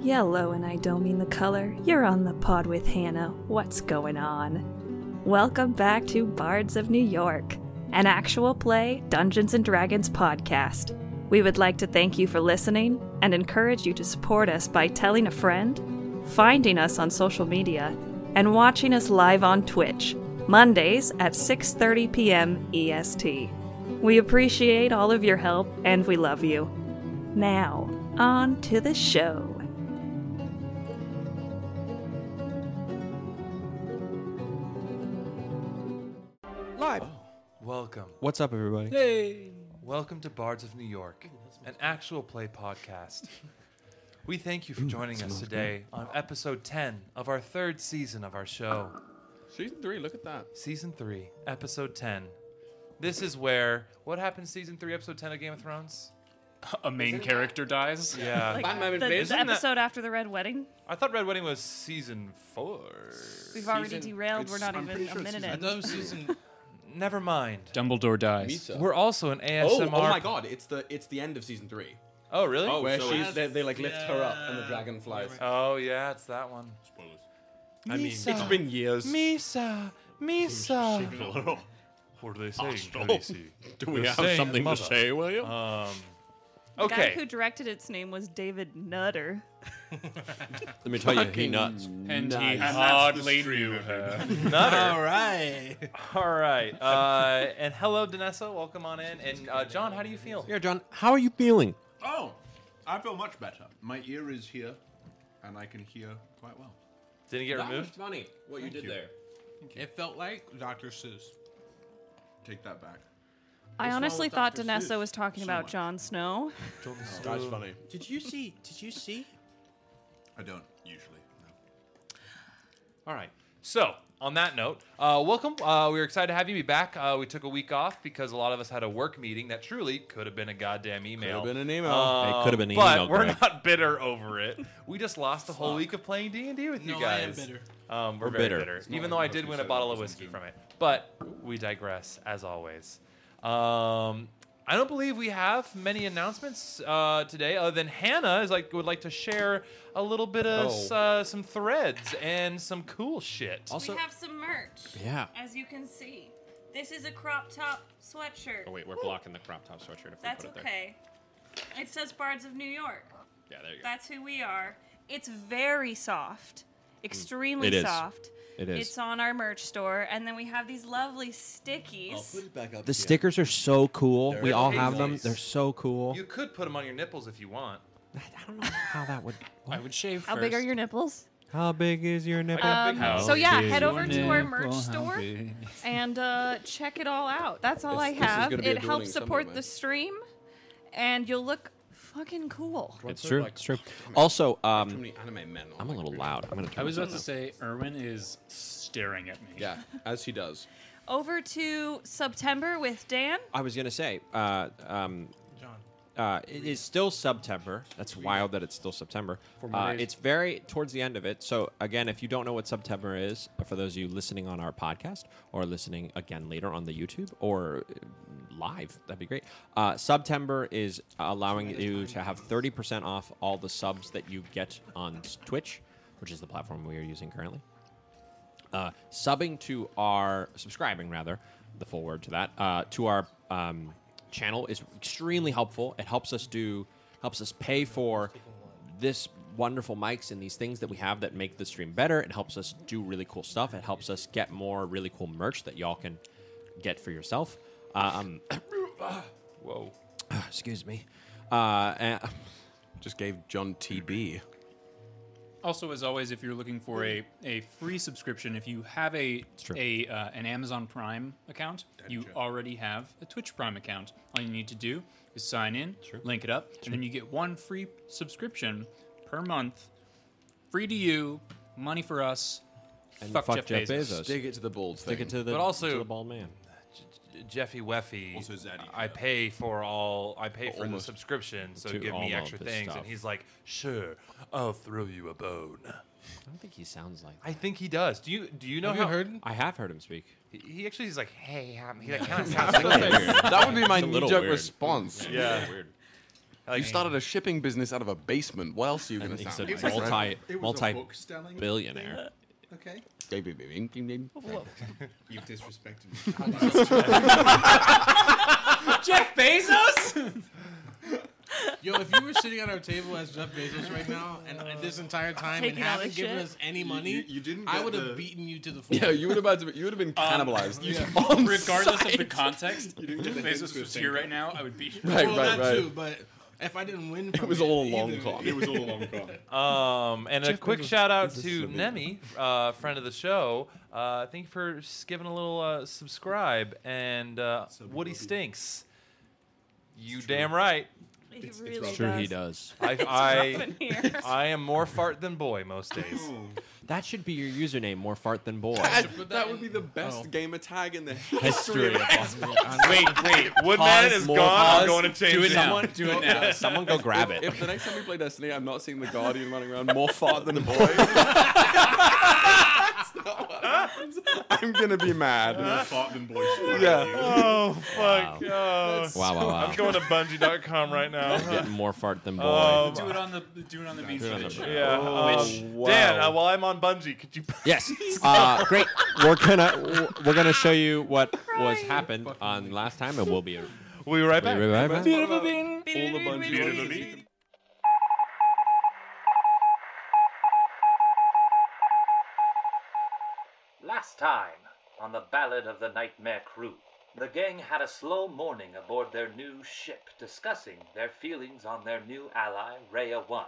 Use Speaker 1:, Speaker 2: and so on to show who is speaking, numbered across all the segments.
Speaker 1: Yellow, and I don't mean the color. You're on the pod with Hannah. What's going on? Welcome back to Bards of New York, an actual play Dungeons and Dragons podcast. We would like to thank you for listening and encourage you to support us by telling a friend, finding us on social media, and watching us live on Twitch, Mondays at 6:30 p.m. EST. E We appreciate all of your help and we love you. Now, on to the show.
Speaker 2: Live.
Speaker 3: Welcome.
Speaker 2: Oh, What's up, everybody?
Speaker 4: Hey.
Speaker 3: Welcome to Bards of New York, an actual play podcast. We thank you for joining us today on episode 10 of our third season of our show.
Speaker 4: Season three, look at that.
Speaker 3: Season 3, episode 10. This is where what happened season 3 episode 10 of Game of Thrones?
Speaker 5: a main character dies.
Speaker 3: Yeah.
Speaker 1: Like the, the episode after the Red Wedding.
Speaker 3: I thought Red Wedding was season 4.
Speaker 1: We've already derailed. We're not even a minute in.
Speaker 6: Another season.
Speaker 3: Never mind.
Speaker 5: Dumbledore dies.
Speaker 6: Misa.
Speaker 3: We're also an
Speaker 6: oh,
Speaker 3: ASMR.
Speaker 6: oh my god! It's the it's the end of season three.
Speaker 3: Oh, really?
Speaker 6: Oh, where
Speaker 4: so
Speaker 6: she's
Speaker 4: it's-
Speaker 6: they, they like lift her up and the dragon flies.
Speaker 3: Oh, yeah, it's that one.
Speaker 6: I mean,
Speaker 3: Misa.
Speaker 6: it's been years.
Speaker 3: Misa. Misa.
Speaker 7: What are they saying,
Speaker 4: Hostile.
Speaker 7: Khaleesi?
Speaker 4: Do we
Speaker 7: You're
Speaker 4: have
Speaker 7: saying
Speaker 4: something to
Speaker 7: mother.
Speaker 4: say, William?
Speaker 1: The guy
Speaker 3: Okay.
Speaker 1: who directed its name was David Nutter.
Speaker 2: Let me tell you, he nuts.
Speaker 5: And he
Speaker 2: Nice.
Speaker 5: hardly knew her.
Speaker 3: Nutter.
Speaker 6: right.
Speaker 3: All right. Uh, and hello, Danessa. Welcome on in. And uh, John, how do you feel?
Speaker 2: Here, John, how are you feeling?
Speaker 7: Oh, I feel much better. My ear is here, and I can hear quite well.
Speaker 3: Didn't get
Speaker 6: That was
Speaker 3: removed?
Speaker 6: funny. What you did
Speaker 7: you.
Speaker 6: there. It felt like Dr. Seuss.
Speaker 7: Take that back.
Speaker 1: I
Speaker 6: wrong
Speaker 1: honestly
Speaker 6: with
Speaker 1: thought
Speaker 6: Dr.
Speaker 1: Danessa
Speaker 6: Seuss
Speaker 1: was talking
Speaker 7: so
Speaker 1: about
Speaker 7: much?
Speaker 1: Jon Snow.
Speaker 6: That's funny.
Speaker 8: Did you see? Did you see?
Speaker 7: I don't usually. No.
Speaker 3: All right. So, on that note, uh, welcome. Uh, we were excited to have you be back. Uh, we took a week off because a lot of us had a work meeting that truly could have been a goddamn email. Um,
Speaker 6: Could have been an email.
Speaker 2: It could have been an
Speaker 3: but
Speaker 2: email,
Speaker 3: we're
Speaker 2: Greg.
Speaker 3: not bitter over it. We just lost a whole week of playing D and D with
Speaker 8: No,
Speaker 3: you guys.
Speaker 8: I am bitter.
Speaker 3: Um, we're,
Speaker 2: We're
Speaker 3: very
Speaker 2: bitter.
Speaker 3: bitter.
Speaker 2: It's
Speaker 7: not
Speaker 3: Even
Speaker 7: like
Speaker 3: though I
Speaker 7: most
Speaker 3: did
Speaker 7: we
Speaker 3: win a
Speaker 7: said it
Speaker 3: bottle of
Speaker 7: wasn't
Speaker 3: whiskey
Speaker 7: good.
Speaker 3: from it, but we digress as always. Um, I don't believe we have many announcements uh, today, other than Hannah is like would like to share a little bit of
Speaker 2: Oh.
Speaker 3: uh, some threads and some cool shit.
Speaker 2: Also,
Speaker 9: we have some merch.
Speaker 2: Yeah.
Speaker 9: As you can see, this is a crop top sweatshirt.
Speaker 8: Oh wait, we're blocking the crop top sweatshirt if
Speaker 9: That's
Speaker 8: we put it
Speaker 9: okay. It says Bards of New York.
Speaker 8: there. Yeah, there you go.
Speaker 9: That's who we are. It's very soft, extremely
Speaker 2: It is.
Speaker 9: soft.
Speaker 2: It is.
Speaker 9: It's on our merch store, and then we have these lovely stickies.
Speaker 6: it back up.
Speaker 2: the stickers are so cool. we
Speaker 6: They're
Speaker 2: all have them.
Speaker 6: nice.
Speaker 2: They're so cool.
Speaker 3: You could put them on your nipples if you want.
Speaker 2: I I don't know how that would.
Speaker 8: I would shave
Speaker 1: How big are your nipples?
Speaker 2: How big is your nipple?
Speaker 3: got big
Speaker 1: Um,
Speaker 3: nipples.
Speaker 1: so yeah,
Speaker 5: big
Speaker 1: head
Speaker 5: is
Speaker 1: over
Speaker 5: your
Speaker 1: to our
Speaker 5: nipple?
Speaker 1: merch
Speaker 5: How
Speaker 1: store
Speaker 5: big?
Speaker 1: and uh, check it all out. That's all
Speaker 6: This-
Speaker 1: I
Speaker 6: this is
Speaker 1: have.
Speaker 6: gonna be a
Speaker 1: It
Speaker 6: dueling
Speaker 1: helps
Speaker 6: somewhere,
Speaker 1: support
Speaker 6: man.
Speaker 1: the stream, and you'll look fucking cool.
Speaker 2: it's true. it's true. Also,
Speaker 6: Too
Speaker 2: um,
Speaker 6: many anime men. on
Speaker 2: I'm a
Speaker 6: my
Speaker 2: little
Speaker 6: computer.
Speaker 2: loud. I'm gonna. Turn
Speaker 5: I was
Speaker 2: this
Speaker 5: about to say, Erwin is staring at me.
Speaker 6: Yeah, as he does.
Speaker 9: Over to September with Dan.
Speaker 2: down. I was gonna say. Uh, um,
Speaker 8: John.
Speaker 2: uh, it is still September. That's wild that it's still September.
Speaker 5: more
Speaker 2: Uh,
Speaker 5: days.
Speaker 2: it's very towards the end of it. So again, if you don't know what September is, uh, for those of you listening on our podcast or listening again later on the YouTube or uh, live, that'd be great. Uh, September is allowing you to have thirty percent off all the subs that you get on s- Twitch, which is the platform we are using currently uh, subbing to our subscribing rather the full word to that uh, to our um, channel is extremely helpful it helps us do helps us pay for this wonderful mics and these things that we have that make the stream better it helps us do really cool stuff it helps us get more really cool merch that y'all can get for yourself um,
Speaker 3: Whoa.
Speaker 2: excuse me uh, and-
Speaker 6: Just gave John TB.
Speaker 5: Also, as always, if you're looking for a, a free subscription, if you have a,
Speaker 2: true.
Speaker 5: a uh, an Amazon Prime account, you
Speaker 7: joke.
Speaker 5: already have a Twitch Prime account. All you need to do is sign in, link it up, and then you get one free subscription per month. Free to you, money for us.
Speaker 2: and
Speaker 5: fuck, Jeff, Bezos.
Speaker 6: Dig it to the bald thing.
Speaker 2: Stick it to the,
Speaker 3: But also-
Speaker 2: to the bald man
Speaker 3: Jeffy Weffy.
Speaker 7: Also Zaddy.
Speaker 3: I pay for all. I pay for the subscription, so
Speaker 2: to
Speaker 3: give
Speaker 2: all
Speaker 3: me
Speaker 2: of
Speaker 3: extra
Speaker 2: this
Speaker 3: things.
Speaker 2: stuff.
Speaker 3: And he's like, "Sure, I'll throw you a bone."
Speaker 2: I don't think he sounds like
Speaker 3: I think he does. Do you do you know
Speaker 6: Have
Speaker 3: how
Speaker 6: you heard?
Speaker 2: I have heard him speak
Speaker 3: He, he actually is like, "Hey, um," he like kind of sounds like
Speaker 6: that would be my
Speaker 2: It's a little
Speaker 6: knee-jerk
Speaker 2: weird.
Speaker 6: response.
Speaker 3: yeah.
Speaker 2: weird
Speaker 3: Like-
Speaker 6: you started a shipping business out of a basement. What else are you going to
Speaker 8: he's
Speaker 6: sound
Speaker 8: a
Speaker 6: like?
Speaker 8: multi
Speaker 6: right?
Speaker 7: it was a
Speaker 8: multi
Speaker 7: book selling
Speaker 8: billionaire.
Speaker 7: Okay.
Speaker 6: Ding, ding, ding, ding, ding.
Speaker 7: You've disrespected me.
Speaker 5: Jeff Bezos?
Speaker 10: Yo, if you were sitting at our table as Jeff Bezos right now, and uh, this entire time, and
Speaker 1: Taking all
Speaker 10: haven't
Speaker 1: this
Speaker 10: given
Speaker 1: shit.
Speaker 10: us any money,
Speaker 7: you- you didn't
Speaker 10: I
Speaker 7: get
Speaker 10: would
Speaker 7: the-
Speaker 10: have beaten you to the floor.
Speaker 6: Yeah, you would have about to be, you would have been cannibalized. Um, On
Speaker 5: Regardless of the
Speaker 6: site.
Speaker 5: context,
Speaker 7: didn't
Speaker 5: if
Speaker 7: get a hint
Speaker 5: Bezos
Speaker 7: to
Speaker 5: was
Speaker 7: a
Speaker 5: here
Speaker 7: thing.
Speaker 5: right now, I would be.
Speaker 6: Right,
Speaker 10: well, that
Speaker 6: right, right.
Speaker 10: too, but if I didn't win, from
Speaker 6: It was all a long
Speaker 10: either-
Speaker 6: con.
Speaker 7: it was all a long con.
Speaker 3: Um, and a
Speaker 6: Jeff
Speaker 3: quick
Speaker 6: Bezos
Speaker 3: shout out
Speaker 6: is a
Speaker 3: to
Speaker 6: celebrity.
Speaker 3: Nemi, uh, friend of the show. Uh, thank you for s- giving a little uh, subscribe. And uh, Woody stinks. You damn right.
Speaker 1: He
Speaker 7: it's
Speaker 1: really
Speaker 7: rough.
Speaker 1: does.
Speaker 8: Sure, he does.
Speaker 1: Rough
Speaker 3: I,
Speaker 1: in here.
Speaker 3: I, I am more fart than boy most days.
Speaker 8: That should be your username, more fart than boy.
Speaker 6: that, would be the
Speaker 3: Oh.
Speaker 6: best gamer tag in the history.
Speaker 8: History of
Speaker 3: wait, wait. Woodman is
Speaker 8: more
Speaker 3: gone.
Speaker 8: pause.
Speaker 3: I'm going to change
Speaker 5: Do it
Speaker 3: it.
Speaker 5: now. Do it now.
Speaker 8: Someone go grab it.
Speaker 6: If the next time we play Destiny, I'm not seeing the Guardian running around more fart than a boy. That's not what happens. I'm gonna be mad.
Speaker 7: Fartman boy swag.
Speaker 6: Yeah.
Speaker 3: Oh, fuck. Oh.
Speaker 8: wow, wow, wow.
Speaker 3: I'm going to bungee.com right now.
Speaker 8: Getting more fart than boy.
Speaker 3: Um,
Speaker 5: Do it on the do it on the beach.
Speaker 8: Do it on the- Oh,
Speaker 3: yeah. um,
Speaker 8: wow.
Speaker 3: Dan, uh, while I'm on bungee, could you
Speaker 8: Yes. Uh, great. We're gonna we're gonna show you what was happened on last time, and we'll be
Speaker 3: We'll be right back.
Speaker 8: right back.
Speaker 6: All the bungee
Speaker 11: Last time on the Ballad of the Nightmare Crew, the gang had a slow morning aboard their new ship discussing their feelings on their new ally, Rhea 1.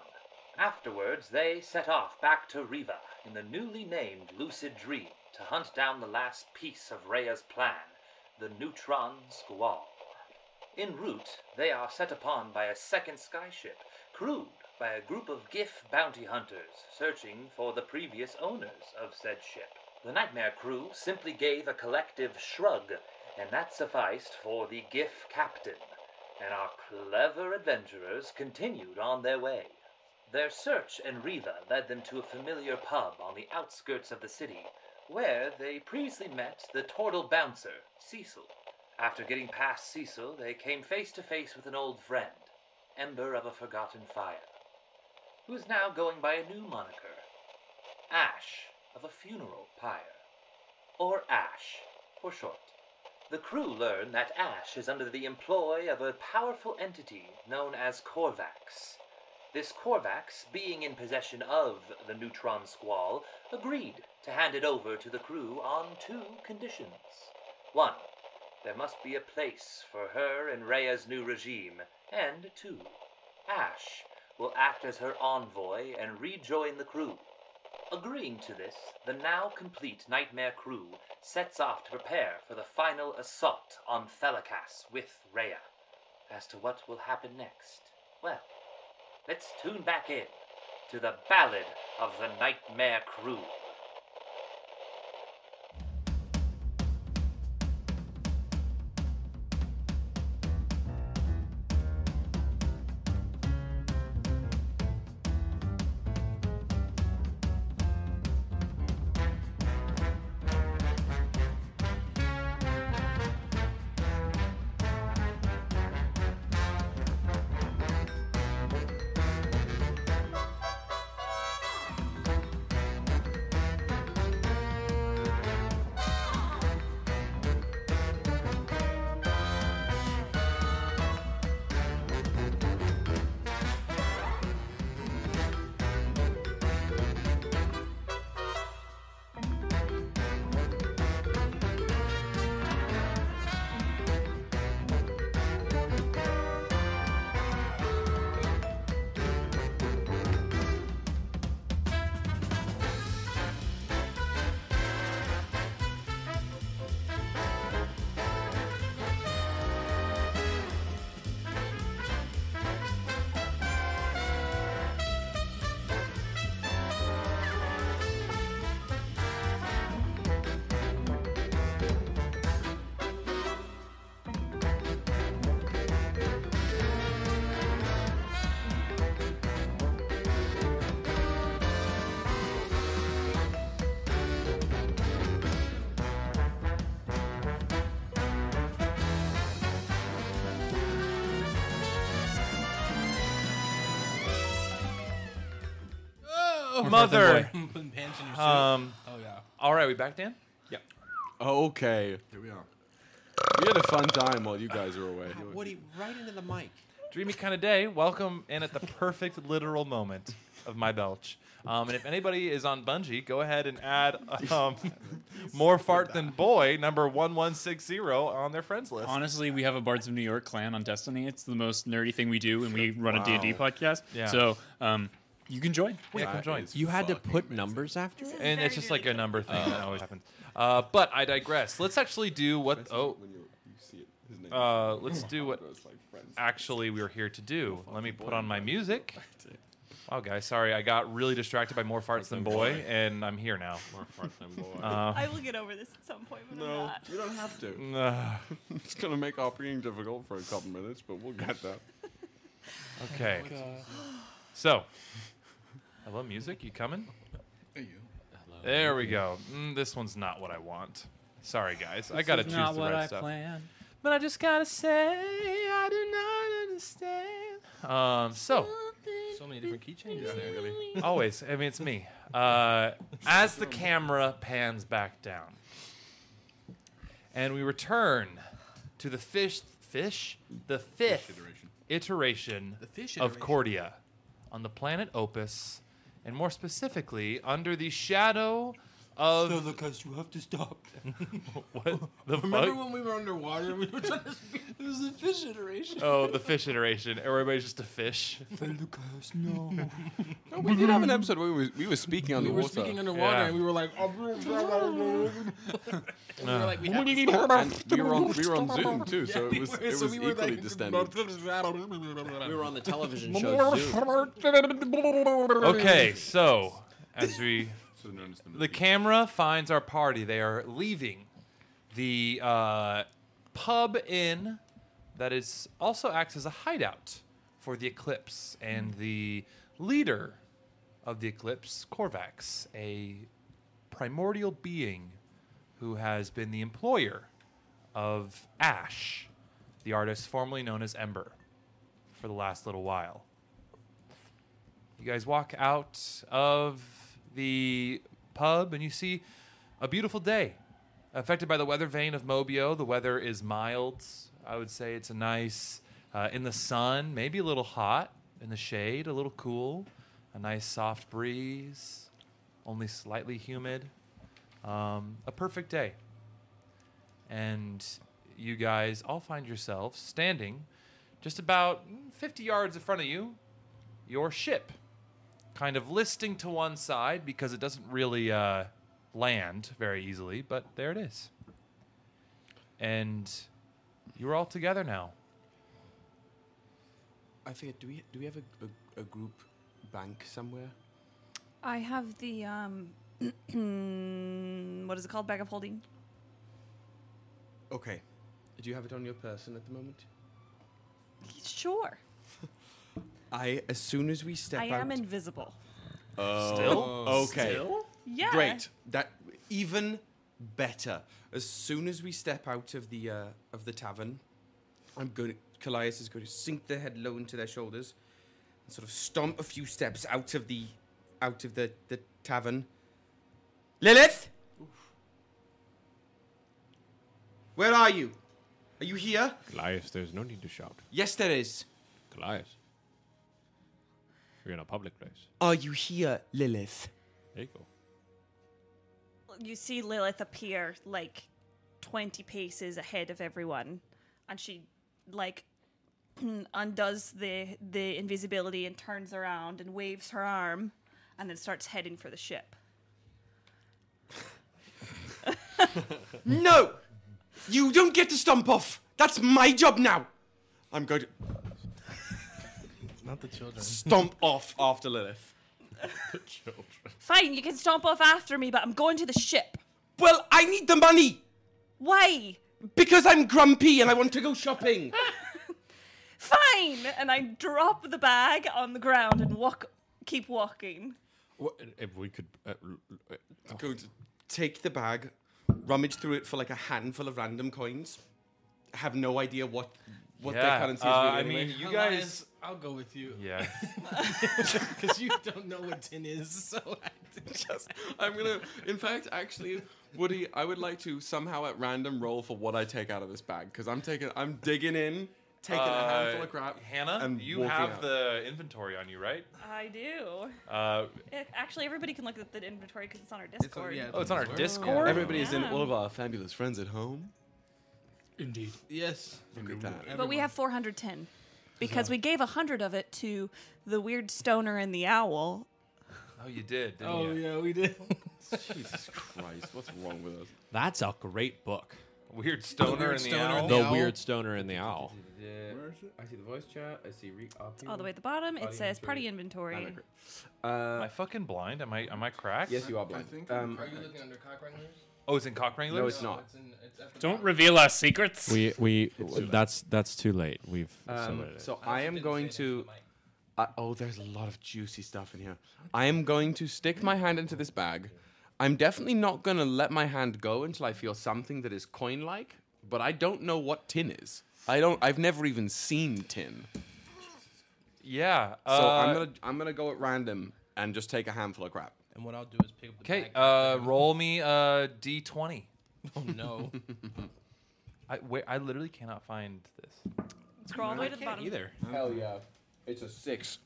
Speaker 11: Afterwards, they set off back to Riva in the newly named Lucid Dream to hunt down the last piece of Rhea's plan, the Neutron Squall. En route, they are set upon by a second skyship, crewed by a group of GIF bounty hunters searching for the previous owners of said ship. The Nightmare crew simply gave a collective shrug, and that sufficed for the GIF captain, and our clever adventurers continued on their way. Their search in Riva led them to a familiar pub on the outskirts of the city, where they previously met the Tortle bouncer, Cecil. After getting past Cecil, they came face to face with an old friend, Ember of a Forgotten Fire, who is now going by a new moniker, Ash of a Funeral Pyre, or Ash for short. The crew learn that Ash is under the employ of a powerful entity known as Corvax. This Corvax, being in possession of the Neutron Squall, agreed to hand it over to the crew on two conditions. One, there must be a place for her in Rhea's new regime, and two, Ash will act as her envoy and rejoin the crew. Agreeing to this, the now complete Nightmare crew sets off to prepare for the final assault on Thelacas with Rhea. As to what will happen next, well, let's tune back in to the Ballad of the Nightmare Crew.
Speaker 3: Oh, mother. Um,
Speaker 10: oh yeah.
Speaker 3: All right, we back, Dan?
Speaker 8: Yep.
Speaker 6: Okay.
Speaker 7: Here we are.
Speaker 6: We had a fun time while you guys were away.
Speaker 12: Woody, right into the mic.
Speaker 3: Dreamy kind of day. Welcome in at the perfect literal moment of my belch. Um, and if anybody is on Bungie, go ahead and add um, more fart than boy number one one six zero on their friends list.
Speaker 5: Honestly, we have a Bards of New York clan on Destiny. It's the most nerdy thing we do, and we run a
Speaker 8: Wow.
Speaker 5: D&D podcast.
Speaker 8: Yeah.
Speaker 5: So um, you can join.
Speaker 3: Yeah, come join.
Speaker 8: You had to put numbers after it?
Speaker 3: and it's just like a number thing that always happens. Uh, but I digress. Let's actually do what. Oh, uh, let's do what actually we are here to do. Let me put on my music. Oh, guys, sorry, I got really distracted by more farts than boy, and I'm here now. Uh, More farts than boy.
Speaker 1: I will get over this at some point, but I'm
Speaker 6: Uh. No,
Speaker 1: not.
Speaker 6: you don't have to.
Speaker 3: No.
Speaker 6: it's gonna make operating difficult for a couple minutes, but we'll get that.
Speaker 3: Okay. So, hello, music. You coming?
Speaker 7: Hey, you.
Speaker 3: There we go. Mm, this one's not what I want. Sorry, guys. I
Speaker 5: This
Speaker 3: gotta
Speaker 5: is
Speaker 3: choose
Speaker 5: not
Speaker 3: the
Speaker 5: what
Speaker 3: right
Speaker 5: I
Speaker 3: stuff.
Speaker 5: planned.
Speaker 3: But I just gotta say, I do not understand. Um, so
Speaker 4: So many different key changes there, really.
Speaker 3: always, I mean, it's me. Uh, as the camera pans back down, and we return to the fish, fish, the fifth iteration,
Speaker 4: fish
Speaker 3: of
Speaker 4: iteration.
Speaker 3: Cordia, on the planet Opus, and more specifically under the shadow of. So, Lucas, you have to stop. what the
Speaker 10: Remember
Speaker 3: fuck?
Speaker 10: when we were underwater and we were trying to speak? It was a fish iteration.
Speaker 3: Oh, the fish iteration. Everybody's just a fish.
Speaker 10: Lucas, no.
Speaker 6: No, we did have an episode where we were, we were speaking
Speaker 10: we
Speaker 6: underwater.
Speaker 10: were speaking underwater
Speaker 6: Yeah.
Speaker 10: and we were like, oh, blah, blah, blah, blah, blah. and we were like, we have to stop.
Speaker 6: And we were on we were on Zoom too, so
Speaker 10: Yeah,
Speaker 6: it
Speaker 10: we
Speaker 6: was
Speaker 10: were,
Speaker 6: it
Speaker 10: so
Speaker 6: was
Speaker 10: we were
Speaker 6: equally
Speaker 10: like,
Speaker 6: distended.
Speaker 10: We
Speaker 4: were on the television
Speaker 3: show Okay, so as we the camera finds our party, they are leaving the uh, pub inn that is also acts as a hideout for the eclipse and the leader of the eclipse, Corvax, a primordial being who has been the employer of Ash, the artist formerly known as Ember, for the last little while. You guys walk out of the pub and you see a beautiful day. Affected by the weather vane of Mobio, the weather is mild. I would say it's a nice, uh, in the sun, maybe a little hot, in the shade, a little cool, a nice soft breeze, only slightly humid. Um, a perfect day. And you guys all find yourselves standing just about mm, 50 yards in front of you, your ship kind of listing to one side because it doesn't really uh, land very easily, but there it is. And you're all together now.
Speaker 12: I forget. Do we do we have a, a, a group bank somewhere?
Speaker 1: I have the um, what is it called? Bag of holding.
Speaker 12: Okay. Do you have it on your person at the moment?
Speaker 1: Sure.
Speaker 12: I as soon as we step
Speaker 1: I
Speaker 12: out.
Speaker 1: am invisible.
Speaker 12: Oh,
Speaker 1: Still?
Speaker 12: Okay.
Speaker 1: Still? Yeah.
Speaker 12: Great. That even better. As soon as we step out of the uh, of the tavern, I'm going. Callias is going to sink their head low into their shoulders, and sort of stomp a few steps out of the out of the the tavern. Lilith, where are you? Are you here?
Speaker 8: Goliath, there's no need to shout.
Speaker 12: Yes, there is.
Speaker 8: Goliath. You're in a public place.
Speaker 12: Are you here, Lilith?
Speaker 8: There you go.
Speaker 1: You see Lilith appear like twenty paces ahead of everyone, and she like undoes the the invisibility and turns around and waves her arm, and then starts heading for the ship.
Speaker 12: No! You don't get to stomp off! That's my job now! I'm going to
Speaker 4: Not the children.
Speaker 12: stomp off after Lilith.
Speaker 4: the children.
Speaker 1: Fine, you can stomp off after me, but I'm going to the ship.
Speaker 12: Well, I need the money!
Speaker 1: Why?
Speaker 12: Because I'm grumpy and I want to go shopping!
Speaker 1: Fine, and I drop the bag on the ground and walk, keep walking.
Speaker 8: What, if we could. Uh, l- l-
Speaker 12: I'm going to take the bag, rummage through it for like a handful of random coins. I have no idea what what their currency is.
Speaker 3: uh,
Speaker 12: really
Speaker 3: I
Speaker 12: anyway.
Speaker 3: mean, you guys
Speaker 10: I'll go with you.
Speaker 3: Yeah.
Speaker 10: Because you don't know what tin is, so I
Speaker 6: just I'm gonna. In fact, actually, Woody, I would like to somehow at random roll for what I take out of this bag because I'm taking, I'm digging in, taking a handful of crap.
Speaker 3: Uh, Hannah,
Speaker 6: and
Speaker 3: you
Speaker 6: walking
Speaker 3: have
Speaker 6: out.
Speaker 3: the inventory on you, right?
Speaker 1: I do.
Speaker 3: Uh,
Speaker 1: Eh, Actually, everybody can look at the inventory because it's on our Discord.
Speaker 3: yeah, it's Oh, it's on on our Discord. Discord?
Speaker 6: Everybody's in
Speaker 1: Yeah.
Speaker 6: all of our fabulous friends at home.
Speaker 5: Indeed.
Speaker 10: Yes.
Speaker 6: Look at that.
Speaker 1: But we have 410 because we gave 100 of it to the weird stoner and the owl.
Speaker 3: Oh, you did, didn't
Speaker 10: Oh,
Speaker 3: you?
Speaker 10: yeah, we did.
Speaker 6: Jesus Christ, what's wrong with us?
Speaker 8: That's a great book.
Speaker 3: Weird Stoner
Speaker 8: Weird
Speaker 3: and the
Speaker 8: Stoner
Speaker 3: Owl.
Speaker 8: and the The Owl. Weird Stoner and the Owl.
Speaker 12: Where is it? I see the voice chat. I see re-
Speaker 1: It's all the way at the bottom. It says party inventory.
Speaker 3: am I fucking blind? Am I am I cracked?
Speaker 12: Uh, Yes, you are blind. I think Um,
Speaker 10: Are you looking under cock wranglers?
Speaker 3: oh, it's in cock wranglers?
Speaker 12: No, it's not.
Speaker 5: Don't reveal our secrets.
Speaker 8: We we that's that's too late. We've
Speaker 12: Um, so I am going to. I oh, there's a lot of juicy stuff in here. I am going to stick my hand into this bag. I'm definitely not going to let my hand go until I feel something that is coin-like, but I don't know what tin is. I don't. I've never even seen tin.
Speaker 3: Yeah. uh,
Speaker 12: So I'm gonna I'm gonna go at random and just take a handful of crap.
Speaker 10: And what I'll do is pick up the
Speaker 3: Okay, uh, roll me uh, a d20.
Speaker 10: Oh no.
Speaker 3: I wait, I literally cannot find this.
Speaker 1: Scroll all the way to the bottom.
Speaker 12: Hell yeah, it's a six.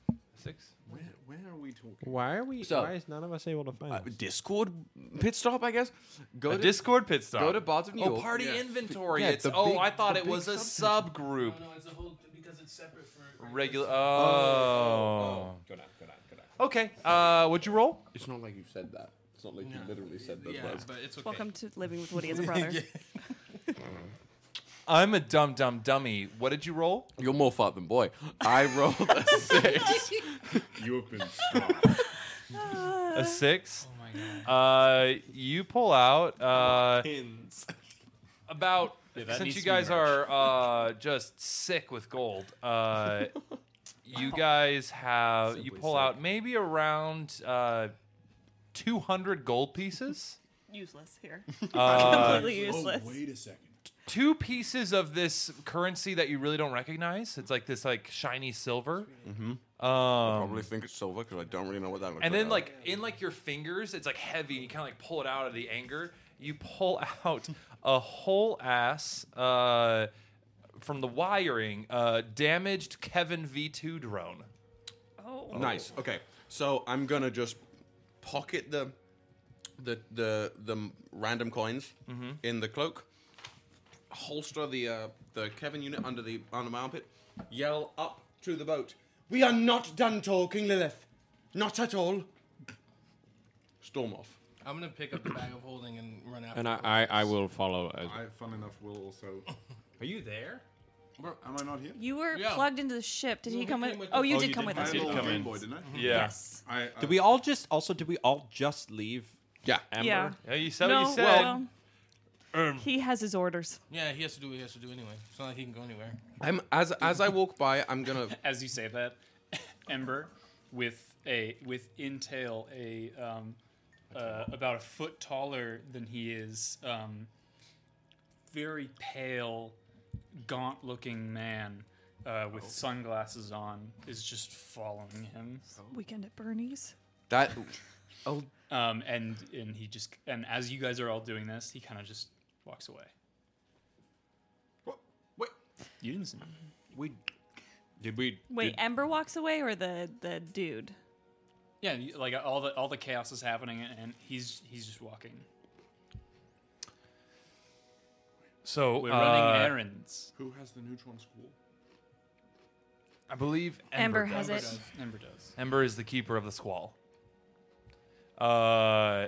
Speaker 3: Six.
Speaker 7: Where, where are we talking?
Speaker 8: Why are we?
Speaker 12: So- uh,
Speaker 8: why is none of us able to find? this?
Speaker 12: Discord pit stop, I guess. Go
Speaker 3: A Discord pit stop.
Speaker 12: Go to Bards of New
Speaker 3: Oh,
Speaker 12: York.
Speaker 3: party inventory.
Speaker 12: Yeah,
Speaker 3: it's
Speaker 12: the
Speaker 3: oh,
Speaker 12: big-
Speaker 3: I thought
Speaker 12: the
Speaker 3: it
Speaker 12: big
Speaker 3: was a
Speaker 12: subsection.
Speaker 3: subgroup.
Speaker 10: No, it's a whole because it's separate for.
Speaker 3: Regular. Oh.
Speaker 8: Go down, go down, go down.
Speaker 3: Okay. Uh, what'd you roll?
Speaker 12: It's not like you said that. It's not like you literally said
Speaker 10: Yeah, but it's okay.
Speaker 1: Welcome to living with Woody as a brother.
Speaker 3: Mm-hmm. I'm a dumb dumb dummy. What did you roll?
Speaker 12: You're more fat than boy. I rolled a six.
Speaker 7: You have been
Speaker 3: A six.
Speaker 5: Oh
Speaker 3: Uh, you pull out. Uh,
Speaker 10: Pins.
Speaker 3: about
Speaker 5: Yeah, that
Speaker 3: since
Speaker 5: needs
Speaker 3: you
Speaker 5: to be
Speaker 3: guys are uh, just sick with gold. Uh, you guys have you
Speaker 5: Simply
Speaker 3: pull
Speaker 5: sick.
Speaker 3: out maybe around uh, 200 gold pieces.
Speaker 1: useless here.
Speaker 3: Uh,
Speaker 1: Completely useless.
Speaker 7: Oh, wait a second.
Speaker 3: two pieces of this currency that you really don't recognize. It's like this like shiny silver.
Speaker 12: Mm-hmm. I
Speaker 3: Um,
Speaker 12: probably think it's silver because I don't really know what that looks like.
Speaker 3: and then like in like your fingers, it's like heavy. and You kind of like pull it out of the anger. You pull out a whole ass uh, from the wiring, uh, damaged Kevin V2 drone.
Speaker 1: Oh.
Speaker 12: nice. Okay, so I'm gonna just pocket the the the the random coins
Speaker 3: Mhm.
Speaker 12: in the cloak, holster the uh, the Kevin unit under the under my armpit, yell up to the boat. We are not done talking, Lilith. Not at all. Storm off.
Speaker 10: I'm gonna pick up the bag of holding and run after.
Speaker 8: And I,
Speaker 10: it.
Speaker 8: I, Oh, I will follow. As,
Speaker 7: I, fun enough, will also.
Speaker 10: Are you there?
Speaker 7: Am I not here?
Speaker 1: You were
Speaker 10: Yeah.
Speaker 1: plugged into the ship. Did
Speaker 10: No,
Speaker 1: he
Speaker 10: he
Speaker 1: come
Speaker 10: came
Speaker 1: with?
Speaker 10: with
Speaker 1: Oh,
Speaker 10: us.
Speaker 1: you
Speaker 10: Oh,
Speaker 1: did
Speaker 10: you
Speaker 1: come
Speaker 10: did
Speaker 1: with
Speaker 7: I
Speaker 1: us.
Speaker 7: had a little
Speaker 3: come
Speaker 7: Game
Speaker 3: in.
Speaker 7: Boy, didn't I?
Speaker 3: Yeah.
Speaker 1: Yes.
Speaker 10: uh,
Speaker 7: I, I,
Speaker 8: did we all just also? Did we all just leave?
Speaker 12: Yeah.
Speaker 8: Amber?
Speaker 1: Yeah.
Speaker 3: Yeah, you said
Speaker 1: no,
Speaker 3: what you said.
Speaker 1: well, he has his orders.
Speaker 10: Um, Yeah, he has to do what he has to do anyway. It's not like he can go anywhere.
Speaker 12: I'm as as I walk by, I'm gonna
Speaker 5: As you say that, Ember, with a with entail a um, uh, about a foot taller than he is, um, very pale, gaunt-looking man uh,
Speaker 12: Oh.
Speaker 5: with sunglasses on is just following him.
Speaker 1: Weekend at Bernie's.
Speaker 12: that. Oh,
Speaker 5: Um, and and he just and as you guys are all doing this, he kind of just walks away.
Speaker 12: wait.
Speaker 5: You didn't see
Speaker 8: We did we
Speaker 1: Wait,
Speaker 8: did-
Speaker 1: Ember walks away or the the dude?
Speaker 5: Yeah, you- like all the all the chaos is happening, and- and he's he's just walking.
Speaker 3: So
Speaker 5: We're running
Speaker 3: uh,
Speaker 5: errands.
Speaker 7: Who has the neutron school?
Speaker 3: I believe
Speaker 1: Ember
Speaker 3: Ember,
Speaker 1: has
Speaker 3: does.
Speaker 1: it.
Speaker 5: Does. Ember does.
Speaker 3: Ember is the keeper of the squall. Uh,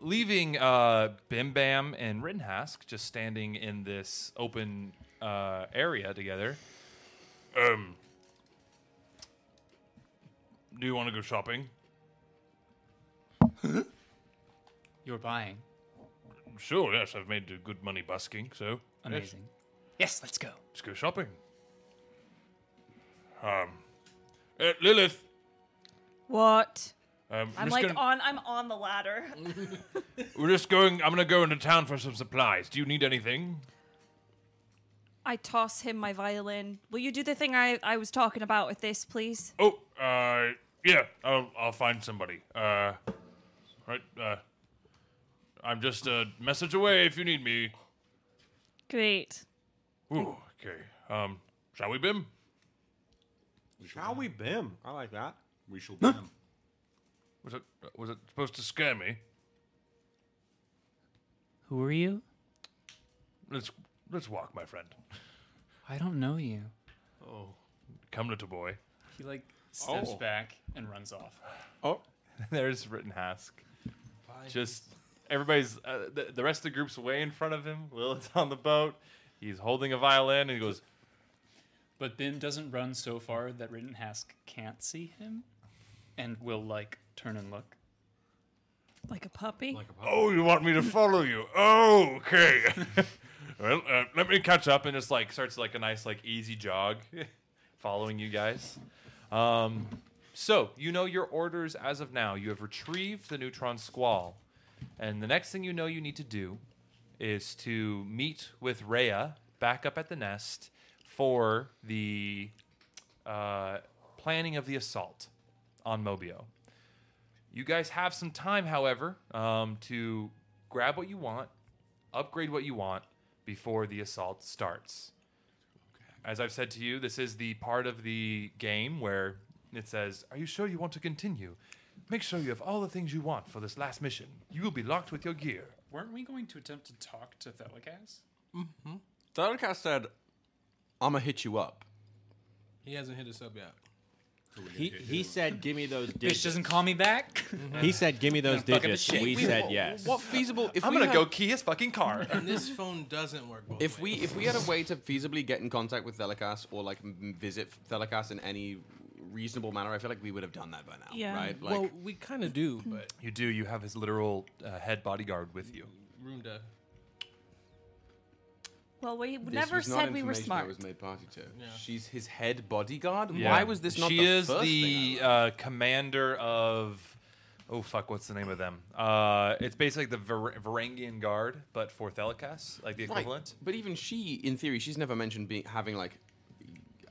Speaker 3: leaving uh, Bim Bam and Rittenhask just standing in this open uh, area together. Um, do you want to go shopping?
Speaker 5: You're buying.
Speaker 4: Sure, yes, I've made uh, good money busking, so.
Speaker 5: Amazing. yes let's go.
Speaker 4: Let's go shopping. Um, uh, Lilith,
Speaker 1: What?
Speaker 4: um,
Speaker 1: I'm
Speaker 4: just
Speaker 1: like
Speaker 4: gonna-
Speaker 1: on. I'm on the ladder.
Speaker 4: we're just going. I'm gonna go into town for some supplies. Do you need anything?
Speaker 1: I toss him my violin. Will you do the thing I, I was talking about with this, please?
Speaker 4: Oh, uh, yeah, I'll, I'll find somebody. Uh, right, uh, I'm just a message away if you need me.
Speaker 1: Great.
Speaker 4: Ooh, okay. Um, shall we, Bim?
Speaker 8: Shall we, Bim? I like that.
Speaker 7: We shall Bim.
Speaker 4: Was it was it supposed to scare me?
Speaker 2: Who are you?
Speaker 4: Let's let's walk, my friend.
Speaker 2: I don't know you.
Speaker 4: Oh, come little boy.
Speaker 5: He like steps
Speaker 4: Oh.
Speaker 5: back and runs off.
Speaker 8: Oh,
Speaker 3: there's Rittenhask. Just everybody's uh, the, the rest of the group's way in front of him. Lilith's on the boat. He's holding a violin and he goes,
Speaker 5: But Bim doesn't run so far that Rittenhask can't see him and will like turn and look.
Speaker 1: Like a puppy? Like a
Speaker 4: Oh, you want me to follow you? Oh, okay.
Speaker 3: "Well, uh, let me catch up," and just like starts like a nice like easy jog, following you guys. Um, so you know your orders as of now. You have retrieved the neutron squall, and the next thing you know you need to do is to meet with Rhea back up at the nest for the uh, planning of the assault on Mobio. You guys have some time, however, um, to grab what you want, upgrade what you want before the assault starts. As I've said to you, this is the part of the game where it says, Are you sure you want to continue? Make sure you have all the things you want for this last mission. You will be locked with your gear.
Speaker 5: Weren't we going to attempt to talk to Thelikas?
Speaker 10: Mhm.
Speaker 6: Thundercat said, "I'm gonna hit you up."
Speaker 10: He hasn't hit us up yet.
Speaker 13: He, he said, "Give me those digits."
Speaker 5: Bitch doesn't call me back.
Speaker 13: He said, "Give me those
Speaker 5: Gonna fuck up
Speaker 13: digits."
Speaker 5: his shit.
Speaker 13: We
Speaker 5: We
Speaker 13: said
Speaker 5: will-
Speaker 13: yes.
Speaker 5: what feasible- if I'm we
Speaker 10: gonna go
Speaker 3: key his fucking car.
Speaker 10: and this phone doesn't work. Both
Speaker 6: If we if we had a way to feasibly get in contact with Thelikas or like m- visit Thelikas in any reasonable manner, I feel like we would have done that by now, right? Like,
Speaker 10: well, we kind of do, but
Speaker 3: You do. You have his literal uh, head bodyguard with you.
Speaker 10: room to.
Speaker 1: Well, we
Speaker 6: this
Speaker 1: never
Speaker 6: was not
Speaker 1: said we were
Speaker 6: information I
Speaker 1: smart.
Speaker 6: was made party to. She's his head bodyguard.
Speaker 3: Yeah.
Speaker 6: Why was this not
Speaker 3: She
Speaker 6: the
Speaker 3: is
Speaker 6: first thing
Speaker 3: the uh, commander of. Oh fuck! What's the name of them? Uh, it's basically the Var- Varangian Guard, but for Thelikas, like the
Speaker 6: Right,
Speaker 3: equivalent.
Speaker 6: But even she, in theory, she's never mentioned being having like,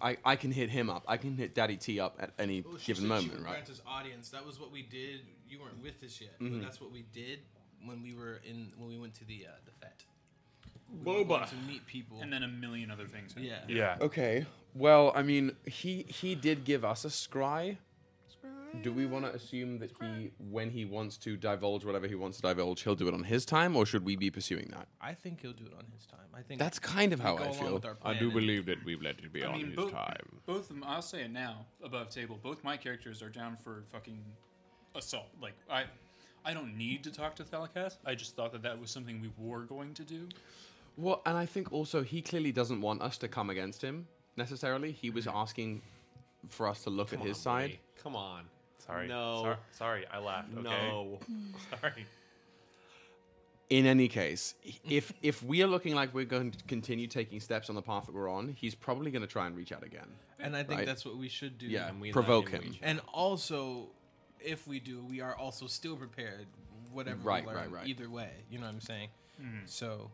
Speaker 6: I, I can hit him up. I can hit Daddy T up at any
Speaker 10: Well, she said
Speaker 6: given
Speaker 10: she
Speaker 6: moment,
Speaker 10: would
Speaker 6: right?
Speaker 10: grant us audience. That was what we did. You weren't with us yet,
Speaker 6: Mhm.
Speaker 10: but that's what we did when we were in when we went to the uh, the fete. We were
Speaker 5: Boba.
Speaker 10: going to meet people,
Speaker 5: And then a million other things. happen.
Speaker 10: Yeah.
Speaker 6: Okay. Well, I mean, he he did give us a scry. Do we want to assume that he, when he wants to divulge whatever he wants to divulge, he'll do it on his time, or should we be pursuing that?
Speaker 10: I think he'll do it on his time. I think
Speaker 6: That's kind of
Speaker 10: we
Speaker 6: how
Speaker 10: go
Speaker 6: I
Speaker 10: along
Speaker 6: feel.
Speaker 10: with our plan and-
Speaker 6: that we've let it be
Speaker 5: I mean, bo- both of them. I'll say it now, above table. Both my characters are down for fucking assault. Like I, I don't need to talk to Thelikas. I just thought that that was something we were going to do.
Speaker 6: Well, and I think also he clearly doesn't want us to come against him necessarily. He was asking for us to look at his side.
Speaker 8: Come on.
Speaker 3: Sorry.
Speaker 8: No.
Speaker 3: Sor- sorry, I laughed. Okay.
Speaker 8: No.
Speaker 3: sorry.
Speaker 6: In any case, if if we are looking like we're going to continue taking steps on the path that we're on, he's probably going to try and reach out again.
Speaker 10: And I think
Speaker 6: right?
Speaker 10: that's what we should do.
Speaker 6: Yeah, And we let provoke him him. reach
Speaker 10: And also, if we do, we are also still prepared. Whatever
Speaker 6: Right,
Speaker 10: we learn,
Speaker 6: right, right.
Speaker 10: either way, you know what I'm saying. So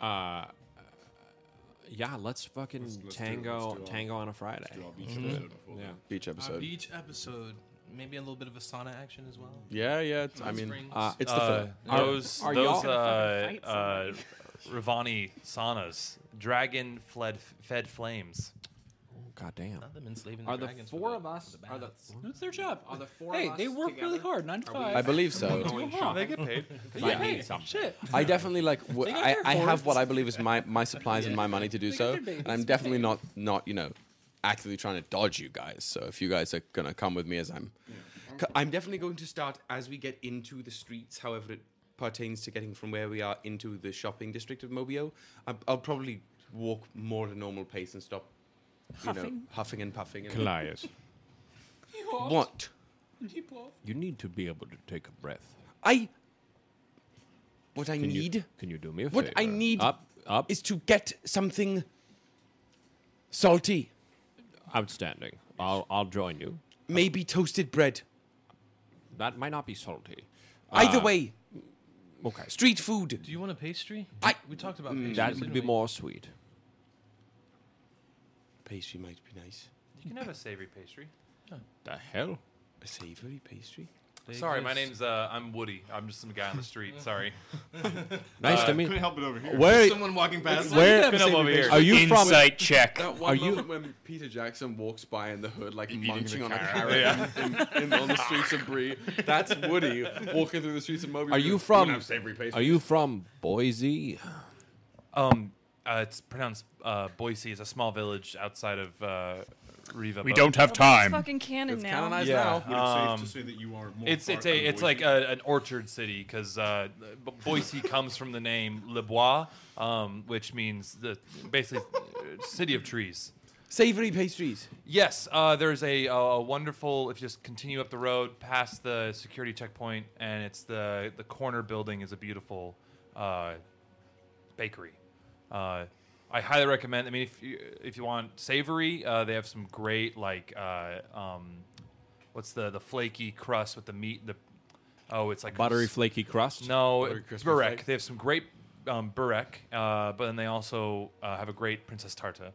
Speaker 8: Uh, yeah, let's fucking
Speaker 10: let's do it,
Speaker 8: tango
Speaker 10: let's do all-
Speaker 8: tango on a Friday. Mm-hmm.
Speaker 10: do all beach Mhm. episode
Speaker 8: Yeah.
Speaker 6: Beach
Speaker 10: our
Speaker 6: episode.
Speaker 10: beach Um, episode, maybe a little bit of a sauna action as well.
Speaker 6: Yeah, yeah. it's- I
Speaker 10: Some
Speaker 6: mean,
Speaker 10: springs.
Speaker 6: uh, it's the
Speaker 3: Uh,
Speaker 6: fir- Are-
Speaker 3: those
Speaker 6: are y'all
Speaker 3: those
Speaker 6: gonna
Speaker 3: uh,
Speaker 6: fucking fight
Speaker 3: uh, Ravani saunas, dragon fled fed flames.
Speaker 6: Oh,
Speaker 8: God damn.
Speaker 10: I've been enslaving
Speaker 8: Are the
Speaker 10: four of us?
Speaker 8: are the-
Speaker 10: That's their job.
Speaker 8: Are the four
Speaker 10: Hey,
Speaker 8: of us
Speaker 10: they work really
Speaker 8: together?
Speaker 10: hard, nine to
Speaker 8: Are
Speaker 10: five.
Speaker 6: I believe so.
Speaker 8: Going shopping? I
Speaker 6: I need
Speaker 8: need
Speaker 6: something.
Speaker 8: something.
Speaker 6: I definitely like. W-
Speaker 8: They got
Speaker 6: I,
Speaker 8: their
Speaker 6: I have what
Speaker 8: fourths.
Speaker 6: I believe is my my supplies and my money to do so, and I'm definitely not not you know actively trying to dodge you guys. So if you guys are gonna come with me as I'm,
Speaker 12: C- I'm definitely going to start as we get into the streets, however it pertains to getting from where we are into the shopping district of Mobio. I, I'll probably walk more at a normal pace and stop, you know,
Speaker 8: Huffing.
Speaker 12: huffing and puffing. And
Speaker 8: Callias.
Speaker 12: What?
Speaker 8: You need to be able to take a breath.
Speaker 12: I. What I
Speaker 8: Can you-
Speaker 12: need.
Speaker 8: can you do me a
Speaker 12: What I
Speaker 8: favor?
Speaker 12: need
Speaker 8: Up, up.
Speaker 12: is to get something salty.
Speaker 8: Outstanding. I'll I'll join you.
Speaker 12: Maybe toasted bread.
Speaker 8: That might not be salty.
Speaker 12: Either
Speaker 8: Uh,
Speaker 12: way.
Speaker 8: Okay.
Speaker 12: Street food.
Speaker 10: Do you want a pastry?
Speaker 12: I
Speaker 10: we talked about
Speaker 8: Mm,
Speaker 10: pastries.
Speaker 8: that would
Speaker 10: didn't
Speaker 8: be
Speaker 10: we?
Speaker 8: more sweet.
Speaker 12: pastry might be nice.
Speaker 3: You can have a savory pastry.
Speaker 12: The hell? A savory pastry?
Speaker 3: Sorry, my name's uh, I'm Woody. I'm just some guy on the street. Sorry.
Speaker 8: Nice
Speaker 3: Uh,
Speaker 8: to meet.
Speaker 3: couldn't help it over here.
Speaker 8: Where
Speaker 3: There's someone walking past.
Speaker 8: Where
Speaker 3: Couldn't help over here.
Speaker 8: Are you from?
Speaker 6: Insight
Speaker 14: check.
Speaker 6: That one
Speaker 8: Are you?
Speaker 6: moment when Peter Jackson walks by in the hood, like
Speaker 8: Eating
Speaker 6: munching
Speaker 8: the
Speaker 6: on a
Speaker 8: carrot.
Speaker 6: carrot
Speaker 8: Yeah.
Speaker 6: in, in, on the streets of Brie. That's Woody walking through the streets of Moby.
Speaker 8: Are
Speaker 6: Dick.
Speaker 8: you
Speaker 6: We
Speaker 8: from?
Speaker 6: don't have savory
Speaker 8: Are
Speaker 6: pastries.
Speaker 8: you from Boise?
Speaker 3: Um, uh, it's pronounced uh, Boise. It's a small village outside of uh, Riva.
Speaker 14: We
Speaker 3: but-
Speaker 14: don't have
Speaker 1: Well, that's time. fucking canon It's now. canonized
Speaker 3: Yeah.
Speaker 4: now. Would it
Speaker 3: Um,
Speaker 4: safe to say that you are more
Speaker 3: It's it's
Speaker 4: part
Speaker 3: a
Speaker 4: of
Speaker 3: it's like a, an orchard city because uh, B- Boise comes from the name Le Bois, um, which means the basically uh, city of trees.
Speaker 12: Savory pastries.
Speaker 3: Yes, uh, there's a, uh wonderful. If you just continue up the road past the security checkpoint, and it's the the corner building is a beautiful uh, bakery. Uh, I highly recommend. I mean, if you if you want savory, uh, they have some great like uh, um, what's the the flaky crust with the meat. The oh, it's like
Speaker 8: Buttery flaky crust?
Speaker 3: No,
Speaker 8: Buttery crispy
Speaker 3: burek.
Speaker 8: flake?
Speaker 3: They have some great um, burek, uh, but then they also uh, have a great princess tarta.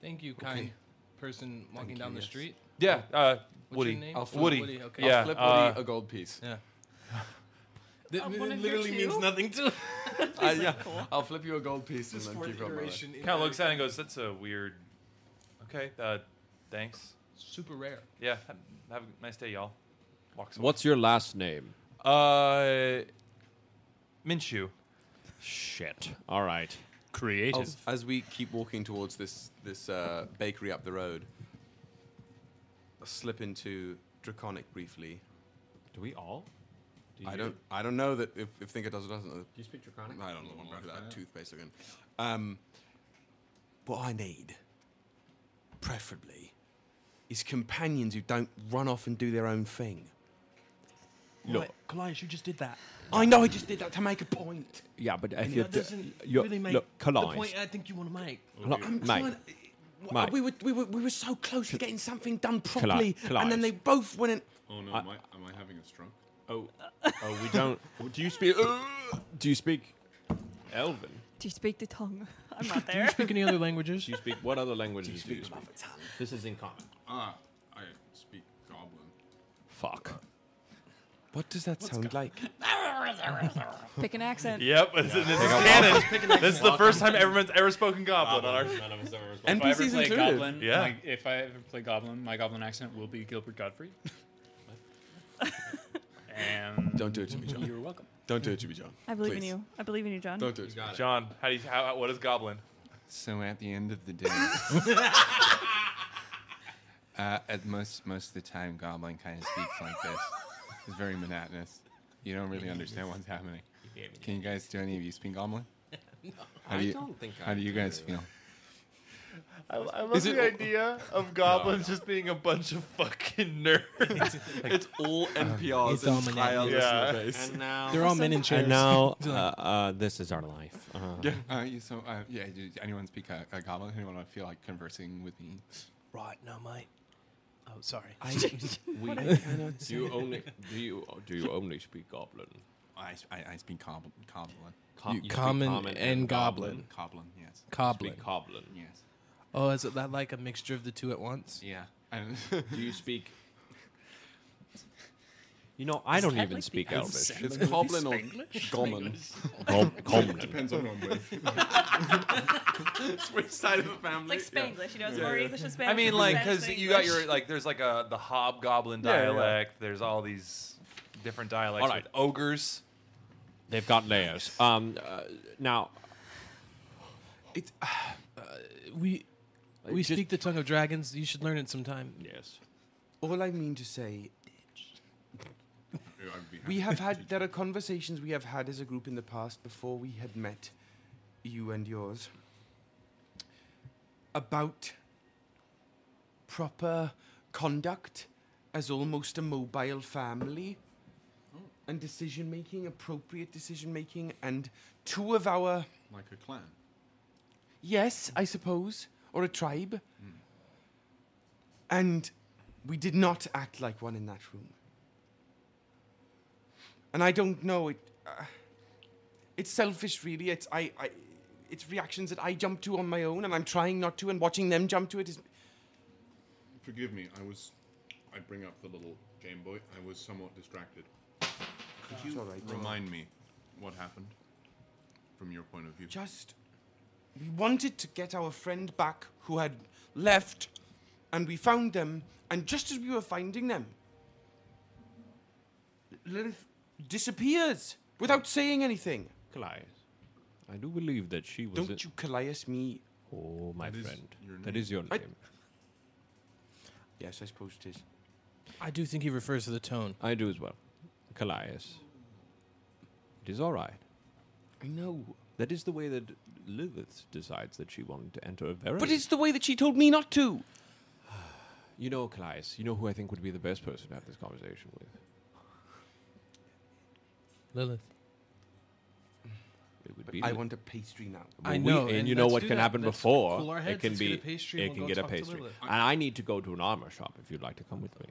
Speaker 10: Thank you, kind person walking down the street.
Speaker 3: Yeah, uh,
Speaker 10: What's
Speaker 3: Woody.
Speaker 10: Your name?
Speaker 3: I'll flip Woody.
Speaker 10: Woody. Okay.
Speaker 3: I'll Yeah, flip Woody uh,
Speaker 6: a gold piece.
Speaker 10: Yeah.
Speaker 6: That
Speaker 10: I'm one of your
Speaker 6: literally means
Speaker 10: two?
Speaker 6: nothing to.
Speaker 10: Is
Speaker 6: Uh,
Speaker 10: that
Speaker 6: yeah,
Speaker 10: cool?
Speaker 6: I'll flip you a gold piece
Speaker 10: This
Speaker 6: and then
Speaker 10: fourth
Speaker 6: keep going.
Speaker 10: iteration
Speaker 3: Kind of looks at it and goes, "That's a weird." Okay, uh, thanks.
Speaker 10: Super rare.
Speaker 3: Yeah, have, have a nice day, y'all. Walks away.
Speaker 8: What's your last name?
Speaker 3: Uh, Minshew.
Speaker 8: Shit. All right.
Speaker 6: As, as we keep walking towards this this uh, bakery up the road, I'll slip into draconic briefly.
Speaker 8: Do we all? Do
Speaker 6: I
Speaker 8: you?
Speaker 6: don't. I don't know that if, if Thinker does or doesn't. Do
Speaker 8: you speak Draconic?
Speaker 6: I don't know. I'm
Speaker 8: Wanna
Speaker 6: looking
Speaker 8: find
Speaker 6: at that
Speaker 8: out?
Speaker 6: toothpaste again. Um, what I need, preferably, is companions who don't run off and do their own thing.
Speaker 8: Look.
Speaker 10: Colias, you just did that.
Speaker 6: I know I just did that to make a point.
Speaker 8: Yeah, but
Speaker 10: And
Speaker 8: if you're,
Speaker 10: that doesn't
Speaker 8: you're
Speaker 10: really make
Speaker 8: look,
Speaker 10: the
Speaker 8: Kalai's-
Speaker 10: point I think you want to make.
Speaker 8: Look,
Speaker 6: I'm
Speaker 8: mate.
Speaker 6: trying-
Speaker 8: Mate.
Speaker 6: We were, we, were, we were so close to getting something done
Speaker 8: Cli-
Speaker 6: properly, and
Speaker 8: Clive.
Speaker 6: then they both went and.
Speaker 4: Oh no,
Speaker 8: I-
Speaker 4: am, I, am I having a stroke?
Speaker 8: Oh, oh, we don't. Do you speak? do you speak Elven?
Speaker 1: Do you speak the tongue? I'm not
Speaker 8: Do you
Speaker 1: there.
Speaker 8: speak any other languages? Do you speak what other languages? Do you speak? This is in common.
Speaker 4: Ah, I speak goblin.
Speaker 8: Fuck.
Speaker 6: What does that sound like?
Speaker 1: Pick an accent.
Speaker 3: Yep, this is this is
Speaker 6: Welcome.
Speaker 3: canon.
Speaker 6: Pick an
Speaker 3: This is the
Speaker 6: accent.
Speaker 3: first time everyone's ever spoken Goblin on our.
Speaker 5: None of us ever spoken. if I ever play Goblin,
Speaker 3: Yeah.
Speaker 5: my- if I ever play Goblin, my Goblin accent will be Gilbert Godfrey. and
Speaker 6: Don't do it to me, John.
Speaker 5: You're welcome.
Speaker 6: Don't do it to me, John.
Speaker 1: I believe in you. I believe in you, John.
Speaker 6: Don't do it.
Speaker 3: John, how do you, how, what is Goblin?
Speaker 7: So at the end of the day, uh, at most most of the time, Goblin kind of speaks like this. It's very monotonous. You don't really understand what's happening. Can you guys do any of you speak Goblin? How
Speaker 8: I
Speaker 7: do you,
Speaker 8: don't think
Speaker 7: How
Speaker 8: I
Speaker 7: do you guys feel?
Speaker 3: I, I love
Speaker 7: Is
Speaker 3: the
Speaker 7: it-
Speaker 3: idea of goblins just being a bunch of fucking nerds. it's
Speaker 6: all
Speaker 3: NPR's
Speaker 10: It's all entire monotony. listener base. And now- They're all men in chairs.
Speaker 8: And now, uh,
Speaker 7: They're like-
Speaker 8: uh, this is our life. Uh,
Speaker 7: yeah. Uh, you- so uh, yeah. Do anyone speak a, a Goblin? Anyone want to feel like conversing with me?
Speaker 10: Right, no, mate. Oh, sorry.
Speaker 8: we
Speaker 7: cannot
Speaker 8: do you
Speaker 7: say.
Speaker 8: only do you do you only speak Goblin?
Speaker 7: I, s- I- I speak Goblin. Goblin.
Speaker 8: Co-
Speaker 10: You you speak common common and and goblin.
Speaker 7: Goblin. Yes.
Speaker 10: Goblin.
Speaker 8: Speak Goblin.
Speaker 7: Yes.
Speaker 10: Oh, is it that like a mixture of the two at once?
Speaker 7: Yeah.
Speaker 8: do you speak? You know, I don't even speak Elvish.
Speaker 6: It's Goblin or Goblin.
Speaker 8: Goblin.
Speaker 4: Depends on one way.
Speaker 6: It's which side of the family.
Speaker 1: It's like Spanglish, you know, it's more English and Spanish.
Speaker 3: I mean,
Speaker 1: than
Speaker 3: like,
Speaker 1: Spanish
Speaker 3: because
Speaker 1: than
Speaker 3: you got
Speaker 1: English.
Speaker 3: your like, there's like a the hobgoblin
Speaker 8: Yeah, yeah.
Speaker 3: dialect. There's all these different dialects
Speaker 8: All right.
Speaker 3: with ogres.
Speaker 8: They've got layers. Um, uh, now,
Speaker 10: It,
Speaker 15: uh,
Speaker 10: we
Speaker 8: Like,
Speaker 10: we
Speaker 8: just-
Speaker 10: speak the tongue of dragons. You should learn it sometime.
Speaker 8: Yes.
Speaker 12: All I mean to say,
Speaker 4: Yeah, I'd be
Speaker 12: we
Speaker 4: happy
Speaker 12: have
Speaker 4: to
Speaker 12: had
Speaker 4: teach
Speaker 12: there are conversations we have had as a group in the past before we had met, you and yours, about proper conduct as almost a mobile family,
Speaker 4: Oh.
Speaker 12: and decision making, appropriate decision making, and two of our
Speaker 4: Like a clan.
Speaker 12: Yes, I suppose. Or a tribe. And we did not act like one in that room. And I don't know it. Uh, it's selfish, really. It's I. I it's reactions that I jump to on my own, and I'm trying not to, and watching them jump to it is.
Speaker 7: Forgive me, I was. I bring up the little Game Boy. I was somewhat distracted. Could
Speaker 12: It's
Speaker 7: you
Speaker 12: all right, it's all
Speaker 7: remind me what happened from your point of view?
Speaker 12: Just. We wanted to get our friend back who had left, and we found them, and just as we were finding them, Lilith disappears without saying anything.
Speaker 8: Callias. I do believe that she was.
Speaker 12: Don't you Callias me?
Speaker 8: Oh, my
Speaker 12: That is
Speaker 8: friend.
Speaker 12: your
Speaker 8: That
Speaker 12: name.
Speaker 8: is your name.
Speaker 12: I- Yes, I suppose it is.
Speaker 15: I do think he refers to the tone.
Speaker 8: I do as well. Callias. It is all right.
Speaker 12: I know.
Speaker 8: That is the way that Lilith decides that she wanted to enter a very.
Speaker 12: But it's the way that she told me not to.
Speaker 8: You know, Callias, you know who I think would be the best person to have this conversation with?
Speaker 15: Lilith.
Speaker 8: It would
Speaker 12: But
Speaker 8: be.
Speaker 12: I
Speaker 8: Lilith.
Speaker 12: want a pastry now.
Speaker 8: Well, we- and you know what can happen before. it can be. it can get a pastry.
Speaker 15: Lilith.
Speaker 8: and I need to go to an armor shop if you'd like to come with me.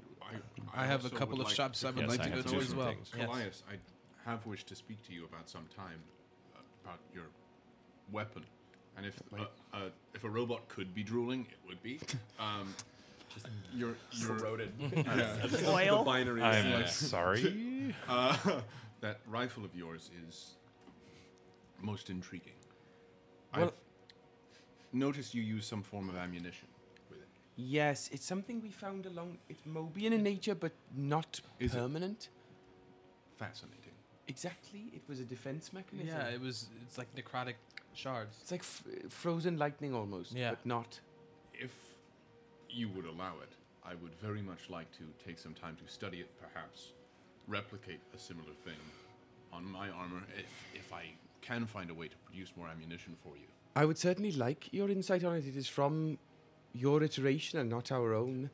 Speaker 15: I have a
Speaker 7: also
Speaker 15: couple
Speaker 7: would
Speaker 15: of shops I would
Speaker 8: Yes, like to I go have to as
Speaker 7: some
Speaker 8: well.
Speaker 7: things.
Speaker 15: Yes.
Speaker 7: Callias, I have wished to speak to you about some time uh, about your weapon, and if uh, uh, if a robot could be drooling, it would be. Um, just you're, you're
Speaker 6: corroded.
Speaker 7: Yeah.
Speaker 6: Oil. Binary
Speaker 3: I'm sorry?
Speaker 7: Uh, that rifle of yours is most intriguing. I've
Speaker 12: Well-
Speaker 7: noticed you use some form of ammunition with it.
Speaker 12: Yes, it's something we found along. It's Mobian in nature, but not
Speaker 7: Is it?
Speaker 12: permanent.
Speaker 7: Fascinating.
Speaker 12: Exactly. It was a defense mechanism.
Speaker 15: Yeah, it was. It's like necrotic shards.
Speaker 12: It's like f- frozen lightning almost,
Speaker 15: Yeah.
Speaker 12: but not.
Speaker 7: If you would allow it, I would very much like to take some time to study it, perhaps replicate a similar thing on my armor if, if I can find a way to produce more ammunition for you.
Speaker 12: I would certainly like your insight on it. It is from your iteration and not our own.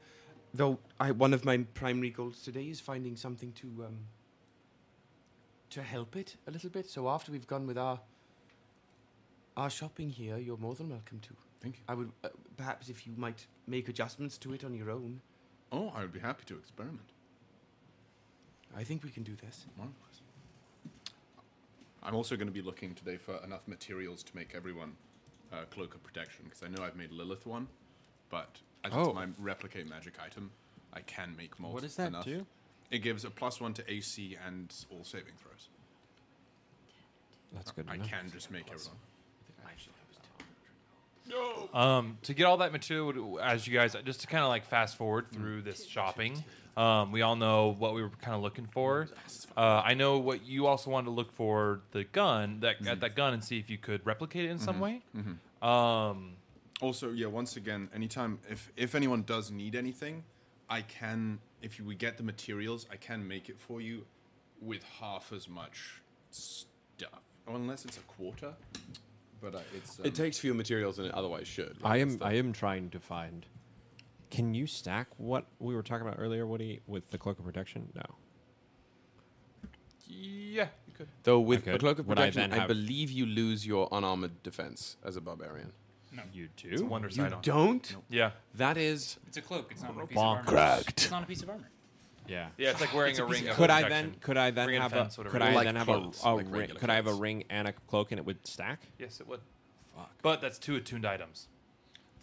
Speaker 12: Though I, one of my primary goals today is finding something to um, to help it a little bit. So after we've gone with our our shopping here, you're more than welcome to.
Speaker 7: Thank you.
Speaker 12: I would uh, perhaps if you might make adjustments to it on your own.
Speaker 7: Oh, I would be happy to experiment.
Speaker 12: I think we can do this.
Speaker 7: Marvelous. I'm also going to be looking today for enough materials to make everyone a cloak of protection because I know I've made Lilith one, but as
Speaker 8: Oh.
Speaker 7: it's my replicate magic item, I can make more.
Speaker 8: What does that
Speaker 7: enough.
Speaker 8: do?
Speaker 7: It gives a plus one to AC and all saving throws.
Speaker 8: That's good.
Speaker 7: I
Speaker 8: enough.
Speaker 7: can just make everyone.
Speaker 3: Um, to get all that material, to- as you guys, just to kind of like fast forward through this shopping, um, we all know what we were kind of looking for. Uh, I know what you also wanted to look for the gun that
Speaker 8: Mm-hmm.
Speaker 3: at that gun and see if you could replicate it in some
Speaker 7: Mhm.
Speaker 3: way.
Speaker 7: Mhm.
Speaker 3: Um,
Speaker 7: Also, yeah, once again, anytime if if anyone does need anything, I can if you, we get the materials, I can make it for you with half as much stuff. Unless it's a quarter, but uh, it's um,
Speaker 6: it takes fewer materials than it otherwise should.
Speaker 8: I am. I am trying to find. Can you stack what we were talking about earlier, Woody, with the cloak of protection? No.
Speaker 3: yeah, you could.
Speaker 6: Though with
Speaker 8: I
Speaker 6: a
Speaker 8: could.
Speaker 6: cloak of
Speaker 8: Would I
Speaker 6: protection,
Speaker 8: then
Speaker 6: I,
Speaker 8: have-
Speaker 6: believe you lose your unarmored defense as a barbarian.
Speaker 5: No.
Speaker 8: You do.
Speaker 3: It's a wonder
Speaker 6: you
Speaker 3: sight on.
Speaker 6: don't.
Speaker 3: Nope. Yeah.
Speaker 6: That is.
Speaker 5: It's a cloak. It's not a piece of armor.
Speaker 6: Bonk. Cracked.
Speaker 5: It's not a piece of armor.
Speaker 8: Yeah.
Speaker 3: Yeah, it's like wearing a
Speaker 8: piece
Speaker 3: ring
Speaker 8: of-
Speaker 3: of
Speaker 8: Could I
Speaker 3: protection.
Speaker 8: then? Could I then
Speaker 3: Ring of
Speaker 8: have
Speaker 3: defense,
Speaker 8: a?
Speaker 3: whatever
Speaker 8: Could
Speaker 3: it
Speaker 8: I
Speaker 3: is.
Speaker 8: then
Speaker 3: Like
Speaker 8: have
Speaker 3: clothes,
Speaker 8: a, a
Speaker 3: like
Speaker 8: ring?
Speaker 3: regular
Speaker 8: Could I have a ring and a cloak, and it would stack?
Speaker 3: yes, it would. But that's two attuned items.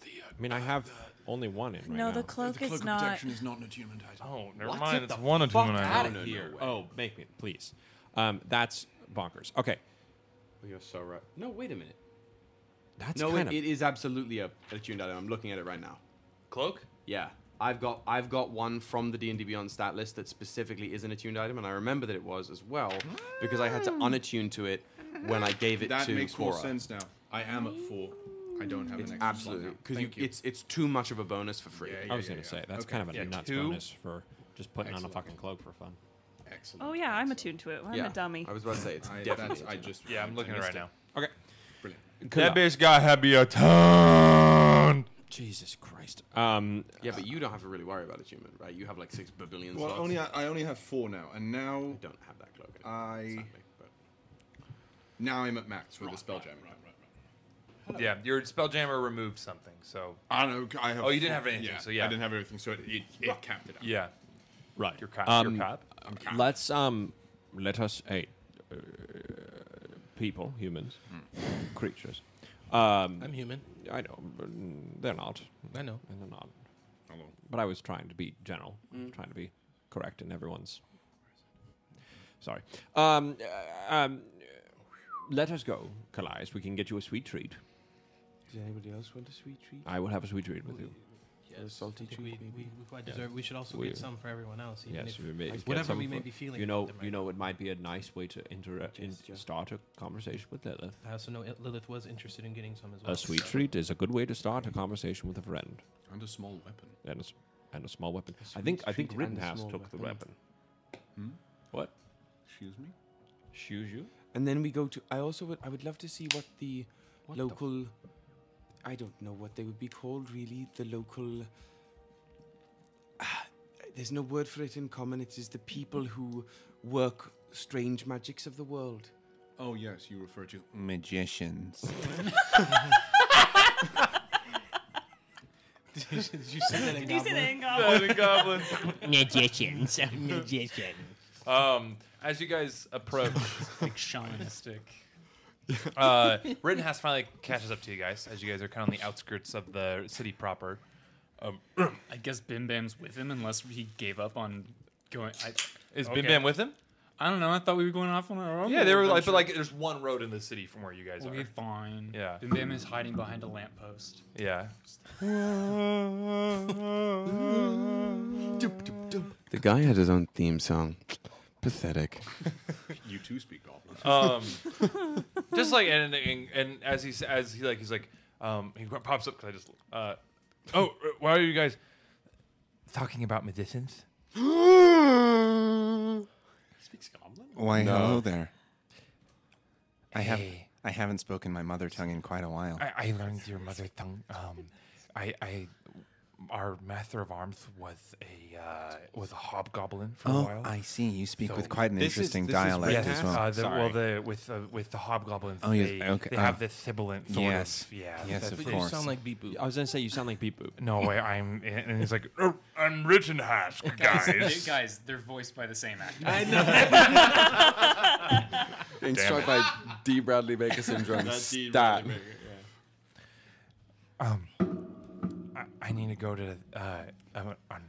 Speaker 8: I mean, I have only one in right
Speaker 1: No,
Speaker 8: now.
Speaker 1: the cloak is not.
Speaker 7: is not an attunement item.
Speaker 3: Oh, never
Speaker 8: What?
Speaker 3: mind.
Speaker 8: Get
Speaker 3: It's
Speaker 8: the
Speaker 3: one
Speaker 8: fuck
Speaker 3: attunement
Speaker 8: outta
Speaker 3: item.
Speaker 8: here. oh, make me please. Um, that's bonkers. Okay,
Speaker 6: You're so right. No, wait a minute.
Speaker 8: that's
Speaker 6: no,
Speaker 8: kind
Speaker 6: it,
Speaker 8: of
Speaker 6: it is absolutely a a tuned item. I'm looking at it right now.
Speaker 3: Cloak?
Speaker 6: Yeah, I've got I've got one from the D and D Beyond stat list that specifically is an attuned item, and I remember that it was as well because I had
Speaker 1: Mm.
Speaker 6: to unattune to it when I gave it
Speaker 7: that
Speaker 6: to
Speaker 7: makes
Speaker 6: Quora.
Speaker 7: more sense now. I am at four. I don't have
Speaker 6: It's
Speaker 7: an extra
Speaker 6: absolutely because you, it's it's too much of a bonus for free.
Speaker 8: I was gonna say that's kind of a
Speaker 6: Yeah,
Speaker 8: nuts
Speaker 6: two.
Speaker 8: bonus for just putting
Speaker 6: Excellent.
Speaker 8: on a fucking cloak for fun.
Speaker 7: Excellent.
Speaker 1: Oh yeah, I'm attuned to it. I'm a dummy.
Speaker 6: I was about to say it's
Speaker 7: I-
Speaker 6: definitely.
Speaker 7: that's- I just
Speaker 3: Yeah, I'm looking at it right
Speaker 7: missed
Speaker 3: now.
Speaker 8: Okay.
Speaker 7: Brilliant.
Speaker 3: That bitch got to be attuned.
Speaker 8: Jesus Christ. Um,
Speaker 6: yeah, but you don't have to really worry about attunement, right? You have like six billion
Speaker 7: Well,
Speaker 6: slots.
Speaker 7: only I, I only have four now, and now I
Speaker 6: don't have that cloak.
Speaker 7: I now I'm at max with the spell jam. Right, right,
Speaker 3: Yeah, your spelljammer removed something, so.
Speaker 7: Oh. I don't. know, I have
Speaker 3: Oh, you didn't
Speaker 7: four-
Speaker 3: have anything, so yeah.
Speaker 7: I didn't have everything, so it it, it capped it out.
Speaker 3: Yeah.
Speaker 8: Right.
Speaker 3: Your cop.
Speaker 8: Um,
Speaker 3: your cop.
Speaker 8: Let's um, let us hey, uh, people, humans, creatures, Um,
Speaker 15: I'm human.
Speaker 8: I know. but, mm, They're not.
Speaker 15: I know.
Speaker 8: And they're not. But I was trying to be general,
Speaker 15: Mm.
Speaker 8: trying to be correct in everyone's. Sorry. Um, uh, um, let us go, Calais. We can get you a sweet treat.
Speaker 12: Does anybody else want a sweet treat?
Speaker 8: I will have a sweet treat with you.
Speaker 12: A salty treat,
Speaker 15: we, we, we quite
Speaker 8: Yeah.
Speaker 15: deserve. We should also
Speaker 8: We-
Speaker 15: get some for everyone else. Even
Speaker 8: Yes,
Speaker 15: if,
Speaker 8: we may,
Speaker 15: like,
Speaker 8: get
Speaker 15: whatever
Speaker 8: some
Speaker 15: we may
Speaker 8: for-
Speaker 15: be feeling.
Speaker 8: You
Speaker 15: at
Speaker 8: know,
Speaker 15: the
Speaker 8: you know, it might be a nice way to inter- in, start a conversation with Lilith.
Speaker 15: moment. I also know it- Lilith was interested in getting some as well.
Speaker 8: A sweet
Speaker 15: so-
Speaker 8: treat is a good way to start a conversation with a friend.
Speaker 7: And a small weapon.
Speaker 8: And a, s- and a small weapon.
Speaker 7: A
Speaker 8: I think
Speaker 7: sweet
Speaker 8: I think
Speaker 7: treat and a
Speaker 8: Rittenhouse
Speaker 7: small
Speaker 8: took the
Speaker 7: weapon.
Speaker 8: weapon.
Speaker 7: Hmm?
Speaker 8: What?
Speaker 7: Excuse me?
Speaker 8: Shoes you?
Speaker 12: And then we go to. I also would. I would love to see what the local. I don't know what they would be called really. The local. Ah, there's no word for it in common. It is the people who work strange magics of the world.
Speaker 7: Oh yes, you refer to
Speaker 16: Magicians.
Speaker 15: Did you say that in
Speaker 1: Did you say that in
Speaker 3: Goblin?
Speaker 1: Goblin?
Speaker 3: Magicians.
Speaker 2: Magician.
Speaker 3: Um, as you guys approach,
Speaker 5: like shamanistic.
Speaker 3: uh, Rittenhouse finally catches up to you guys as you guys are kind of on the outskirts of the city proper. Um,
Speaker 5: I guess Bim Bam's with him unless he gave up on going. I,
Speaker 3: Is Bim Bam with him?
Speaker 5: I don't know. I thought we were going off on our own.
Speaker 3: yeah, they were
Speaker 5: little
Speaker 3: like, but like,
Speaker 5: adventure.
Speaker 3: there's one road in the city from where you guys
Speaker 5: okay,
Speaker 3: are.
Speaker 5: fine.
Speaker 3: Yeah.
Speaker 5: Bim Bam is hiding behind a lamppost.
Speaker 3: Yeah.
Speaker 12: The guy had his own theme song. Pathetic.
Speaker 7: You too speak goblin.
Speaker 3: um, just like and, and and as he's as he like he's like um he pops up because I just uh oh uh, why are you guys talking about magicians?
Speaker 17: Speaks goblin?
Speaker 16: Why
Speaker 17: No.
Speaker 16: hello there. I have
Speaker 17: Hey.
Speaker 16: I haven't spoken my mother tongue in quite a while.
Speaker 3: I, I learned your mother tongue. Um, I I our master of arms was a uh, was a hobgoblin for
Speaker 16: Oh,
Speaker 3: a while.
Speaker 16: I see. You speak with
Speaker 3: So-
Speaker 16: quite an This is- interesting this is dialect
Speaker 3: Yes,
Speaker 16: as well.
Speaker 3: Uh, the, well,
Speaker 16: Sorry.
Speaker 3: the with uh, with the hobgoblins,
Speaker 16: Oh, yes,
Speaker 3: they,
Speaker 16: okay,
Speaker 3: they
Speaker 16: uh,
Speaker 3: have this sibilant sort
Speaker 16: yes,
Speaker 3: of yeah.
Speaker 16: yes,
Speaker 3: that
Speaker 16: of
Speaker 3: thing.
Speaker 16: course. sound
Speaker 15: like Beep Boop.
Speaker 8: I was gonna say you sound like Beep Boop.
Speaker 3: No, I, I'm and he's like, "Oh, I'm Rittenhouse,
Speaker 5: Guys,
Speaker 3: guys.
Speaker 5: they- guys, they're voiced by the same actor.
Speaker 3: Damn
Speaker 6: Being struck
Speaker 3: it.
Speaker 6: by D. Bradley Baker syndrome.
Speaker 3: That D.
Speaker 6: Stat.
Speaker 3: Bradley Um, I, I need to go to uh, um, on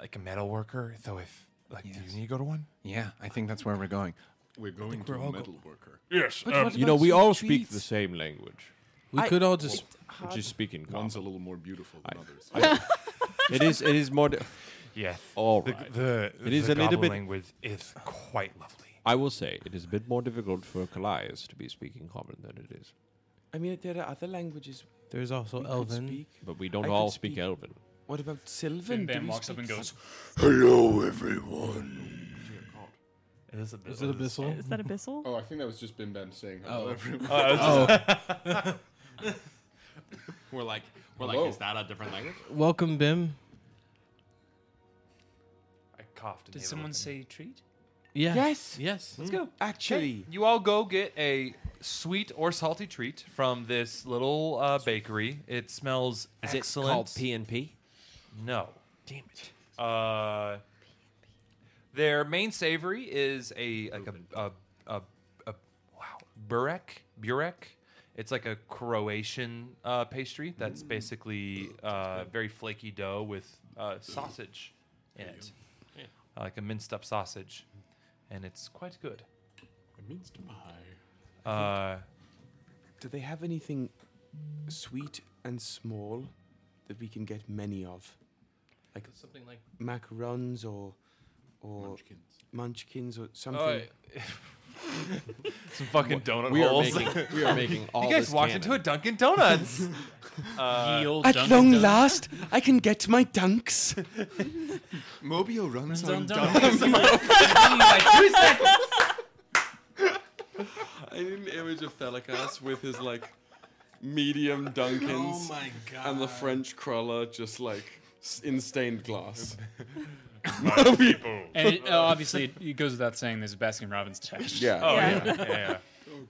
Speaker 3: like a metal worker. So if like, do you need to go to one?
Speaker 16: Yeah, I think that's where we're going.
Speaker 7: We're going
Speaker 3: think we're
Speaker 7: to
Speaker 3: all
Speaker 7: a
Speaker 3: go-
Speaker 7: metal worker.
Speaker 3: Yes,
Speaker 16: But um, what
Speaker 8: you know,
Speaker 16: about
Speaker 8: we
Speaker 16: sweet
Speaker 8: all speak
Speaker 16: treats?
Speaker 8: the same language.
Speaker 15: We I- could all just-
Speaker 8: Which is speaking common.
Speaker 7: One's a little more beautiful than others.
Speaker 8: it is. It is more. d-
Speaker 3: Yes.
Speaker 8: All
Speaker 3: The-
Speaker 8: right.
Speaker 3: the-
Speaker 8: it is
Speaker 3: the
Speaker 8: a little
Speaker 3: goblin
Speaker 8: bit.
Speaker 3: language is quite lovely.
Speaker 8: I will say it is a bit more difficult for Calais to be speaking common than it is.
Speaker 12: I mean, there are other languages.
Speaker 15: There's also
Speaker 12: we could
Speaker 15: Elven.
Speaker 12: speak.
Speaker 8: But we don't
Speaker 12: I could
Speaker 8: all speak,
Speaker 12: speak-
Speaker 8: Elven.
Speaker 12: What about Sylvan?
Speaker 5: Bim
Speaker 12: Do
Speaker 5: Bam
Speaker 12: we
Speaker 5: walks up and
Speaker 12: speak-
Speaker 5: goes,
Speaker 7: Hello, everyone.
Speaker 3: It is,
Speaker 15: Is it abyssal?
Speaker 1: Is that abyssal?
Speaker 7: Oh, I think that was just Bim Bam saying hello,
Speaker 15: Oh.
Speaker 7: everyone.
Speaker 8: We're like, we're
Speaker 7: Hello.
Speaker 8: like, is that a different language?
Speaker 15: Welcome, Bim.
Speaker 3: I coughed.
Speaker 5: Did someone say treat?
Speaker 15: Yeah.
Speaker 12: Yes.
Speaker 15: Yes.
Speaker 12: Let's go. Actually,
Speaker 3: You all go get a sweet or salty treat from this little uh, bakery. It smells
Speaker 8: Is it
Speaker 3: excellent.
Speaker 8: called P and P?
Speaker 3: No.
Speaker 8: Damn it.
Speaker 3: Uh, their main savory is a like a a, a, a wow burek burek. It's like a Croatian uh, pastry
Speaker 8: Mm.
Speaker 3: that's basically uh, very flaky dough with uh, sausage in it,
Speaker 17: Yeah.
Speaker 3: Uh, like a minced up sausage, and it's quite good.
Speaker 17: Minced pie.
Speaker 3: Uh,
Speaker 8: Uh,
Speaker 12: do they have anything sweet and small that we can get many of? Like
Speaker 15: Something like
Speaker 12: macarons or or munchkins, or something.
Speaker 3: Some fucking donut
Speaker 8: We are
Speaker 3: holes.
Speaker 8: making- we are making all
Speaker 3: You guys
Speaker 8: this
Speaker 3: walked into
Speaker 8: canon.
Speaker 3: a Dunkin' Donuts. Uh,
Speaker 12: At long last, I can get my dunks.
Speaker 7: Mobio runs on
Speaker 6: I need an image of Thelikas with his like medium Dunkins.
Speaker 10: Oh my
Speaker 6: And the French cruller just like s- in stained glass.
Speaker 5: people. And it, uh, obviously, it, it goes without saying there's a Baskin Robbins test.
Speaker 6: Yeah.
Speaker 3: Oh, Yeah. yeah, yeah,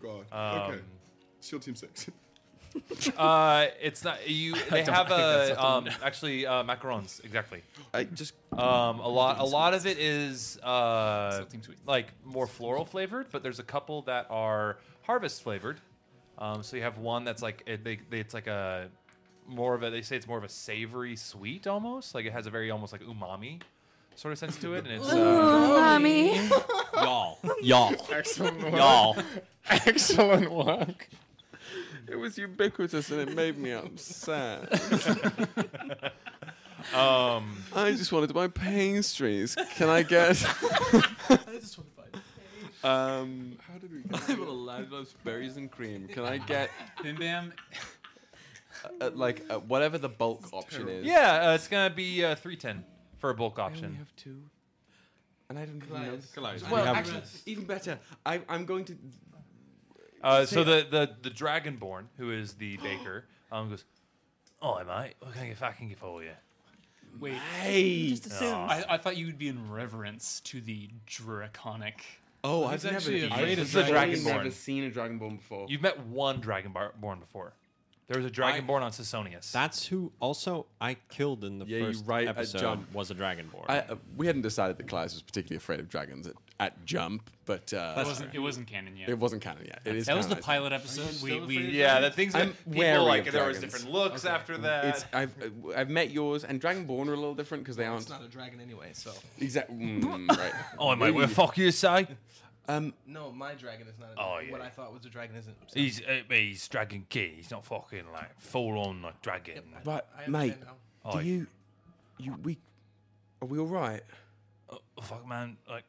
Speaker 7: Oh god. okay.
Speaker 3: Um,
Speaker 7: Shield team six.
Speaker 3: uh, it's not you. They
Speaker 7: don't-
Speaker 3: have
Speaker 7: I think that's
Speaker 3: a um,
Speaker 7: something-
Speaker 3: actually uh, macarons exactly.
Speaker 12: I just
Speaker 3: um, a lot. A lot of it is uh, like more floral flavored, but there's a couple that are harvest flavored. Um, so you have one that's like it, they, they, it's like a more of a they say it's more of a savory sweet almost like it has a very almost like umami sort of sense to it and it's uh, y'all y'all
Speaker 6: Excellent work.
Speaker 3: y'all
Speaker 6: Excellent work. It was ubiquitous and it made me upset.
Speaker 3: um,
Speaker 6: I just wanted to buy pastries. Can I get? um, How did we? Get I want a loud loves berries and cream. Can I get
Speaker 5: Bim Bam.
Speaker 6: uh, uh, like uh, whatever the bulk option is?
Speaker 3: yeah uh, it's gonna be uh, 310 for a bulk option
Speaker 6: We have two, and I don't even know.
Speaker 12: Calais.
Speaker 3: Calais.
Speaker 12: Well,
Speaker 3: We have-
Speaker 12: actually, even better. I, I'm going to.
Speaker 3: Uh,
Speaker 12: Say
Speaker 3: so
Speaker 12: it.
Speaker 3: the, the the dragonborn, who is the baker, um, goes, "Oh, mate, what can I get, I can get for you?"
Speaker 5: Wait.
Speaker 3: Mate. Just assumes.
Speaker 5: I, I thought you would be in reverence to the draconic.
Speaker 18: Oh,
Speaker 3: I've never- afraid of dragons.
Speaker 18: I've never
Speaker 3: Dragonborn.
Speaker 18: seen a dragonborn before.
Speaker 3: You've met one dragonborn before. There was a dragonborn on Sisonius.
Speaker 8: That's who also I killed in the
Speaker 6: Yeah, you
Speaker 8: first
Speaker 6: right at
Speaker 8: episode
Speaker 6: jump.
Speaker 8: was a dragonborn.
Speaker 6: I, uh, we hadn't decided that Calais was particularly afraid of dragons at, at jump, but uh,
Speaker 5: It wasn't- it wasn't canon yet.
Speaker 6: It wasn't canon yet. It is.
Speaker 5: That was the
Speaker 6: canonized.
Speaker 5: pilot episode. We, we
Speaker 3: Yeah, the things that
Speaker 6: I'm
Speaker 3: people
Speaker 6: wary
Speaker 3: like.
Speaker 6: of
Speaker 3: There was
Speaker 6: dragons.
Speaker 3: different looks after
Speaker 4: Mm.
Speaker 3: that.
Speaker 6: It's, I've uh, I've met yours, and Dragonborn are a little different because they aren't
Speaker 10: It's not a dragon anyway, so.
Speaker 6: exactly
Speaker 8: mm,
Speaker 6: right.
Speaker 3: Oh, mate, what the fuck you say?
Speaker 6: Um,
Speaker 10: No, my dragon is not a
Speaker 3: Oh,
Speaker 10: dragon. What
Speaker 3: yeah.
Speaker 10: I thought was a dragon isn't. so-
Speaker 4: He's uh, he's Dragon King. He's not fucking like full on like Oh, dragon.
Speaker 6: Right,
Speaker 10: I
Speaker 6: mate.
Speaker 10: understand
Speaker 4: now.
Speaker 8: Oh,
Speaker 6: Do
Speaker 4: Aye.
Speaker 6: you, you we, are we all right?
Speaker 4: Oh, fuck man, like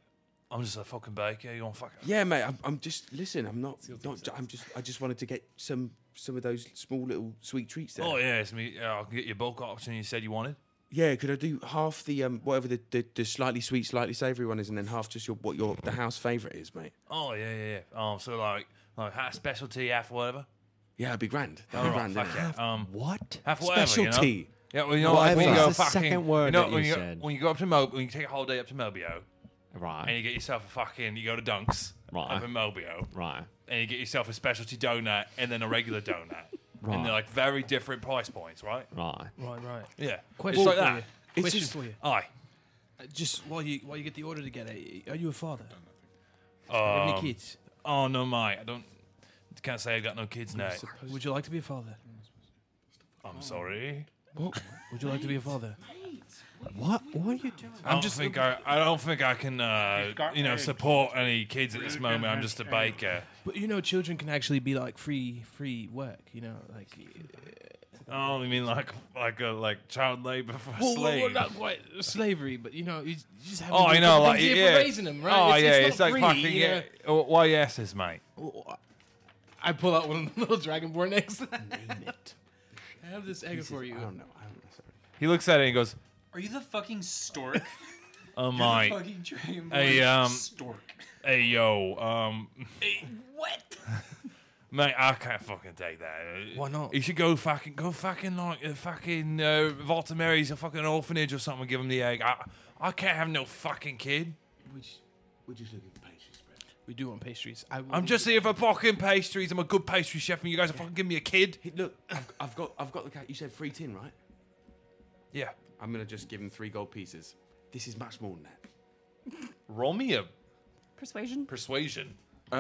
Speaker 4: I'm just a fucking baker. You want fuck?
Speaker 6: Yeah, mate. I'm, I'm just listen. I'm not. not I'm just. I just wanted to get some some of those small little sweet treats there.
Speaker 4: Oh yeah, it's me. Yeah, I can get your bulk option you said you wanted.
Speaker 6: Yeah, could I do half the um whatever the, the, the slightly sweet, slightly savoury one is, and then half just your what your the house favourite is, mate?
Speaker 4: Oh yeah, yeah, yeah. Um, so like like half specialty, half whatever.
Speaker 6: Yeah, it'd be grand. That'd
Speaker 4: All
Speaker 6: be
Speaker 4: right,
Speaker 6: grand.
Speaker 4: Oh, fuck
Speaker 6: yeah.
Speaker 4: yeah. Um,
Speaker 8: what?
Speaker 4: Half whatever,
Speaker 6: Specialty.
Speaker 4: You know? Yeah, well, you know like, when you
Speaker 6: Whatever.
Speaker 4: go
Speaker 6: That's the
Speaker 4: fucking,
Speaker 6: second word
Speaker 4: you know,
Speaker 6: that
Speaker 4: when
Speaker 6: you
Speaker 4: you,
Speaker 6: said.
Speaker 4: Go, when you go up to Mob, when you take a holiday up to Mobio,
Speaker 8: right?
Speaker 4: And you get yourself a fucking, you go to Dunks,
Speaker 8: Right.
Speaker 4: Up in Mobio,
Speaker 8: Right.
Speaker 4: And you get yourself a specialty donut and then a regular donut,
Speaker 8: Right.
Speaker 4: and they're like very different price points, right?
Speaker 8: Right.
Speaker 10: Right, right.
Speaker 4: Yeah.
Speaker 10: Question
Speaker 4: it's like
Speaker 10: for
Speaker 4: that.
Speaker 10: you.
Speaker 4: It's
Speaker 10: Question
Speaker 4: just-
Speaker 10: for you.
Speaker 4: Aye.
Speaker 10: Uh, Just while you while you get the order together, y- are you a father? Have
Speaker 4: Um,
Speaker 10: any kids?
Speaker 4: Oh no, mate, I don't. Can't say I've got no kids now.
Speaker 10: Would you like to be a father?
Speaker 4: I'm sorry.
Speaker 10: Would you like to be a father?
Speaker 8: What? What are you doing?
Speaker 4: I don't think I, I don't think I can uh, you know support any kids at this moment. I'm just a baker.
Speaker 10: But you know, children can actually be like free free work. You know, like
Speaker 4: Oh, you mean like like a like child labor for a
Speaker 10: Well, well, well,
Speaker 4: slave?
Speaker 10: not quite slavery, but you know, you you just have.
Speaker 4: Oh,
Speaker 10: to
Speaker 4: I
Speaker 10: give
Speaker 4: know,
Speaker 10: them
Speaker 4: like
Speaker 10: here
Speaker 4: yeah.
Speaker 10: for raising them, right?
Speaker 4: Oh
Speaker 10: it's,
Speaker 4: yeah,
Speaker 10: it's,
Speaker 4: it's,
Speaker 10: not
Speaker 4: like
Speaker 10: free,
Speaker 4: fucking
Speaker 10: you
Speaker 4: yeah.
Speaker 10: know?
Speaker 4: oh, Why yeses, mate?
Speaker 10: I pull out one of the little dragonborn eggs. Name it. I have this egg
Speaker 5: This is-
Speaker 10: for you.
Speaker 5: I don't know.
Speaker 4: He looks at it and goes,
Speaker 5: Are you the fucking stork?
Speaker 4: "Oh
Speaker 5: You're the
Speaker 4: my,
Speaker 5: fucking dragonborn
Speaker 4: hey um,
Speaker 5: stork.
Speaker 4: hey yo, um,
Speaker 5: what?
Speaker 4: mate, I can't fucking take that.
Speaker 10: Why not?
Speaker 4: You should go fucking go fucking like uh, fucking uh, Walter Mary's a fucking orphanage or something. and Give him the egg. I I can't have no fucking kid.
Speaker 10: Which we're just looking for pastries, Brett. We do want pastries. I will
Speaker 4: I'm just here for fucking pastries. I'm a good pastry chef, and you guys are fucking give me a kid.
Speaker 6: look, I've, I've got I've got the cat. You said free tin, right?
Speaker 4: Yeah.
Speaker 6: I'm gonna just give him three gold pieces. This is much more than that.
Speaker 4: Roll me a
Speaker 1: Persuasion.
Speaker 4: persuasion.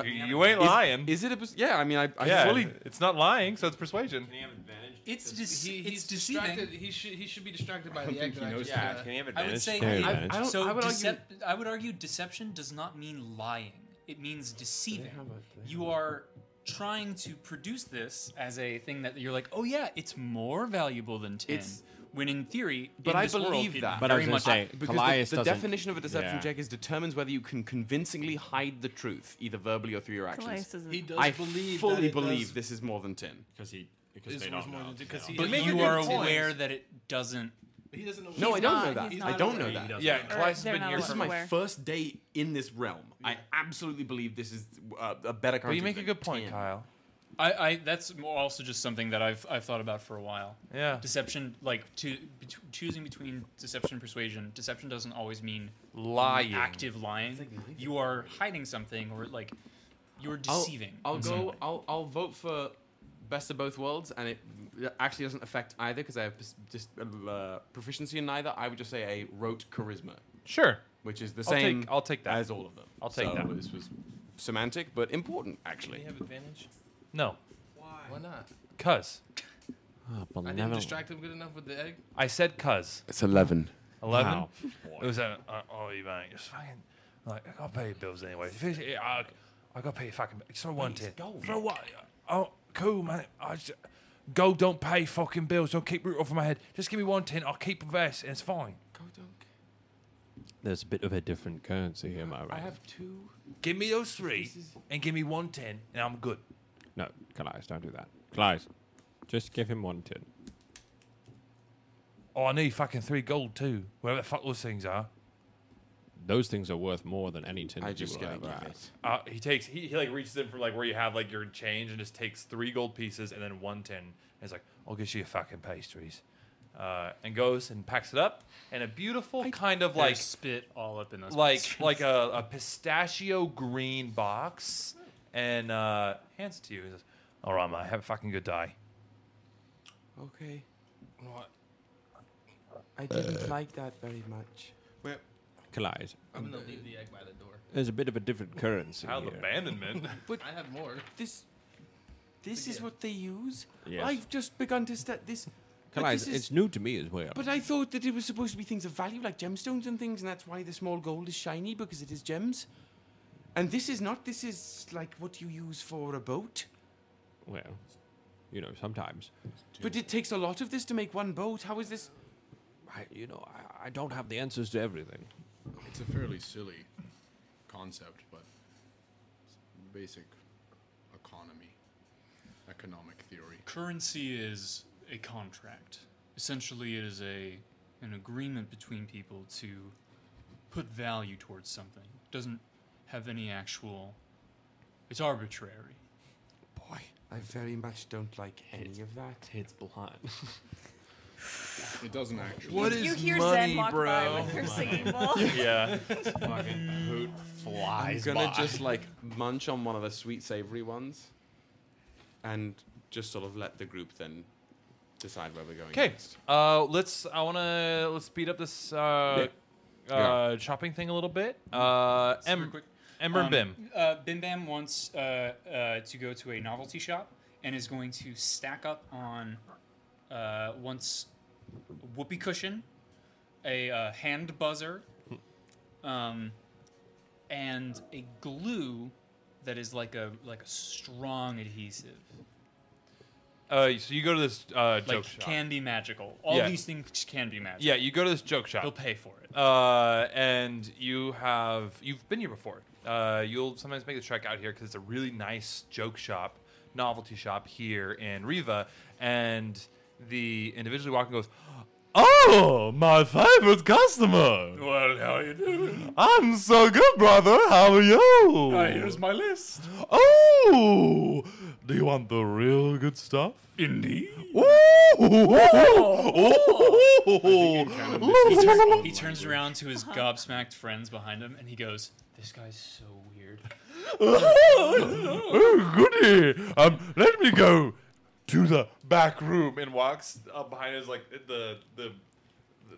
Speaker 4: you, you ain't
Speaker 6: Uh, Is-
Speaker 4: lying.
Speaker 6: Is it a? pers- Yeah, I mean, I, I
Speaker 4: yeah,
Speaker 6: fully.
Speaker 4: it's not lying, so it's persuasion. Can
Speaker 8: he have advantage?
Speaker 5: It's just
Speaker 10: He, he's
Speaker 5: it's deceiving.
Speaker 10: distracted. He should he should be distracted by
Speaker 5: don't
Speaker 10: the egg.
Speaker 5: think
Speaker 10: that
Speaker 5: he
Speaker 10: I
Speaker 5: knows
Speaker 10: just,
Speaker 5: that.
Speaker 10: uh,
Speaker 5: Can he have I would say
Speaker 8: Can he have
Speaker 5: I-
Speaker 8: advantage?
Speaker 5: I don't- so.
Speaker 10: I
Speaker 5: I
Speaker 10: would
Speaker 5: would,
Speaker 10: argue-
Speaker 5: I would argue deception does not mean lying. It means deceiving. You are trying to produce this as a thing that you're like, oh yeah, it's more valuable than tin.
Speaker 6: It's-
Speaker 5: when in theory,
Speaker 6: But
Speaker 5: in
Speaker 6: I
Speaker 5: this world,
Speaker 6: believe
Speaker 5: it
Speaker 6: that.
Speaker 5: very much
Speaker 6: because
Speaker 8: Callias
Speaker 6: the, the
Speaker 8: doesn't-
Speaker 6: definition of a deception
Speaker 8: yeah.
Speaker 6: check is determines whether you can convincingly hide the truth, either verbally or through your
Speaker 1: Callias
Speaker 6: actions.
Speaker 1: isn't- He does
Speaker 6: I
Speaker 1: believe
Speaker 6: fully
Speaker 1: that it
Speaker 6: believe
Speaker 1: does-
Speaker 6: this is more than tin.
Speaker 8: Because he,
Speaker 10: This they was don't more know. than- 'cause he-
Speaker 5: but
Speaker 10: Make a
Speaker 5: you
Speaker 10: good
Speaker 5: are
Speaker 10: point.
Speaker 5: aware that it doesn't.
Speaker 10: He doesn't know.
Speaker 6: No,
Speaker 5: He's
Speaker 6: I don't
Speaker 5: not-
Speaker 6: know that.
Speaker 5: he's
Speaker 6: I
Speaker 5: not
Speaker 6: don't know
Speaker 5: aware. He
Speaker 6: that.
Speaker 5: doesn't Yeah, know. Or
Speaker 1: Clive's they're been not here
Speaker 6: This is
Speaker 1: for-
Speaker 6: my
Speaker 1: aware.
Speaker 6: first day in this realm. I absolutely believe this is uh, a better.
Speaker 4: But you
Speaker 6: concept
Speaker 4: make a
Speaker 6: than
Speaker 4: good point,
Speaker 6: 10.
Speaker 4: Kyle.
Speaker 5: I, I that's more also just something that I've I've thought about for a while.
Speaker 4: Yeah.
Speaker 5: Deception, like to bet- choosing between deception and persuasion. Deception doesn't always mean
Speaker 4: Lying.
Speaker 5: active lying. you are hiding something, or like you're
Speaker 6: I'll-
Speaker 5: deceiving.
Speaker 6: I'll,
Speaker 5: in some
Speaker 6: go.
Speaker 5: way.
Speaker 6: I'll, I'll vote for best of both worlds, and it actually doesn't affect either because I have pers- just uh, proficiency in neither. I would just say a rote charisma.
Speaker 4: Sure.
Speaker 6: Which is the
Speaker 4: I'll
Speaker 6: same.
Speaker 4: Take, I'll take that
Speaker 6: as all of them.
Speaker 4: I'll take
Speaker 6: So
Speaker 4: that.
Speaker 6: This was semantic, but important actually.
Speaker 10: They have advantage.
Speaker 4: No.
Speaker 10: Why?
Speaker 15: Why not?
Speaker 3: Cuz.
Speaker 15: I didn't distract him good enough with the egg.
Speaker 3: I said cuz.
Speaker 6: Oh, It's 11.
Speaker 3: 11?
Speaker 6: Wow.
Speaker 4: Boy.
Speaker 3: It was at, uh, oh, you man, it's fucking, like, I gotta pay your bills anyway. If it's- yeah, I, I gotta pay your fucking, it's not one ten. For what? Oh, cool, man. I just, go, don't pay fucking bills. Don't keep root off of my head. Just give me one ten. I'll keep the rest and it's fine.
Speaker 8: There's a bit of a different currency here, am I right?
Speaker 4: two.
Speaker 3: Give me those three and give me one ten and I'm good.
Speaker 8: No, Calais, don't do that. Calais, just give him one tin.
Speaker 3: Oh, I need fucking three gold too. Wherever the fuck those things are.
Speaker 8: Those things are worth more than any tin. that you will ever have.
Speaker 3: Uh, he takes he, he like reaches in from like where you have like your change and just takes three gold pieces and then one tin. And he's like, "I'll get you fucking pastries," uh, and goes and packs it up. And a beautiful kind of
Speaker 5: Mm-hmm. There's
Speaker 3: like
Speaker 5: spit all up in those
Speaker 3: like
Speaker 5: pastries.
Speaker 3: like a, a pistachio green box and uh, hands it to you. He says, "All right, man, have a fucking good day."
Speaker 12: Okay. What? I didn't like that very much.
Speaker 7: Well,
Speaker 8: Calais.
Speaker 15: I'm gonna leave the egg by the door.
Speaker 8: There's a bit of a different currency. here.
Speaker 12: But I have more. This, this is what they use.
Speaker 8: Yes.
Speaker 12: I've just begun to st- this. but
Speaker 8: Calais,
Speaker 12: this is-
Speaker 8: it's new to me as well.
Speaker 12: But I thought that it was supposed to be things of value, like gemstones and things, and that's why the small gold is shiny because it is gems. And this is not. This is like what you use for a boat.
Speaker 8: Well, you know, sometimes.
Speaker 12: But it takes a lot of this to make one boat. How is this?
Speaker 8: I, you know, I, I don't have the answers to everything.
Speaker 7: It's a fairly silly concept, but it's basic economy, economic theory.
Speaker 5: Currency is a contract. Essentially, it is a an agreement between people to put value towards something. It doesn't have any actual. It's arbitrary.
Speaker 12: I very much don't like any of that.
Speaker 8: It's blind.
Speaker 3: Uh,
Speaker 7: It doesn't actually.
Speaker 12: What
Speaker 1: You is hear Zen money, walk by bro? with her singing bowl. Yeah.
Speaker 6: Fucking hoot
Speaker 12: I'm
Speaker 6: flies
Speaker 12: gonna
Speaker 6: by.
Speaker 12: just like munch on one of the sweet savory ones, and just sort of let the group then decide where we're going.
Speaker 3: Okay, uh, let's. I want to let's speed up this uh,
Speaker 12: Yeah.
Speaker 3: uh, shopping thing a little bit. Uh,
Speaker 5: Super
Speaker 3: em-
Speaker 5: quick.
Speaker 3: Ember
Speaker 5: Um,
Speaker 3: and Bim.
Speaker 5: Uh, Bim Bam wants uh, uh, to go to a novelty shop and is going to stack up on uh, once a whoopee cushion, a uh, hand buzzer, um, and a glue that is like a like a strong adhesive,
Speaker 3: Uh, so you go to this uh, joke
Speaker 5: like
Speaker 3: shop.
Speaker 5: can be magical. All
Speaker 3: Yeah.
Speaker 5: these things can be magical.
Speaker 3: Yeah, you go to this joke shop.
Speaker 5: He'll pay for it.
Speaker 3: Uh, and you have you've been here before. Uh, you'll sometimes make the trek out here because it's a really nice joke shop, novelty shop here in Riva. And the individual walking goes, "Oh, my favorite customer!
Speaker 5: Well, how you doing?
Speaker 4: I'm so good, brother. How are you?
Speaker 5: Uh, here's my list.
Speaker 4: Oh, do you want the real good stuff?
Speaker 5: Indeed.
Speaker 4: Ooh,
Speaker 5: he, turns, he
Speaker 4: ooh,
Speaker 5: turns around to his gobsmacked friends behind him and he goes, This guy's so weird.
Speaker 4: Oh, goody. Um, let me go to the back room.
Speaker 3: and walks up behind his like the the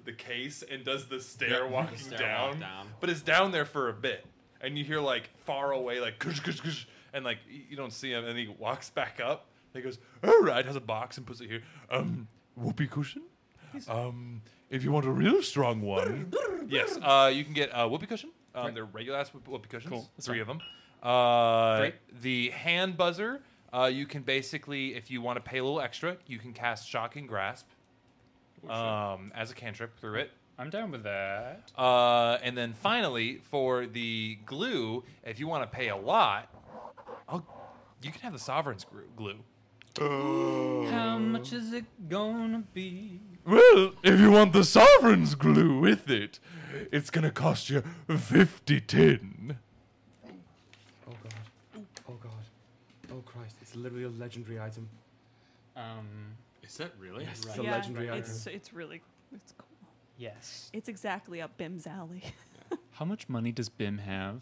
Speaker 3: the case and does the stair
Speaker 4: Yeah,
Speaker 3: walking
Speaker 4: stair
Speaker 3: down,
Speaker 4: walk down.
Speaker 3: But it's down there for a bit, and you hear like far away like kush, kush, kush, and like y- you don't see him, and he walks back up. And he goes, "All right," has a box and puts it here. Um,
Speaker 4: Whoopee cushion? Um, if you want a real strong one.
Speaker 3: yes, uh, you can get a whoopee cushion. Um, They're regular ass whoop- whoopee cushions.
Speaker 4: Cool, that's
Speaker 3: Three of
Speaker 4: fine.
Speaker 3: them. Uh,
Speaker 4: Great.
Speaker 3: The hand buzzer. Uh, you can basically, if you want to pay a little extra, you can cast shocking grasp
Speaker 4: Oh,
Speaker 3: um, as a cantrip through it.
Speaker 5: I'm down with that.
Speaker 3: Uh, and then finally, for the glue, if you want to pay a lot, I'll, you can have the sovereign's gru- glue.
Speaker 5: How much is it gonna be?
Speaker 4: Well, if you want the sovereign's glue with it, it's gonna cost you 50 tin.
Speaker 12: Oh god. Oh god. Oh Christ! It's literally a legendary item.
Speaker 5: Um,
Speaker 17: Is that really?
Speaker 12: Yes, it's a legendary item.
Speaker 1: It's, it's really it's cool.
Speaker 5: Yes.
Speaker 1: It's exactly up Bim's alley.
Speaker 5: How much money does Bim have?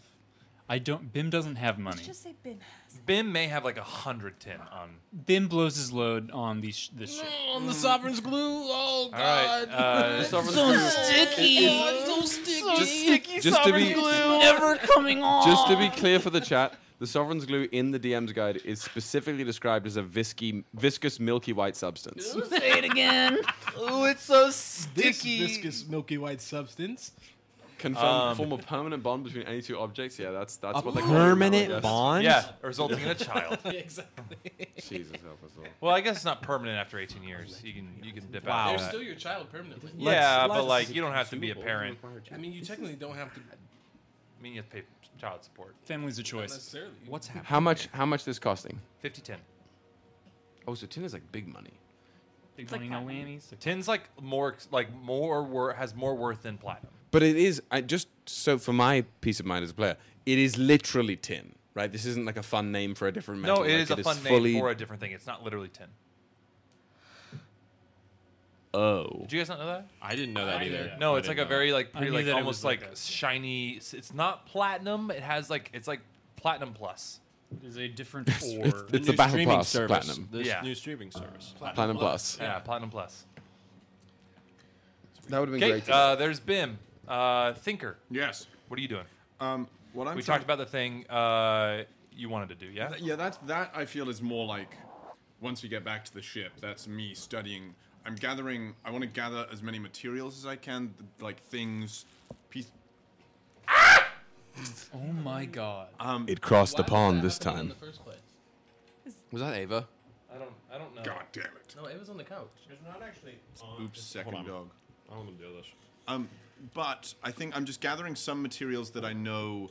Speaker 5: I don't. Bim doesn't have money.
Speaker 1: Let's just say Bim has.
Speaker 3: Bim may have like a hundred tin on.
Speaker 5: Bim blows his load on these sh- this shit.
Speaker 15: On the sovereign's glue. Oh
Speaker 3: All right,
Speaker 15: god.
Speaker 3: uh,
Speaker 15: It's
Speaker 3: sovereign's
Speaker 15: so
Speaker 3: glue.
Speaker 15: sticky.
Speaker 3: It's-
Speaker 15: so sticky.
Speaker 3: Just-
Speaker 15: sticky
Speaker 6: just to be-
Speaker 15: Never coming off.
Speaker 6: Just to be clear for the chat, The Sovereign's glue in the DM's guide is specifically described as a visky, viscous, milky white substance.
Speaker 15: Say it again.
Speaker 10: Ooh, it's so sticky. This viscous, milky white substance.
Speaker 6: Confirm
Speaker 10: Um,
Speaker 6: form a permanent bond between any two objects. Yeah, that's that's
Speaker 8: A
Speaker 6: what they call it now, I
Speaker 8: permanent
Speaker 6: guess.
Speaker 8: bond?
Speaker 3: Yeah, resulting in a child.
Speaker 10: exactly.
Speaker 6: Jesus help us all.
Speaker 3: Well, I guess it's not permanent after 18 years. You can you can dip out.
Speaker 10: They're
Speaker 3: of that.
Speaker 10: still your child permanently.
Speaker 3: Yeah, but like you don't have to be a parent.
Speaker 10: I mean, you technically don't have to.
Speaker 3: I mean, you have to pay child support.
Speaker 5: Family's a
Speaker 10: choice. necessarily.
Speaker 3: What's happening?
Speaker 6: How much? How much this costing?
Speaker 3: 50 10.
Speaker 6: Oh, so tin is like big money.
Speaker 5: Big money, no whammies.
Speaker 3: Tin's like more ex- like more wor- has more worth than platinum.
Speaker 6: But it is I just so for my peace of mind as a player, it is literally tin, right? This isn't like a fun name for a different metal.
Speaker 3: no, it is
Speaker 6: like,
Speaker 3: a fun
Speaker 6: fully-
Speaker 3: name for a different thing. It's not literally tin.
Speaker 6: Oh,
Speaker 3: Did you guys not know that?
Speaker 8: I didn't know that I either. didn't.
Speaker 3: No,
Speaker 8: I
Speaker 3: it's like a
Speaker 8: didn't know
Speaker 3: very
Speaker 8: that.
Speaker 3: like
Speaker 8: I
Speaker 3: pretty
Speaker 8: knew
Speaker 3: like
Speaker 8: that it
Speaker 3: almost
Speaker 8: was like
Speaker 3: like, shiny. s- It's not platinum. It has like it's like platinum plus.
Speaker 5: It is a different ore.
Speaker 6: it's- The it's a new Battle streaming Plus service. platinum.
Speaker 8: This new streaming service.
Speaker 6: Platinum Platinum Plus. Plus.
Speaker 3: Yeah, platinum plus.
Speaker 6: that would have been
Speaker 3: Okay,
Speaker 6: great.
Speaker 3: uh, there's Bim, uh, Thinker.
Speaker 7: Yes.
Speaker 3: What are you doing?
Speaker 7: Um, what I'm
Speaker 3: we
Speaker 7: trying-
Speaker 3: talked about the thing uh, you wanted to do, yeah?
Speaker 7: Th- yeah, that's that. I feel is more like once we get back to the ship. That's me studying. I'm gathering. I want to gather as many materials as I can, th- like things. Piece.
Speaker 5: Oh my god.
Speaker 7: Um,
Speaker 6: It crossed the pond this time.
Speaker 10: first place.
Speaker 6: Was that Ava?
Speaker 3: I don't. I don't know.
Speaker 7: God damn it.
Speaker 10: No, it was on the couch. It's not actually.
Speaker 7: Oops, second
Speaker 10: on.
Speaker 7: dog.
Speaker 8: I don't want to do this.
Speaker 7: Um, but I think I'm just gathering some materials that I know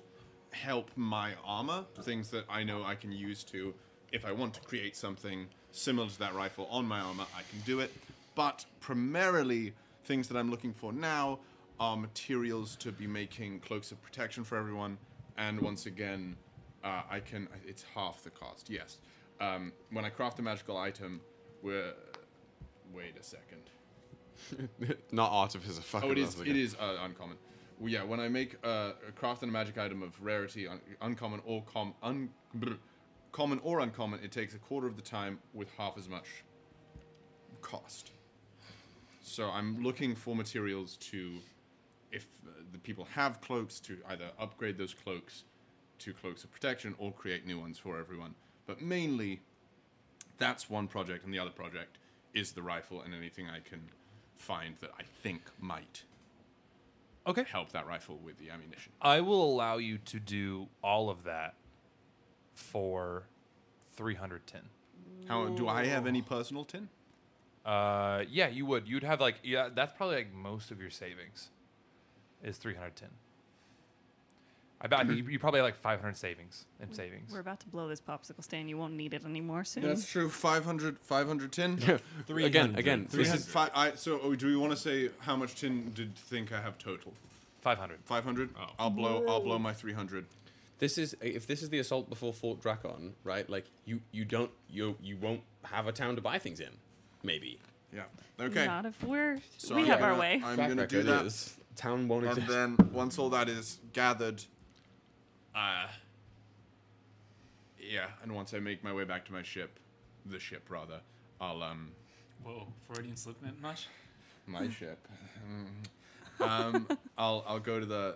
Speaker 7: help my armor, things that I know I can use to, if I want to create something similar to that rifle on my armor, I can do it. But primarily, things that I'm looking for now are materials to be making cloaks of protection for everyone. And once again, uh, I can. It's half the cost. Yes. Um, when I craft a magical item, we're. Wait a second.
Speaker 6: Not artificer. Fucking
Speaker 7: Oh, it is.
Speaker 6: love
Speaker 7: It is uh, uncommon. Well, yeah, when I make uh, a craft and a magic item of rarity, un- uncommon or com un- brr, common or uncommon, it takes a quarter of the time with half as much cost. So I'm looking for materials to, if uh, the people have cloaks, to either upgrade those cloaks to cloaks of protection or create new ones for everyone. But mainly, that's one project, and the other project is the rifle and anything I can find that I think might
Speaker 3: okay
Speaker 7: help that rifle with the ammunition.
Speaker 3: I will allow you to do all of that for 310.
Speaker 7: How do I have any personal tin?
Speaker 3: Uh, yeah, you would. You'd have like yeah. That's probably like most of your savings, is 310. I bet you, you probably have like 500 savings in savings.
Speaker 1: We're about to blow this popsicle stand. You won't need it anymore soon.
Speaker 7: That's true. 500, 500 tin.
Speaker 6: Again, again, this is-
Speaker 7: Fi- I, so, oh, do we want to say how much tin did think I have total?
Speaker 3: 500.
Speaker 7: 500. I'll blow. I'll blow my 300.
Speaker 6: This is if this is the assault before Fort Drakon, right? Like you, you don't, you, you won't have a town to buy things in, maybe.
Speaker 7: Yeah. Okay.
Speaker 1: Not if we're
Speaker 7: So
Speaker 1: we
Speaker 7: I'm
Speaker 1: have our
Speaker 7: gonna-
Speaker 1: way.
Speaker 7: I'm gonna
Speaker 6: Backpack
Speaker 7: do
Speaker 6: idea.
Speaker 7: that.
Speaker 6: This town won't
Speaker 7: and
Speaker 6: exist.
Speaker 7: then once all that is gathered, uh, yeah, and once I make my way back to my ship, the ship rather, I'll um,
Speaker 5: Whoa, Freudian slip meant much.
Speaker 7: my ship. um, I'll I'll go to the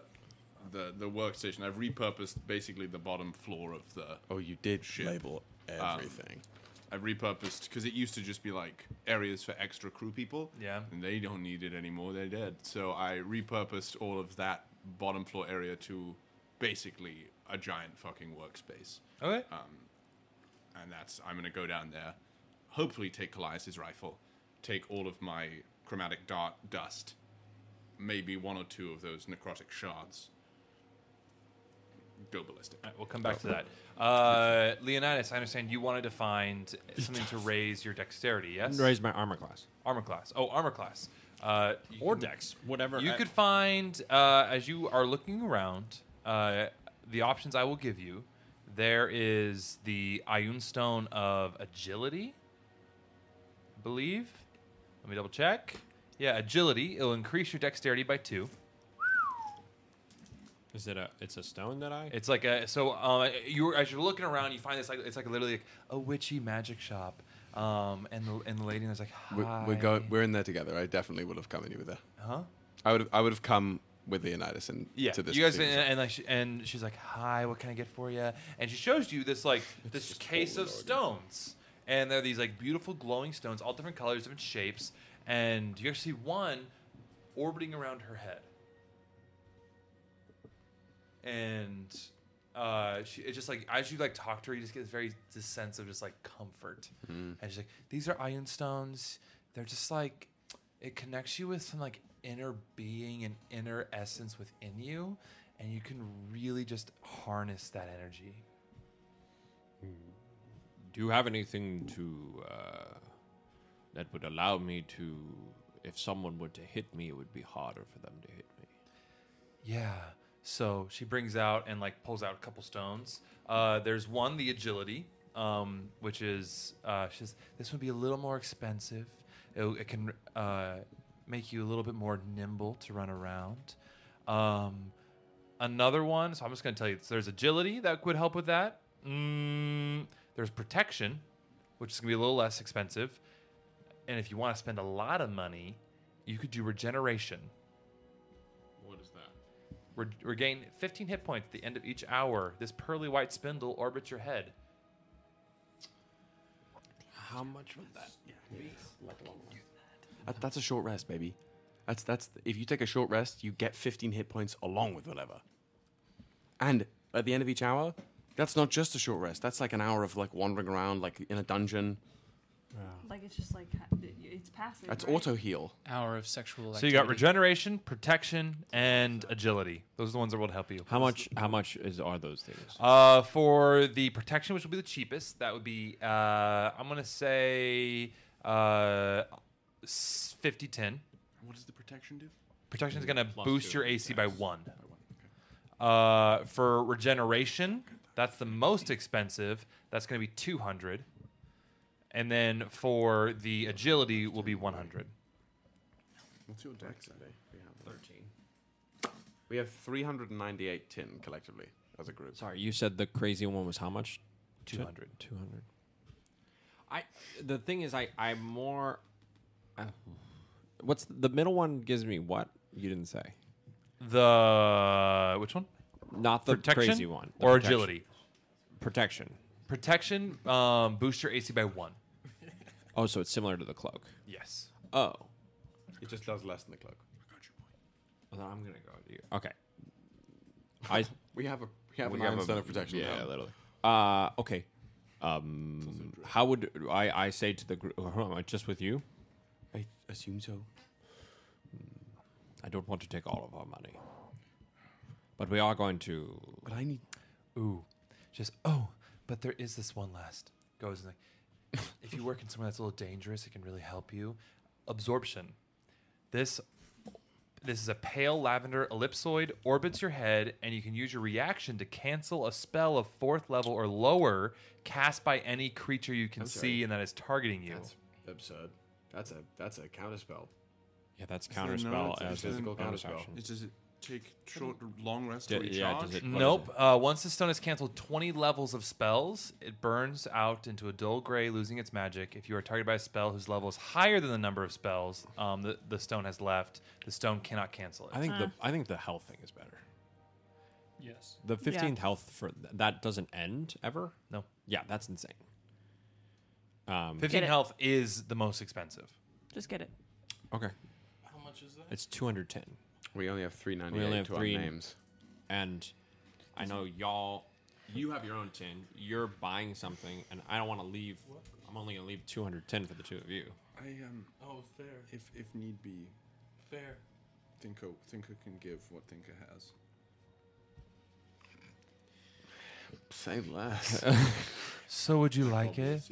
Speaker 7: the the workstation. I've repurposed basically the bottom floor of the.
Speaker 6: Oh, you did
Speaker 7: ship.
Speaker 6: label
Speaker 7: Um,
Speaker 6: everything.
Speaker 7: I've repurposed because it used to just be like areas for extra crew people.
Speaker 3: Yeah.
Speaker 7: And they don't need it anymore. They're dead. So I repurposed all of that bottom floor area to basically a giant fucking workspace.
Speaker 3: Okay.
Speaker 7: Um, and that's I'm gonna go down there, hopefully take Callias's rifle, take all of my chromatic dart dust, maybe one or two of those necrotic shards. Go ballistic.
Speaker 3: we'll come
Speaker 8: Oh.
Speaker 3: back to that. Uh, Leonidas, I understand you wanted to find something to raise your dexterity. Yes.
Speaker 8: Raise my armor class.
Speaker 3: Armor class. Oh, armor class. Uh, or dex,
Speaker 8: whatever.
Speaker 3: You
Speaker 8: I-
Speaker 3: could find uh, as you are looking around uh, the options I will give you. There is the Ion Stone of Agility, I believe. Let me double check. Yeah, Agility. It'll increase your dexterity by two.
Speaker 8: Is it a? It's a stone that I.
Speaker 3: It's like a so uh, you as you're looking around, you find this like it's like literally like a witchy magic shop, um, and the, and the lady is like,
Speaker 6: We're,
Speaker 3: Hi.
Speaker 6: we're going. We're in there together. I definitely would have come anyway there.
Speaker 3: Huh?
Speaker 6: I would. I would have come with Leonidas and
Speaker 3: Yeah,
Speaker 6: to this.
Speaker 3: you guys, and,
Speaker 6: particular-
Speaker 3: and like, she, and she's like, "Hi, what can I get for you?" And she shows you this like this case of stones, and they're these like beautiful glowing stones, all different colors, different shapes, and you actually see one orbiting around her head, and uh, she it's just like as you like talk to her, you just get this very this sense of just like comfort,
Speaker 4: Mm.
Speaker 3: and she's like, "These are iron stones. They're just like." it connects you with some like inner being and inner essence within you and you can really just harness that energy
Speaker 8: Do you have anything to uh, that would allow me to? If someone were to hit me, it would be harder for them to hit me.
Speaker 3: yeah so she brings out and like pulls out a couple stones uh, there's one the agility um, which is uh, she says this would be a little more expensive it, it can uh, make you a little bit more nimble to run around um, another one so i'm just going to tell you there's agility that could help with that mm, there's protection which is going to be a little less expensive and if you want to spend a lot of money you could do regeneration
Speaker 17: What is that?
Speaker 3: Re- regain 15 hit points at the end of each hour this pearly white spindle orbits your head
Speaker 6: how much would that be That- that's a short rest, baby. That's that's if you take a short rest, you get 15 hit points along with whatever. And at the end of each hour, that's not just a short rest. That's like an hour of like wandering around, like in a dungeon.
Speaker 1: Like it's just like it's passive.
Speaker 6: That's auto heal.
Speaker 5: Hour of sexual.
Speaker 3: so you got regeneration protection and agility those are the ones that will help you
Speaker 8: How much? How much is are those things?
Speaker 3: Uh, for the protection, which will be the cheapest, that would be uh, I'm gonna say uh, s- 50 10.
Speaker 7: What does the protection do?
Speaker 3: Protection is gonna
Speaker 7: Plus
Speaker 3: boost
Speaker 7: two.
Speaker 3: your AC by one. Uh, for regeneration, that's the most expensive. That's gonna be 200, and then for the agility will be 100.
Speaker 6: What's your dex today? We have 13. We have 398 tin collectively as a group.
Speaker 8: Sorry, you said the crazy one was how much?
Speaker 3: 200.
Speaker 8: 200. I the thing is I I'm more uh, What's the middle one gives me what? You didn't say.
Speaker 3: The which one?
Speaker 8: Not the
Speaker 3: Protection
Speaker 8: crazy one. the
Speaker 3: or
Speaker 8: protection.
Speaker 3: agility?
Speaker 8: Protection.
Speaker 3: Protection um, boosts your AC by one.
Speaker 8: Oh, so it's similar to the cloak.
Speaker 3: Yes.
Speaker 8: Oh.
Speaker 6: It just does less than the cloak.
Speaker 8: Well, then I'm gonna go to you. Okay. I
Speaker 6: We have a we have an iron stone of protection.
Speaker 8: Yeah,
Speaker 6: now.
Speaker 8: literally. Uh, okay. Um, how would I, I say to the group? Am I just with you?
Speaker 6: I assume so.
Speaker 8: I don't want to take all of our money, but we are going to.
Speaker 6: But I need.
Speaker 3: Ooh, just oh, but there is this one last. Goes and like, if you work in somewhere that's a little dangerous, it can really help you. Absorption. This, this is a pale lavender ellipsoid. Orbits your head, and you can use your reaction to cancel a spell of fourth level or lower cast by any creature you can
Speaker 6: I'm sorry.
Speaker 3: see and that is targeting you.
Speaker 6: That's absurd. That's a that's a counterspell.
Speaker 8: Yeah, that's
Speaker 7: Is there no-
Speaker 8: counterspell
Speaker 7: is there
Speaker 8: as a
Speaker 7: no-
Speaker 8: bonus action.
Speaker 7: It does it take short long rest
Speaker 8: Yeah,
Speaker 7: to recharge?
Speaker 8: yeah, does it- what is
Speaker 3: Nope. Uh, once the stone has canceled 20 levels of spells, it burns out into a dull gray, losing its magic. If you are targeted by a spell whose level is higher than the number of spells um, the, the stone has left, the stone cannot cancel it.
Speaker 8: I think the I think the health thing is better.
Speaker 5: Yes.
Speaker 8: The
Speaker 5: Yeah.
Speaker 8: fifteenth health for th- that doesn't end ever.
Speaker 3: No.
Speaker 8: Yeah, that's insane. Um,
Speaker 3: 15
Speaker 1: Get it.
Speaker 3: health is the most expensive.
Speaker 1: Just get it.
Speaker 8: Okay.
Speaker 15: How much is that?
Speaker 8: It's 210.
Speaker 6: We only have
Speaker 8: We
Speaker 6: 398
Speaker 8: only have
Speaker 6: to
Speaker 8: three
Speaker 6: our names.
Speaker 8: And I know y'all, you have your own tin. You're buying something, and I don't want to leave. I'm only going to leave 210 for the two of you.
Speaker 7: I um.
Speaker 15: Oh, fair.
Speaker 7: If if need be,
Speaker 15: Fair.
Speaker 7: Thinker Thinker can give what Thinker has.
Speaker 6: Say less.
Speaker 3: So would you like it?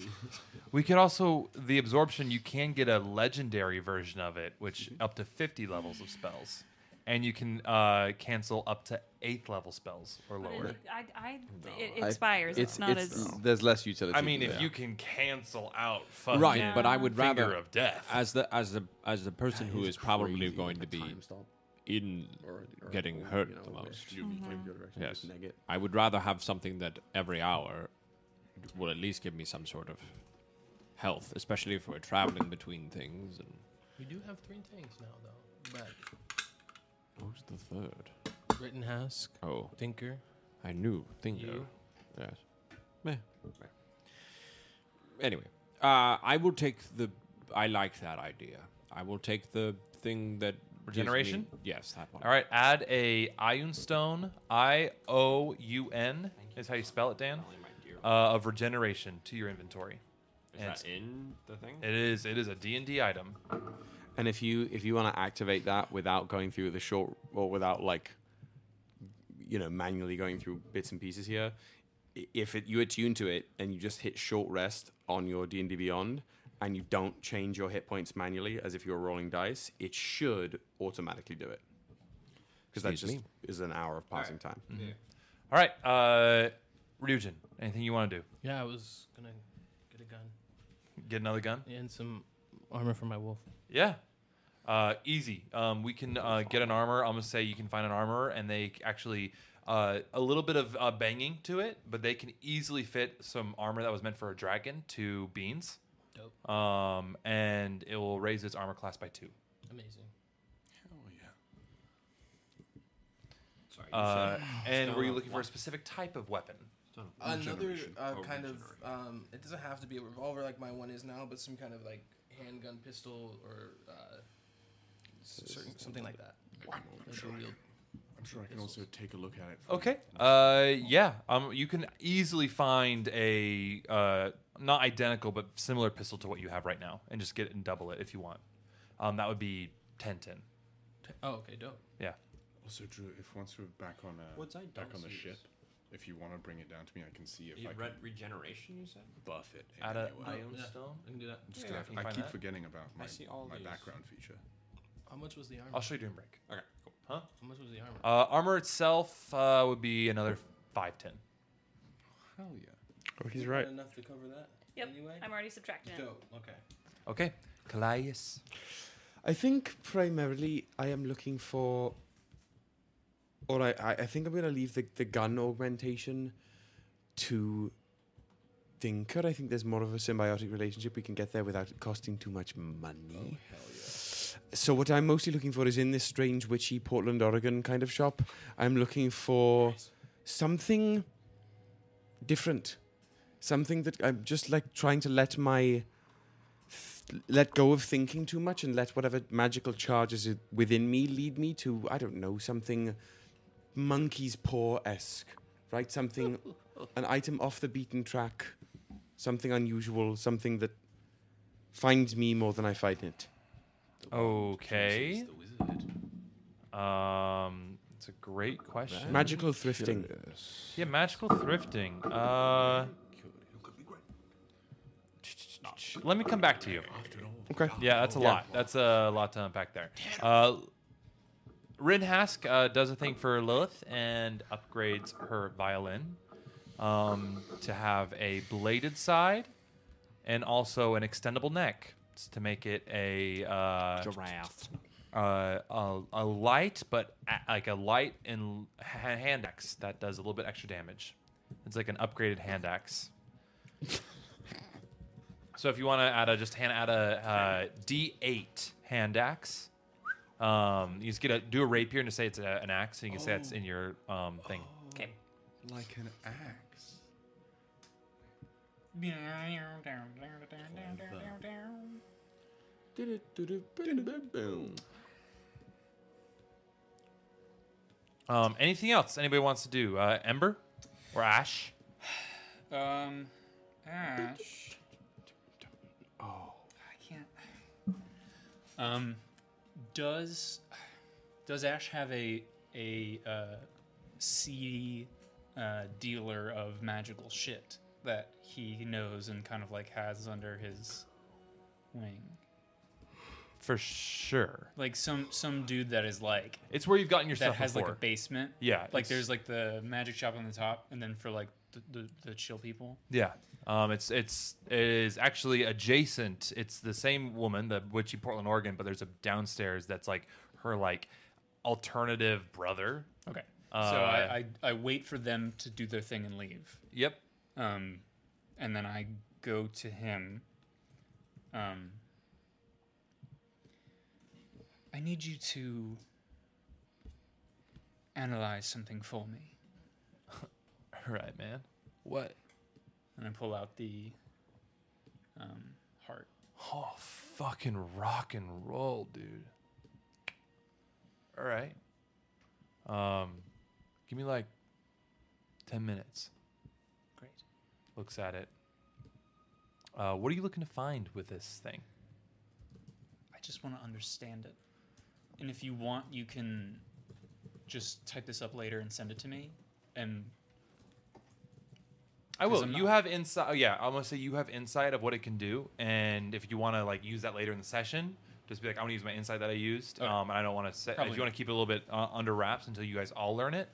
Speaker 3: We could also the absorption. You can get a legendary version of it, which up to fifty levels of spells, and you can uh, cancel up to eighth level spells or
Speaker 1: But
Speaker 3: lower.
Speaker 1: it, I, I, it
Speaker 6: I-
Speaker 1: expires. it's, not as.
Speaker 6: there's less utility.
Speaker 3: I mean,
Speaker 6: to
Speaker 3: if
Speaker 6: that.
Speaker 3: you can cancel out, fucking
Speaker 8: right, but I would
Speaker 3: finger
Speaker 8: rather
Speaker 3: of death.
Speaker 8: as the as the as the person who is probably going to be in
Speaker 6: or-
Speaker 8: getting
Speaker 6: or,
Speaker 8: hurt
Speaker 6: you know,
Speaker 8: the
Speaker 6: like,
Speaker 8: most.
Speaker 6: you Mhm.
Speaker 1: Mm-hmm.
Speaker 6: can go direction,
Speaker 8: Yes,
Speaker 6: just neg it.
Speaker 8: I would rather have something that every hour will at least give me some sort of health, especially if we're traveling between things and.
Speaker 15: We do have three things now, though. But
Speaker 6: What was
Speaker 8: the third.
Speaker 10: Rittenhouse.
Speaker 8: Oh.
Speaker 10: Thinker.
Speaker 8: I knew. Thinker.
Speaker 10: You?
Speaker 8: Yes. Meh. Anyway, uh, I will take the. I like that idea. I will take the thing that. gives me-
Speaker 3: Regeneration?
Speaker 8: yes, that one.
Speaker 3: All right, add a Ion Stone, I O U N is how you spell it, Dan, uh, of regeneration to your inventory.
Speaker 8: Is that in the thing?
Speaker 3: It is. It is a D&D item.
Speaker 12: And if you if you want to activate that without going through the short or without like you know manually going through bits and pieces here, i- if it, you attune to it and you just hit short rest on your D and D Beyond and you don't change your hit points manually as if you were rolling dice, it should automatically do it because that
Speaker 3: Excuse
Speaker 12: just
Speaker 3: me.
Speaker 12: is an hour of passing time.
Speaker 3: All right, uh, Ryujin, anything you want to do?
Speaker 10: Yeah, I was gonna get a gun
Speaker 3: Get another gun?
Speaker 10: and some armor for my wolf.
Speaker 3: Yeah. Uh, easy. Um, we can uh, get an armor. I'm gonna say you can find an armor, and they c- actually uh, a little bit of uh, banging to it, but they can easily fit some armor that was meant for a dragon to beans. Dope. Um, and it will raise its armor class by two.
Speaker 10: Amazing.
Speaker 3: Sorry. Uh,
Speaker 10: said-
Speaker 3: and
Speaker 10: Stone
Speaker 3: were you
Speaker 10: of
Speaker 3: looking for a
Speaker 10: what?
Speaker 3: specific type of weapon?
Speaker 10: Another uh, kind of um, it doesn't have to be a revolver like my one is now, but some kind of like handgun, pistol, or uh, s- certain, something like that.
Speaker 7: I'm sure, I can, I'm sure I can also take a look at it. from-
Speaker 3: Okay. Uh, yeah. Um, you can easily find a uh, not identical but similar pistol to what you have right now, and just get it and double it if you want. Um, that would be ten ten.
Speaker 10: Oh, okay, dope.
Speaker 3: Yeah.
Speaker 7: Also, Drew, if once we're back on uh,
Speaker 8: What's I
Speaker 7: back
Speaker 8: don't
Speaker 7: on the
Speaker 8: see
Speaker 7: ship, if you want to bring it down to me, I can see if
Speaker 8: You
Speaker 7: I
Speaker 8: re-
Speaker 7: can
Speaker 8: regeneration, you said?
Speaker 7: buff it. in
Speaker 3: Add a
Speaker 7: any way.
Speaker 3: ion stone.
Speaker 10: I can do that.
Speaker 3: Just
Speaker 7: Yeah,
Speaker 3: go and
Speaker 7: I
Speaker 3: find
Speaker 7: keep
Speaker 3: that.
Speaker 7: forgetting about
Speaker 3: I
Speaker 7: my,
Speaker 3: see all
Speaker 7: my
Speaker 3: these.
Speaker 7: background feature.
Speaker 10: How much was the armor?
Speaker 3: I'll show you during break.
Speaker 8: Okay. Cool.
Speaker 3: Huh?
Speaker 10: How much was the armor?
Speaker 3: Uh, armor itself uh, would be another five ten.
Speaker 10: Hell yeah.
Speaker 12: Oh, he's
Speaker 10: right. Enough to cover that.
Speaker 1: Yep, I'm already subtracting it.
Speaker 10: Dope. Okay.
Speaker 3: Okay. Callias.
Speaker 12: I think primarily I am looking for. Or I, I, I think I'm going to leave the, the gun augmentation to Thinker. I think there's more of a symbiotic relationship we can get there without it costing too much money. Oh, hell yeah. So, what I'm mostly looking for is in this strange, witchy Portland, Oregon kind of shop, I'm looking for something different. Something that I'm just like trying to let my let go of thinking too much and let whatever magical charges i- within me lead me to I don't know something monkey's paw esque, right? Something, an item off the beaten track, something unusual, something that finds me more than I find it.
Speaker 3: Okay. Um, it's a great question.
Speaker 12: Magical thrifting.
Speaker 3: Yeah, magical thrifting. Uh, let me come back to you.
Speaker 12: Okay.
Speaker 3: Yeah, that's a
Speaker 12: Yeah.
Speaker 3: lot. That's a lot to unpack there. Uh, Rin Hask uh, does a thing for Lilith and upgrades her violin um, to have a bladed side and also an extendable neck s- to make it a uh,
Speaker 8: Giraffe.
Speaker 3: Uh, a, a light, but a, like a light and ha- hand axe that does a little bit extra damage. It's like an upgraded hand axe. So if you want to add a just hand add a uh, D8 hand axe, um, you just get a do a rapier and just say it's a, an axe, and you can say that's in your um, thing.
Speaker 1: Okay.
Speaker 7: Like an axe.
Speaker 3: Um, anything else anybody wants to do? Uh, Ember or Ash?
Speaker 5: Um, Ash. Oh. I can't. Um, does does Ash have a a uh, seedy uh, dealer of magical shit that he knows and kind of like has under his wing?
Speaker 3: For sure.
Speaker 5: Like some some dude that is like
Speaker 3: It's where you've gotten your
Speaker 5: that
Speaker 3: stuff
Speaker 5: has like
Speaker 3: before.
Speaker 5: a basement.
Speaker 3: Yeah,
Speaker 5: like
Speaker 3: it's-
Speaker 5: there's like the magic shop on the top, and then for like the the, the chill people.
Speaker 3: Yeah. Um, it's it's it is actually adjacent. It's the same woman, the witchy Portland, Oregon, but there's a downstairs that's like her like alternative brother.
Speaker 5: Okay.
Speaker 3: Uh,
Speaker 5: so I, I I wait for them to do their thing and leave.
Speaker 3: Yep.
Speaker 5: Um, and then I go to him. Um, I need you to analyze something for me.
Speaker 3: All right, man.
Speaker 15: What?
Speaker 5: And I pull out the um, heart.
Speaker 3: Oh, fucking rock and roll, dude. All right. Um, give me like ten minutes.
Speaker 5: Great.
Speaker 3: Looks at it. Uh, what are you looking to find with this thing?
Speaker 5: I just want to understand it. And if you want, you can just type this up later and send it to me. And
Speaker 3: I
Speaker 5: 'Cause
Speaker 3: will.
Speaker 5: I'm
Speaker 3: You have insight. oh, Yeah, I'm gonna say you have insight of what it can do, and if you want to like use that later in the session, just be like, I'm gonna use my insight that I used, um, and I don't want to say. If
Speaker 5: Probably
Speaker 3: you want
Speaker 5: not.
Speaker 3: to keep it a little bit uh, under wraps until you guys all learn it,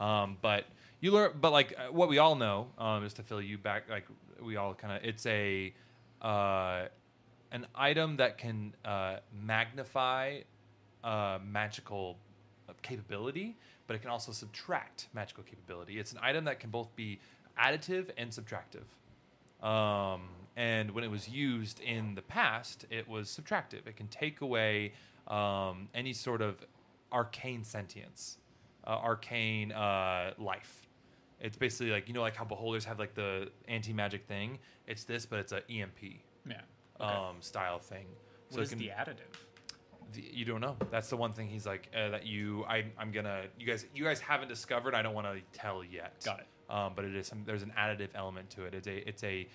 Speaker 3: um, but you learn. But like uh, what we all know, um, is to fill you back. Like we all kind of, it's a, uh, an item that can uh, magnify uh, magical uh, capability, but it can also subtract magical capability. It's an item that can both be additive and subtractive. Um, and when it was used in the past, it was subtractive. It can take away um, any sort of arcane sentience, uh, arcane uh, life. It's basically like you know, like how beholders have like the anti magic thing. It's this, but it's a EMP
Speaker 5: Yeah.
Speaker 3: um, style thing.
Speaker 5: What is the additive?
Speaker 3: The, you don't know. That's the one thing he's like uh, that you. I, I'm gonna. You guys. You guys haven't discovered. I don't want to tell yet. Got it. Um, but it is. Some, there's an additive element to it. It's a. It's a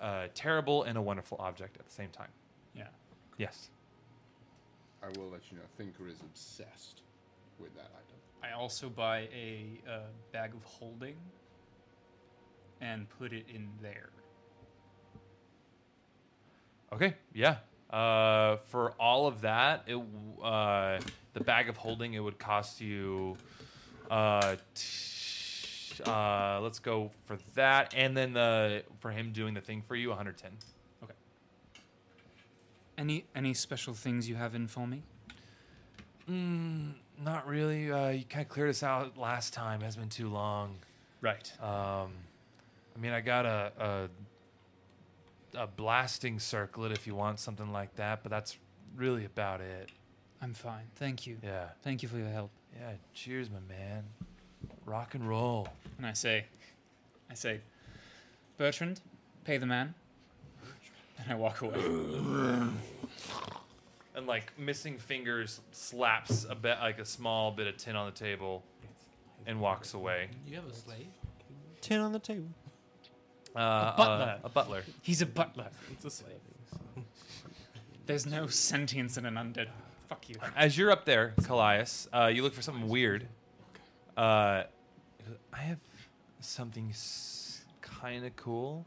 Speaker 3: uh, terrible and a wonderful object at the same time.
Speaker 5: Yeah.
Speaker 3: Yes.
Speaker 7: I will let you know. Thinker is obsessed with that item.
Speaker 5: I also buy a uh, bag of holding and put it in there.
Speaker 3: Okay. Yeah. Uh, for all of that, it w- uh, the bag of holding it would cost you. Uh, t- uh, let's go for that, and then the for him doing the thing for you, 110.
Speaker 5: Any any special things you have in for me?
Speaker 3: Mm, not really. Uh, you kind of cleared us out last time. It has been too long.
Speaker 5: Right.
Speaker 3: Um, I mean, I got a, a a blasting circlet if you want something like that, but that's really about it.
Speaker 5: I'm fine. Thank you.
Speaker 3: Yeah.
Speaker 5: Thank you for your help.
Speaker 3: Yeah. Cheers, my man. Rock and roll.
Speaker 5: And I say, I say, Bertrand, pay the man. And I walk away.
Speaker 3: Uh, And like missing fingers slaps a bit like a small bit of tin on the table, and walks away.
Speaker 10: You have a slave?
Speaker 8: Tin on the table.
Speaker 3: Uh, a
Speaker 5: butler.
Speaker 3: a butler.
Speaker 5: He's a butler.
Speaker 10: It's a slave.
Speaker 5: There's no sentience in an undead. Fuck you.
Speaker 3: As you're up there, Callias, uh, you look for something weird. Uh, I have something s- kind of cool.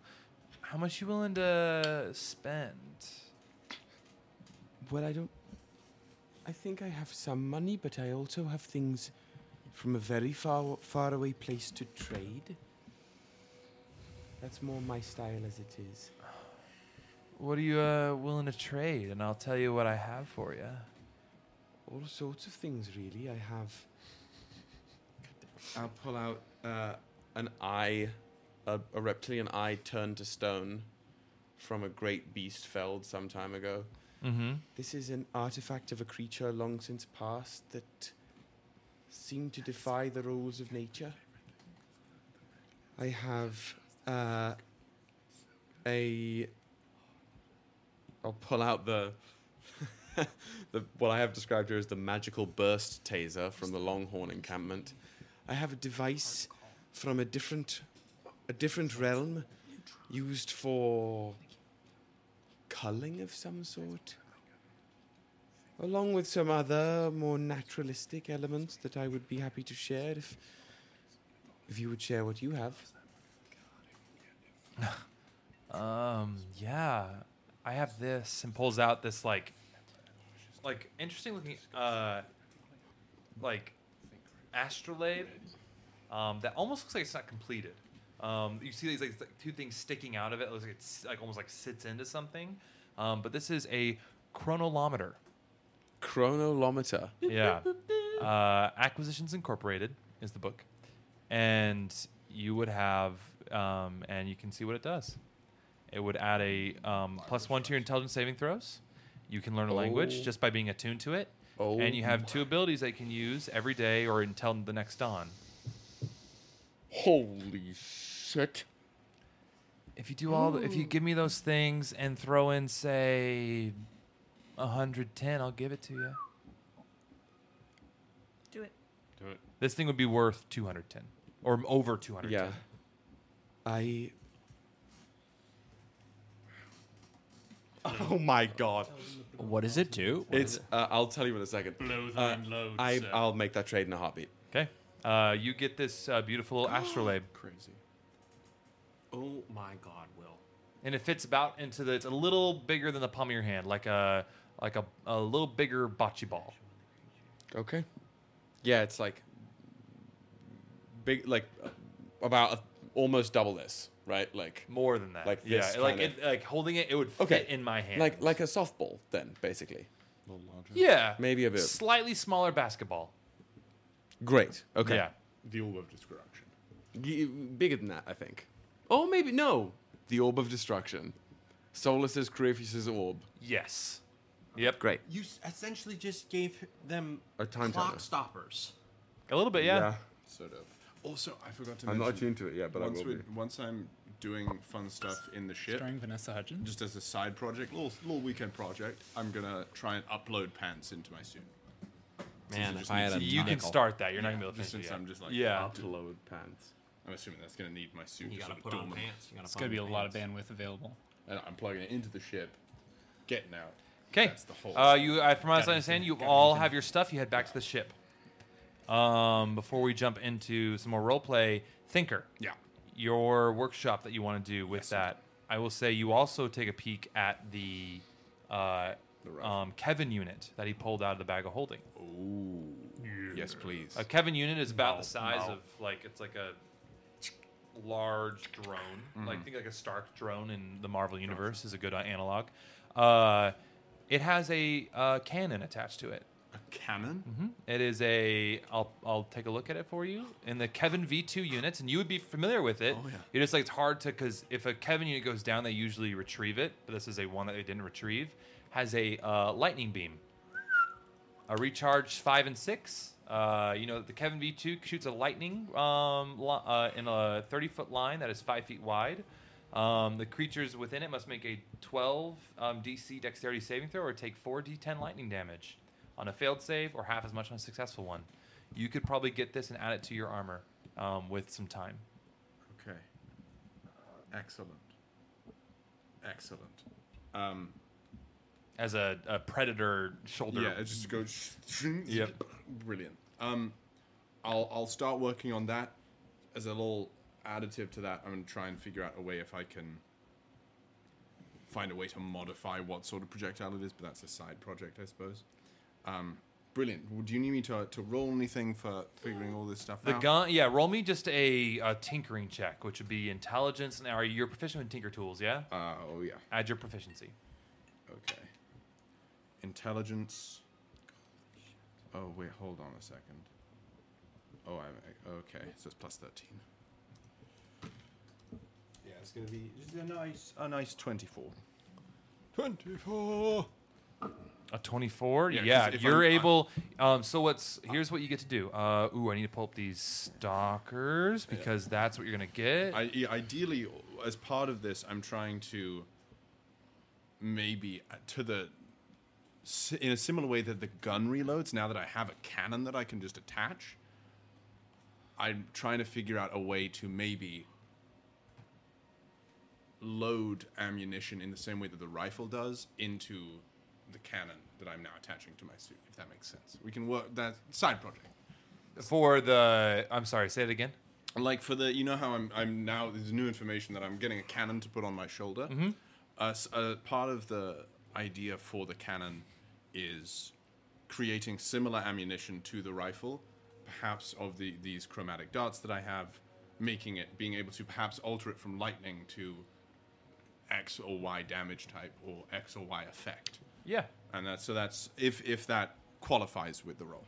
Speaker 3: How much you willing to spend?
Speaker 12: Well, I don't. I think I have some money, but I also have things from a very far, far away place to trade. That's more my style as it is.
Speaker 3: What are you uh, willing to trade? And I'll tell you what I have for you.
Speaker 12: All sorts of things, really. I have. I'll pull out uh,
Speaker 6: an eye, a, a reptilian eye turned to stone from a great beast felled some time ago.
Speaker 3: Mhm.
Speaker 12: This is an artifact of a creature long since past that seemed to defy the rules of nature. I have uh,
Speaker 6: a I'll pull out the the what I have described here as the magical burst taser from the Longhorn encampment.
Speaker 12: I have a device from a different a different realm used for culling of some sort along with some other more naturalistic elements that I would be happy to share if if you would share what you have
Speaker 3: Um, yeah, I have this, and pulls out this like, like interesting looking, uh, like astrolabe, um, that almost looks like it's not completed. Um, you see these like th- two things sticking out of it. It looks like it's like almost like sits into something. Um, but this is a chronolometer.
Speaker 6: Chronolometer.
Speaker 3: Yeah. Uh, Acquisitions Incorporated is the book. And you would have, um, and you can see what it does. It would add a um, plus one to your intelligence saving throws. You can learn a language
Speaker 6: Oh.
Speaker 3: just by being attuned to it.
Speaker 6: Oh
Speaker 3: and you have two abilities that you can use every day or until the next dawn.
Speaker 6: Holy shit.
Speaker 3: If you do all, the, if you give me those things and throw in say 110, I'll give it to you.
Speaker 1: Do it.
Speaker 3: Do it. This thing would be worth 210 or over 210.
Speaker 6: Yeah. I. Oh my god.
Speaker 8: What does it do?
Speaker 6: It's. Uh, I'll tell you in a second.
Speaker 3: Blow
Speaker 6: Uh,
Speaker 3: thine load,
Speaker 6: I,
Speaker 3: sir.
Speaker 6: I'll make that trade in a heartbeat.
Speaker 3: Okay. Uh, you get this uh, beautiful astrolabe. Crazy.
Speaker 8: Oh my God, Will.
Speaker 3: And it fits about into the. It's a little bigger than the palm of your hand, like a like a, a little bigger bocce ball.
Speaker 6: Okay. Yeah, it's like big, like uh, about a, almost double this, right? Like
Speaker 3: more than that.
Speaker 6: Like
Speaker 3: Yeah,
Speaker 6: this,
Speaker 3: like
Speaker 6: kinda-
Speaker 3: it, like holding it, it would fit
Speaker 6: okay,
Speaker 3: in my hand.
Speaker 6: like like a softball then, basically.
Speaker 16: A little larger.
Speaker 3: yeah,
Speaker 6: maybe a bit.
Speaker 3: slightly smaller basketball.
Speaker 6: Great. Okay.
Speaker 3: Yeah.
Speaker 6: The orb of destruction. bigger than that, I think. Oh, maybe no. The orb of destruction. Solus' Corypheus' orb.
Speaker 3: Yes. Yep.
Speaker 6: Great.
Speaker 13: You s- essentially just gave them
Speaker 6: A time
Speaker 13: clock
Speaker 6: timer.
Speaker 13: stoppers.
Speaker 3: A little bit,
Speaker 6: yeah. Yeah.
Speaker 7: So dope. Also, I forgot to
Speaker 6: I'm
Speaker 7: mention.
Speaker 6: not attuned to it yet, but I
Speaker 7: once
Speaker 6: will
Speaker 7: we-
Speaker 6: be.
Speaker 7: Once I'm doing fun stuff in the ship,
Speaker 5: Starring Vanessa Hudgens.
Speaker 7: just as a side project, little little weekend project, I'm gonna try and upload pants into my suit. Since
Speaker 8: Man,
Speaker 7: it
Speaker 8: if
Speaker 7: just
Speaker 8: I
Speaker 7: needs
Speaker 8: had
Speaker 7: to
Speaker 8: a
Speaker 7: be
Speaker 3: You can
Speaker 7: tackled.
Speaker 3: start that. You're not
Speaker 7: Yeah,
Speaker 3: gonna be able to
Speaker 7: just
Speaker 3: finish it
Speaker 7: since
Speaker 3: yet.
Speaker 7: I'm just like
Speaker 3: yeah.
Speaker 6: Upload pants.
Speaker 7: I'm assuming that's gonna need my suit.
Speaker 5: You
Speaker 7: just
Speaker 5: gotta
Speaker 7: sort of
Speaker 5: put on
Speaker 7: dormant.
Speaker 5: pants. You gotta It's put gonna on be a lot of bandwidth available.
Speaker 7: And I'm plugging it into the ship, getting out.
Speaker 3: Okay.
Speaker 7: That's the whole.
Speaker 3: Uh, you, I, from what
Speaker 7: Gotta
Speaker 3: I understand, you all have your stuff. You head back to the ship. Um, before we jump into some more roleplay, Thinker.
Speaker 7: Yeah.
Speaker 3: Your workshop that you want to do with that, I will say you also take a peek at the, uh, um, Kevin unit that he pulled out of the bag of holding.
Speaker 7: Ooh. Yes, please.
Speaker 3: A Kevin unit is about the size
Speaker 7: no.
Speaker 3: of like it's like a large drone, like
Speaker 7: Mhm.
Speaker 3: think like a Stark drone in the Marvel universe is a good uh, analog. Uh, it has a uh, cannon attached to it.
Speaker 7: A cannon?
Speaker 3: Mm-hmm. It is a. I'll I'll take a look at it for you in the Kevin V2 units, and you would be familiar with it.
Speaker 7: Oh, yeah.
Speaker 3: It is like it's hard to because if a Kevin unit goes down, they usually retrieve it, but this is a one that they didn't retrieve. Has a uh, lightning beam a recharge five and six. Uh, you know, the Kevin V2 shoots a lightning um, li- uh, in a 30 foot line that is five feet wide. Um, the creatures within it must make a 12 um, DC dexterity saving throw or take 4d10 lightning damage on a failed save or half as much on a successful one. You could probably get this and add it to your armor um, with some time.
Speaker 7: Okay. Excellent. Excellent. Um,
Speaker 3: As a, a predator shoulder.
Speaker 7: Yeah, it just goes. sh-
Speaker 3: Yep.
Speaker 7: Brilliant. Um, I'll I'll start working on that as a little additive to that. I'm gonna try and figure out a way if I can find a way to modify what sort of projectile it is, but that's a side project, I suppose. Um, brilliant. Well, do you need me to to roll anything for figuring all this stuff
Speaker 3: The
Speaker 7: out?
Speaker 3: gun, yeah. Roll me just a, uh tinkering check, which would be intelligence. And are you are proficient with tinker tools? Yeah.
Speaker 7: Uh, oh yeah.
Speaker 3: Add your proficiency.
Speaker 7: Okay. Intelligence. Oh wait, hold on a second. Oh, I'm okay. So it's plus thirteen. Yeah, it's gonna be just a nice, a nice twenty-four. Twenty-four.
Speaker 3: A twenty-four.
Speaker 7: Yeah,
Speaker 3: Yeah,
Speaker 7: 'cause if
Speaker 3: you're
Speaker 7: I'm- I'm-
Speaker 3: able. Um, so what's here's what you get to do. Uh, ooh, I need to pull up these stalkers because that's what you're gonna get.
Speaker 7: I, yeah, ideally, as part of this, I'm trying to maybe uh, to the si- in a similar way that the gun reloads. Now that I have a cannon that I can just attach, I'm trying to figure out a way to maybe load ammunition in the same way that the rifle does into the cannon that I'm now attaching to my suit. If that makes sense, we can work that side project.
Speaker 3: For the, I'm sorry, say it again.
Speaker 7: Like for the, you know how I'm, I'm now. There's new information that I'm getting a cannon to put on my shoulder.
Speaker 3: Mhm.
Speaker 7: Uh, s- uh, part of the idea for the cannon is creating similar ammunition to the rifle, perhaps of the these chromatic darts that I have, making it being able to perhaps alter it from lightning to X or Y damage type or X or Y effect.
Speaker 3: Yeah.
Speaker 7: And that's so that's if if that qualifies with the roll.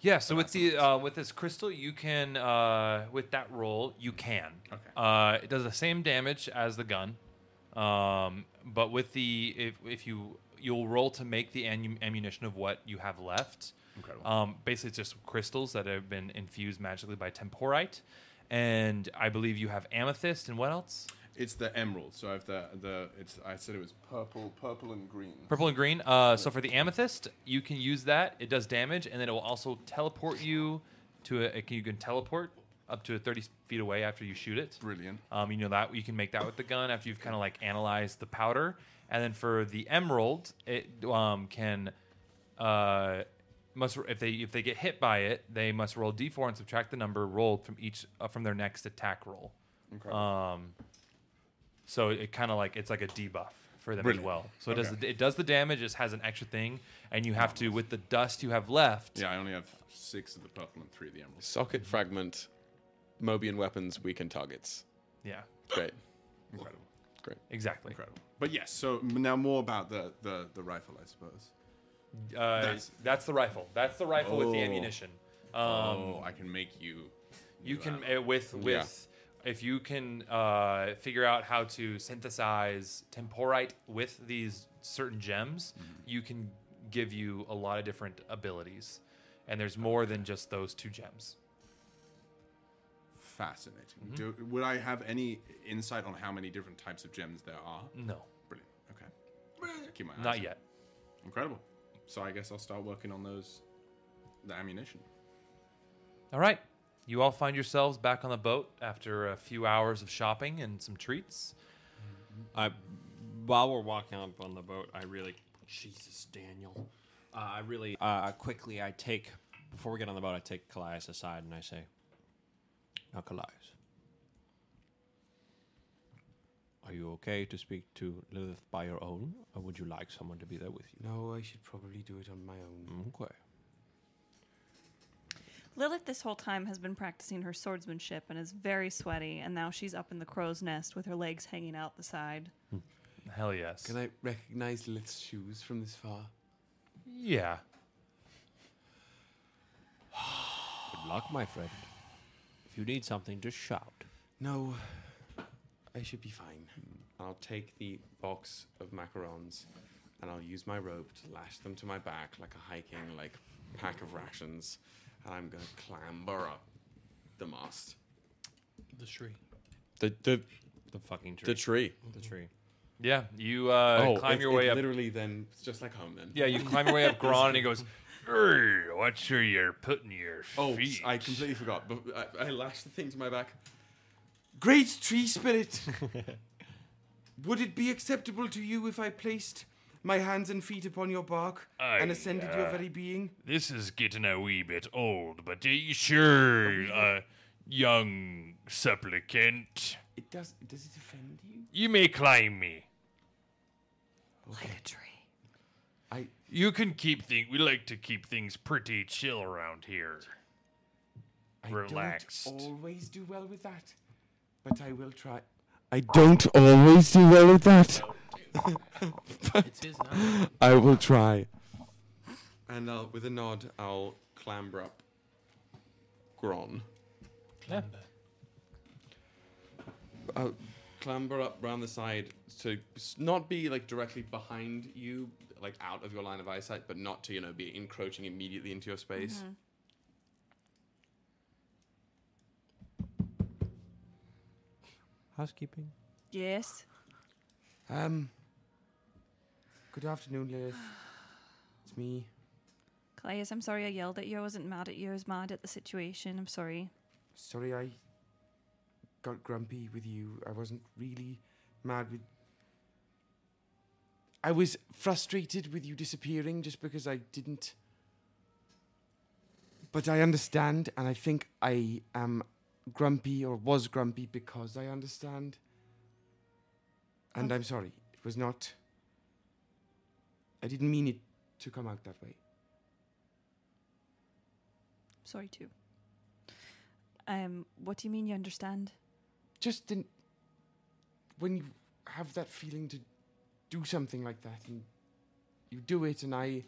Speaker 3: Yeah, so with the uh, with this crystal, you can uh, with that roll, you can. Okay. Uh, it does the same damage as the gun, um, but with the if if you you'll roll to make the annu- ammunition of what you have left.
Speaker 7: Incredible.
Speaker 3: Um, basically, it's just crystals that have been infused magically by temporite, and I believe you have amethyst and what else?
Speaker 7: It's the emerald. So I have the the. It's I said it was purple, purple and green.
Speaker 3: Purple and green. Uh, so for the amethyst, you can use that. It does damage, and then it will also teleport you to a. it can- You can teleport up to 30 feet away after you shoot it.
Speaker 7: Brilliant.
Speaker 3: Um, you know that you can make that with the gun after you've kind of like analyzed the powder, and then for the emerald, it um, can uh, must if they if they get hit by it, they must roll d4 and subtract the number rolled from each uh, from their next attack roll.
Speaker 7: Okay.
Speaker 3: Um, so it kind of like it's like a debuff for them
Speaker 7: Brilliant.
Speaker 3: as well. So it does
Speaker 7: Okay.
Speaker 3: the, it does the damage. It has an extra thing, and you have to with the dust you have left.
Speaker 7: Yeah, I only have six of the purple and three of the emerald.
Speaker 3: Mm-hmm.
Speaker 6: Socket fragment, Mobian weapons, weaken targets.
Speaker 3: Yeah.
Speaker 6: Great.
Speaker 7: Incredible.
Speaker 6: Great.
Speaker 3: Exactly.
Speaker 7: Incredible. But yes, so m- now more about the the, the rifle, I suppose.
Speaker 3: Uh, that's,
Speaker 7: That's-
Speaker 3: the rifle. That's the rifle with the
Speaker 7: Oh.
Speaker 3: ammunition. Um,
Speaker 7: Oh, I can make you.
Speaker 3: You
Speaker 7: new
Speaker 3: can
Speaker 7: ammo.
Speaker 3: uh, with
Speaker 7: Yeah.
Speaker 3: with if you can uh, figure out how to synthesize temporite with these certain gems,
Speaker 7: Mm-hmm.
Speaker 3: you can give you a lot of different abilities, and there's more than just those two gems.
Speaker 7: Fascinating.
Speaker 3: Mhm.
Speaker 7: Do, would I have any insight on how many different types of gems there are?
Speaker 3: No.
Speaker 7: Brilliant. Okay. Keep my eyes
Speaker 3: Not
Speaker 7: out.
Speaker 3: yet.
Speaker 7: Incredible. So I guess I'll start working on those, the ammunition.
Speaker 3: All right. You all find yourselves back on the boat after a few hours of shopping and some treats.
Speaker 8: I, while we're walking up on the boat, I really, Jesus, Daniel, uh, I really uh, quickly I take before we get on the boat, I take Callias aside and I say, "Now, Callias, are you okay to speak to Lilith by your own, or would you like someone to be there with you?"
Speaker 12: No, I should probably do it on my own.
Speaker 8: Okay.
Speaker 1: Lilith this whole time has been practicing her swordsmanship and is very sweaty, and now she's up in the crow's nest with her legs hanging out the side.
Speaker 3: Hell yes.
Speaker 12: Can I recognize Lith's shoes from this far?
Speaker 3: Yeah.
Speaker 8: Good luck, my friend. If you need something, just shout.
Speaker 12: No, I should be fine. I'll take the box of macarons and I'll use my rope to lash them to my back like a hiking like pack of rations. And I'm gonna clamber up the mast.
Speaker 13: The tree.
Speaker 6: The the
Speaker 8: the fucking
Speaker 6: The tree.
Speaker 8: The tree.
Speaker 3: Yeah, you uh,
Speaker 6: Mm-hmm. Oh,
Speaker 3: climb
Speaker 6: it-
Speaker 3: your
Speaker 6: it
Speaker 3: way up.
Speaker 6: Literally, then it's just like home. Then.
Speaker 3: Yeah, you climb your way up Gron, and he goes,
Speaker 4: "Urgh, What's sure you're putting your
Speaker 6: Oh,
Speaker 4: feet?
Speaker 6: I completely forgot. But I, I lashed the thing to my back.
Speaker 12: Great tree spirit! Would it be acceptable to you if I placed my hands and feet upon your bark and
Speaker 4: Aye,
Speaker 12: ascended your
Speaker 4: uh,
Speaker 12: very being?
Speaker 4: This is getting a wee bit old, but are you sure, uh, young supplicant?
Speaker 12: It does. Does it offend you?
Speaker 4: You may climb me.
Speaker 1: Like a tree.
Speaker 12: I.
Speaker 4: You can keep things. We like to keep things pretty chill around here. Relax.
Speaker 12: Don't always do well with that, but I will try.
Speaker 6: I don't always do well with that.
Speaker 12: It's his now.
Speaker 6: I will try.
Speaker 12: And
Speaker 6: uh,
Speaker 12: I'll, with a nod, I'll clamber up.
Speaker 6: Gron.
Speaker 3: Clamber.
Speaker 6: I'll clamber up round the side to s- not be like directly behind you, like out of your line of eyesight, but not to you know be encroaching immediately into your space.
Speaker 1: Mhm.
Speaker 8: Housekeeping.
Speaker 1: Yes.
Speaker 12: Um. Good afternoon, Lilith. It's me.
Speaker 1: Callias, I'm sorry I yelled at you. I wasn't mad at you. I was mad at the situation. I'm sorry.
Speaker 12: Sorry, I got grumpy with you. I wasn't really mad with. I was frustrated with you disappearing just because I didn't. But I understand, and I think I am grumpy or was grumpy because I understand. And I'm sorry. It was not. I didn't mean it to come out that way.
Speaker 1: Sorry too. Um, what do you mean you understand?
Speaker 12: Just didn't. when you have that feeling to do something like that and you do it and i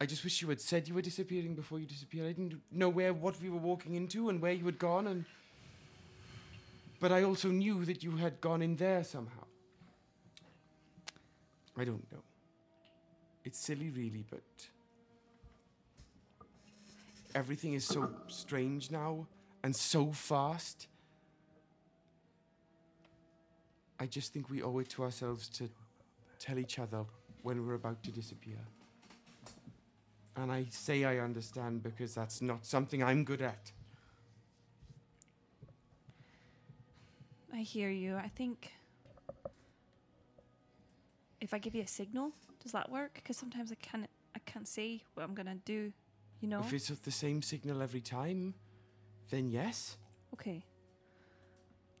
Speaker 12: i just wish you had said you were disappearing before you disappeared i didn't know where what we were walking into and where you had gone and but i also knew that you had gone in there somehow i don't know It's silly, really, but everything is so strange now and so fast. I just think we owe it to ourselves to tell each other when we're about to disappear. And I say I understand because that's not something I'm good at.
Speaker 1: I hear you. I think if I give you a signal, does that work? Because sometimes I can't, I can't say what I'm gonna do. You know.
Speaker 12: If it's the same signal every time, then yes.
Speaker 1: Okay.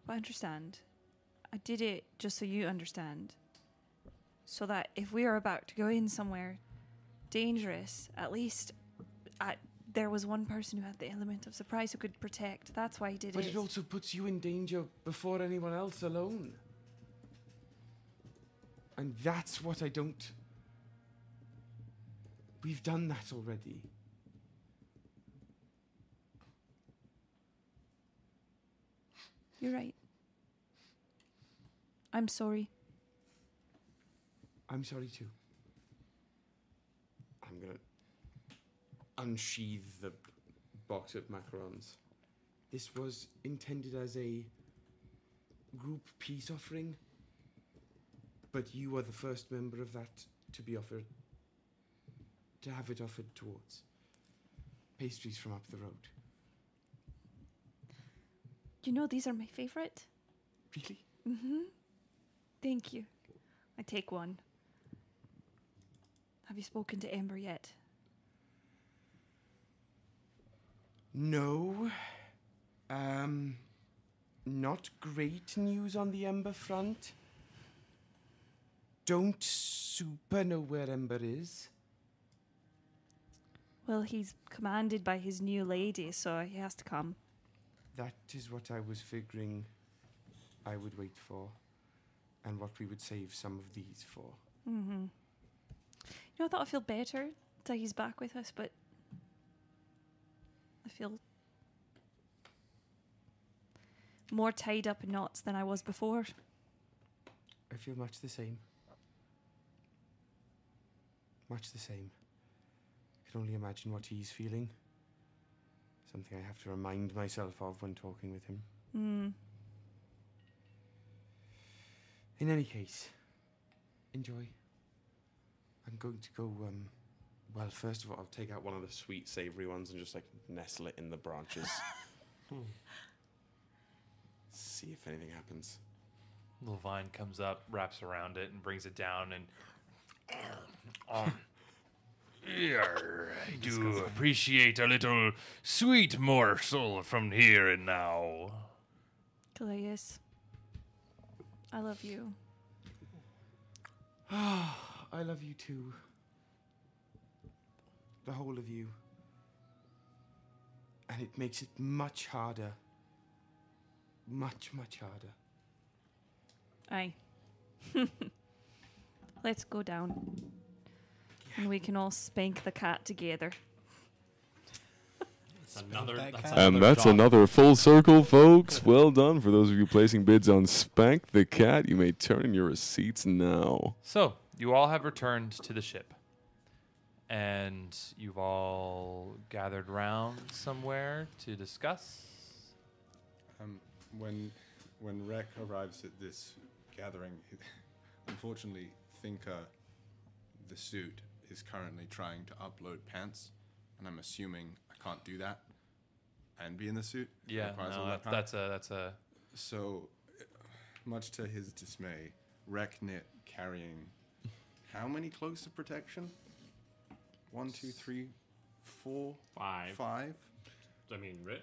Speaker 1: I understand. I did it just so you understand. So that if we are about to go in somewhere dangerous, at least I, there was one person who had the element of surprise who could protect. That's why I did
Speaker 12: But
Speaker 1: it.
Speaker 12: it also puts you in danger before anyone else alone. And that's what I don't. We've done that already.
Speaker 1: You're right. I'm sorry.
Speaker 12: I'm sorry too. I'm gonna unsheath the box of macarons. This was intended as a group peace offering, but you are the first member of that to be offered, to have it offered towards pastries from up the road.
Speaker 1: You know these are my favorite.
Speaker 12: Really?
Speaker 1: Mm-hmm. Thank you. I take one. Have you spoken to Amber yet?
Speaker 12: No. Um, not great news on the Ember front. Don't super know where Ember is.
Speaker 1: Well, he's commanded by his new lady, so he has to come.
Speaker 12: That is what I was figuring I would wait for, and what we would save some of these for.
Speaker 1: Mm-hmm. You know, I thought I feel better that he's back with us, but I feel more tied up in knots than I was before.
Speaker 12: I feel much the same. Much the same. I can only imagine what he's feeling. Something I have to remind myself of when talking with him.
Speaker 1: Mm.
Speaker 12: In any case, enjoy. I'm going to go. Um, well, first of all, I'll take out one of the sweet, savory ones and just like nestle it in the branches. um, See if anything happens.
Speaker 3: Little vine comes up, wraps around it, and brings it down. And um,
Speaker 4: Yeah, I do appreciate a little sweet morsel from here and now.
Speaker 1: Calais, I love you.
Speaker 12: I love you too. The whole of you. And it makes it much harder. Much, much harder.
Speaker 1: Aye. Let's go down. And we can all spank the cat together.
Speaker 8: That's another. That's
Speaker 19: And that's another full circle, folks. well done for those of you placing bids on Spank the Cat. You may turn in your receipts now.
Speaker 3: so you all have returned to the ship, and you've all gathered round somewhere to discuss.
Speaker 7: Um, when when Rek arrives at this gathering, unfortunately, Thinker, the suit, is currently trying to upload pants, and I'm assuming I can't do that and be in the suit. if it
Speaker 3: Yeah,
Speaker 7: requires
Speaker 3: no,
Speaker 7: all
Speaker 3: that-
Speaker 7: that time.
Speaker 3: that's a that's a.
Speaker 7: So, uh, much to his dismay, Reknit carrying how many cloaks of protection? One, two, three, four,
Speaker 8: five.
Speaker 7: Five.
Speaker 8: I mean, Rit.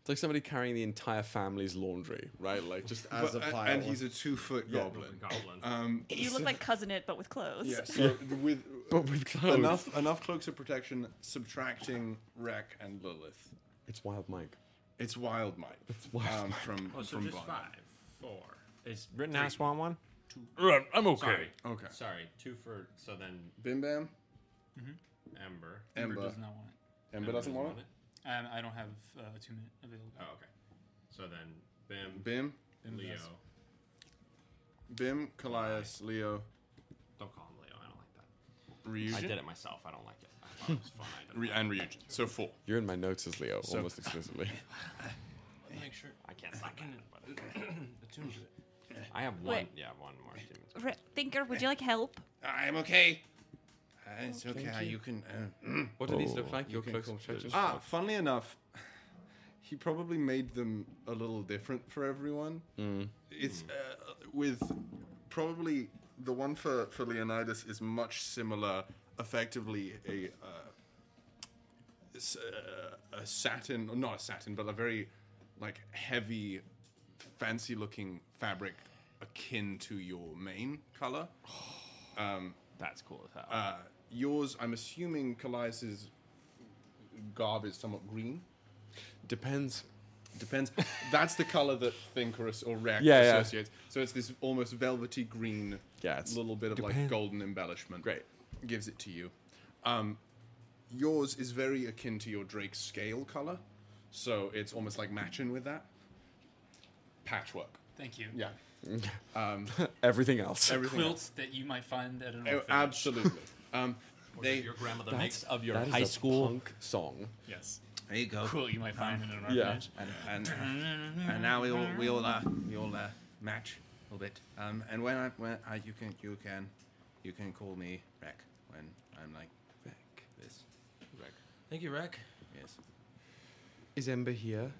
Speaker 6: It's like somebody carrying the entire family's laundry, right? Like just as
Speaker 7: But-
Speaker 6: a
Speaker 7: and-
Speaker 6: pile.
Speaker 7: and he's a two-foot
Speaker 6: Yeah.
Speaker 7: goblin. Goblin. Um,
Speaker 1: You look
Speaker 7: so-
Speaker 1: like cousin it, but with clothes.
Speaker 7: Yeah, so with,
Speaker 6: But with clothes.
Speaker 7: enough enough cloaks of protection, subtracting Rek and Lilith.
Speaker 6: It's Wild Mike.
Speaker 7: It's Wild Mike. It's
Speaker 6: Wild
Speaker 7: um,
Speaker 6: Mike.
Speaker 7: From
Speaker 8: Oh, so
Speaker 7: from
Speaker 8: just
Speaker 7: Bond.
Speaker 8: five, four. Is
Speaker 7: Written
Speaker 8: three,
Speaker 7: ass want one?
Speaker 8: two-
Speaker 7: Right, I'm okay.
Speaker 8: Sorry.
Speaker 7: Okay.
Speaker 8: Sorry, two for so then
Speaker 7: Bim Bam.
Speaker 8: Ember.
Speaker 7: Ember.
Speaker 5: Ember does not want it.
Speaker 7: Ember doesn't want it?
Speaker 5: Um, I don't have uh, a two minute available.
Speaker 8: Oh, okay. So then Bim.
Speaker 7: Bim.
Speaker 5: Bim
Speaker 8: Leo.
Speaker 5: does.
Speaker 7: Bim, Callias, Leo.
Speaker 8: Don't call him Leo. I don't like that.
Speaker 7: Ryujin?
Speaker 8: I did it myself. I don't like it. I thought it was fun. I didn't
Speaker 7: Re- and Ryujin. So four.
Speaker 19: You're in my notes as Leo,
Speaker 7: So-
Speaker 19: almost exclusively.
Speaker 13: Let me make sure.
Speaker 8: I can't stop
Speaker 13: I
Speaker 8: that,
Speaker 13: can attune to it.
Speaker 8: I have one.
Speaker 1: Wait.
Speaker 8: Yeah, one more. demon.
Speaker 1: Re- Thinker, would you like help?
Speaker 7: I'm okay. Uh, it's
Speaker 1: Oh,
Speaker 7: okay.
Speaker 1: thank you.
Speaker 7: You can. Uh, mm.
Speaker 6: What do these look like? Your
Speaker 7: can
Speaker 6: cloaks
Speaker 7: call-
Speaker 6: and churches?
Speaker 7: Ah, funnily enough, he probably made them a little different for everyone.
Speaker 6: Mm.
Speaker 7: It's uh, with probably the one for for Leonidas is much similar. Effectively, a uh, s- uh, a satin, not a satin, but a very like heavy, fancy-looking fabric akin to your main color. Um,
Speaker 8: That's cool as hell.
Speaker 7: Uh, yours, I'm assuming, Callias's garb is somewhat green.
Speaker 19: Depends.
Speaker 7: Depends. That's the color that Thinkerus or Rex
Speaker 19: Yeah, yeah.
Speaker 7: associates. So it's this almost velvety green,
Speaker 19: Yeah, it's-
Speaker 7: little bit of like
Speaker 19: Depend-
Speaker 7: golden embellishment. Great. Gives it to you. Um, yours is very akin to your Drake's scale color, so it's almost like matching with that. Patchwork.
Speaker 5: Thank you.
Speaker 7: Yeah. Um,
Speaker 19: Everything else.
Speaker 7: Everything else.
Speaker 5: Quilts that you might find at an
Speaker 7: Oh,
Speaker 5: orphanage.
Speaker 7: absolutely. Um, they, your
Speaker 5: grandmother
Speaker 8: That's- makes of your that is high a school- punk
Speaker 19: song.
Speaker 5: Yes.
Speaker 7: There you go.
Speaker 5: Quilt you might find in an
Speaker 7: yeah.
Speaker 5: orphanage.
Speaker 7: And, and, and now we all we all uh, we all uh, match a little bit. Um, and when I when I, you can you can you can call me Rec when I'm like Rec this Rec.
Speaker 13: Thank you, Rec.
Speaker 7: Yes.
Speaker 12: Is Ember here?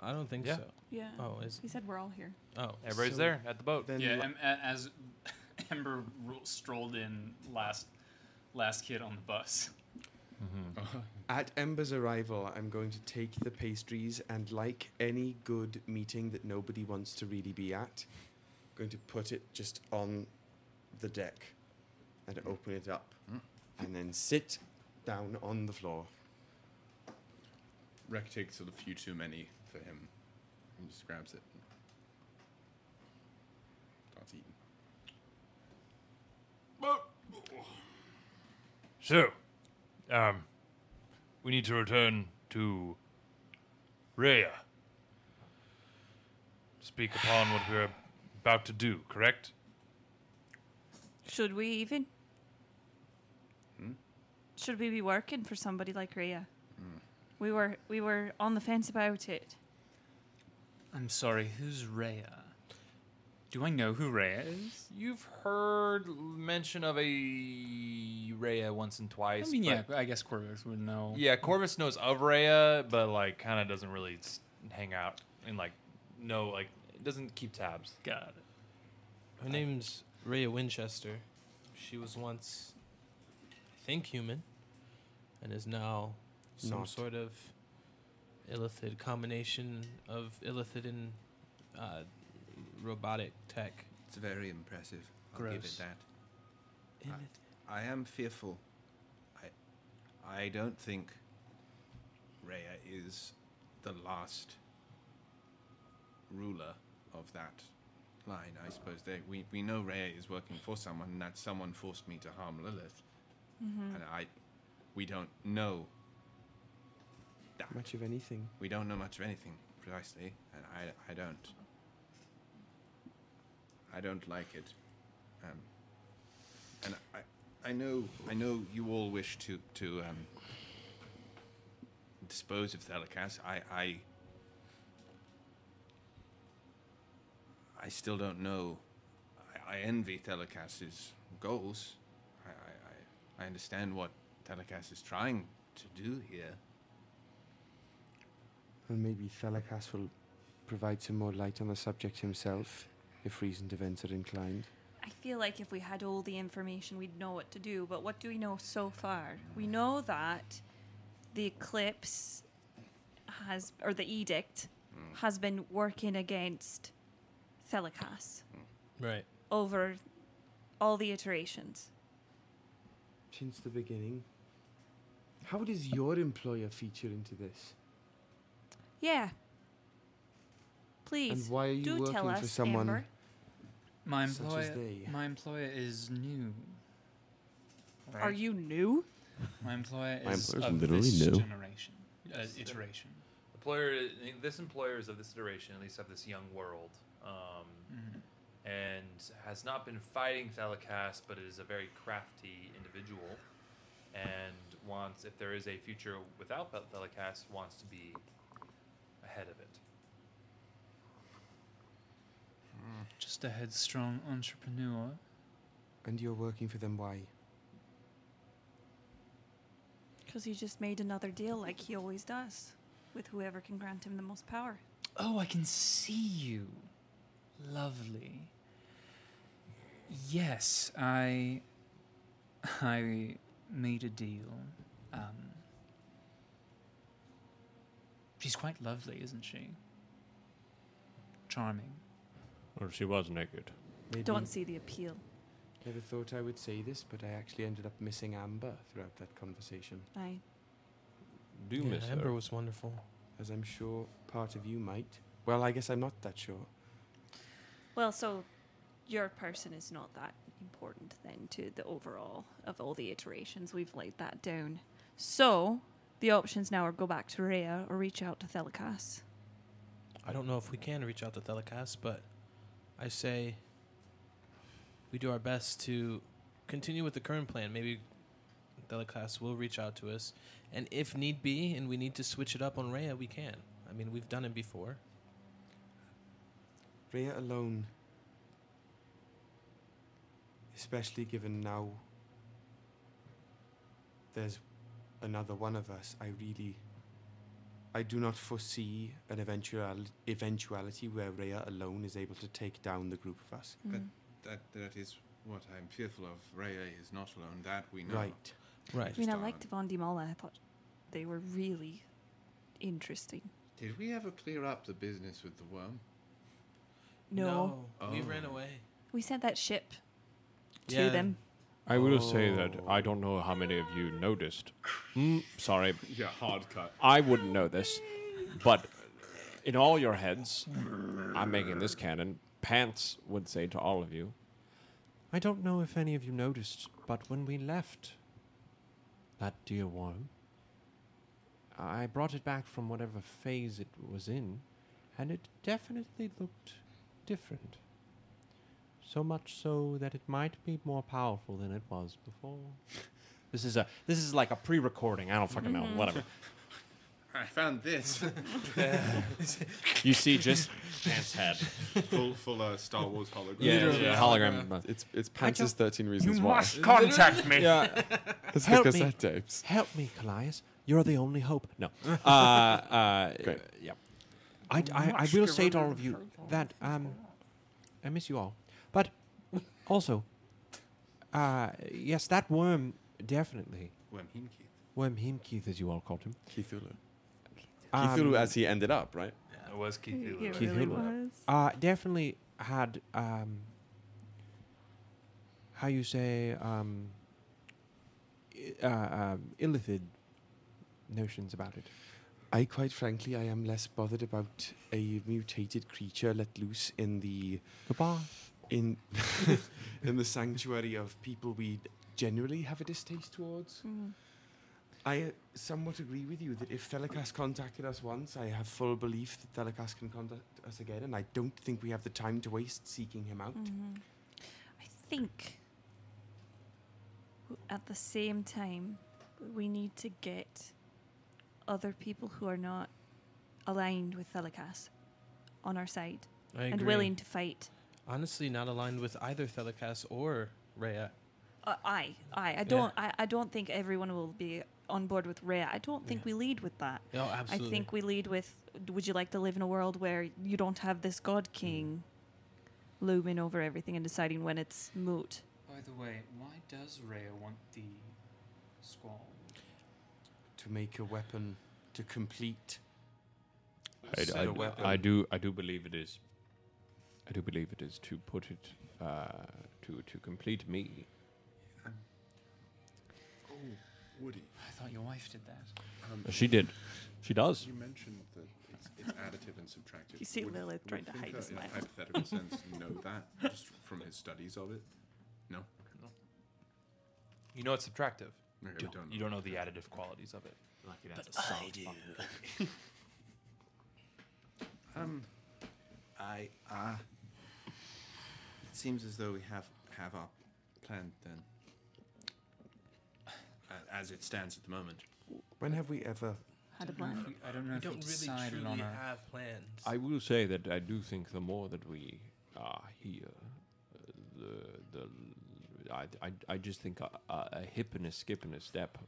Speaker 13: I don't think
Speaker 3: Yeah.
Speaker 13: so.
Speaker 1: Yeah.
Speaker 13: Oh, is
Speaker 1: he said we're all here.
Speaker 13: oh
Speaker 3: Everybody's
Speaker 13: so-
Speaker 3: there at the boat.
Speaker 5: yeah, em- a- as Ember ro- strolled in last last kid on the bus.
Speaker 8: Mm-hmm. Uh-huh.
Speaker 12: At Ember's arrival, I'm going to take the pastries and, like any good meeting that nobody wants to really be at, I'm going to put it just on the deck and open it up and then sit down on the floor.
Speaker 7: Rec takes a few too many for him and just grabs it. and Starts eating.
Speaker 4: So, um, we need to return to Rhea. Speak upon what we're about to do, correct?
Speaker 1: Should we even?
Speaker 4: Hmm?
Speaker 1: Should we be working for somebody like Rhea?
Speaker 7: Hmm.
Speaker 1: We were we were on the fence about it.
Speaker 5: I'm sorry, who's Rhea? Do I know who Rhea is?
Speaker 3: You've heard mention of a Rhea once and twice.
Speaker 5: I mean, yeah,
Speaker 3: but-
Speaker 5: but I guess Corvus would know.
Speaker 3: Yeah, Corvus knows of Rhea, but like kind of doesn't really s- hang out and like no like doesn't keep tabs.
Speaker 5: Got it.
Speaker 13: Her name's Rhea Winchester. She was once, I think, human, and is now some
Speaker 12: Not.
Speaker 13: sort of illithid combination of illithid and uh, robotic tech.
Speaker 7: It's very impressive. I'll give
Speaker 13: Gross.
Speaker 7: it that. I, I am fearful. I, I don't think Rhea is the last ruler of that line. I suppose they, we, we know Rhea is working for someone, and that someone forced me to harm Lilith.
Speaker 1: Mhm.
Speaker 7: And I, we don't know that.
Speaker 12: Much of anything.
Speaker 7: We don't know much of anything precisely, and I, I don't. I don't like it, um, and I, I know, I know you all wish to to um, dispose of Thelikas. I, I, I still don't know. I, I envy Thelikas's goals. I, I, I, I understand what Thelikas is trying to do here.
Speaker 12: And maybe Thalakas will provide some more light on the subject himself, if recent events are inclined.
Speaker 1: I feel like if we had all the information, we'd know what to do. But what do we know so far? We know that the eclipse has, or the edict, has been working against Thelikas
Speaker 13: Right.
Speaker 1: over all the iterations.
Speaker 12: Since the beginning. How does your employer feature into this?
Speaker 1: Yeah. Please.
Speaker 12: and why are you
Speaker 1: do
Speaker 12: working
Speaker 1: tell us,
Speaker 12: for someone?
Speaker 1: Amber.
Speaker 5: My
Speaker 12: Such as
Speaker 5: employer,
Speaker 12: they.
Speaker 5: my employer is new.
Speaker 1: Are you new?
Speaker 5: My employer
Speaker 19: My
Speaker 5: is
Speaker 19: employer's
Speaker 5: of
Speaker 19: literally
Speaker 5: this
Speaker 19: new.
Speaker 5: generation, uh, iteration. Mm-hmm.
Speaker 3: Employer, this employer is of this iteration, at least of this young world. Um, and has not been fighting Thalicast, but is a very crafty individual, and wants, if there is a future without Thel- Thalicast, wants to be ahead of it.
Speaker 12: Hmm.
Speaker 5: Just a headstrong entrepreneur.
Speaker 12: And you're working for them, why?
Speaker 1: Because he just made another deal like he always does with whoever can grant him the most power.
Speaker 2: Oh, I can see you. Lovely. Yes, I. I made a deal. Um, she's quite lovely, isn't she? Charming.
Speaker 4: Or she was naked.
Speaker 1: Don't see the appeal.
Speaker 12: Never thought I would say this, but I actually ended up missing Amber throughout that conversation.
Speaker 1: I
Speaker 8: Do
Speaker 13: Yeah,
Speaker 8: miss her.
Speaker 13: Amber was wonderful.
Speaker 12: As I'm sure part of you might. Well, I guess I'm not that sure.
Speaker 1: Well, so your person is not that important then to the overall of all the iterations. We've laid that down. So the options now are go back to Rhea or reach out to Thelikas.
Speaker 13: I don't know if we can reach out to Telecast, but I say we do our best to continue with the current plan. Maybe Telecast will reach out to us, and if need be, and we need to switch it up on Rhea, we can. I mean, we've done it before.
Speaker 12: Rhea alone, especially given now there's another one of us, I really. I do not foresee an eventual, eventuality where Rhea alone is able to take down the group of us.
Speaker 7: But that that is what I'm fearful of. Raya is not alone. That we know. um,
Speaker 12: Right.
Speaker 1: I mean, I liked Von Dimala. I thought they were really interesting.
Speaker 7: Did we ever clear up the business with the worm?
Speaker 1: No.
Speaker 13: we
Speaker 7: Oh.
Speaker 13: ran away.
Speaker 1: We sent that ship to
Speaker 13: Yeah.
Speaker 1: them.
Speaker 4: I will say that
Speaker 8: Oh.
Speaker 4: I don't know how many of you noticed. Mm, sorry.
Speaker 7: Yeah, hard cut.
Speaker 8: I wouldn't know this, but in all your heads, I'm making this canon. Pants would say to all of you, I don't know if any of you noticed, but when we left that dear worm, I brought it back from whatever phase it was in, and it definitely looked different. So much so that it might be more powerful than it was before. This is a this is like a pre-recording. I don't Oh, fucking
Speaker 7: Mhm.
Speaker 8: know. Whatever.
Speaker 7: I found this.
Speaker 8: You see just Pants head.
Speaker 7: Full, full uh, Star Wars hologram.
Speaker 8: Yeah, Literally. yeah, hologram.
Speaker 19: It's- It's it's
Speaker 8: I don't-
Speaker 19: Pants' thirteen reasons
Speaker 8: you
Speaker 19: why.
Speaker 8: must contact me.
Speaker 19: yeah, it's the
Speaker 8: Help me.
Speaker 19: cassette tapes.
Speaker 8: Help me, Callias. You're the only hope. No. Uh, uh,
Speaker 19: Great.
Speaker 8: Yeah. I, I, I will say to all of you that um, I miss you all. But also, uh, yes, that worm definitely.
Speaker 7: Worm Heemkeith.
Speaker 8: Worm Heemkeith, as you all called him.
Speaker 19: Cthulhu.
Speaker 8: Um,
Speaker 19: Cthulhu as he ended up, right?
Speaker 3: It was Keith
Speaker 1: It
Speaker 3: Hewlett.
Speaker 1: really was.
Speaker 8: Uh, definitely had um, how you say um, i- uh, um, illithid notions about it.
Speaker 12: I quite frankly, I am less bothered about a mutated creature let loose in the
Speaker 8: Goodbye.
Speaker 12: in in the sanctuary of people we generally have a distaste towards. I uh, somewhat agree with you that if Telecast contacted us once, I have full belief that Telecast can contact us again, and I don't think we have the time to waste seeking him out.
Speaker 13: Mm-hmm.
Speaker 1: Mhm. I think w- at the same time, we need to get other people who are not aligned with Thelikas on our side
Speaker 13: I
Speaker 1: and
Speaker 13: agree.
Speaker 1: willing to fight.
Speaker 13: Honestly, not aligned with either Telecast or Rhea.
Speaker 1: Uh, I, I, I don't, I, I don't think everyone will be on board with Rhea. I don't think we lead with that.
Speaker 13: No, absolutely.
Speaker 1: I think we lead with, d- would you like to live in a world where you don't have this god
Speaker 13: Mm.
Speaker 1: king looming over everything and deciding when it's moot?
Speaker 5: By the way, why does Rhea want the squall?
Speaker 12: To make a weapon, to complete
Speaker 4: I,
Speaker 12: said
Speaker 4: I-
Speaker 12: a weapon.
Speaker 4: I do. I do believe it is. I do believe it is to put it uh, to to complete me.
Speaker 7: Oh, Woody.
Speaker 5: I thought your wife did that.
Speaker 7: Um,
Speaker 4: She did. She does.
Speaker 7: You mentioned that it's, it's additive and subtractive.
Speaker 1: You see
Speaker 7: Would-
Speaker 1: Lilith
Speaker 7: would
Speaker 1: trying to
Speaker 7: Finca
Speaker 1: hide his
Speaker 7: in a
Speaker 1: smile.
Speaker 7: hypothetical sense know that just from his studies of it? No.
Speaker 3: You know it's subtractive.
Speaker 7: No, we don't
Speaker 3: You don't know the additive qualities of it.
Speaker 5: that's
Speaker 3: But
Speaker 5: a
Speaker 3: I
Speaker 5: solid
Speaker 3: do.
Speaker 7: Um, I uh, It seems as though we have have our plan then, A- as it stands at the moment.
Speaker 12: When have we ever
Speaker 5: Had a plan. I don't know
Speaker 15: We
Speaker 5: if we
Speaker 15: don't really
Speaker 5: decided on
Speaker 15: truly
Speaker 5: our-
Speaker 15: have plans.
Speaker 8: I will say that I do think the more that we are here, uh, the the I I, I just think a, a, a hip and a skip and a step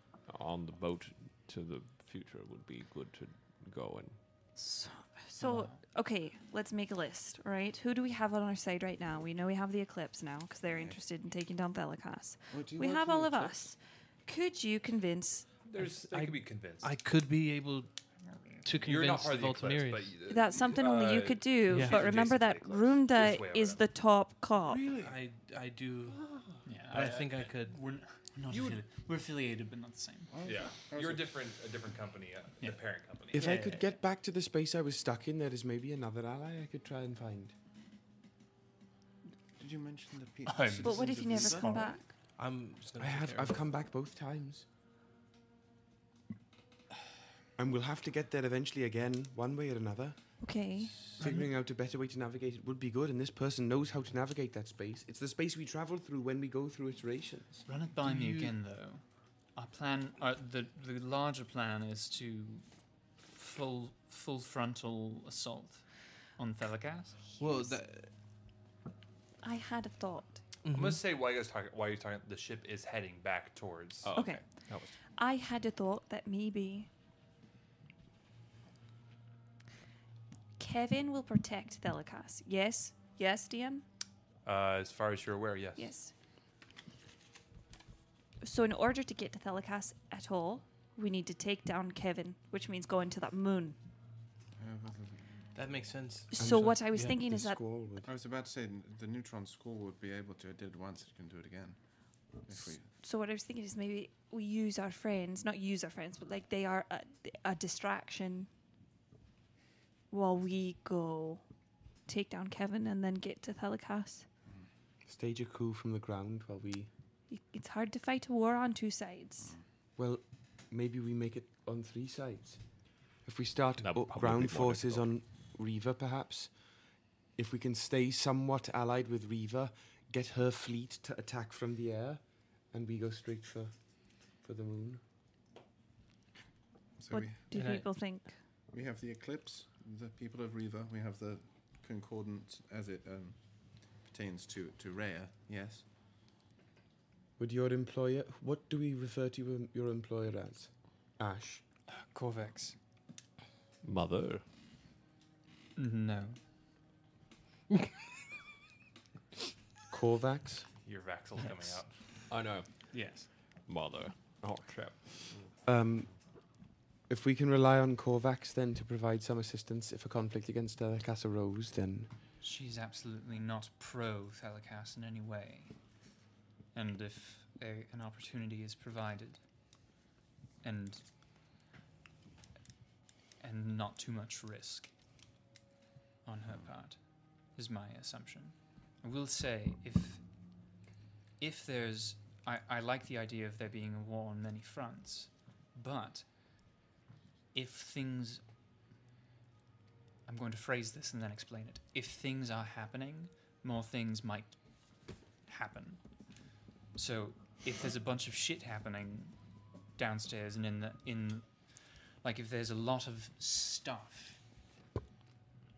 Speaker 8: on the boat to the future would be good to go and.
Speaker 1: So, so okay, let's make a list, right? Who do we have on our side right now? We know we have the Eclipse now because they're interested in taking down Thelikas.
Speaker 13: Oh, do you
Speaker 1: we
Speaker 13: work
Speaker 1: have
Speaker 13: for the
Speaker 1: all of
Speaker 13: Eclipse?
Speaker 1: us. Could you convince?
Speaker 3: There's, I, could be convinced.
Speaker 13: I could be able to convince
Speaker 3: You're not part of the Eclipse,
Speaker 13: Voltamirians.
Speaker 3: but
Speaker 1: That's something only you
Speaker 13: uh,
Speaker 1: could do.
Speaker 13: yeah.
Speaker 1: But
Speaker 13: She's
Speaker 1: remember
Speaker 13: adjacent
Speaker 1: that Runda
Speaker 13: way
Speaker 1: is the top cop.
Speaker 13: I, I do.
Speaker 5: Yeah,
Speaker 13: but I, think I could.
Speaker 5: We're, n- we're not affiliated. We're affiliated, but not the same.
Speaker 3: Yeah, you're Oh, a different, a different company, uh, the parent company.
Speaker 12: If I could get back to the space I was stuck in, there is maybe another ally I could try and find.
Speaker 7: Did you mention the people?
Speaker 12: I'm-
Speaker 1: But what if you never come back?
Speaker 13: I'm just gonna
Speaker 12: I have.
Speaker 13: prepare.
Speaker 12: I've come back both times. And we'll have to get there eventually again, one way or another.
Speaker 1: Okay.
Speaker 5: Mm-hmm.
Speaker 12: Figuring out a better way to navigate it would be good, and this person knows how to navigate that space. It's the space we travel through when we go through iterations.
Speaker 5: Run it by me again, though. Our plan, uh, the the larger plan, is to full full frontal assault on Thelagas.
Speaker 15: Well, that,
Speaker 1: I had a thought.
Speaker 3: I'm gonna say while you guys talking, while you're talking, the ship is heading back towards.
Speaker 1: Oh, okay. okay. I had a thought that maybe Kevin will protect Thelikas. Yes, yes, DM.
Speaker 3: Uh, as far as you're aware, yes.
Speaker 1: Yes. So, in order to get to Thelikas at all, we need to take down Kevin, which means going to that moon.
Speaker 13: That makes sense.
Speaker 1: So what I was thinking is that
Speaker 7: I was about to say n- the neutron squall would be able to. It did once. It can do it again. If we,
Speaker 1: so what I was thinking is maybe we use our friends, not use our friends, but like they are a, a distraction while we go take down Kevin and then get to Thelikas.
Speaker 12: Stage a coup from the ground while we.
Speaker 1: Y- It's hard to fight a war on two sides.
Speaker 12: Well, maybe we make it on three sides. If we start up
Speaker 6: probably
Speaker 12: ground
Speaker 6: be more
Speaker 12: forces on Reva, perhaps. If we can stay somewhat allied with Reva, get her fleet to attack from the air, and we go straight for, for the moon.
Speaker 7: so
Speaker 1: what
Speaker 7: we,
Speaker 1: do people think?
Speaker 7: we have the eclipse, the people of Riva. We have the concordance as it um, pertains to to Rhea. Yes.
Speaker 12: Would your employer? What do we refer to em- your employer as? Ash.
Speaker 5: Corvex.
Speaker 8: Mother.
Speaker 5: No.
Speaker 12: Corvax.
Speaker 3: Your Vaxel's coming
Speaker 5: Yes.
Speaker 3: out.
Speaker 8: I know.
Speaker 5: Yes.
Speaker 8: Mother. Oh crap.
Speaker 12: Um, if we can rely on Corvax then to provide some assistance if a conflict against Delicass arose, then
Speaker 5: She's absolutely not pro Thelakas in any way. And if a, an opportunity is provided, and and not too much risk on her part, is my assumption. I will say if if there's I, I like the idea of there being a war on many fronts, but if things I'm going to phrase this and then explain it. If things are happening, more things might happen. So if there's a bunch of shit happening downstairs and in the in like if there's a lot of stuff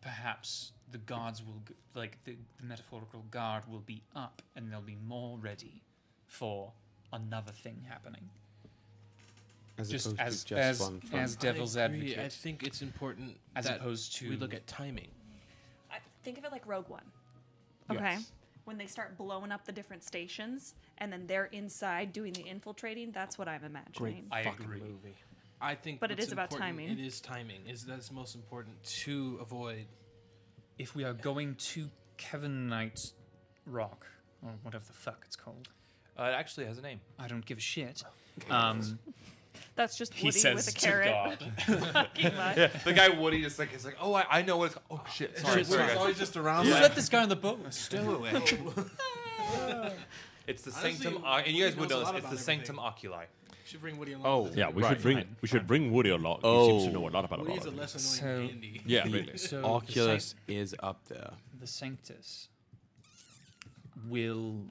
Speaker 5: perhaps the guards will g- like the, the metaphorical guard will be up and they'll be more ready for another thing happening
Speaker 12: as
Speaker 5: Just
Speaker 12: opposed
Speaker 5: as-
Speaker 12: to just
Speaker 5: as-
Speaker 12: one.
Speaker 5: as
Speaker 12: front.
Speaker 5: devil's
Speaker 13: I agree.
Speaker 5: advocate.
Speaker 13: I think it's important
Speaker 5: As
Speaker 13: that
Speaker 5: opposed to-
Speaker 13: we look at timing.
Speaker 1: I think of it like Rogue One. Okay. When they start blowing up the different stations and then they're inside doing the infiltrating, that's what I'm imagining.
Speaker 13: fucking movie. I think,
Speaker 1: But it
Speaker 13: what's
Speaker 1: is about
Speaker 13: important-
Speaker 1: timing.
Speaker 13: It is timing. Is that's most important to avoid.
Speaker 5: if we are going to Kevin Knight Rock, or whatever the fuck it's called,
Speaker 3: Uh, it actually has a name.
Speaker 5: I don't give a shit. Um,
Speaker 1: That's just
Speaker 5: He
Speaker 1: Woody
Speaker 5: says
Speaker 1: with a
Speaker 5: to
Speaker 1: carrot.
Speaker 3: God.
Speaker 1: Pretty much.
Speaker 3: Yeah, the guy Woody just like is like, oh, I, I know what it's. called." Oh shit, sorry,
Speaker 13: Shit,
Speaker 3: sorry,
Speaker 13: it's
Speaker 3: guys.
Speaker 13: always just around
Speaker 3: Yeah.
Speaker 13: like- Let this guy on the boat. A
Speaker 3: stowaway. Oh. it's the
Speaker 10: Honestly,
Speaker 3: sanctum. o- and you guys
Speaker 10: Woody
Speaker 3: would
Speaker 10: knows a
Speaker 3: know this.
Speaker 10: lot
Speaker 3: It's the
Speaker 10: about
Speaker 3: sanctum oculi.
Speaker 10: Should bring Woody along.
Speaker 5: Um,
Speaker 3: Oh,
Speaker 8: Yeah, we
Speaker 3: Right, Oh.
Speaker 8: should bring
Speaker 3: fine,
Speaker 8: we should bring Woody along.
Speaker 6: Oh.
Speaker 8: He seems to know a lot about
Speaker 10: Woody's
Speaker 8: a lot.
Speaker 10: a
Speaker 8: of
Speaker 10: less
Speaker 8: things.
Speaker 10: annoying
Speaker 5: So-
Speaker 10: Andy.
Speaker 8: Yeah,
Speaker 5: The-
Speaker 8: really.
Speaker 5: so the Oculus
Speaker 6: is up there.
Speaker 5: the Sanctus will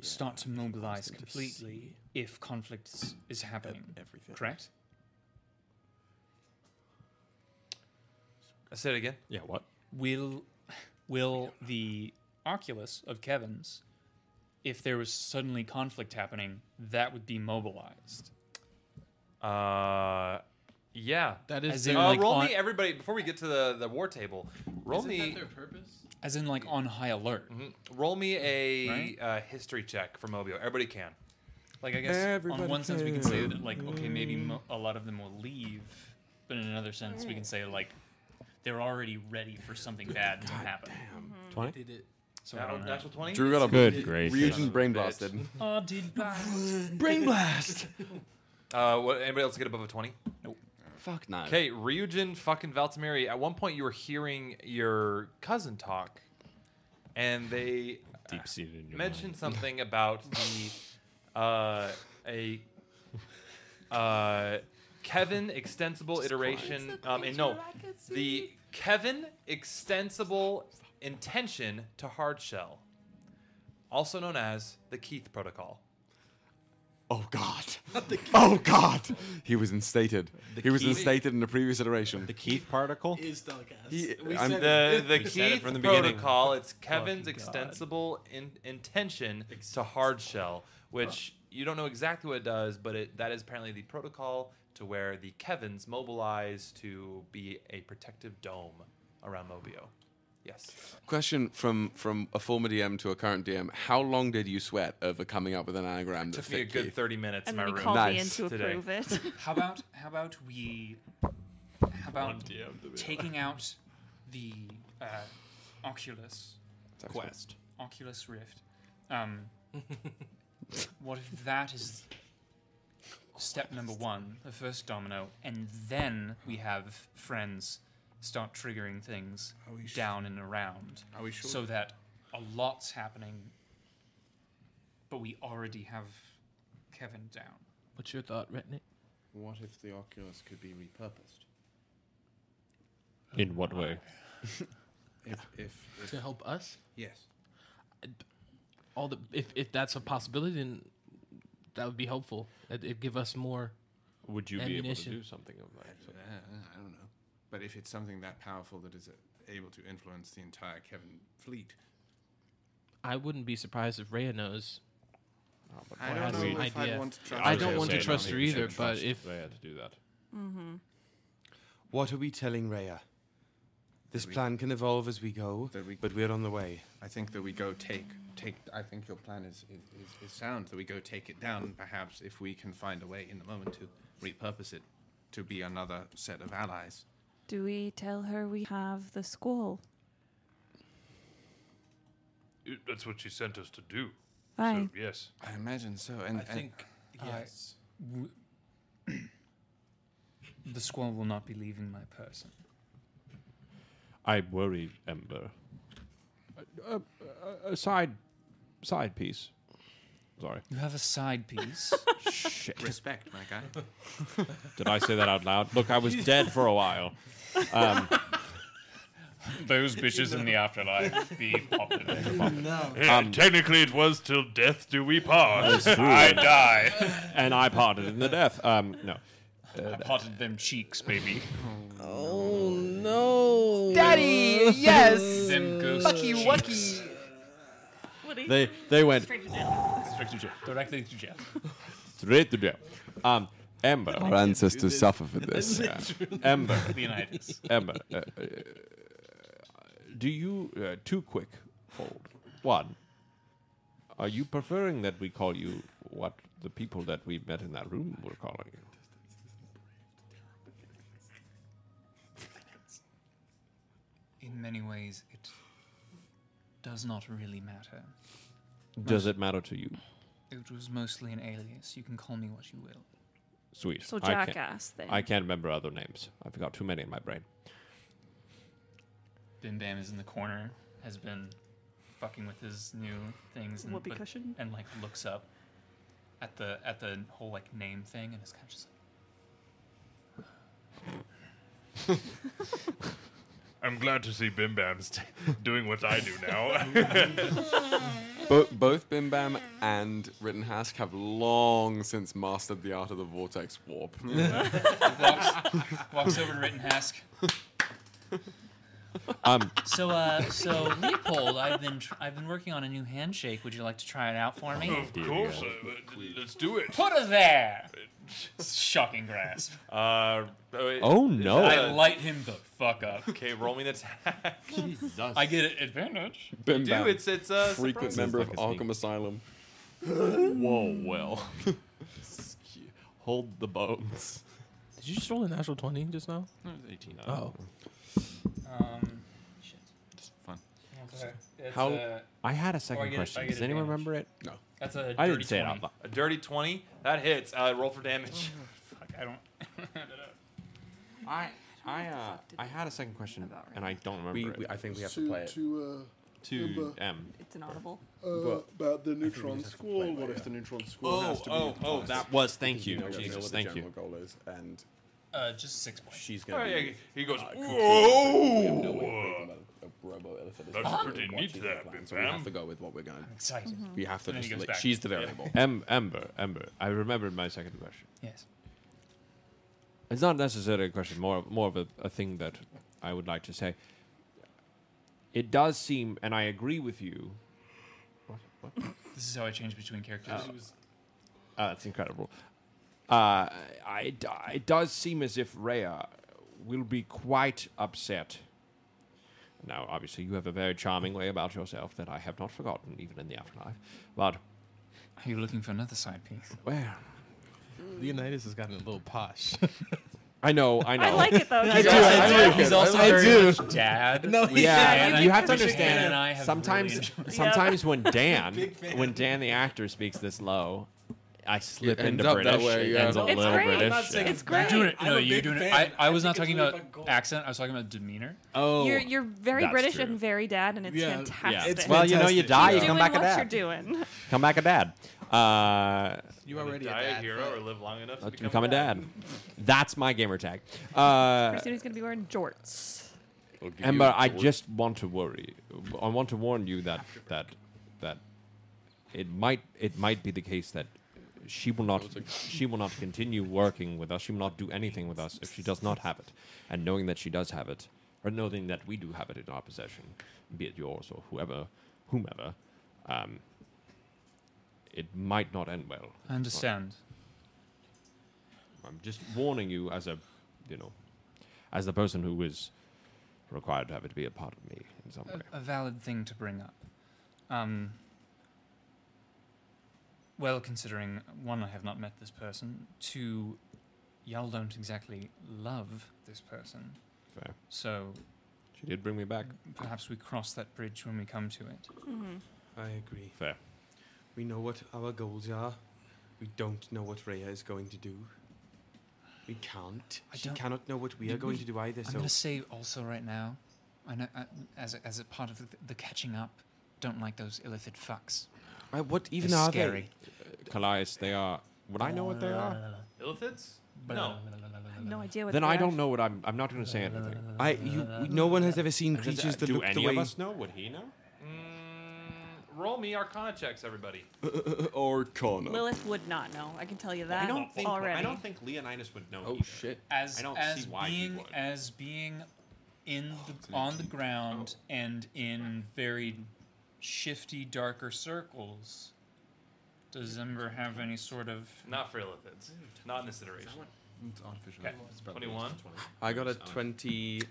Speaker 5: start to mobilize completely if conflict is, is happening.
Speaker 15: everything.
Speaker 5: Correct?
Speaker 3: I said again.
Speaker 8: Yeah, what?
Speaker 5: Will will the Oculus of Kevin's, if there was suddenly conflict happening, that would be mobilized.
Speaker 3: Uh yeah.
Speaker 5: That is
Speaker 3: As
Speaker 5: their-
Speaker 3: in, uh,
Speaker 5: like
Speaker 3: roll
Speaker 5: on-
Speaker 3: me everybody before we get to the, the war table. Roll
Speaker 5: Isn't
Speaker 3: me
Speaker 5: that their purpose? As in like on high alert.
Speaker 3: Mm-hmm. Roll me a
Speaker 5: Right?
Speaker 3: uh, history check for Mobio. Everybody can.
Speaker 5: Like I guess on one sense we can say that like okay maybe mo-
Speaker 3: Mm-hmm.
Speaker 5: a lot of them will leave, but in another sense we can say like they're already ready for something bad to happen.
Speaker 8: 20?
Speaker 5: Did it. So I
Speaker 3: Nat-
Speaker 5: don't know.
Speaker 3: natural 20?
Speaker 6: Drew got a
Speaker 3: Good
Speaker 6: Ryujin
Speaker 3: gracious.
Speaker 6: brain
Speaker 3: Bitch.
Speaker 6: blasted.
Speaker 5: Oh, did blast.
Speaker 6: Brain blast.
Speaker 3: Uh, what, anybody else get above a 20? Nope.
Speaker 6: Fuck no.
Speaker 3: Okay, Ryujin fucking Valtamiri, at one point you were hearing your cousin talk, and they
Speaker 8: Deep seated in your
Speaker 3: mentioned something about the uh, a uh, Kevin extensible iteration. Um, and no, the Kevin extensible intention to hard shell, also known as the Keith protocol.
Speaker 19: Oh God.
Speaker 3: the
Speaker 19: oh God. He was instated.
Speaker 3: The
Speaker 19: he was
Speaker 3: Keith-
Speaker 19: instated in the previous iteration. The
Speaker 8: Keith particle.
Speaker 15: Is telecast.
Speaker 19: He-
Speaker 3: We
Speaker 19: I'm-
Speaker 3: said the, the
Speaker 8: We said it
Speaker 3: Keith
Speaker 8: from the beginning.
Speaker 3: protocol. It's Kevin's
Speaker 8: Lucky God.
Speaker 3: extensible in, intention to hard shell, which you don't know exactly what it does, but it, that is apparently the protocol to where the Kevins mobilize to be a protective dome around Mobio. Yes.
Speaker 6: Question from from a former DM to a current DM: How long did you sweat over coming up with an anagram? that
Speaker 3: took me a
Speaker 6: fit
Speaker 3: good
Speaker 6: Keith?
Speaker 3: 30 minutes
Speaker 6: And
Speaker 3: in my
Speaker 6: we
Speaker 3: room.
Speaker 6: called Nice. Ian to
Speaker 3: today.
Speaker 1: it.
Speaker 5: how about how about we how about taking out the uh, Oculus
Speaker 8: That's Quest.
Speaker 5: Oculus Rift? Um, what if that is step number one, the first domino, and then we have friends start triggering things down and around,
Speaker 7: Are we sure?
Speaker 5: so that a lot's happening, but we already have Kevin down.
Speaker 13: What's your thought, Retnick?
Speaker 17: What if the Oculus could be repurposed?
Speaker 8: In what way?
Speaker 17: If, if, if
Speaker 13: to help us?
Speaker 17: Yes.
Speaker 13: All the if, if that's a possibility, then that would be helpful. It would give us more.
Speaker 8: Would you be able to
Speaker 13: ammunition.
Speaker 8: do something of that?
Speaker 17: I don't know. But if it's something that powerful that
Speaker 7: uh,
Speaker 17: is able to influence the entire Kevin fleet,
Speaker 13: I wouldn't be surprised if Rhea knows.
Speaker 17: I
Speaker 8: Oh,
Speaker 13: or
Speaker 17: don't
Speaker 13: has
Speaker 17: know
Speaker 13: an
Speaker 17: if I'd want to trust
Speaker 13: I
Speaker 17: her.
Speaker 13: don't want to
Speaker 17: Yeah,
Speaker 13: trust her either, but if
Speaker 8: they had to do that,
Speaker 1: Mm-hmm.
Speaker 12: What are we telling Rhea? This
Speaker 7: we-
Speaker 12: plan can evolve as we go, but we're on the way.
Speaker 7: I think that we go take take. I think your plan is is, is, is sound. That we go take it down. and Perhaps if we can find a way in the moment to repurpose it to be another set of allies.
Speaker 1: Do we tell her we have the squall?
Speaker 4: It- that's what she sent us to do.
Speaker 1: Fine.
Speaker 4: So, yes.
Speaker 7: I imagine so. And, and
Speaker 5: yes. the squall will not be leaving my person.
Speaker 8: I worry, Ember. Uh, uh, side, side piece. Sorry.
Speaker 5: You have a side piece.
Speaker 8: Shit.
Speaker 7: Respect, my guy.
Speaker 8: Did I say that out loud? Look, I was dead for a while. Um,
Speaker 5: Those bitches in the afterlife be popular.
Speaker 4: No. Yeah, technically, it was till death do we part.
Speaker 8: Um, That's true.
Speaker 4: Oh, I die.
Speaker 8: and I parted in the death. Um, no.
Speaker 5: I potted them cheeks, baby.
Speaker 13: Oh no,
Speaker 5: Daddy, yes.
Speaker 4: Them
Speaker 5: ghost Fucky cheeks. wucky.
Speaker 8: They they went
Speaker 1: Straight to jail.
Speaker 5: Straight to jail. Directly to jail.
Speaker 8: straight to jail. Um, Ember.
Speaker 19: Our ancestors suffer for this.
Speaker 8: Ember.
Speaker 5: Leonidas.
Speaker 8: Ember. uh, uh, do you uh, too quick fold? One. Are you preferring that we call you what the people that we met in that room were calling you?
Speaker 5: In many ways, it does not really matter.
Speaker 8: Does it matter to you?
Speaker 5: It was mostly an alias. You can call me what you will.
Speaker 8: Sweet.
Speaker 1: So
Speaker 8: I can't-
Speaker 1: jackass then.
Speaker 8: I can't remember other names. I've got too many in my brain.
Speaker 5: Bim Bam is in the corner, has been fucking with his new things and,
Speaker 1: Whoopee
Speaker 5: but-
Speaker 1: cushion?
Speaker 5: and like looks up at the at the whole like name thing and is kind of just
Speaker 4: I'm glad to see Bim Bam's t- doing what I do now.
Speaker 19: Bo- both Bim Bam and Rittenhask have long since mastered the art of the vortex warp.
Speaker 5: walks, walks over to Rittenhask.
Speaker 19: Um,
Speaker 2: So, uh, so Leopold, I've been tr- I've been working on a new handshake. Would you like to try it out for me?
Speaker 4: Of course, I, would. let's do it.
Speaker 2: Put her there.
Speaker 5: Shocking grasp.
Speaker 3: Uh,
Speaker 8: Oh, no.
Speaker 5: I light him the fuck up.
Speaker 3: Okay, roll me an attack.
Speaker 5: Jesus. I get an advantage.
Speaker 19: Bim
Speaker 3: You do,
Speaker 19: Bam,
Speaker 3: it's- it's, uh,
Speaker 19: frequent
Speaker 3: surprises
Speaker 19: member
Speaker 8: like
Speaker 19: of
Speaker 8: a sneak.
Speaker 19: Arkham Asylum.
Speaker 8: Whoa, well. Hold the bones.
Speaker 13: Did you just roll a natural twenty just now?
Speaker 8: No, it was 18.
Speaker 13: Oh,
Speaker 5: Um,
Speaker 8: Just fun.
Speaker 5: Okay. It's
Speaker 8: How?
Speaker 2: uh,
Speaker 5: a-
Speaker 8: I had
Speaker 5: oh,
Speaker 8: a second
Speaker 5: get-
Speaker 8: question.
Speaker 5: I get
Speaker 8: Does anyone
Speaker 5: advantage.
Speaker 8: remember it?
Speaker 19: No.
Speaker 5: That's a
Speaker 8: I
Speaker 5: dirty
Speaker 8: didn't say it out
Speaker 5: 20.
Speaker 8: loud.
Speaker 3: A dirty 20? That hits. Uh, roll for damage.
Speaker 5: Fuck, I don't.
Speaker 8: I I uh, I had a second question and I don't remember
Speaker 6: We-
Speaker 8: it.
Speaker 6: we- I think we have
Speaker 20: to play it. to, uh,
Speaker 8: to
Speaker 20: Bimba.
Speaker 8: M.
Speaker 1: It's an audible.
Speaker 20: Uh,
Speaker 8: But
Speaker 20: about the
Speaker 8: I think we
Speaker 20: neutron
Speaker 8: just have to
Speaker 20: squall. What if the neutron squall
Speaker 8: Oh,
Speaker 20: has to be
Speaker 8: oh,
Speaker 20: in
Speaker 8: oh,
Speaker 20: place?
Speaker 8: that was- thank you,
Speaker 6: know- know
Speaker 8: Jesus,
Speaker 6: what the
Speaker 8: thank you.
Speaker 6: general goal is, and
Speaker 2: Uh, just six points.
Speaker 6: she's
Speaker 4: Oh,
Speaker 6: gonna.
Speaker 4: yeah,
Speaker 6: be,
Speaker 4: he goes,
Speaker 6: uh, completely different. We have no way of
Speaker 4: "Whoa."
Speaker 6: breaking about a- a robo elephant is
Speaker 4: That's
Speaker 6: not
Speaker 4: pretty
Speaker 6: what
Speaker 4: neat
Speaker 6: she's
Speaker 4: there,
Speaker 6: planned,
Speaker 4: Bim
Speaker 6: So we have
Speaker 4: Bam.
Speaker 6: to go with what we're going.
Speaker 2: I'm excited.
Speaker 1: Mm-hmm.
Speaker 2: Mhm.
Speaker 6: We have to
Speaker 2: And then he
Speaker 6: just.
Speaker 2: goes
Speaker 6: Li-
Speaker 2: back.
Speaker 6: she's the variable.
Speaker 8: Em- Ember, Ember. I remembered my second question.
Speaker 2: Yes.
Speaker 8: It's not necessarily a question, more more of a, a thing that I would like to say. It does seem, and I agree with you. What? What?
Speaker 5: This is how I change between characters.
Speaker 8: Oh. Uh, that's incredible. Uh, I, I- it does seem as if Rhea will be quite upset. Now, obviously, you have a very charming way about yourself that I have not forgotten, even in the afterlife. But
Speaker 2: are you looking for another side piece?
Speaker 8: Well,
Speaker 13: Leonidas has gotten a little posh.
Speaker 8: I know, I know.
Speaker 13: I like it, though.
Speaker 8: He's
Speaker 13: I do,
Speaker 8: also-
Speaker 13: I do like
Speaker 2: He's
Speaker 13: it.
Speaker 2: also
Speaker 13: I
Speaker 2: very
Speaker 13: do.
Speaker 2: much dad.
Speaker 13: No,
Speaker 2: We-
Speaker 8: yeah,
Speaker 2: Dan and
Speaker 8: you
Speaker 2: I-
Speaker 8: have to
Speaker 2: we- Dan
Speaker 8: understand.
Speaker 2: and I have
Speaker 8: sometimes,
Speaker 2: really enjoyed-
Speaker 8: sometimes when Dan,
Speaker 2: Big fan.
Speaker 8: when Dan the actor speaks this low, I slip
Speaker 2: It ends
Speaker 8: into
Speaker 2: up that
Speaker 8: British.
Speaker 2: way,
Speaker 8: It
Speaker 2: yeah.
Speaker 8: ends a
Speaker 2: It's
Speaker 8: little
Speaker 2: great.
Speaker 8: British.
Speaker 2: I'm not saying
Speaker 8: yeah.
Speaker 2: it's great. You're doing it-
Speaker 5: No,
Speaker 2: I'm a
Speaker 5: you're
Speaker 2: big
Speaker 5: doing it. I,
Speaker 2: fan.
Speaker 5: I was
Speaker 2: I
Speaker 5: not
Speaker 2: think
Speaker 5: talking
Speaker 2: it's really
Speaker 5: about accent. I was talking about demeanor.
Speaker 8: Oh,
Speaker 1: you're you're very
Speaker 8: that's
Speaker 1: British
Speaker 8: true.
Speaker 1: and very dad, and it's
Speaker 8: Yeah.
Speaker 1: fantastic.
Speaker 8: Yeah. It's Well, you know, you fantastic. die,
Speaker 1: Keep
Speaker 8: you come
Speaker 1: doing
Speaker 8: back a
Speaker 1: what
Speaker 8: dad.
Speaker 1: you're doing.
Speaker 8: Come back a dad. Uh,
Speaker 3: You already die a hero or live long enough
Speaker 8: uh,
Speaker 3: to become,
Speaker 8: a dad. That's my gamer tag. Uh,
Speaker 1: Pretty soon he's gonna be wearing jorts.
Speaker 8: Ember, I just want to worry. I want to warn you that that that it might it might be the case that she will not she will not continue working with us. She will not do anything with us if she does not have it. And knowing that she does have it, or knowing that we do have it in our possession, be it yours or whoever, whomever, um, it might not end well.
Speaker 5: I understand.
Speaker 8: I'm just warning you as a, you know, as the person who is required to have it be a part of me in some way.
Speaker 2: A, a valid thing to bring up. Um, well, considering one, I have not met this person. Two, y'all don't exactly love this person.
Speaker 8: Fair.
Speaker 2: So
Speaker 8: She did bring me back.
Speaker 2: perhaps we cross that bridge when we come to it.
Speaker 1: Mm-hmm.
Speaker 12: I agree.
Speaker 8: Fair.
Speaker 12: We know what our goals are. We don't know what Rhea is going to do. We can't.
Speaker 2: I
Speaker 12: she
Speaker 2: don't-
Speaker 12: cannot know what we
Speaker 2: Did
Speaker 12: are going to do either.
Speaker 2: I'm
Speaker 12: so
Speaker 2: going to say also right now, I know uh, as a, as a part of the, the catching up, don't like those illithid fucks.
Speaker 12: Uh,
Speaker 8: I, what even
Speaker 2: They're
Speaker 8: are
Speaker 2: scary.
Speaker 8: they? Callias, they are. Would I know what they
Speaker 13: Uh,
Speaker 8: are?
Speaker 3: Illithids?
Speaker 2: No.
Speaker 1: I have no idea what.
Speaker 8: Then
Speaker 1: they
Speaker 8: I
Speaker 1: are.
Speaker 8: don't know what I'm. I'm not going to say anything.
Speaker 12: I, you, no one has ever seen
Speaker 8: Does-
Speaker 12: creatures that
Speaker 8: do
Speaker 12: look
Speaker 8: any
Speaker 12: the way
Speaker 8: of us know? Would he know?
Speaker 3: Roll me Arcana checks, everybody.
Speaker 6: or Connor.
Speaker 1: Lilith would not know. I can tell you that.
Speaker 8: I don't think.
Speaker 1: already.
Speaker 8: I don't think Leonidas would know.
Speaker 6: Oh
Speaker 8: either.
Speaker 6: shit!
Speaker 5: As
Speaker 8: I don't
Speaker 5: as
Speaker 8: see why he
Speaker 5: being
Speaker 8: would. Oh,
Speaker 5: as being in the on the ground and in very shifty, darker circles. Does Ember have any sort of?
Speaker 3: Not for Illithids. Not in this iteration.
Speaker 7: It's artificial.
Speaker 3: Okay. Um,
Speaker 7: It's about
Speaker 3: 21.
Speaker 6: I got a
Speaker 3: Sorry.
Speaker 6: twenty.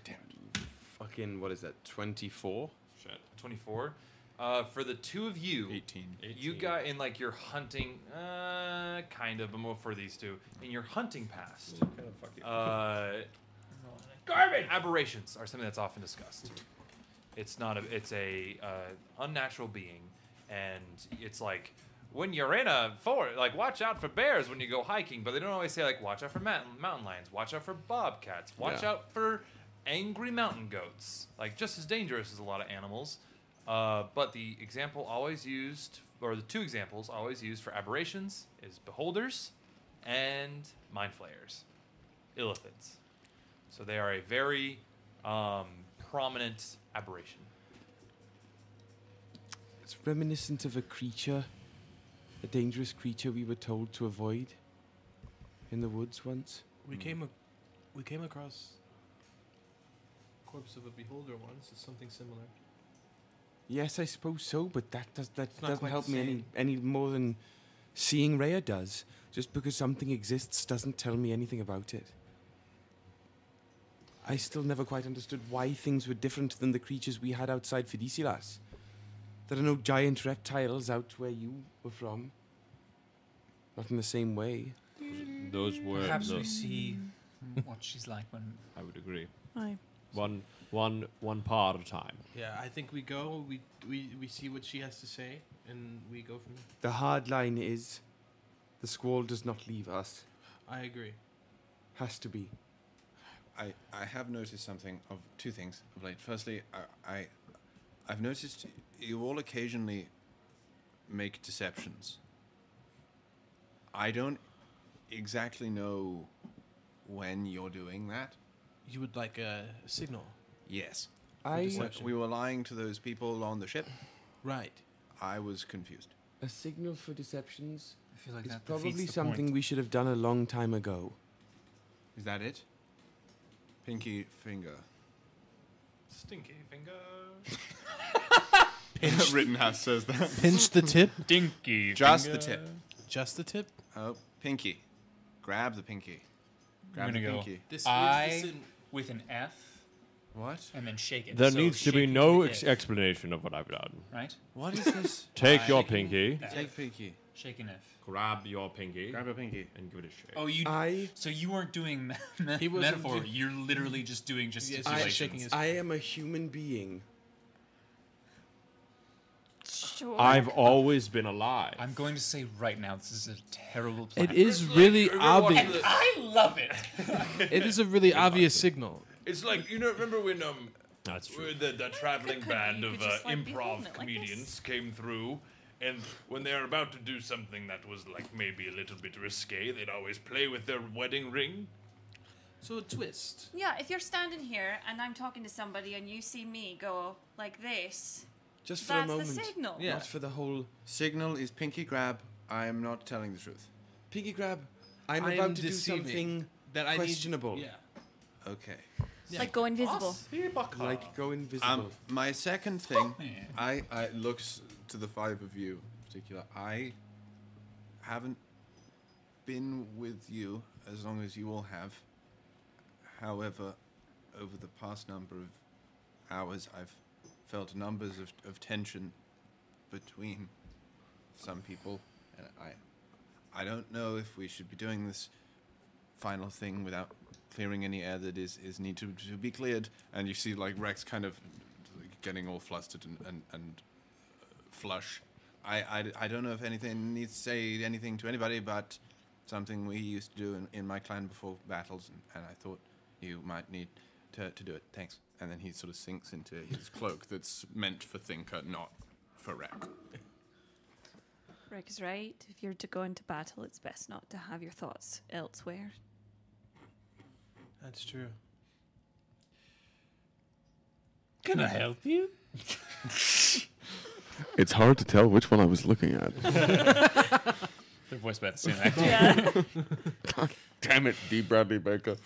Speaker 6: Fucking what is that? Twenty-four.
Speaker 3: Shit. 24. Uh, for the two of you,
Speaker 7: 18.
Speaker 3: You got in like your hunting, uh, kind of, but more for these two. In your hunting past, uh, garbage aberrations are something that's often discussed. It's not a, it's a uh, unnatural being, and it's like when you're in a forest, like watch out for bears when you go hiking, but they don't always say like watch out for mountain mountain lions, watch out for bobcats, watch
Speaker 6: Yeah.
Speaker 3: out for angry mountain goats. Like just as dangerous as a lot of animals. Uh, but the example always used, or the two examples always used for aberrations, is beholders and mind flayers, illithids. So they are a very um, prominent aberration.
Speaker 12: It's reminiscent of a creature, a dangerous creature we were told to avoid in the woods once.
Speaker 13: We
Speaker 10: Hmm.
Speaker 13: came, ac- we came across corpse of a beholder once. It's something similar.
Speaker 12: Yes, I suppose so, but that does that
Speaker 13: not
Speaker 12: doesn't
Speaker 13: quite
Speaker 12: help
Speaker 13: the
Speaker 12: me any
Speaker 13: same.
Speaker 12: any more than seeing Rhea does. Just because something exists doesn't tell me anything about it. I still never quite understood why things were different than the creatures we had outside Fidicilas. There are no giant reptiles out where you were from. Not in the same way.
Speaker 8: Those were
Speaker 2: Perhaps
Speaker 8: the-
Speaker 2: we see what she's like when
Speaker 8: I would agree.
Speaker 1: Aye.
Speaker 8: One, one, one part at a time.
Speaker 10: Yeah, I think we go. We we we see what she has to say, and we go from there.
Speaker 12: The hard line is the squall does not leave us.
Speaker 10: I agree.
Speaker 12: Has to be.
Speaker 7: I, I have noticed something of two things of late. Firstly, I, I I've noticed you all occasionally make deceptions. I don't exactly know when you're doing that.
Speaker 13: You would like a signal.
Speaker 7: Yes.
Speaker 12: I-
Speaker 13: deception.
Speaker 7: we were lying to those people on the ship.
Speaker 13: Right.
Speaker 7: I was confused.
Speaker 12: A signal for deceptions.
Speaker 2: I feel like
Speaker 12: It's
Speaker 2: that defeats
Speaker 12: probably
Speaker 2: the
Speaker 12: something
Speaker 2: point.
Speaker 12: we should have done a long time ago.
Speaker 7: Is that it? Pinky finger.
Speaker 3: Stinky finger.
Speaker 7: Rittenhouse says that.
Speaker 13: Pinch the tip?
Speaker 7: Dinky. Just the
Speaker 13: finger.
Speaker 7: tip.
Speaker 13: Just the tip?
Speaker 7: Oh, pinky. Grab the pinky. Grab
Speaker 5: I'm
Speaker 7: the
Speaker 5: gonna go.
Speaker 7: pinky.
Speaker 5: This
Speaker 2: I-
Speaker 5: is with an F.
Speaker 7: What?
Speaker 5: And then shake it.
Speaker 8: There
Speaker 5: So
Speaker 8: needs to be
Speaker 5: shaking
Speaker 8: no
Speaker 5: the
Speaker 8: ex-
Speaker 5: F.
Speaker 8: explanation of what I've done.
Speaker 5: Right?
Speaker 7: What is this?
Speaker 8: Take your
Speaker 5: Shaking
Speaker 8: pinky.
Speaker 5: F.
Speaker 7: Take pinky.
Speaker 5: Shaking F.
Speaker 8: Grab your pinky. Grab
Speaker 7: a pinky.
Speaker 8: And give it a shake.
Speaker 5: Oh, you. so you weren't doing me- me-
Speaker 12: He wasn't
Speaker 5: metaphor.
Speaker 12: do-
Speaker 5: You're literally just doing gesticulations.
Speaker 12: I am a human being.
Speaker 1: Sure.
Speaker 8: I've always been alive.
Speaker 2: I'm
Speaker 5: going to say right now, this is a terrible plan.
Speaker 13: It is really obvious.
Speaker 5: And I love it.
Speaker 13: it is a really obvious signal.
Speaker 4: It's like you know. Remember when um,
Speaker 8: That's
Speaker 4: true. The, the traveling band
Speaker 1: you
Speaker 4: of
Speaker 1: could
Speaker 4: uh,
Speaker 1: just, like, be holding
Speaker 4: improv
Speaker 1: it like
Speaker 4: comedians came through, and when they were about to do something that was like maybe a little bit risque, they'd always play with their wedding ring.
Speaker 10: So a twist.
Speaker 1: Yeah, if you're standing here and I'm talking to somebody and you see me go like this,
Speaker 12: Just
Speaker 1: for a That's the moment, signal. Yeah.
Speaker 12: Not for the whole.
Speaker 7: Signal is pinky grab. I am not telling the truth.
Speaker 12: Pinky grab. I'm
Speaker 7: I am
Speaker 12: about to do
Speaker 7: deceiving
Speaker 12: something
Speaker 7: that
Speaker 12: that
Speaker 7: I need-
Speaker 12: questionable.
Speaker 7: yeah. Okay.
Speaker 1: like go invisible.
Speaker 12: Like go invisible.
Speaker 7: Um, my second thing, I, I looks to the five of you in particular. I haven't been with you as long as you all have. However, over the past number of hours, I've felt numbers of, of tension between some people, and I, I don't know if we should be doing this final thing without clearing any air that is, is need to, to be cleared. And you see, like, Rex kind of like, getting all flustered and, and, and uh, flush. I, I, I don't know if anything needs to say anything to anybody, but something we used to do in, in my clan before battles, and, and I thought you might need to, to do it. Thanks. And then he sort of sinks into his cloak that's meant for Thinker, not for Rex.
Speaker 1: Rick is right. If you're to go into battle, it's best not to have your thoughts elsewhere.
Speaker 13: That's true.
Speaker 5: Can I help you?
Speaker 19: It's hard to tell which one I was looking at.
Speaker 5: They're voiced by the same actor. Yeah.
Speaker 19: God damn it, D. Bradley Baker.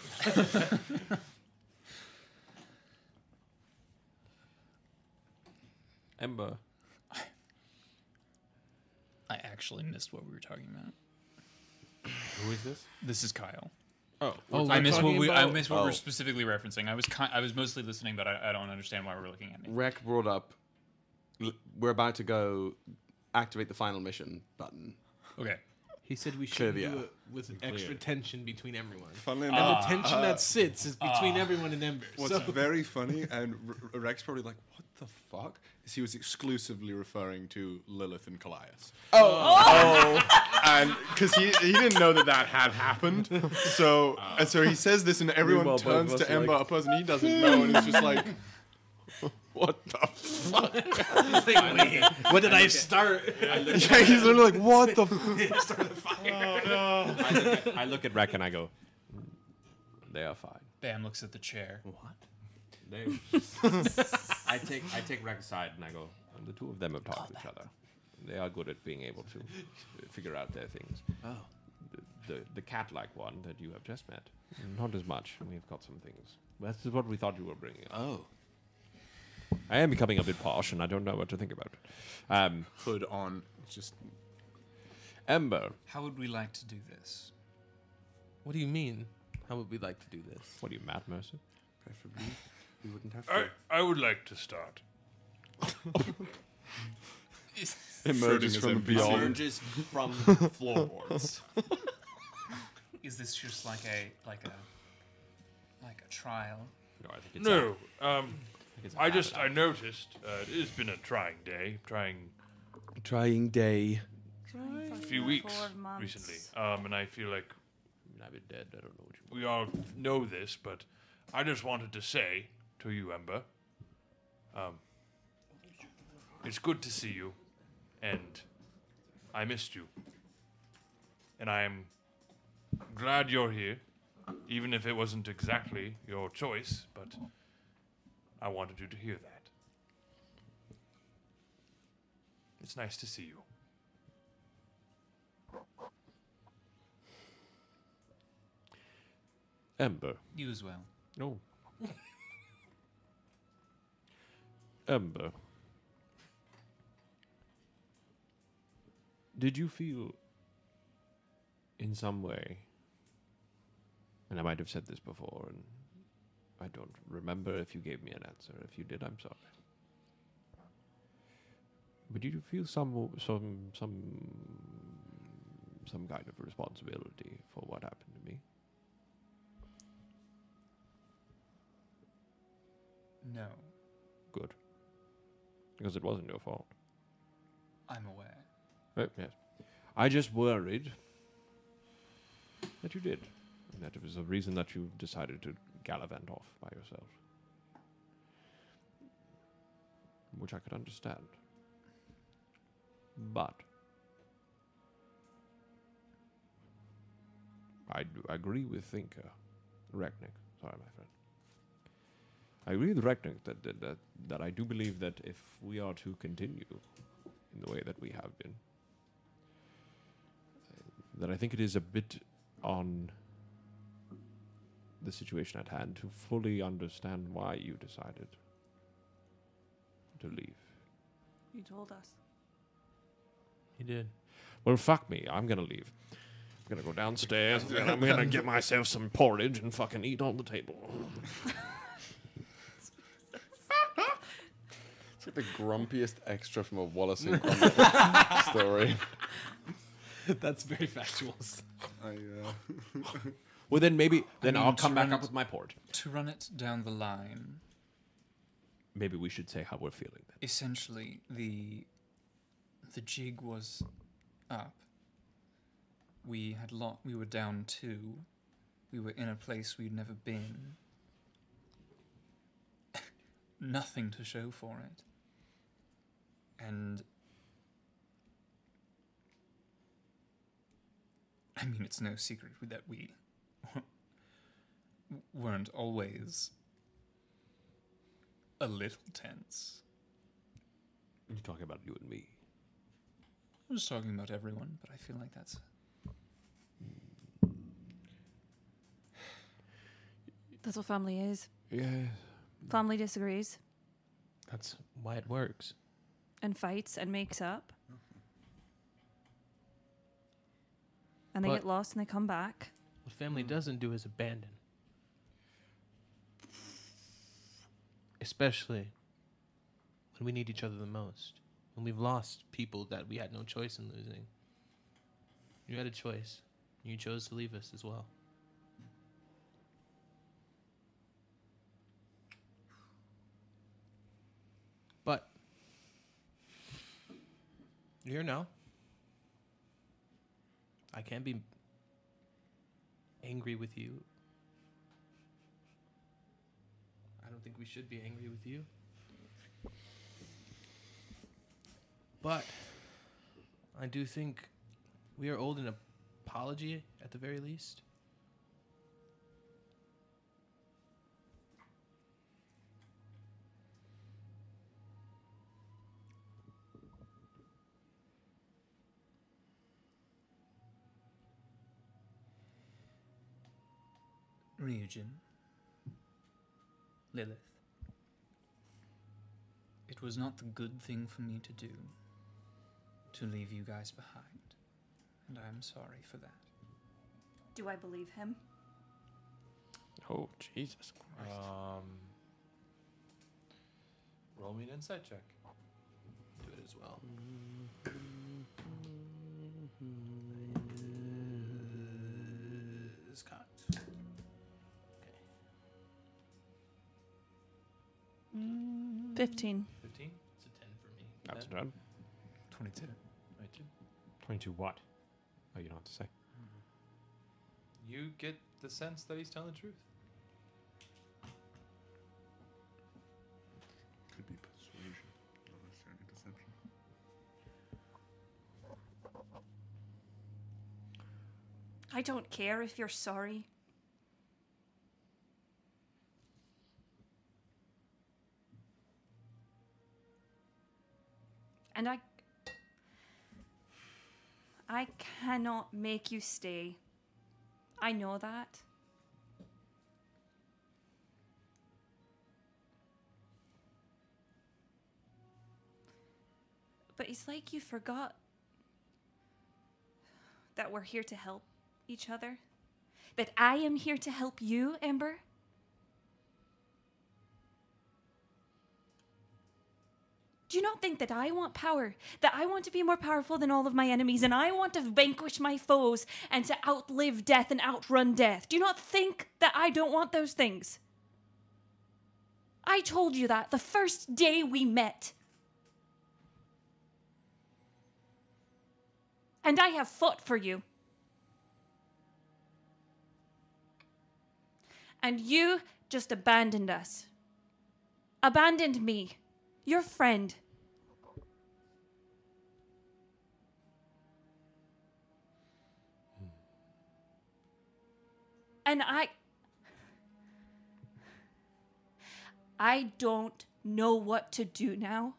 Speaker 8: Ember.
Speaker 2: I actually missed what we were talking about.
Speaker 8: Who is this?
Speaker 2: This is Kyle.
Speaker 8: Oh,
Speaker 2: oh
Speaker 8: we're
Speaker 2: I missed what
Speaker 8: talking
Speaker 2: we I
Speaker 8: about-
Speaker 2: missed what
Speaker 8: Oh.
Speaker 2: we're specifically referencing. I was ki- I was mostly listening, but I, I don't understand why we're looking at me.
Speaker 6: Rec brought up. l- We're about to go activate the final mission button.
Speaker 2: Okay.
Speaker 13: He said we
Speaker 6: Clear
Speaker 13: should do
Speaker 6: the air.
Speaker 13: it with extra tension between everyone.
Speaker 7: Funnily
Speaker 13: and
Speaker 7: enough-
Speaker 13: the tension
Speaker 7: Ah.
Speaker 13: that sits is between
Speaker 7: Ah.
Speaker 13: everyone and Ember.
Speaker 7: What's
Speaker 13: so
Speaker 7: very funny, and R- Rex probably like, what the fuck? Is he was exclusively referring to Lilith and Callias.
Speaker 19: Oh.
Speaker 7: oh. and because he, he didn't know that that had happened, so and so he says this, and everyone
Speaker 19: Meanwhile, both of
Speaker 7: turns
Speaker 19: us
Speaker 7: to
Speaker 19: are
Speaker 7: Ember,
Speaker 19: like-
Speaker 7: a person he doesn't know, and it's just like,
Speaker 19: what the fuck?
Speaker 13: what did I start?
Speaker 7: yeah, he's literally like, what the? F-?
Speaker 8: I look, at, I look at Rec and I go, "Mm, they are fine.
Speaker 2: Bam looks at the chair.
Speaker 8: What? They. I take I take Rec aside and I go, And the two of them have talked to each other. They are good at being able to uh, figure out their things.
Speaker 12: Oh.
Speaker 8: The, the, the cat like one that you have just met. Not as much. We've got some things. This is what we thought you were bringing.
Speaker 12: Oh.
Speaker 8: I am becoming a bit posh, and I don't know what to think about it. Um,
Speaker 21: Hood on. Just.
Speaker 8: Ember.
Speaker 5: How would we like to do this?
Speaker 10: What do you mean? How would we like to do this?
Speaker 8: What are you, Matt Mercer?
Speaker 12: Preferably, we wouldn't have
Speaker 4: I, I would like to start.
Speaker 6: Emerges
Speaker 12: Schrodinger's
Speaker 6: from
Speaker 12: empty
Speaker 6: beyond.
Speaker 12: Emerges
Speaker 5: from
Speaker 12: floorboards.
Speaker 5: Is this just like a like a like a trial?
Speaker 8: No, I think
Speaker 4: no, um,
Speaker 8: it's
Speaker 4: I
Speaker 8: out
Speaker 4: just
Speaker 8: of
Speaker 4: I noticed uh, it's been a trying day, trying
Speaker 12: Trying day.
Speaker 4: few weeks recently, um, and I feel like
Speaker 8: I've been dead. I don't know what
Speaker 4: you. We all know this, but I just wanted to say to you, Ember, um, it's good to see you, and I missed you, and I am glad you're here, even if it wasn't exactly your choice, but I wanted you to hear that. It's nice to see you.
Speaker 8: Ember.
Speaker 5: You as well.
Speaker 8: No. Ember. Did you feel in some way, and I might have said this before, and I don't remember if you gave me an answer. If you did, I'm sorry. But did you feel some some some some kind of responsibility for what happened to me?
Speaker 5: No,
Speaker 8: Good. Because it wasn't your fault.
Speaker 5: I'm aware.
Speaker 8: Right? Yes. I just worried that you did. And that it was the reason that you decided to gallivant off by yourself. Which I could understand. But I d- agree with Thinker. Reknik. Sorry, my friend. I agree with Reknik that, that, that, that I do believe that if we are to continue in the way that we have been, that I think it is a bit on the situation at hand to fully understand why you decided to leave.
Speaker 1: You told us.
Speaker 10: He did.
Speaker 8: Well, fuck me. I'm gonna leave. I'm gonna go downstairs. and I'm gonna get myself some porridge and fucking eat on the table.
Speaker 6: It's like the grumpiest extra from a Wallace and Gromit story.
Speaker 10: That's very factual.
Speaker 7: I, uh,
Speaker 8: Well, then maybe
Speaker 5: I
Speaker 8: then
Speaker 5: mean,
Speaker 8: I'll come
Speaker 5: to
Speaker 8: back
Speaker 5: run
Speaker 8: up
Speaker 5: it-
Speaker 8: with my port.
Speaker 5: To run it down the line,
Speaker 8: Maybe we should say how we're feeling.
Speaker 5: essentially the the jig was up. We had lot. We were down two. We were in a place we'd never been. Nothing to show for it. And I mean, it's no secret that we weren't always a little tense.
Speaker 8: You're talking about you and me.
Speaker 5: I'm just talking about everyone, but I feel like that's
Speaker 1: That's what family is.
Speaker 8: Yeah.
Speaker 1: Family disagrees
Speaker 10: That's why it works.
Speaker 1: and fights and makes up. And they
Speaker 10: But-
Speaker 1: get lost and they come back.
Speaker 10: What family doesn't do is abandon. Especially when we need each other the most. When we've lost people that we had no choice in losing. You had a choice. You chose to leave us as well. But you're here now. I can't be angry with you. I don't think we should be angry with you. But I do think we are old an apology at the very least.
Speaker 2: Ryujin, Lilith, it was not the good thing for me to do to leave you guys behind, and I am sorry for that.
Speaker 1: Do I believe him?
Speaker 8: Oh, Jesus Christ.
Speaker 3: Um, roll me an insight check.
Speaker 15: Do it as well.
Speaker 10: Mm-hmm.
Speaker 15: Is cocked.
Speaker 1: Fifteen.
Speaker 3: 15?
Speaker 15: It's a ten for me.
Speaker 8: That's done.
Speaker 2: 22.
Speaker 3: 22.
Speaker 8: 22 what? Oh, you don't have to say.
Speaker 3: You get the sense that he's telling the truth.
Speaker 20: Could be persuasion, not necessarily deception.
Speaker 1: I don't care if you're sorry. And I. I cannot make you stay. I know that. But it's like you forgot that we're here to help each other. That I am here to help you, Ember. Do you not think that I want power? That I want to be more powerful than all of my enemies, and I want to vanquish my foes and to outlive death and outrun death? Do you not think that I don't want those things? I told you that the first day we met. And I have fought for you. And you just abandoned us. Abandoned me, your friend. And I. I don't know what to do now.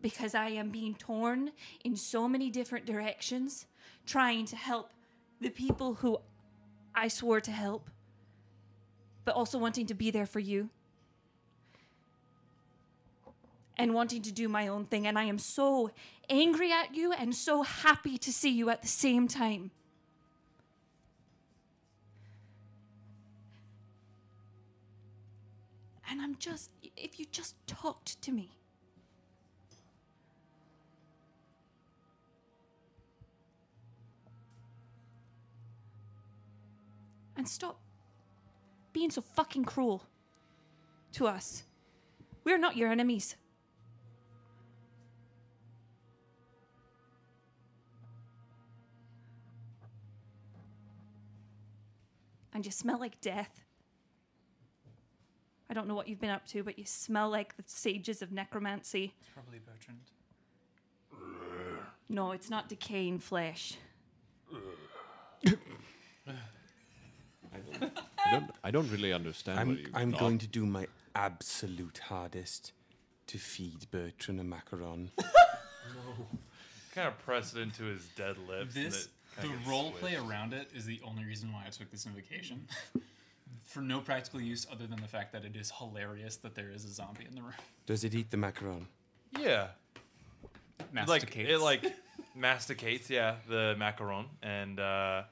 Speaker 1: Because I am being torn in so many different directions, trying to help the people who I swore to help, but also wanting to be there for you. And wanting to do my own thing. And I am so angry at you and so happy to see you at the same time. And I'm just, if you just talked to me. And stop being so fucking cruel to us. We're not your enemies. And you smell like death. I don't know what you've been up to, but you smell like the sages of necromancy.
Speaker 2: It's probably Bertrand.
Speaker 1: No, it's not decaying flesh.
Speaker 8: I don't, I don't, I don't really understand
Speaker 12: I'm,
Speaker 8: what you
Speaker 12: I'm
Speaker 8: thought.
Speaker 12: going to do my absolute hardest to feed Bertrand a macaron.
Speaker 3: Kind of press it into his dead lips. and
Speaker 5: This
Speaker 3: it
Speaker 5: the
Speaker 3: kinda gets
Speaker 5: role
Speaker 3: squished.
Speaker 5: play around it is the only reason why I took this invocation. For no practical use other than the fact that it is hilarious that there is a zombie in the room.
Speaker 12: Does it eat the macaron?
Speaker 3: Yeah. Like
Speaker 5: Masticates.
Speaker 3: it like masticates, yeah, the macaron and uh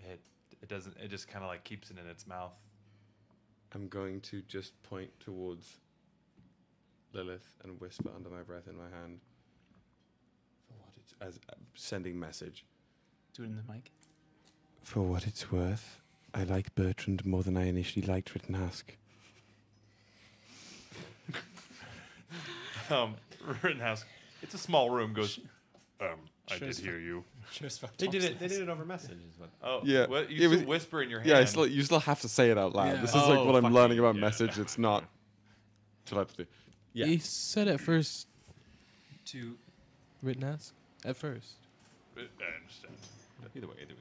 Speaker 3: it it doesn't it just kind of like keeps it in its mouth.
Speaker 6: I'm going to just point towards Lilith and whisper under my breath in my hand. For what it's as uh, sending message.
Speaker 2: Do it in the mic.
Speaker 12: For what it's worth, I like Bertrand more than I initially liked Rittenhask.
Speaker 3: Um Rittenhouse. It's a small room goes um I
Speaker 8: Should've
Speaker 3: did
Speaker 8: sp-
Speaker 3: hear you.
Speaker 8: should've spelled They did it- they did it over message, is what-
Speaker 3: Oh,
Speaker 19: yeah.
Speaker 3: well, you
Speaker 19: it
Speaker 3: still
Speaker 19: was-
Speaker 3: whisper in your
Speaker 19: Yeah, I
Speaker 3: hand.
Speaker 19: still, you still have to say it out loud.
Speaker 3: Yeah.
Speaker 19: This is like
Speaker 3: Oh,
Speaker 19: what I'm
Speaker 3: fuck
Speaker 19: learning
Speaker 3: you,
Speaker 19: about
Speaker 3: yeah.
Speaker 19: message. It's not telepathy. Yeah.
Speaker 13: He said at first,
Speaker 5: to
Speaker 13: written ask at first.
Speaker 4: Uh,
Speaker 3: I understand.
Speaker 8: Either way, either way.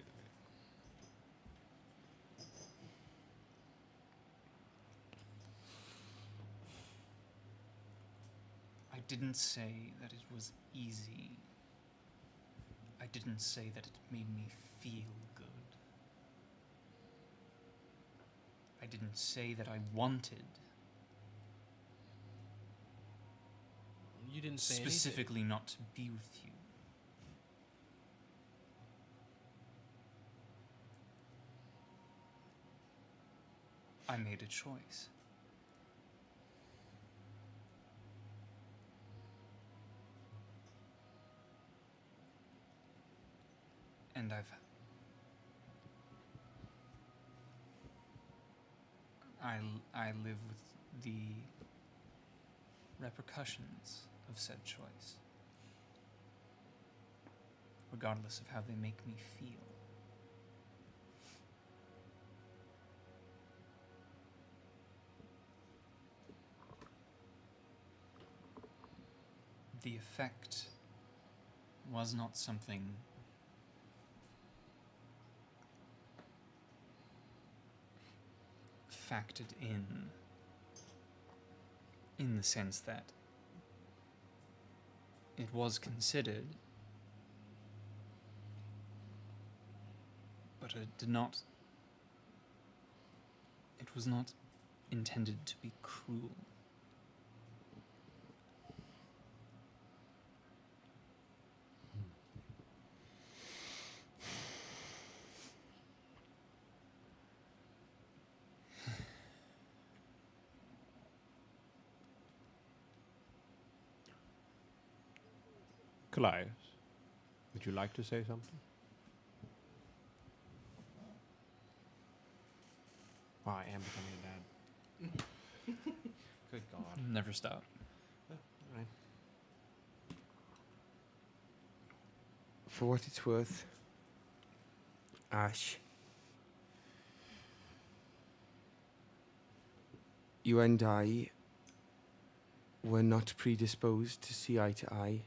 Speaker 2: I didn't say that it was easy. I didn't say that it made me feel good.
Speaker 5: didn't say that I wanted.
Speaker 10: You didn't say anything.
Speaker 5: specifically not to be with you. I made a choice. And I've. I, l- I live with the repercussions of said choice, regardless of how they make me feel. The effect was not something factored in in the sense that it was considered but it did not it was not intended to be cruel
Speaker 8: Callias, would you like to say something? Wow, I am becoming a dad. Good God.
Speaker 2: Mm.
Speaker 5: never stop
Speaker 12: For what it's worth, Ash, you and I were not predisposed to see eye to eye.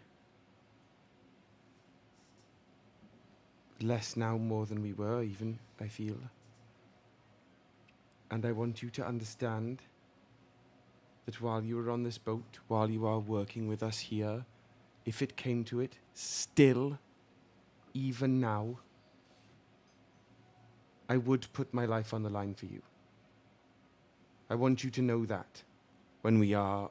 Speaker 12: Less now, more than we were, even, I feel. And I want you to understand that while you are on this boat, while you are working with us here, if it came to it, still, even now, I would put my life on the line for you. I want you to know that when we are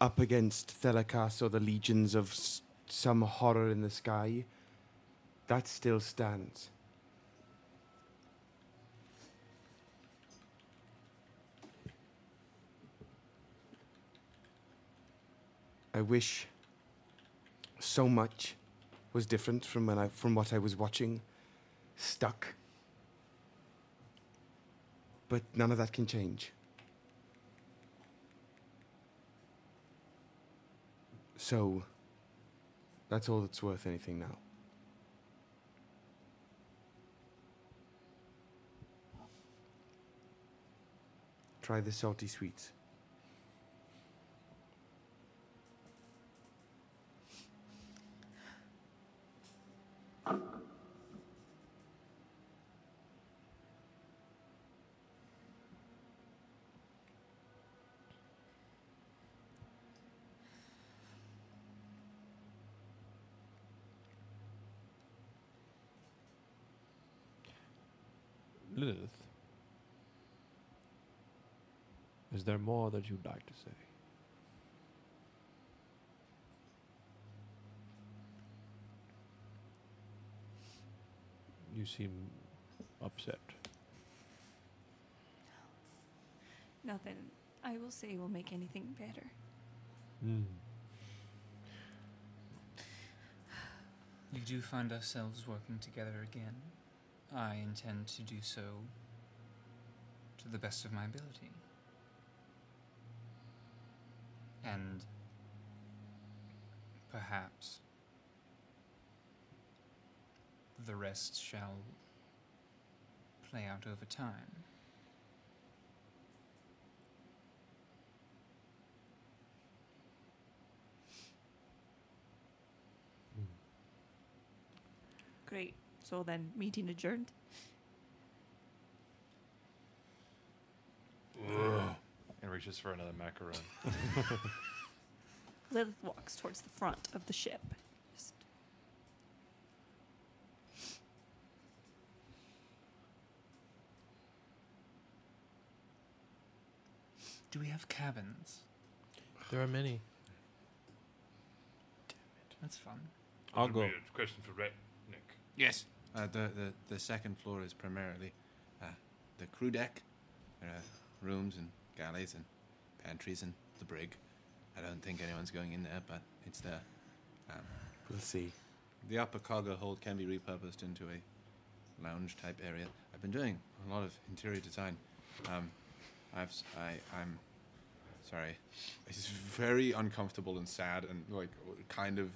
Speaker 12: up against Thelakas or the legions of s- some horror in the sky, that still stands. I wish so much was different from when I from what I was watching, stuck. But none of that can change. So that's all that's worth anything now. Try the salty sweets.
Speaker 8: Lilith, is there more that you'd like to say? You seem upset.
Speaker 1: Nothing I will say will make anything better.
Speaker 5: We do find ourselves working together again. I intend to do so to the best of my ability. And perhaps the rest shall play out over time.
Speaker 1: Great. So then, meeting adjourned.
Speaker 3: and reaches for another macaron.
Speaker 1: Lilith walks towards the front of the ship. Just-
Speaker 5: Do we have cabins?
Speaker 10: There are many.
Speaker 5: That's fun.
Speaker 8: I'll
Speaker 4: That'll
Speaker 8: go.
Speaker 4: Be a question for Rhett, Nick.
Speaker 7: Yes. Uh, the, the the second floor is primarily uh, the crew deck. There are rooms and galleys and pantries and the brig. I don't think anyone's going in there, but it's there. Um,
Speaker 22: we'll see.
Speaker 7: The upper cargo hold can be repurposed into a lounge type area. I've been doing a lot of interior design. Um, I've s- I I'm sorry.
Speaker 12: It's very uncomfortable and sad and like kind of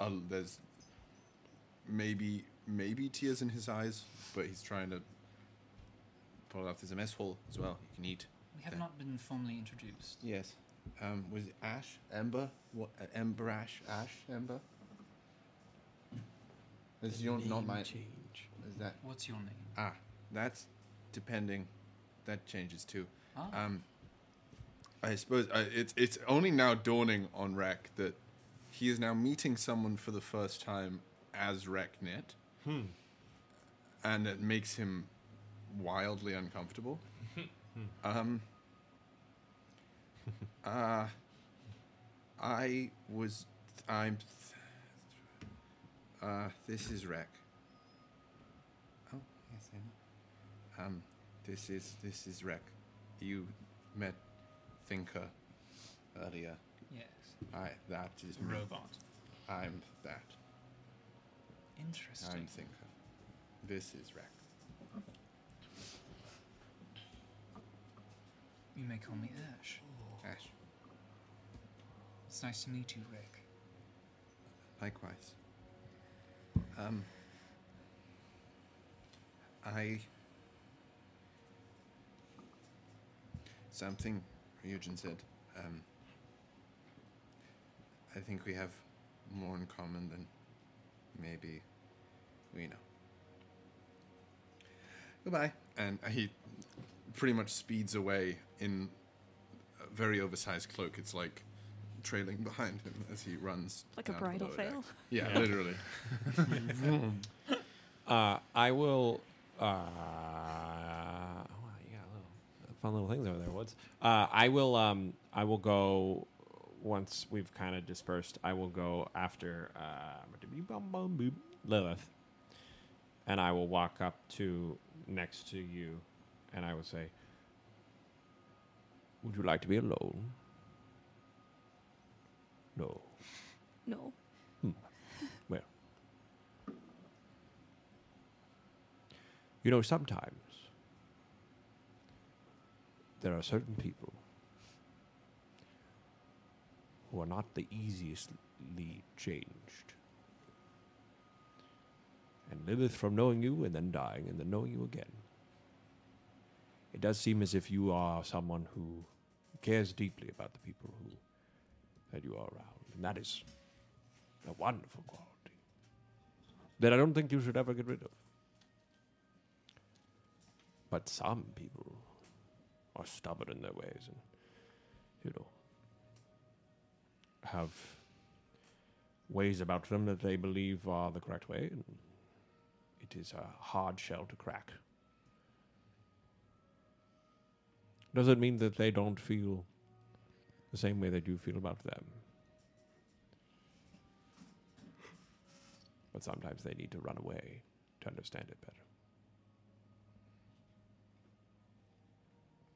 Speaker 12: uh, there's
Speaker 7: maybe maybe tears in his eyes, but he's trying to pull it off. There's a mess hall as well. You can eat.
Speaker 5: We have
Speaker 7: there.
Speaker 5: not been formally introduced.
Speaker 7: Yes. Um, was it Ash Ember? What uh, Ember Ash Ash Ember? Is your not my change? Is that
Speaker 5: What's your name?
Speaker 7: ah? That's depending. That changes too.
Speaker 5: Ah.
Speaker 7: Um,
Speaker 12: I suppose uh, it's it's only now dawning on Rec that he is now meeting someone for the first time as Reknet,
Speaker 8: Hmm.
Speaker 12: and it makes him wildly uncomfortable. um. Uh,
Speaker 7: I was. I'm. Uh, this is Rec. Oh, yes, I know. Um, this is this is Rec. You met Thinker earlier.
Speaker 5: Yes.
Speaker 7: I. That is me.
Speaker 5: Robot.
Speaker 7: I'm that.
Speaker 5: Interesting.
Speaker 7: I'm Thinker. This is Rec.
Speaker 5: You may call me Ash.
Speaker 7: Ash.
Speaker 5: It's nice to meet you, Rick.
Speaker 7: Likewise. Um, I. Something Ryujin said. Um, I think we have more in common than maybe we know. Goodbye.
Speaker 12: and he pretty much speeds away in a very oversized cloak. It's like trailing behind him as he runs.
Speaker 23: Like a
Speaker 12: down to the
Speaker 23: bridal
Speaker 12: lower deck.
Speaker 23: veil?
Speaker 12: Yeah,
Speaker 8: Yeah.
Speaker 12: literally.
Speaker 8: Uh, I will. Uh, oh, wow, you got little fun little things over there, Woods. Uh, I will. Um, I will go once we've kind of dispersed. I will go after uh, Lilith, and I will walk up to next to you, and I will say, "Would you like to be alone?" No. Hmm.
Speaker 1: No.
Speaker 8: Well, you know, sometimes there are certain people who are not the easiestly changed. And Lilith, from knowing you and then dying and then knowing you again, it does seem as if you are someone who cares deeply about the people who that you are around. And that is a wonderful quality that I don't think you should ever get rid of. But some people are stubborn in their ways and, you know, have ways about them that they believe are the correct way. And it is a hard shell to crack. Does it mean that they don't feel the same way that you feel about them? But sometimes they need to run away to understand it better.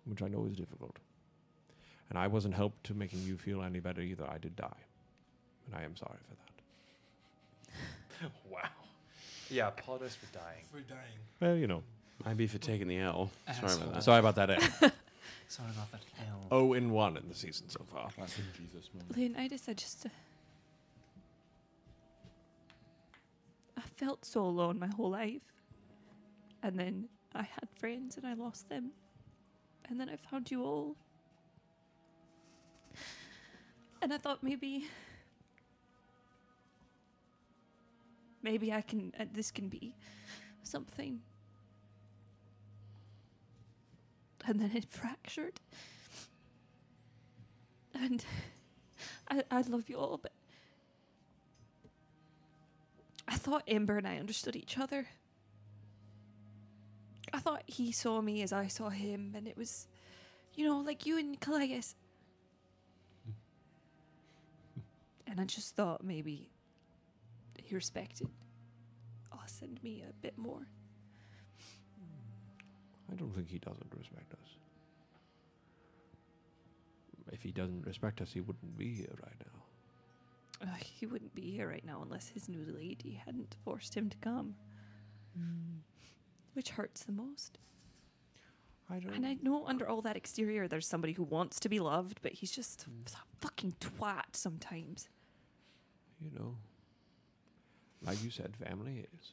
Speaker 8: Which I know is difficult. And I wasn't helped to making you feel any better either. I did die. And I am sorry for that.
Speaker 3: wow. Yeah, apologize for dying.
Speaker 24: For dying.
Speaker 8: Well, you know.
Speaker 6: Maybe for taking the L. Sorry about
Speaker 8: Asshole.
Speaker 6: that.
Speaker 8: Sorry about that L.
Speaker 5: Sorry about that L.
Speaker 8: Oh, in 1 in the season so far.
Speaker 12: Jesus
Speaker 1: Leonidas, I just. Uh, I felt so alone my whole life. And then I had friends and I lost them. And then I found you all. And I thought maybe. Maybe I can. Uh, this can be something. And then it fractured. And I, I love you all, but I thought Ember and I understood each other. I thought he saw me as I saw him, and it was, you know, like you and Callias. and I just thought maybe he respected us and me a bit more.
Speaker 8: I don't think he doesn't respect us. If he doesn't respect us, he wouldn't be here right now.
Speaker 1: Uh, he wouldn't be here right now unless his new lady hadn't forced him to come. Which hurts the most.
Speaker 8: I
Speaker 1: And I know under all that exterior, there's somebody who wants to be loved, but he's just a fucking twat sometimes.
Speaker 8: You know, like you said, family is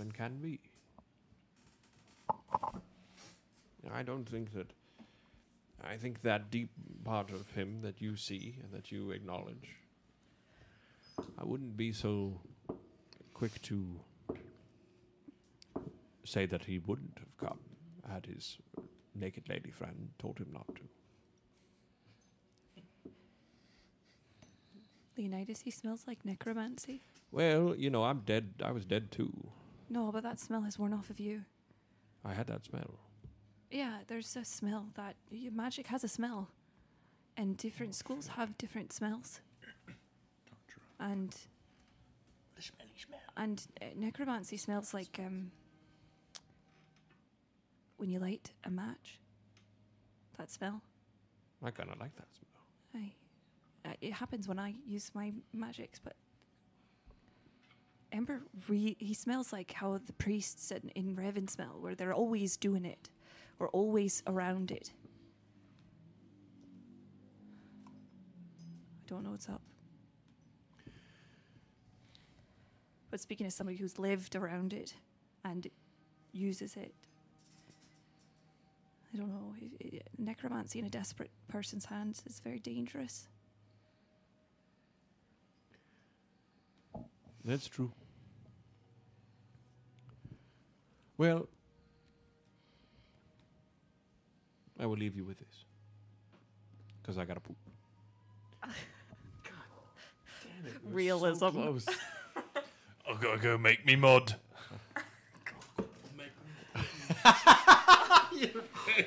Speaker 8: and can be. I don't think that. I think that deep part of him that you see and that you acknowledge, I wouldn't be so quick to say that he wouldn't have come had his naked lady friend told him not to.
Speaker 1: Leonidas, he smells like necromancy.
Speaker 8: Well, you know, I'm dead. I was dead too.
Speaker 1: No, but that smell has worn off of you.
Speaker 8: I had that smell.
Speaker 1: Yeah, there's a smell that y- magic has a smell, and
Speaker 25: Oh,
Speaker 1: different schools have different smells. And
Speaker 25: The smelly smell.
Speaker 1: and uh, necromancy smells like um, when you light a match. That smell.
Speaker 8: I kind of like that smell.
Speaker 1: I, uh, it happens when I use my magics, but Ember, re- he smells like how the priests in, in Revan smell, where they're always doing it, or always around it. I don't know what's up. But speaking as somebody who's lived around it and uses it, I don't know. i i necromancy in a desperate person's hands is very dangerous.
Speaker 8: That's true. Well, I will leave you with this because I gotta poop.
Speaker 1: Realism.
Speaker 4: oh, I gotta go make me mod.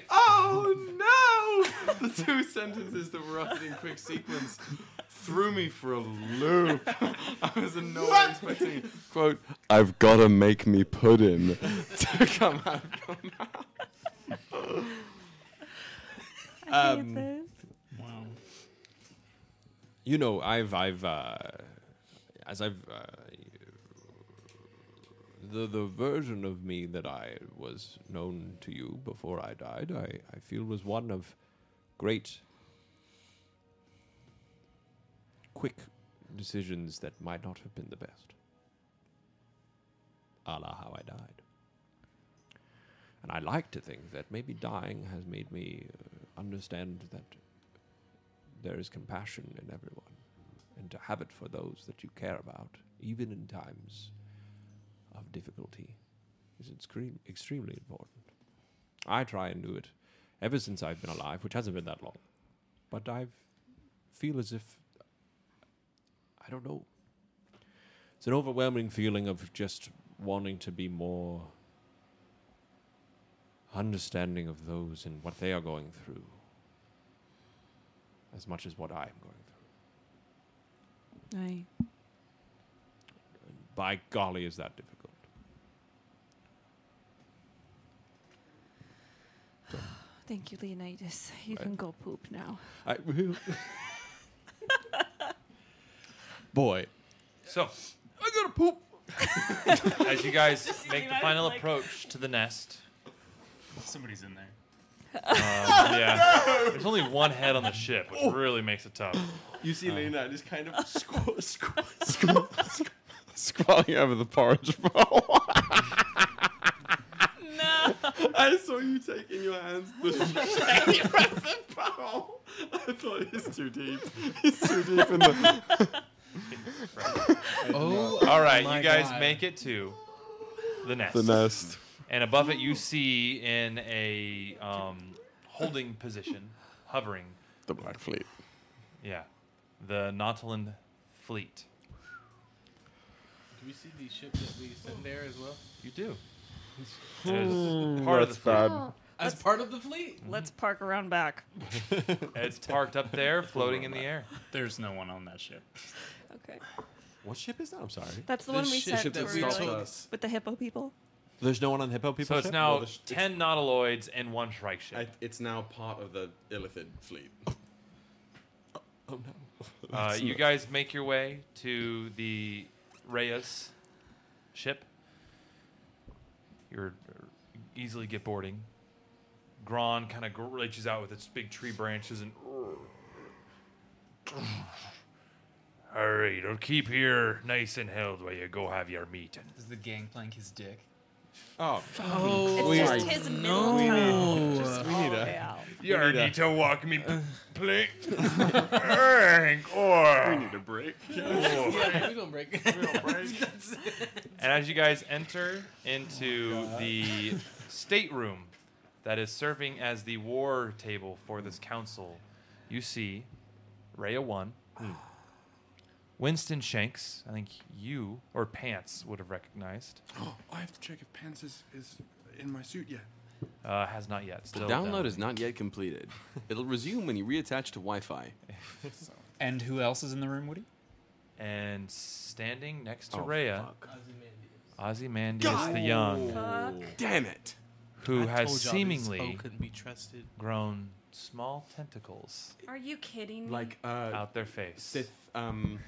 Speaker 6: oh
Speaker 12: no! The two sentences that were uttered in quick sequence threw me for a loop. I was in no way expecting
Speaker 19: Quote, I've gotta make me pudding.
Speaker 6: to come out. Come out.
Speaker 19: Um,
Speaker 26: Wow.
Speaker 8: You know, I've, I've, uh, as I've, uh, the the version of me that I was known to you before I died, I, I feel was one of great, quick decisions that might not have been the best. A la how I died. And I like to think that maybe dying has made me uh, understand that there is compassion in everyone, and to have it for those that you care about, even in times of difficulty, is extreme, extremely important. I try and do it ever since I've been alive, which hasn't been that long, but I feel as if I don't know. It's an overwhelming feeling of just wanting to be more understanding of those and what they are going through as much as what I am going through.
Speaker 1: Aye.
Speaker 8: By golly, is that difficult.
Speaker 1: Thank you, Leonidas. You can go poop now.
Speaker 8: I will. Boy.
Speaker 3: So,
Speaker 8: I gotta poop.
Speaker 3: as you guys
Speaker 26: See,
Speaker 3: make the
Speaker 26: Leonidas,
Speaker 3: final
Speaker 26: like-
Speaker 3: approach to the nest,
Speaker 26: Somebody's in there.
Speaker 3: um, yeah, there's only one head on the ship,
Speaker 4: Oh.
Speaker 3: which really makes it tough.
Speaker 6: You see
Speaker 3: Um,
Speaker 6: Lena just kind of squat, squat,
Speaker 19: Scrawling over the porridge bowl.
Speaker 6: No. I saw you take in your hands the shiny present bowl. I thought it's too deep. It's too deep in the.
Speaker 19: Oh
Speaker 3: All right,
Speaker 19: my
Speaker 3: you guys
Speaker 19: God.
Speaker 3: make it to the nest.
Speaker 19: The nest.
Speaker 3: And above it, you see in a um, holding position, hovering.
Speaker 19: The Black Fleet.
Speaker 3: Yeah, the Nautilan fleet.
Speaker 10: Do we see the ship that we sent there as well?
Speaker 3: You do.
Speaker 10: There's
Speaker 19: Hmm.
Speaker 3: part of the fleet.
Speaker 10: Oh, as part of the fleet.
Speaker 1: Let's park around back.
Speaker 3: It's parked up there, floating in the air.
Speaker 5: There's no one on that ship.
Speaker 1: Okay.
Speaker 8: What ship is that? I'm sorry.
Speaker 1: That's the, one we said that, we were like, with the hippo people.
Speaker 8: There's no one on the hippo people.
Speaker 3: So it's
Speaker 8: ship?
Speaker 3: now ten nautiloids and one Shrike ship.
Speaker 6: it's now part of the Illithid fleet.
Speaker 8: oh no.
Speaker 3: Uh, you guys make your way to the Reyes ship. You're easily get boarding. Gron kind of gr- reaches out with its big tree branches and.
Speaker 4: All right, it'll keep here nice and held while you go have your meeting.
Speaker 2: Does the gangplank his dick?
Speaker 4: Oh,
Speaker 2: Oh, It's we- just his middle
Speaker 4: We
Speaker 2: toe.
Speaker 4: need,
Speaker 2: Just
Speaker 4: we
Speaker 2: all
Speaker 4: need
Speaker 2: the way
Speaker 4: a.
Speaker 2: out.
Speaker 4: You
Speaker 2: We need
Speaker 4: need
Speaker 2: a-
Speaker 4: to walk me, p- plank, plank, or
Speaker 3: We need a break.
Speaker 4: Oh.
Speaker 10: Yeah, we don't break. We don't break.
Speaker 3: And as you guys enter into the stateroom that is serving as the war table for this council, you see Rhea 1, Winston Shanks, I think you or Pants would have recognized,
Speaker 7: Oh, I have to check if pants is, is in my suit yet.
Speaker 3: uh, has not yet.
Speaker 19: The
Speaker 3: Still
Speaker 19: download is not yet completed. It'll resume when you reattach to Wi-Fi.
Speaker 5: And who else is in the room, Woody?
Speaker 3: And standing next to
Speaker 19: Oh,
Speaker 3: Rhea, Ozymandias
Speaker 13: God
Speaker 3: the Young.
Speaker 13: fuck. Damn it.
Speaker 3: Who
Speaker 13: I
Speaker 3: has
Speaker 13: told y'all these
Speaker 3: seemingly
Speaker 13: folk couldn't be trusted.
Speaker 3: grown small tentacles
Speaker 1: Are you kidding me?
Speaker 6: like uh, out
Speaker 3: their face.
Speaker 6: Sith, um,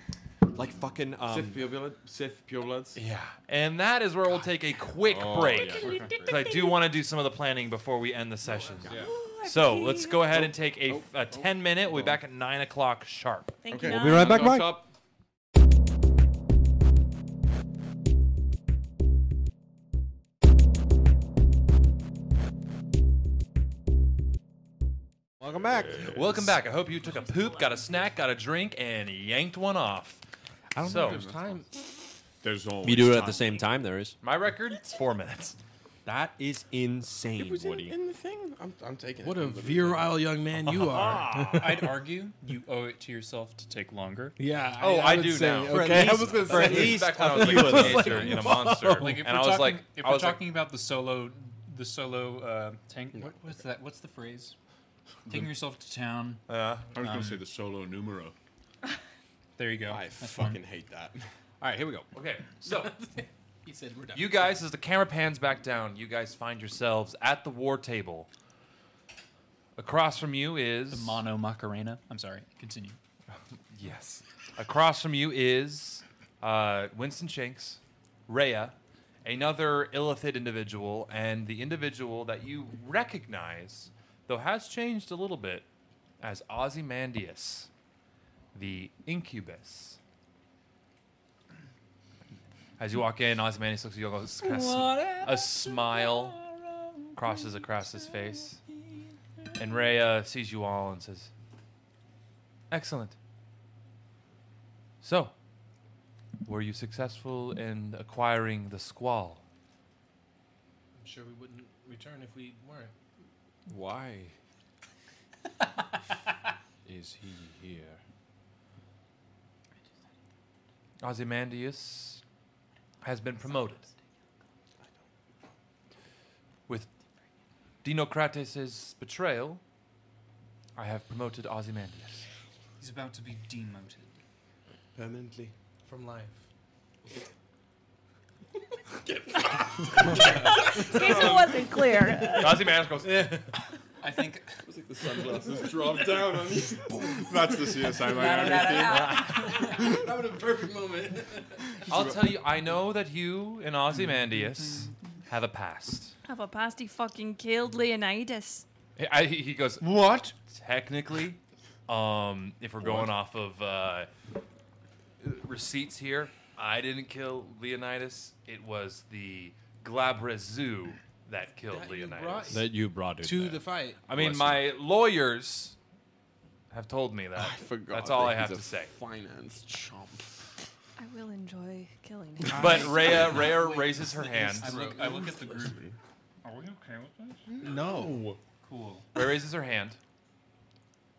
Speaker 8: like fucking
Speaker 3: Oh.
Speaker 6: Sith purebloods. Sith purebloods.
Speaker 3: Yeah, and that is where we'll take a quick
Speaker 6: Oh,
Speaker 3: break
Speaker 6: yeah. We're-
Speaker 3: because I do want to do some of the planning before we end the session. So let's go ahead and take a, a ten minute. We'll be back at nine o'clock sharp.
Speaker 1: Thank
Speaker 8: you, We'll be right back, Mike.
Speaker 3: Welcome back. Welcome back. I hope you took a poop, got a snack, got a drink, and yanked one off.
Speaker 10: I don't
Speaker 3: so,
Speaker 10: think there's time.
Speaker 8: There's
Speaker 3: always
Speaker 8: You do it at
Speaker 3: time.
Speaker 8: the same time. There is.
Speaker 3: My record, four minutes.
Speaker 8: That is insane, Woody.
Speaker 6: the thing. I'm, I'm taking
Speaker 13: What a virile young man you
Speaker 10: Ah,
Speaker 13: are.
Speaker 5: I'd argue you owe it to yourself to take longer.
Speaker 13: Yeah, I- Oh, I I would do say- now.
Speaker 3: For okay, I was gonna say- back when I was, like, a teenager and a monster,
Speaker 5: Like, if
Speaker 3: and
Speaker 5: we're
Speaker 3: I was,
Speaker 5: talking-
Speaker 3: like-
Speaker 5: if
Speaker 3: I
Speaker 5: we're
Speaker 3: was, like-
Speaker 5: talking about the solo, the solo uh, tank. What, what's that? What's the phrase? Taking yourself to town.
Speaker 3: Yeah,
Speaker 7: I was gonna say
Speaker 5: the
Speaker 7: solo numero.
Speaker 5: There you go.
Speaker 6: I
Speaker 5: That's
Speaker 6: fucking
Speaker 5: one.
Speaker 6: hate that.
Speaker 3: All right, here we go. Okay, so
Speaker 10: he said we're done.
Speaker 3: You guys, as the camera pans back down, you guys find yourselves at the war table. Across from you is the
Speaker 5: mono Macarena. I'm sorry. Continue.
Speaker 3: yes. Across from you is uh, Winston Shanks, Rhea, another illithid individual, and the individual that you recognize, though has changed a little bit, as Ozymandias, the incubus. As you walk in, Ozymandias looks at you, goes, kind of sm- a smile crosses across his face. And Rhea sees you all and says, Excellent. So, were you successful in acquiring the squall?
Speaker 10: I'm sure we wouldn't return if we weren't.
Speaker 8: Why is he here?
Speaker 3: Ozymandias has been promoted. With Dinocrates' betrayal, I have promoted Ozymandias.
Speaker 2: He's about to be demoted.
Speaker 6: Permanently.
Speaker 10: From life.
Speaker 1: case it wasn't clear.
Speaker 3: Ozymandias goes, "Eh."
Speaker 2: I think.
Speaker 6: was like the sunglasses dropped down on you.
Speaker 7: That's the CSI Miami
Speaker 10: That would have been a perfect moment.
Speaker 3: I'll tell you, I know that you and Ozymandias have a past.
Speaker 1: Have a past he fucking killed Leonidas.
Speaker 3: I, he goes,
Speaker 7: What?
Speaker 3: Technically, um, if we're going off of uh, receipts here, I didn't kill Leonidas. It was the Glabra Zoo that killed Leonidas.
Speaker 10: brought-
Speaker 8: That you brought it
Speaker 10: to
Speaker 8: there.
Speaker 10: the fight.
Speaker 3: I mean, my lawyers have told me that. I
Speaker 6: forgot
Speaker 3: That's all
Speaker 6: that
Speaker 3: I have
Speaker 6: he's
Speaker 3: to
Speaker 6: a
Speaker 3: say.
Speaker 6: Finance chomp.
Speaker 1: I will enjoy killing him.
Speaker 3: But Rhea, Rhea raises her hand.
Speaker 5: I look, I look at the group. Are we okay with this?
Speaker 3: No.
Speaker 5: Cool.
Speaker 3: Ray raises her hand.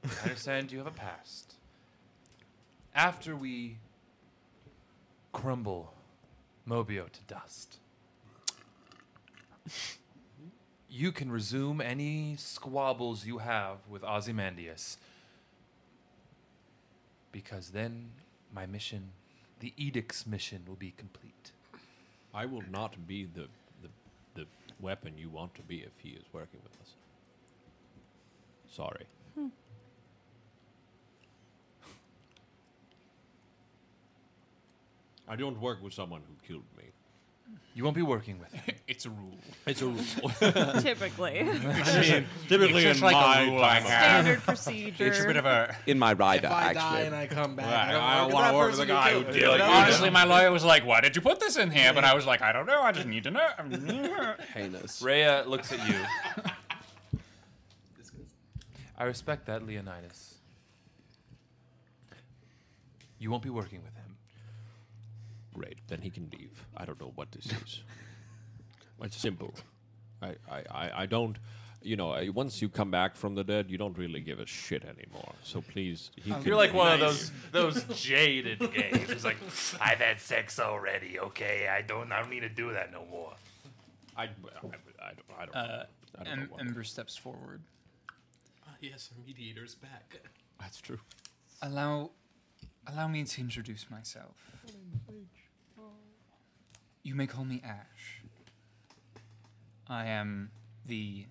Speaker 3: I understand you have a past. After we crumble Mobio to dust, you can resume any squabbles you have with Ozymandias. Because then my mission, the Edict's mission, will be complete.
Speaker 8: I will not be the, the, the weapon you want to be if he is working with us. Sorry.
Speaker 27: Hmm.
Speaker 8: I don't work with someone who killed me.
Speaker 3: You won't be working with him.
Speaker 8: It's a rule. It's a rule.
Speaker 1: Typically.
Speaker 8: typically
Speaker 27: It's
Speaker 8: in
Speaker 27: like a
Speaker 8: my
Speaker 27: rule I
Speaker 8: time.
Speaker 27: have. Standard procedure. It's a bit of a-
Speaker 8: in my rider.
Speaker 10: If I
Speaker 27: actually.
Speaker 10: die and I come back,
Speaker 27: Right, I
Speaker 10: I
Speaker 27: don't
Speaker 10: don't
Speaker 27: want to
Speaker 10: work
Speaker 27: work
Speaker 10: with
Speaker 27: with
Speaker 10: that
Speaker 27: a
Speaker 10: person
Speaker 27: guy
Speaker 10: who
Speaker 27: who
Speaker 10: killed
Speaker 27: did.
Speaker 10: you.
Speaker 27: Honestly, my lawyer was like, "Why did you put this in here?" But I was like, "I don't know. I just need to know."
Speaker 8: Heinous.
Speaker 3: Rhea looks at you. I respect that, Leonidas. You won't be working with him.
Speaker 8: Great. Then he can leave. I don't know what this is. it's simple. I, I, I, I don't. You know, I- once you come back from the dead, you don't really give a shit anymore. So please, he
Speaker 4: Um,
Speaker 8: can
Speaker 4: You're like one of
Speaker 8: Nice.
Speaker 4: those those jaded gays. It's like I've had sex already. Okay, I don't I don't need to do that no more.
Speaker 8: I I, I don't I don't,
Speaker 2: Uh,
Speaker 8: I don't
Speaker 2: Em-
Speaker 8: know what.
Speaker 2: Ember steps forward.
Speaker 10: Ah, yes, our mediator's back.
Speaker 8: That's true.
Speaker 2: Allow, allow me to introduce myself. You may call me Ash. I am the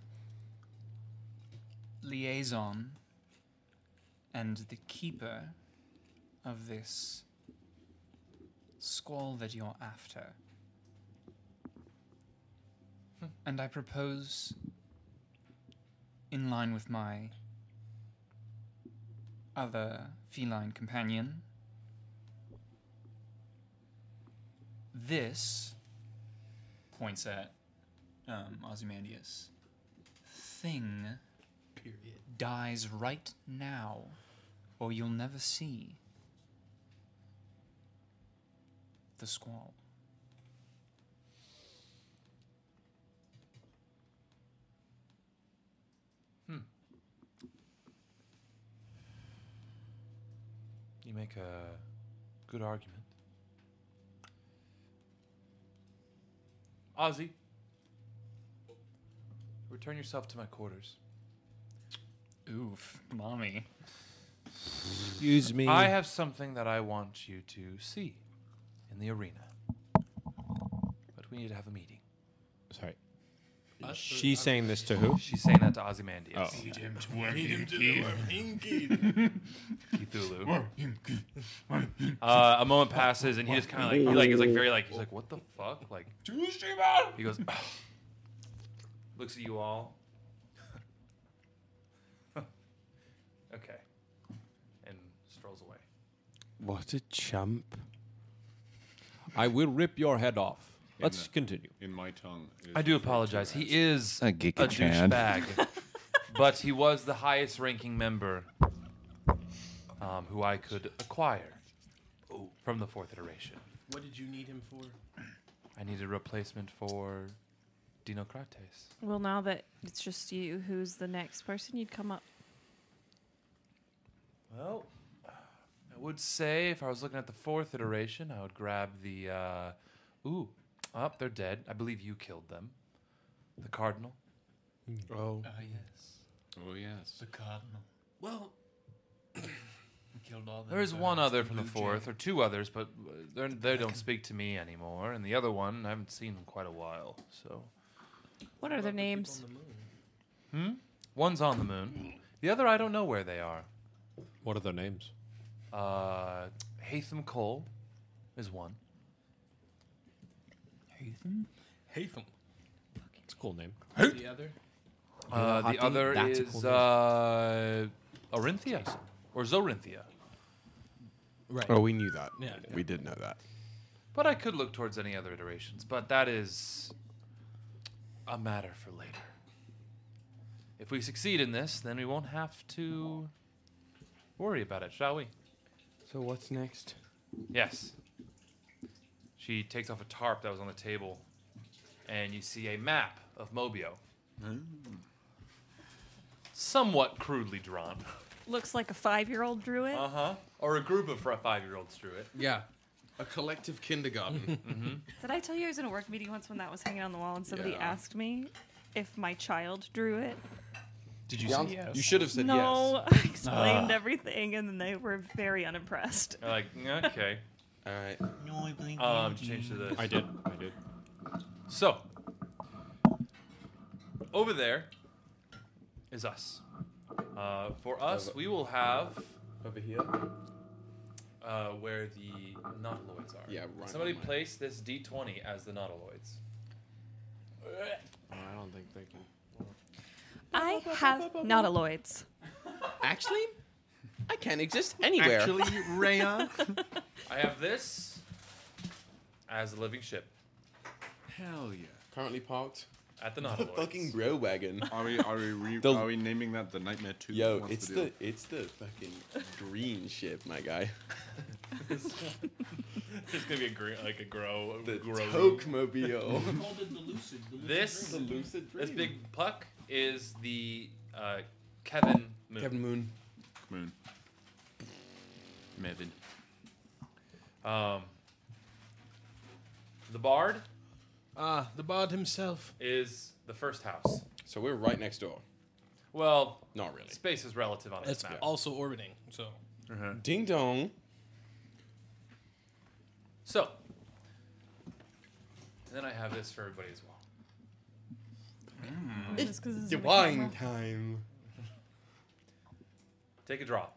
Speaker 2: liaison and the keeper of this squall that you're after. And I propose, in line with my other feline companion, this points at um, Ozymandias thing dies right now, or you'll never see the squall.
Speaker 3: You make a good argument. Ozzy, return yourself to my quarters.
Speaker 2: Oof, mommy.
Speaker 8: Excuse me.
Speaker 3: I have something that I want you to see in the arena. But we need to have a meeting.
Speaker 8: Sorry. She's saying this to who?
Speaker 3: She's saying that to Ozymandias.
Speaker 8: Oh.
Speaker 4: Need
Speaker 8: him
Speaker 4: to
Speaker 8: work Need him
Speaker 4: in to Keith. work in Keith.
Speaker 3: Cthulhu.
Speaker 4: Work in Keith. Work in
Speaker 3: Uh,
Speaker 4: Keith.
Speaker 3: a moment passes and he just kind of like he like is like very like he's like what the fuck like
Speaker 4: Tuesday, man!
Speaker 3: He goes looks at you all. okay, and strolls away.
Speaker 8: What a chump. I will rip your head off. Let's continue.
Speaker 7: In my tongue. is
Speaker 3: I do
Speaker 7: referred to
Speaker 3: apologize. He is
Speaker 7: A
Speaker 3: a,
Speaker 7: geek at Chad.
Speaker 3: douchebag, but he was the highest ranking member um, who I could acquire from the fourth iteration.
Speaker 10: What did you need him for?
Speaker 3: I needed a replacement for Dinocrates.
Speaker 1: Well, now that it's just you, who's the next person you'd come up?
Speaker 3: Well, I would say if I was looking at the fourth iteration, I would grab the. Uh, ooh, up they're dead. I believe you killed them. The cardinal.
Speaker 8: Hmm.
Speaker 4: Oh.
Speaker 5: Ah, yes.
Speaker 7: Oh yes.
Speaker 5: The cardinal.
Speaker 15: Well,
Speaker 5: We killed all the
Speaker 3: There is one
Speaker 5: birds,
Speaker 3: other from the
Speaker 5: blue jay.
Speaker 3: fourth, or two others, but uh, they're, they don't speak to me anymore. And the other one, I haven't seen in quite a while. So
Speaker 1: What are their names?
Speaker 3: Hmm? One's on the moon. The other, I don't know where they are.
Speaker 8: What are their names?
Speaker 3: Uh, Hatham Cole is one.
Speaker 2: Hatham?
Speaker 10: Hatham.
Speaker 8: It's a cool name.
Speaker 10: The other?
Speaker 3: Uh,
Speaker 10: Yeah,
Speaker 3: the
Speaker 10: Hathi,
Speaker 3: other
Speaker 10: that's a
Speaker 3: is
Speaker 10: cool name.
Speaker 3: uh, Orinthia or Zorinthia.
Speaker 10: Right.
Speaker 6: Oh, we knew that.
Speaker 10: Yeah.
Speaker 6: We did know that.
Speaker 3: But I could look towards any other iterations, but that is a matter for later. If we succeed in this, then we won't have to worry about it, shall we?
Speaker 12: So what's next?
Speaker 3: Yes. She takes off a tarp that was on the table, and you see a map of Mobio.
Speaker 6: Mm.
Speaker 3: Somewhat crudely drawn.
Speaker 1: Looks like a five-year-old drew it.
Speaker 3: Uh huh. Or a group of five year olds drew it.
Speaker 6: Uh-huh. Yeah. A collective kindergarten.
Speaker 27: Mm-hmm.
Speaker 1: Did I tell you I was in a work meeting once when that was hanging on the wall and somebody
Speaker 6: Yeah.
Speaker 1: asked me if my child drew it.
Speaker 6: Did you The say answer- yes? you should have said
Speaker 1: no,
Speaker 6: yes.
Speaker 1: I explained
Speaker 6: Ah.
Speaker 1: everything, and then they were very unimpressed.
Speaker 3: They're like, "Mm, okay.
Speaker 6: All right.
Speaker 1: No, I blame
Speaker 3: Um, change to this.
Speaker 8: I did. I did.
Speaker 3: So, over there is us. Uh, for us,
Speaker 6: Over-
Speaker 3: we will have
Speaker 6: over here
Speaker 3: uh, where the nautiloids are.
Speaker 6: Yeah, right
Speaker 3: Somebody
Speaker 6: on my-
Speaker 3: place this D20 as the nautiloids.
Speaker 6: Oh, I don't think they can.
Speaker 1: I have nautiloids.
Speaker 12: Actually, I can't exist anywhere.
Speaker 3: Actually, Raya. I have this as a living ship.
Speaker 7: Hell yeah.
Speaker 6: Currently parked
Speaker 3: At the
Speaker 6: The
Speaker 3: Nautiloids.
Speaker 6: fucking grow wagon.
Speaker 7: Are we are we re-
Speaker 6: The-
Speaker 7: are we naming that the Nightmare Two?
Speaker 6: Yo,
Speaker 7: What's
Speaker 6: it's
Speaker 7: deal?
Speaker 6: the it's the fucking green ship, my guy.
Speaker 27: There's gonna be a gr- like a grow.
Speaker 6: The
Speaker 27: grow
Speaker 6: Tokemobile.
Speaker 3: This,
Speaker 6: The lucid
Speaker 3: this
Speaker 6: dream.
Speaker 3: big puck is the uh, Kevin Moon.
Speaker 6: Kevin Moon.
Speaker 7: Moon. Mevin.
Speaker 3: Um, the Bard
Speaker 13: Ah, the bard himself.
Speaker 3: is the first house.
Speaker 6: So we're right next door.
Speaker 3: Well,
Speaker 6: Not really.
Speaker 3: Space is relative on
Speaker 13: It's
Speaker 3: this map.
Speaker 13: also orbiting. So
Speaker 27: Uh-huh.
Speaker 6: Ding dong.
Speaker 3: So, and then I have this for everybody as well.
Speaker 4: Hmm.
Speaker 6: It's
Speaker 1: Just 'cause it's on the
Speaker 6: divine
Speaker 1: camera.
Speaker 6: time.
Speaker 3: Take a draw.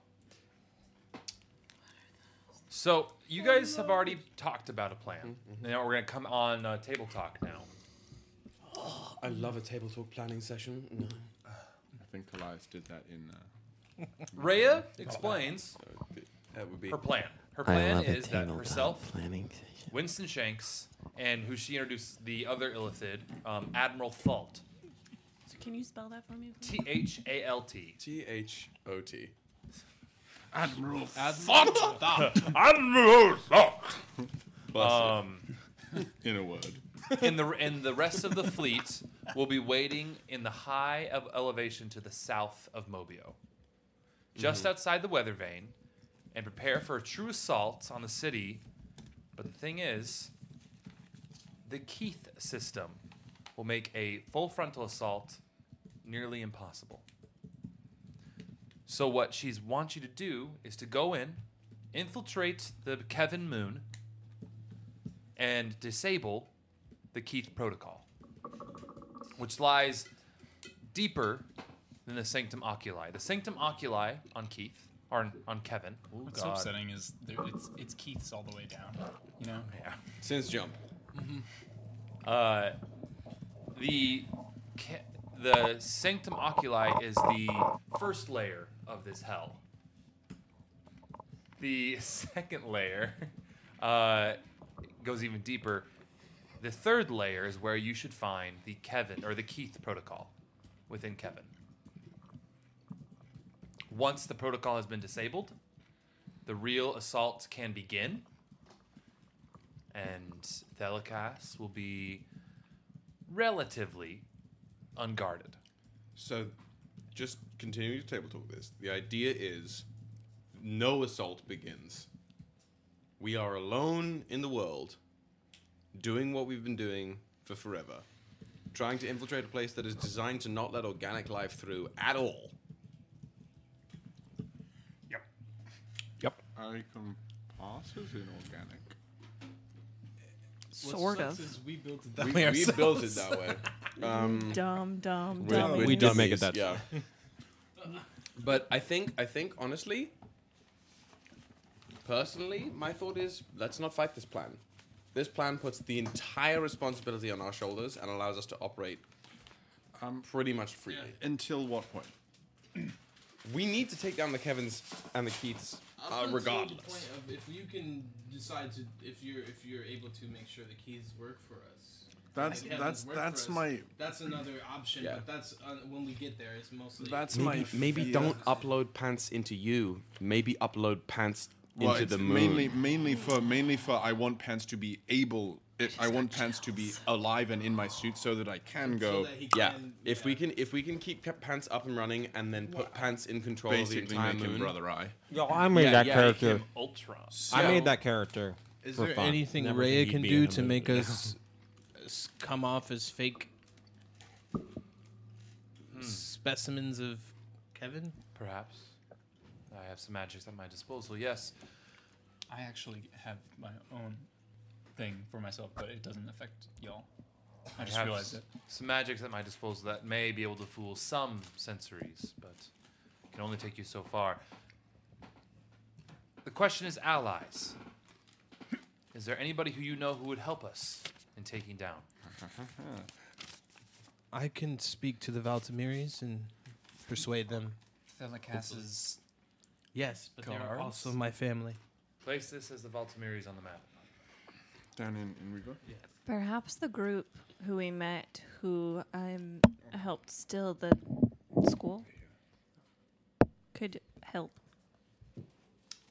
Speaker 3: So you guys have already talked about a plan.
Speaker 6: Mm-hmm.
Speaker 3: Now we're gonna come on uh, table talk now.
Speaker 6: I love a table talk planning session. No.
Speaker 7: I think Elias did that in. Uh,
Speaker 3: Rhea explains
Speaker 6: that would be
Speaker 3: her plan. Her
Speaker 6: I
Speaker 3: plan
Speaker 6: love a
Speaker 3: is that
Speaker 6: table
Speaker 3: herself,
Speaker 6: planning
Speaker 3: Winston Shanks, and who she introduced the other Illithid, um, Admiral Thalt.
Speaker 1: So can you spell that for me?
Speaker 3: T H A L T.
Speaker 6: T H O T.
Speaker 3: Admiral
Speaker 6: Admiral
Speaker 3: Thalt.
Speaker 6: Thalt.
Speaker 3: Admiral
Speaker 6: Bless you.
Speaker 3: Um,
Speaker 7: in a word.
Speaker 3: and the and the rest of the fleet will be waiting in the high of elevation to the south of Mobio, just
Speaker 4: Mhm.
Speaker 3: outside the weather vane, and prepare for a true assault on the city. But the thing is, the Keith system will make a full frontal assault nearly impossible. So what she's wants you to do is to go in, infiltrate the Kevin Moon, and disable the Keith protocol, which lies deeper than the Sanctum Oculi. The Sanctum Oculi on Keith or on, on Kevin.
Speaker 5: What's so upsetting is there, it's it's Keith's all the way down. You know.
Speaker 3: Yeah. Mm-hmm.
Speaker 6: Since jump.
Speaker 3: Uh, the ca- the Sanctum Oculi is the first layer of this hell. The second layer uh, goes even deeper. The third layer is where you should find the Kevin or the Keith protocol within Kevin. Once the protocol has been disabled, the real assault can begin and Thelikas will be relatively unguarded.
Speaker 6: So, just continue to table talk this. The idea is no assault begins. We are alone in the world, doing what we've been doing for forever, trying to infiltrate a place that is designed to not let organic life through at all.
Speaker 7: Yep. I can pass as inorganic.
Speaker 1: Sort
Speaker 10: sucks
Speaker 1: of.
Speaker 10: is we built it that
Speaker 6: we,
Speaker 10: way
Speaker 6: we built it
Speaker 10: ourselves.
Speaker 6: that way. Um,
Speaker 1: Dumb, dumb,
Speaker 6: with-
Speaker 1: dumb.
Speaker 6: with
Speaker 8: We don't make it
Speaker 6: disease,
Speaker 8: that-
Speaker 6: Yeah. but I think I think honestly, personally, my thought is let's not fight this plan. This plan puts the entire responsibility on our shoulders and allows us to operate pretty much freely. Um, Until what point? we need to take down the Kevins and the Keiths, uh,
Speaker 10: The
Speaker 6: regardless.
Speaker 10: point of if you can decide to, if you're if you're able to make sure the keys work for us.
Speaker 7: That's-
Speaker 10: and the Kevins
Speaker 7: that's-
Speaker 10: work for
Speaker 7: that's
Speaker 10: us,
Speaker 7: my-
Speaker 10: That's another option,
Speaker 6: Yeah.
Speaker 10: but that's uh, when we get there. It's mostly
Speaker 6: maybe, maybe don't upload pants into you. Maybe upload pants
Speaker 7: Well,
Speaker 6: into
Speaker 7: it's
Speaker 6: the moon.
Speaker 7: mainly mainly for mainly for I want pants to be able. It, I want pants to be alive and in my suit so that I can go.
Speaker 6: yeah. If we can, if we can keep Ca- pants up and running, and then put pants in control of the
Speaker 7: Basically
Speaker 6: entire
Speaker 7: make him
Speaker 6: moon.
Speaker 7: Brother Eye.
Speaker 8: Yo, I made that character. I
Speaker 6: So-
Speaker 8: made that character.
Speaker 13: Is
Speaker 8: for
Speaker 13: there
Speaker 8: fun.
Speaker 13: anything
Speaker 8: Never
Speaker 13: Raya
Speaker 8: he'd
Speaker 13: can
Speaker 8: be
Speaker 13: do
Speaker 8: in a
Speaker 13: to
Speaker 8: movie.
Speaker 13: make us s- come off as fake
Speaker 8: Hmm.
Speaker 28: specimens of Kevin?
Speaker 3: Perhaps. I have some magics at my disposal, yes.
Speaker 5: I actually have my own thing for myself, but it doesn't affect y'all. I just
Speaker 3: have
Speaker 5: realized
Speaker 3: s-
Speaker 5: it.
Speaker 3: Some magics at my disposal that may be able to fool some sensories, but can only take you so far. The question is allies. Is there anybody who you know who would help us in taking down?
Speaker 28: I can speak to the Valtamiris and persuade them.
Speaker 29: Thelicas's
Speaker 28: Yes, but they are
Speaker 3: Guards?
Speaker 28: also my family.
Speaker 3: Place this as the Valtamiris on the map.
Speaker 7: Down in, in Rigo?
Speaker 3: Yeah.
Speaker 1: Perhaps the group who we met, who um, helped steal the school, could help.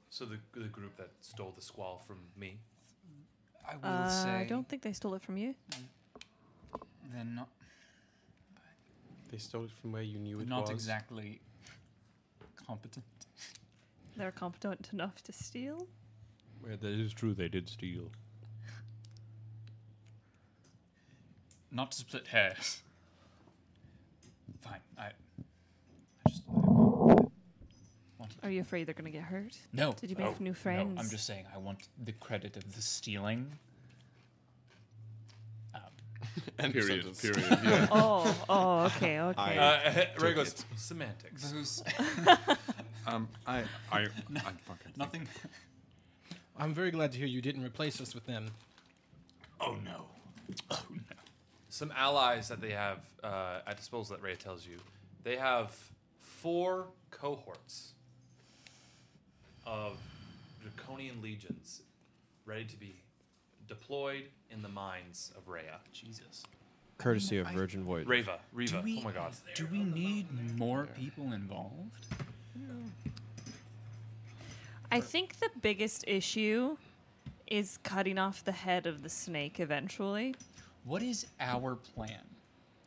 Speaker 3: So the, the group that stole the squall from me.
Speaker 29: I
Speaker 1: Uh,
Speaker 29: will
Speaker 1: I
Speaker 29: say
Speaker 1: don't think they stole it from you.
Speaker 29: they're not
Speaker 6: They stole it from where you knew
Speaker 29: They're
Speaker 6: it
Speaker 29: not
Speaker 6: was.
Speaker 29: exactly competent.
Speaker 1: They're competent enough to steal.
Speaker 30: that is true. They did steal.
Speaker 5: Not to split hairs. Fine. I.
Speaker 1: Are you afraid they're gonna get hurt?
Speaker 5: No.
Speaker 1: Did you make
Speaker 5: Oh,
Speaker 1: new friends?
Speaker 5: No, I'm just saying I want the credit of the stealing.
Speaker 31: End
Speaker 3: Period,
Speaker 31: sentence.
Speaker 3: period, yeah.
Speaker 1: Oh, oh, okay, okay.
Speaker 3: I Uh, Ray took goes, it. "Semantics."
Speaker 29: Those-
Speaker 7: um, I, I,
Speaker 28: No-
Speaker 7: I fucking
Speaker 5: nothing.
Speaker 28: I'm very glad to hear you didn't replace us with them.
Speaker 5: Oh no.
Speaker 3: some allies that they have uh, at disposal that Ray tells you. They have four cohorts of draconian legions ready to be deployed in the mines of Rhea. Jesus.
Speaker 8: Courtesy of Virgin Voyager.
Speaker 3: Reva. Reva.
Speaker 5: Do we,
Speaker 3: oh my god.
Speaker 5: Do we need more people involved?
Speaker 1: I think the biggest issue is cutting off the head of the snake eventually.
Speaker 5: What is our plan?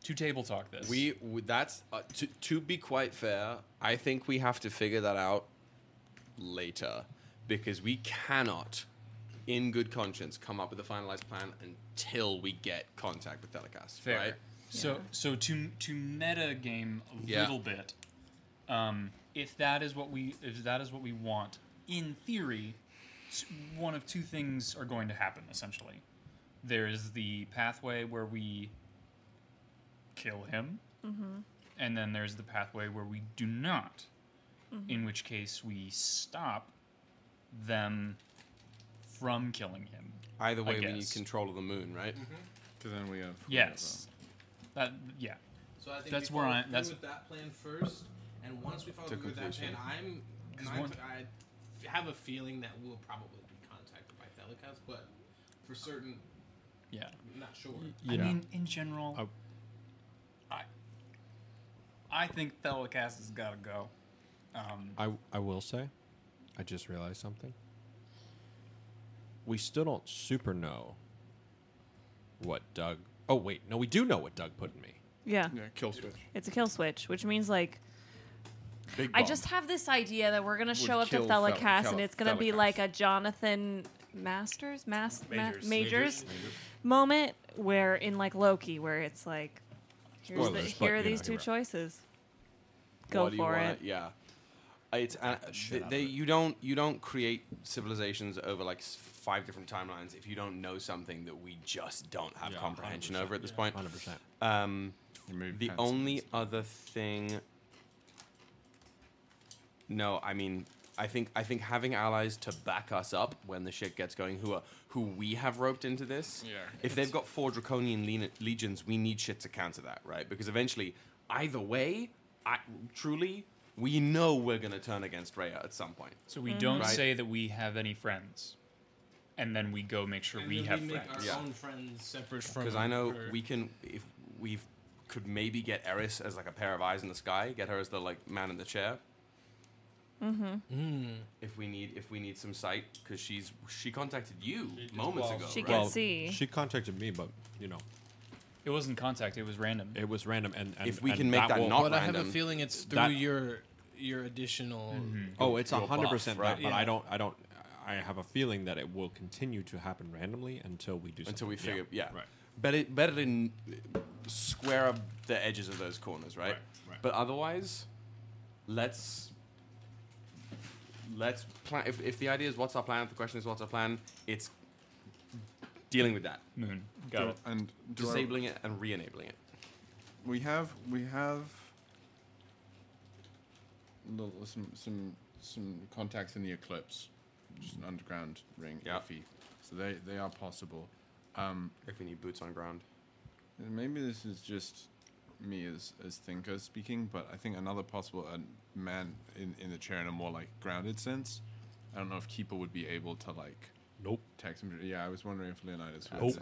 Speaker 5: To table talk this.
Speaker 6: We w- that's uh, to to be quite fair. I think we have to figure that out later because we cannot, in good conscience, come up with a finalized plan until we get contact with Telecast.
Speaker 5: Fair.
Speaker 6: Right?
Speaker 5: So so to to meta game a
Speaker 6: Yeah.
Speaker 5: little bit. Um, if that is what we if that is what we want, in theory, s- one of two things are going to happen. Essentially, there is the pathway where we kill him,
Speaker 32: Mhm.
Speaker 5: and then there's the pathway where we do not.
Speaker 32: Mhm.
Speaker 5: In which case, we stop them from killing him.
Speaker 6: Either
Speaker 5: I
Speaker 6: way, we need
Speaker 5: guess.
Speaker 6: control of the moon, right?
Speaker 1: Mm-hmm.
Speaker 7: Because then we have.
Speaker 5: Yes. That yeah.
Speaker 10: So I think
Speaker 5: that's
Speaker 10: we
Speaker 5: where
Speaker 10: follow
Speaker 5: I
Speaker 10: through
Speaker 5: that's
Speaker 10: with that plan first, and once we follow
Speaker 7: To
Speaker 10: through with that
Speaker 7: completion.
Speaker 10: plan, I'm
Speaker 5: 'Cause
Speaker 10: nine-
Speaker 5: one-
Speaker 10: I f- have a feeling that we'll probably be contacted by Thelicast, but for certain,
Speaker 5: yeah,
Speaker 10: I'm not sure.
Speaker 5: I mean, in general, I I think Thelicast has got to go. Um,
Speaker 8: I, I will say, I just realized something. We still don't super know what Doug. Oh, wait. No, we do know what Doug put in me.
Speaker 1: Yeah.
Speaker 7: Yeah, kill switch.
Speaker 1: It's a kill switch, which means like
Speaker 7: Big
Speaker 1: I
Speaker 7: bomb.
Speaker 1: just have this idea that we're gonna
Speaker 7: Would
Speaker 1: show up to
Speaker 7: kill Fel-
Speaker 1: Thelicast and
Speaker 7: Fel-
Speaker 1: it's gonna be
Speaker 7: Thelicast.
Speaker 1: like a Jonathan Masters, Mas- Ma-
Speaker 7: Majors.
Speaker 1: majors.
Speaker 7: Majors. Majors.
Speaker 1: moment where in like Loki, where it's like, here's
Speaker 6: Spoilers,
Speaker 1: the,
Speaker 6: but,
Speaker 1: here
Speaker 6: you
Speaker 1: are these
Speaker 6: know,
Speaker 1: two
Speaker 6: you're right.
Speaker 1: choices. Go
Speaker 6: What do you
Speaker 1: for
Speaker 6: wanna-
Speaker 1: it.
Speaker 6: Yeah. Uh, It's uh,
Speaker 1: shit
Speaker 6: th-
Speaker 1: out
Speaker 6: they, you don't you don't create civilizations over like s- five different timelines if you don't know something that we just don't have
Speaker 8: Yeah,
Speaker 6: comprehension
Speaker 8: 100%,
Speaker 6: over at this
Speaker 8: yeah.
Speaker 6: point.
Speaker 8: 100%.
Speaker 6: Um,
Speaker 8: Remove
Speaker 6: the
Speaker 8: past
Speaker 6: only other thing. No, I mean, I think I think having allies to back us up when the shit gets going, who are who we have roped into this.
Speaker 7: Yeah.
Speaker 6: If they've got four draconian lean- legions, we need shit to counter that, right? Because eventually, either way, I truly we know we're gonna turn against Rhea at some point.
Speaker 5: so we don't
Speaker 6: Right?
Speaker 5: say that we have any friends, and then we go make sure
Speaker 10: And
Speaker 5: we
Speaker 10: then
Speaker 5: have
Speaker 10: we make
Speaker 5: friends.
Speaker 10: our own friends separate from.
Speaker 6: Because I know
Speaker 10: her.
Speaker 6: we can, if we could maybe get Eris as like a pair of eyes in the sky, get her as the like man in the chair.
Speaker 1: Mm-hmm.
Speaker 8: Mm.
Speaker 10: Mm.
Speaker 6: If we need, if we need some sight, because she's she contacted you moments ago.
Speaker 1: She
Speaker 6: right?
Speaker 1: could Well, see.
Speaker 8: She contacted me, but, you know.
Speaker 5: It wasn't contact. It was random.
Speaker 8: It was random. And, and
Speaker 6: If we
Speaker 8: and
Speaker 6: can make that
Speaker 8: will-
Speaker 6: not
Speaker 8: But I have a
Speaker 6: random,
Speaker 8: feeling-
Speaker 28: Feeling it's through
Speaker 8: That-
Speaker 28: your your additional.
Speaker 10: Mm-hmm.
Speaker 5: Mm-hmm.
Speaker 8: Oh, it's
Speaker 28: your
Speaker 8: a hundred
Speaker 28: buff,
Speaker 8: percent
Speaker 28: right?
Speaker 8: that, but
Speaker 28: Yeah.
Speaker 8: I don't, I don't, I have a feeling that it will continue to happen randomly until we do something.
Speaker 6: until we figure, yeah,
Speaker 8: right.
Speaker 6: better better than square up the edges of those corners, right?
Speaker 7: right.
Speaker 6: But otherwise, let's let's plan. If, if the idea is what's our plan, if the question is what's our plan, it's dealing with that.
Speaker 7: Moon. Got Do- it. and do I-
Speaker 6: disabling it and re-enabling it.
Speaker 7: We have we have little, some some some contacts in the eclipse, just an underground ring. Yeah. So they they are possible. Um,
Speaker 6: if we need boots on ground.
Speaker 7: Maybe this is just me as as thinker speaking, but I think another possible uh, man in in the chair in a more like grounded sense. I don't know if Keeper would be able to like.
Speaker 6: Nope.
Speaker 7: Text him. Yeah, I was wondering if Leonidas would.
Speaker 6: Nope.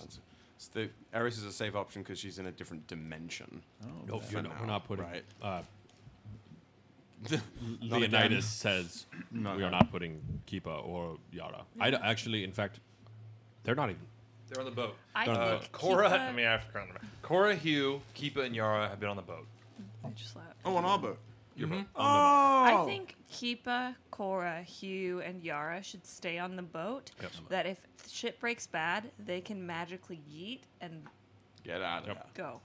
Speaker 6: So the Eris is a safe option because she's in a different dimension.
Speaker 7: Oh,
Speaker 8: Nope,
Speaker 6: For
Speaker 8: you're not, we're
Speaker 6: now,
Speaker 8: not putting.
Speaker 6: right.
Speaker 8: Uh,
Speaker 6: Not again.
Speaker 8: Leonidas says
Speaker 6: Not
Speaker 8: we are
Speaker 6: again.
Speaker 8: not putting Keepa or Yara. I d- actually, in fact, they're not even.
Speaker 3: They're on the boat.
Speaker 8: I They're on the think boat.
Speaker 3: Cora,
Speaker 8: Keepa-
Speaker 3: Uh, I mean, I forgot. Cora, Hugh, Keepa, and Yara have been on the boat.
Speaker 1: Just like-
Speaker 7: Oh, on our boat.
Speaker 3: Your boat. Oh.
Speaker 1: I think Keepa, Cora, Hugh, and Yara should stay on the boat.
Speaker 6: Yep.
Speaker 1: That if shit breaks bad, they can magically yeet and
Speaker 6: Get out of there.
Speaker 1: go.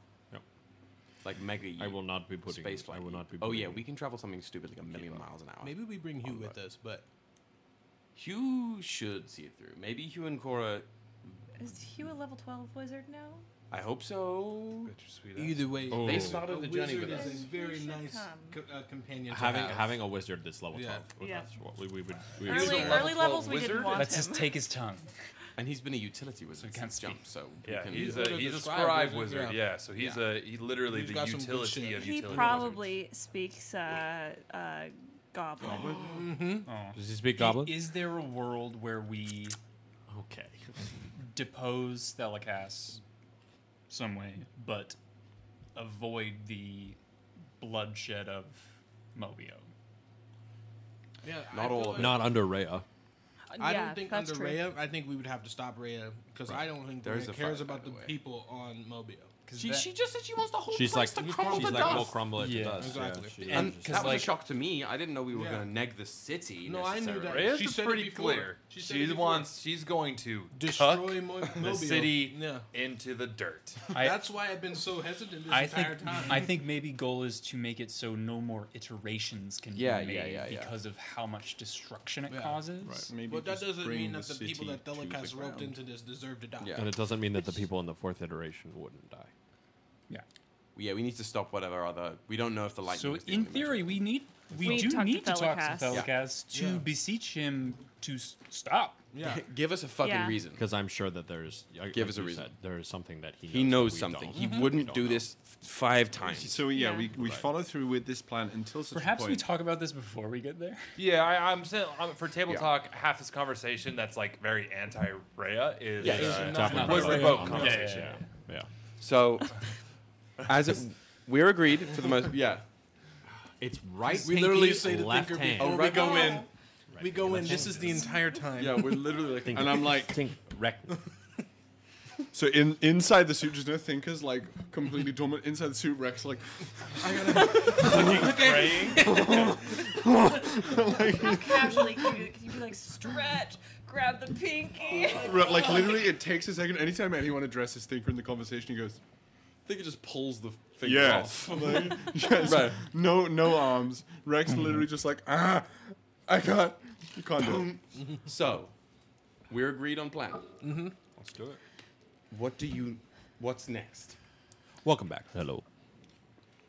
Speaker 6: Like mega.
Speaker 8: I will not be putting-
Speaker 6: space flight.
Speaker 8: I will not be
Speaker 6: Oh
Speaker 8: putting-
Speaker 6: yeah, we can travel something stupid like a million miles an hour.
Speaker 13: Maybe we bring Hugh with us, but
Speaker 6: Hugh should see it through. Maybe Hugh and Cora.
Speaker 1: Is Hugh a level 12 wizard now?
Speaker 6: I hope so.
Speaker 13: Either way,
Speaker 5: Oh.
Speaker 6: they
Speaker 8: oh.
Speaker 6: started the journey with us.
Speaker 10: is a very
Speaker 1: should
Speaker 10: nice
Speaker 1: come.
Speaker 10: co- uh, companion.
Speaker 8: Having
Speaker 10: to have.
Speaker 8: having a wizard that's level
Speaker 10: Yeah.
Speaker 8: twelve with
Speaker 10: Yeah.
Speaker 8: us, what we, we would. We
Speaker 1: Early-
Speaker 8: would
Speaker 1: early Level 12 levels we didn't wizard? want Let's just him. take
Speaker 6: his tongue. And he's been a utility wizard since jump, so we
Speaker 3: Yeah,
Speaker 6: can-
Speaker 3: he's a he's a scribe wizard. Yeah, so he's
Speaker 6: Yeah.
Speaker 3: a he literally
Speaker 6: He's
Speaker 3: the
Speaker 6: got some good
Speaker 3: utility
Speaker 6: shit.
Speaker 3: of
Speaker 1: He
Speaker 3: utility.
Speaker 1: probably speaks uh, uh, goblin.
Speaker 19: Hmm?
Speaker 5: Oh.
Speaker 8: Um, Does he speak goblin?
Speaker 5: Is there a world where we
Speaker 8: okay
Speaker 5: depose Thelicass some way, but avoid the bloodshed of Mobio?
Speaker 10: Yeah, I
Speaker 8: not
Speaker 10: feel
Speaker 8: all,
Speaker 10: like-
Speaker 8: not under Rhea.
Speaker 10: I
Speaker 5: Yeah,
Speaker 10: don't think
Speaker 5: that's
Speaker 10: under
Speaker 5: true.
Speaker 10: Rhea, I think we would have to stop Rhea because I don't think
Speaker 8: There is
Speaker 10: Rhea
Speaker 8: a
Speaker 10: cares
Speaker 8: fight, by
Speaker 10: about the, people on Mobile.
Speaker 6: She, she just said she wants the whole
Speaker 8: She's
Speaker 6: place
Speaker 8: like-
Speaker 6: to crumble
Speaker 8: she's
Speaker 6: to
Speaker 8: like,
Speaker 6: dust.
Speaker 8: we'll crumble it to Yeah, dust, yeah,
Speaker 6: Exactly.
Speaker 8: exactly. she
Speaker 6: and
Speaker 8: is just-
Speaker 6: that was
Speaker 8: like-
Speaker 6: a shock to me. I didn't know we were
Speaker 10: Yeah.
Speaker 6: going to neg the city.
Speaker 10: No, I knew that.
Speaker 6: necessarily.
Speaker 10: She
Speaker 3: She's
Speaker 10: said it
Speaker 3: pretty
Speaker 10: before.
Speaker 3: clear.
Speaker 10: She
Speaker 3: She
Speaker 10: said it before.
Speaker 3: wants. She's going to
Speaker 10: Destroy
Speaker 3: tuck
Speaker 10: Mo-
Speaker 3: the
Speaker 10: Mobile.
Speaker 3: city
Speaker 10: Yeah.
Speaker 3: into the dirt.
Speaker 10: That's why I've been so hesitant this
Speaker 5: I
Speaker 10: entire
Speaker 5: think
Speaker 10: time.
Speaker 5: I think maybe goal is to make it so no more iterations can
Speaker 10: Yeah,
Speaker 5: be
Speaker 10: yeah,
Speaker 5: made
Speaker 10: yeah, yeah.
Speaker 5: because of how much destruction it
Speaker 10: Yeah.
Speaker 5: causes.
Speaker 10: but that doesn't mean that the, people that Delica's roped into this deserve to die.
Speaker 8: And it doesn't mean that the people in the fourth iteration wouldn't die.
Speaker 6: Yeah, we need to stop whatever other. We don't know if the lightning.
Speaker 5: So
Speaker 6: was the
Speaker 5: in
Speaker 6: only magic.
Speaker 5: theory, we need we,
Speaker 1: We
Speaker 5: do
Speaker 1: talked to
Speaker 5: need to talk to
Speaker 1: Thelicass.
Speaker 5: Thelicass
Speaker 6: Yeah.
Speaker 5: to
Speaker 6: Yeah.
Speaker 5: beseech him to s- stop.
Speaker 6: Give us a fucking
Speaker 1: Yeah.
Speaker 6: reason.
Speaker 8: Because I'm sure that there's. like
Speaker 6: Give us a
Speaker 8: you
Speaker 6: reason.
Speaker 8: said, there is something that he knows
Speaker 6: He knows
Speaker 8: that we
Speaker 6: something.
Speaker 8: don't.
Speaker 6: He
Speaker 8: We
Speaker 6: wouldn't
Speaker 8: don't
Speaker 6: do
Speaker 8: know.
Speaker 6: this five times.
Speaker 7: So yeah,
Speaker 8: Yeah.
Speaker 7: we, we
Speaker 8: Right.
Speaker 7: follow through with this plan until such
Speaker 5: Perhaps
Speaker 7: a
Speaker 5: we
Speaker 7: point.
Speaker 5: talk about this before we get there.
Speaker 3: Yeah, I, I'm saying um, for table
Speaker 7: Yeah.
Speaker 3: talk, half this conversation that's like very anti Rhea is
Speaker 6: Yeah, it's
Speaker 3: uh,
Speaker 6: not-
Speaker 3: was the
Speaker 6: Rhea.
Speaker 3: boat
Speaker 6: Yeah, yeah,
Speaker 3: conversation.
Speaker 6: yeah,
Speaker 8: Yeah.
Speaker 6: So, as it, we're agreed for the most. Yeah.
Speaker 8: It's right.
Speaker 10: we literally say the
Speaker 8: left
Speaker 10: thinker
Speaker 8: hand.
Speaker 6: Oh,
Speaker 10: before Oh, we go in. we go in. This is the entire time.
Speaker 6: Yeah, we're literally like,
Speaker 10: Think-
Speaker 7: and I'm like,
Speaker 8: think
Speaker 7: So in inside the suit, just no thinkers like completely dormant. Inside the suit, Rex like, I gotta praying.
Speaker 1: How casually can you, can you be like, stretch, grab the pinky?
Speaker 7: Right, like literally, it takes a second. Anytime anyone addresses Thinker in the conversation, he goes,
Speaker 6: "Thinker just pulls the
Speaker 7: yes. Like, yes.
Speaker 6: Right.
Speaker 7: No, no arms. Rex literally just like, ah, I can't, you can't do it.
Speaker 6: So, we're agreed on plan. Mm-hmm.
Speaker 3: Let's do it.
Speaker 6: What do you? What's next?
Speaker 8: Welcome back. Hello.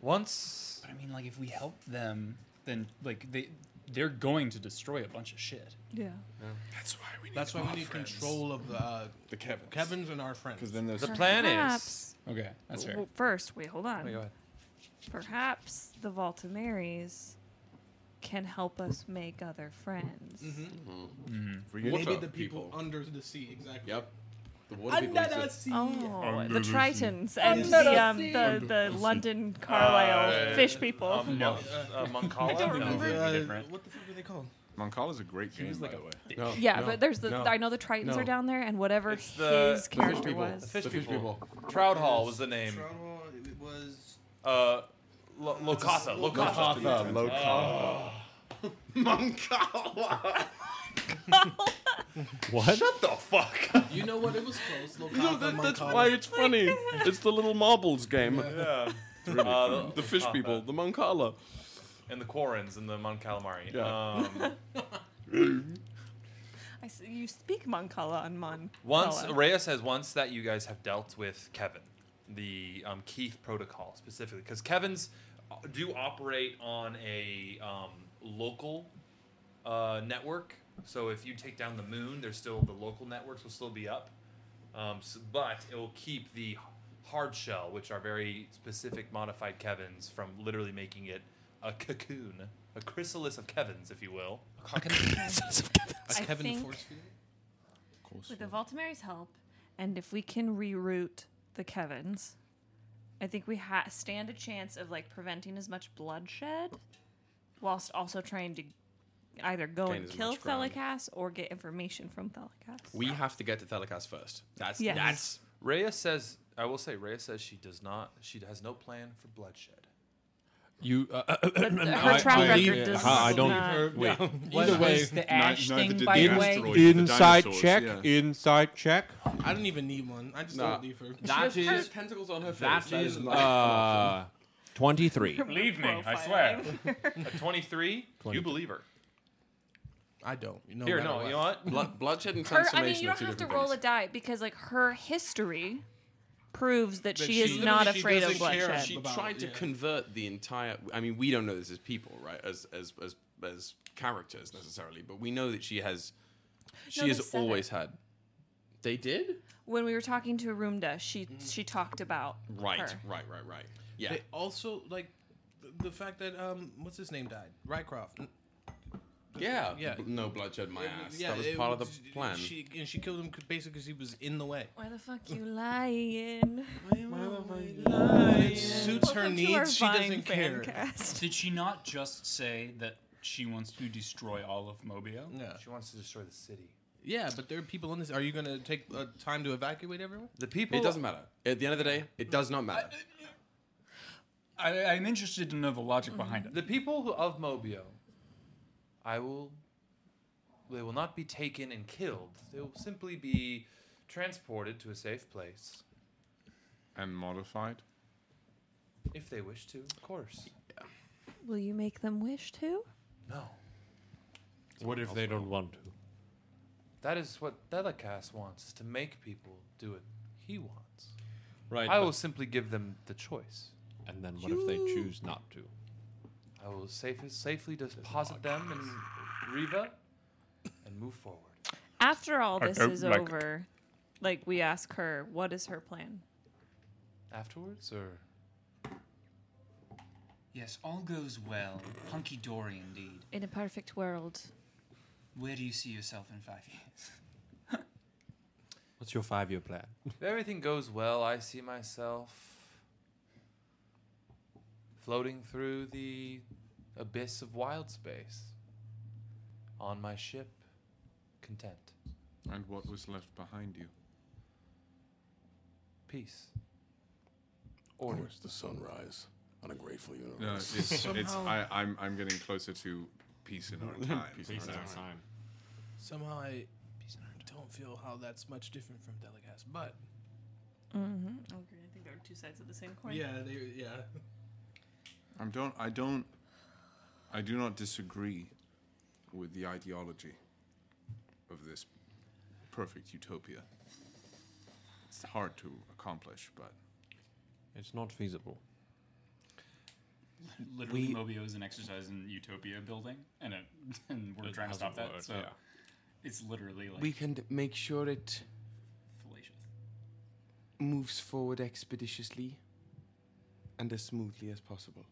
Speaker 3: Once.
Speaker 5: But I mean, like, if we help them, then like they they're going to destroy a bunch of shit.
Speaker 33: Yeah.
Speaker 5: That's why we.
Speaker 10: That's why
Speaker 5: more
Speaker 10: we need
Speaker 5: friends.
Speaker 10: control of the, uh,
Speaker 7: the Kevins.
Speaker 10: and our friends.
Speaker 7: 'Cause then there's-
Speaker 10: the
Speaker 7: The
Speaker 10: plan
Speaker 1: Perhaps-
Speaker 10: is okay.
Speaker 5: that's
Speaker 1: Well, first, wait, hold on. Perhaps the Voltamaries can help us make other friends.
Speaker 10: mm-hmm. Maybe the people, under the sea, exactly.
Speaker 6: Yep. The
Speaker 10: Under the sea.
Speaker 1: Oh,
Speaker 10: Under
Speaker 1: the
Speaker 10: the sea.
Speaker 1: Tritons
Speaker 10: Under
Speaker 1: and
Speaker 10: the
Speaker 1: the, um,
Speaker 10: sea.
Speaker 1: the, the London Carlisle
Speaker 7: Uh,
Speaker 1: fish people.
Speaker 7: um,
Speaker 3: No.
Speaker 7: Uh, Moncala?
Speaker 1: I don't
Speaker 7: No.
Speaker 1: remember.
Speaker 7: Uh,
Speaker 10: what the fuck were they called?
Speaker 7: Moncala's a great game, by the way.
Speaker 1: yeah, but there's the I know the Tritons are down there, and whatever his character was.
Speaker 3: The fish, people. Trout Hall was the name. Trout Hall. It was. Uh, Lo- Locasa. Locasa.
Speaker 10: Oh.
Speaker 6: Locatha, Locatha.
Speaker 3: Moncala.
Speaker 8: What?
Speaker 3: Shut the fuck.
Speaker 15: You know what? It was close. Local
Speaker 19: No, that, that's why it's funny. It's the little marbles game.
Speaker 3: Yeah.
Speaker 19: It's really
Speaker 3: Uh,
Speaker 19: funny.
Speaker 3: the-
Speaker 19: the fish
Speaker 3: uh,
Speaker 19: people, the Moncala.
Speaker 3: and the Quarrens and the Mon Calamari.
Speaker 19: Yeah.
Speaker 3: Um,
Speaker 1: I s- you speak Moncala on Mon.
Speaker 3: once
Speaker 1: Cala.
Speaker 3: Rhea says once that you guys have dealt with Kevin, the um, Keith protocol specifically, because Kevin's uh, do operate on a um, local uh, network. So if you take down the moon, there's still the local networks will still be up, um, s but it will keep the hard shell, which are very specific modified Kevin's, from literally making it a cocoon, a chrysalis of Kevin's, if you will. A chrysalis of Kevin's.
Speaker 1: I think With the Voltemary's help, and if we can reroute the Kevins, I think we ha- stand a chance of like preventing as much bloodshed, whilst also trying to either go
Speaker 12: Gain
Speaker 1: and
Speaker 12: as
Speaker 1: kill
Speaker 12: much ground.
Speaker 1: Thelicass or get information from Thelicass.
Speaker 12: We have to get to Thelica's first. That's
Speaker 1: Yes.
Speaker 12: that's
Speaker 3: Rhea says, I will say, Rhea says she does not, she has no plan for bloodshed.
Speaker 13: You. Uh,
Speaker 3: her track record
Speaker 13: I-
Speaker 3: does
Speaker 13: I don't. uh,
Speaker 3: not-
Speaker 13: Wait.
Speaker 3: Yeah.
Speaker 13: Either
Speaker 3: What
Speaker 13: way,
Speaker 3: was the Ni- ash neither thing, did by the the way? asteroid, the
Speaker 13: inside
Speaker 3: dinosaurs,
Speaker 13: check.
Speaker 3: yeah.
Speaker 13: Inside check.
Speaker 10: I don't even need one. I just
Speaker 13: Nah.
Speaker 10: don't leave her.
Speaker 6: That
Speaker 10: She has
Speaker 6: is-
Speaker 10: tentacles on her face.
Speaker 6: that
Speaker 10: That
Speaker 6: is
Speaker 10: is
Speaker 6: like-
Speaker 8: Uh, 23.
Speaker 3: Believe me, I swear. At 23, you believe her.
Speaker 10: I don't. No
Speaker 3: Here,
Speaker 10: matter
Speaker 3: no,
Speaker 10: what.
Speaker 3: you know what?
Speaker 10: Blood-
Speaker 6: bloodshed and
Speaker 1: Her, I mean, you don't have to roll a die because like her history proves that, she, is not afraid of bloodshed.
Speaker 6: She
Speaker 1: About-
Speaker 6: tried tried to to convert the entire. I mean, we don't know this as people, right? As as as as characters necessarily, but we know that she has. She
Speaker 1: No, they
Speaker 6: has
Speaker 1: said
Speaker 6: always had. They did.
Speaker 1: when we were talking to Arumda, she she talked about
Speaker 6: Right,
Speaker 1: her.
Speaker 6: right, right, right. Yeah.
Speaker 10: They also like th- the fact that um, what's his name died, Rycroft. N-
Speaker 6: yeah.
Speaker 10: yeah.
Speaker 6: b- No bloodshed, my ass.
Speaker 10: Yeah,
Speaker 6: that was
Speaker 10: it
Speaker 6: part of the
Speaker 10: was-
Speaker 6: plan.
Speaker 10: She and she killed him c- basically because he was in the way.
Speaker 1: Why the fuck you lying?
Speaker 10: It suits her needs. She doesn't care.
Speaker 5: Did she not just say that she wants to destroy all of Mobio?
Speaker 10: Yeah.
Speaker 3: She wants to destroy the city.
Speaker 10: Yeah, but there are people in this. Are you gonna take uh, time to evacuate everyone?
Speaker 3: The
Speaker 6: It doesn't matter. At the end of the day, it does not matter.
Speaker 5: I, I'm interested to know the logic behind it.
Speaker 3: Mm-hmm. The people who, of Mobio, I will. They will not be taken and killed. They will simply be transported to a safe place
Speaker 7: And modified.
Speaker 3: if they wish to, of course.
Speaker 1: Will you make them wish to?
Speaker 3: No.
Speaker 8: What if they don't want to?
Speaker 3: That is what Delicast wants, is to make people do it he wants.
Speaker 8: Right,
Speaker 3: I
Speaker 13: uh,
Speaker 8: but-
Speaker 3: will simply give them the choice.
Speaker 8: And then what if they choose not to?
Speaker 3: I will safe, safely deposit them in Riva and move forward.
Speaker 1: After all
Speaker 3: I
Speaker 1: this
Speaker 3: don't
Speaker 1: is
Speaker 3: like it.
Speaker 1: over, like we ask her, what is her plan?
Speaker 3: Afterwards, or
Speaker 34: Yes, all goes well. Hunky dory indeed.
Speaker 1: In a perfect world,
Speaker 34: Where do you see yourself in five years?
Speaker 8: What's your five year plan?
Speaker 3: if everything goes well, I see myself floating through the abyss of wild space on my ship, content.
Speaker 7: And what was left behind you?
Speaker 3: Peace.
Speaker 19: Or it's the sunrise on a grateful
Speaker 10: Oh.
Speaker 19: universe.
Speaker 7: No, it's, it's I, I'm, I'm getting closer to peace in our time.
Speaker 19: Peace in Peace our in our time. time.
Speaker 10: Somehow I don't feel how that's much different from Delicass, but
Speaker 1: Mm-hmm. Okay, I think there are two sides of the same coin.
Speaker 10: yeah, they, yeah.
Speaker 7: I don't. I don't. I do not disagree with the ideology of this perfect utopia. It's hard to accomplish, but
Speaker 8: It's not feasible.
Speaker 5: Literally,
Speaker 8: We-
Speaker 5: Mobio is an exercise in utopia building, and it, and we're
Speaker 8: It
Speaker 5: trying to stop
Speaker 8: hasn't
Speaker 5: that.
Speaker 8: worked,
Speaker 5: so
Speaker 8: yeah.
Speaker 5: it's literally like
Speaker 12: we can make sure it
Speaker 5: fallacious.
Speaker 12: moves forward expeditiously and as smoothly as possible.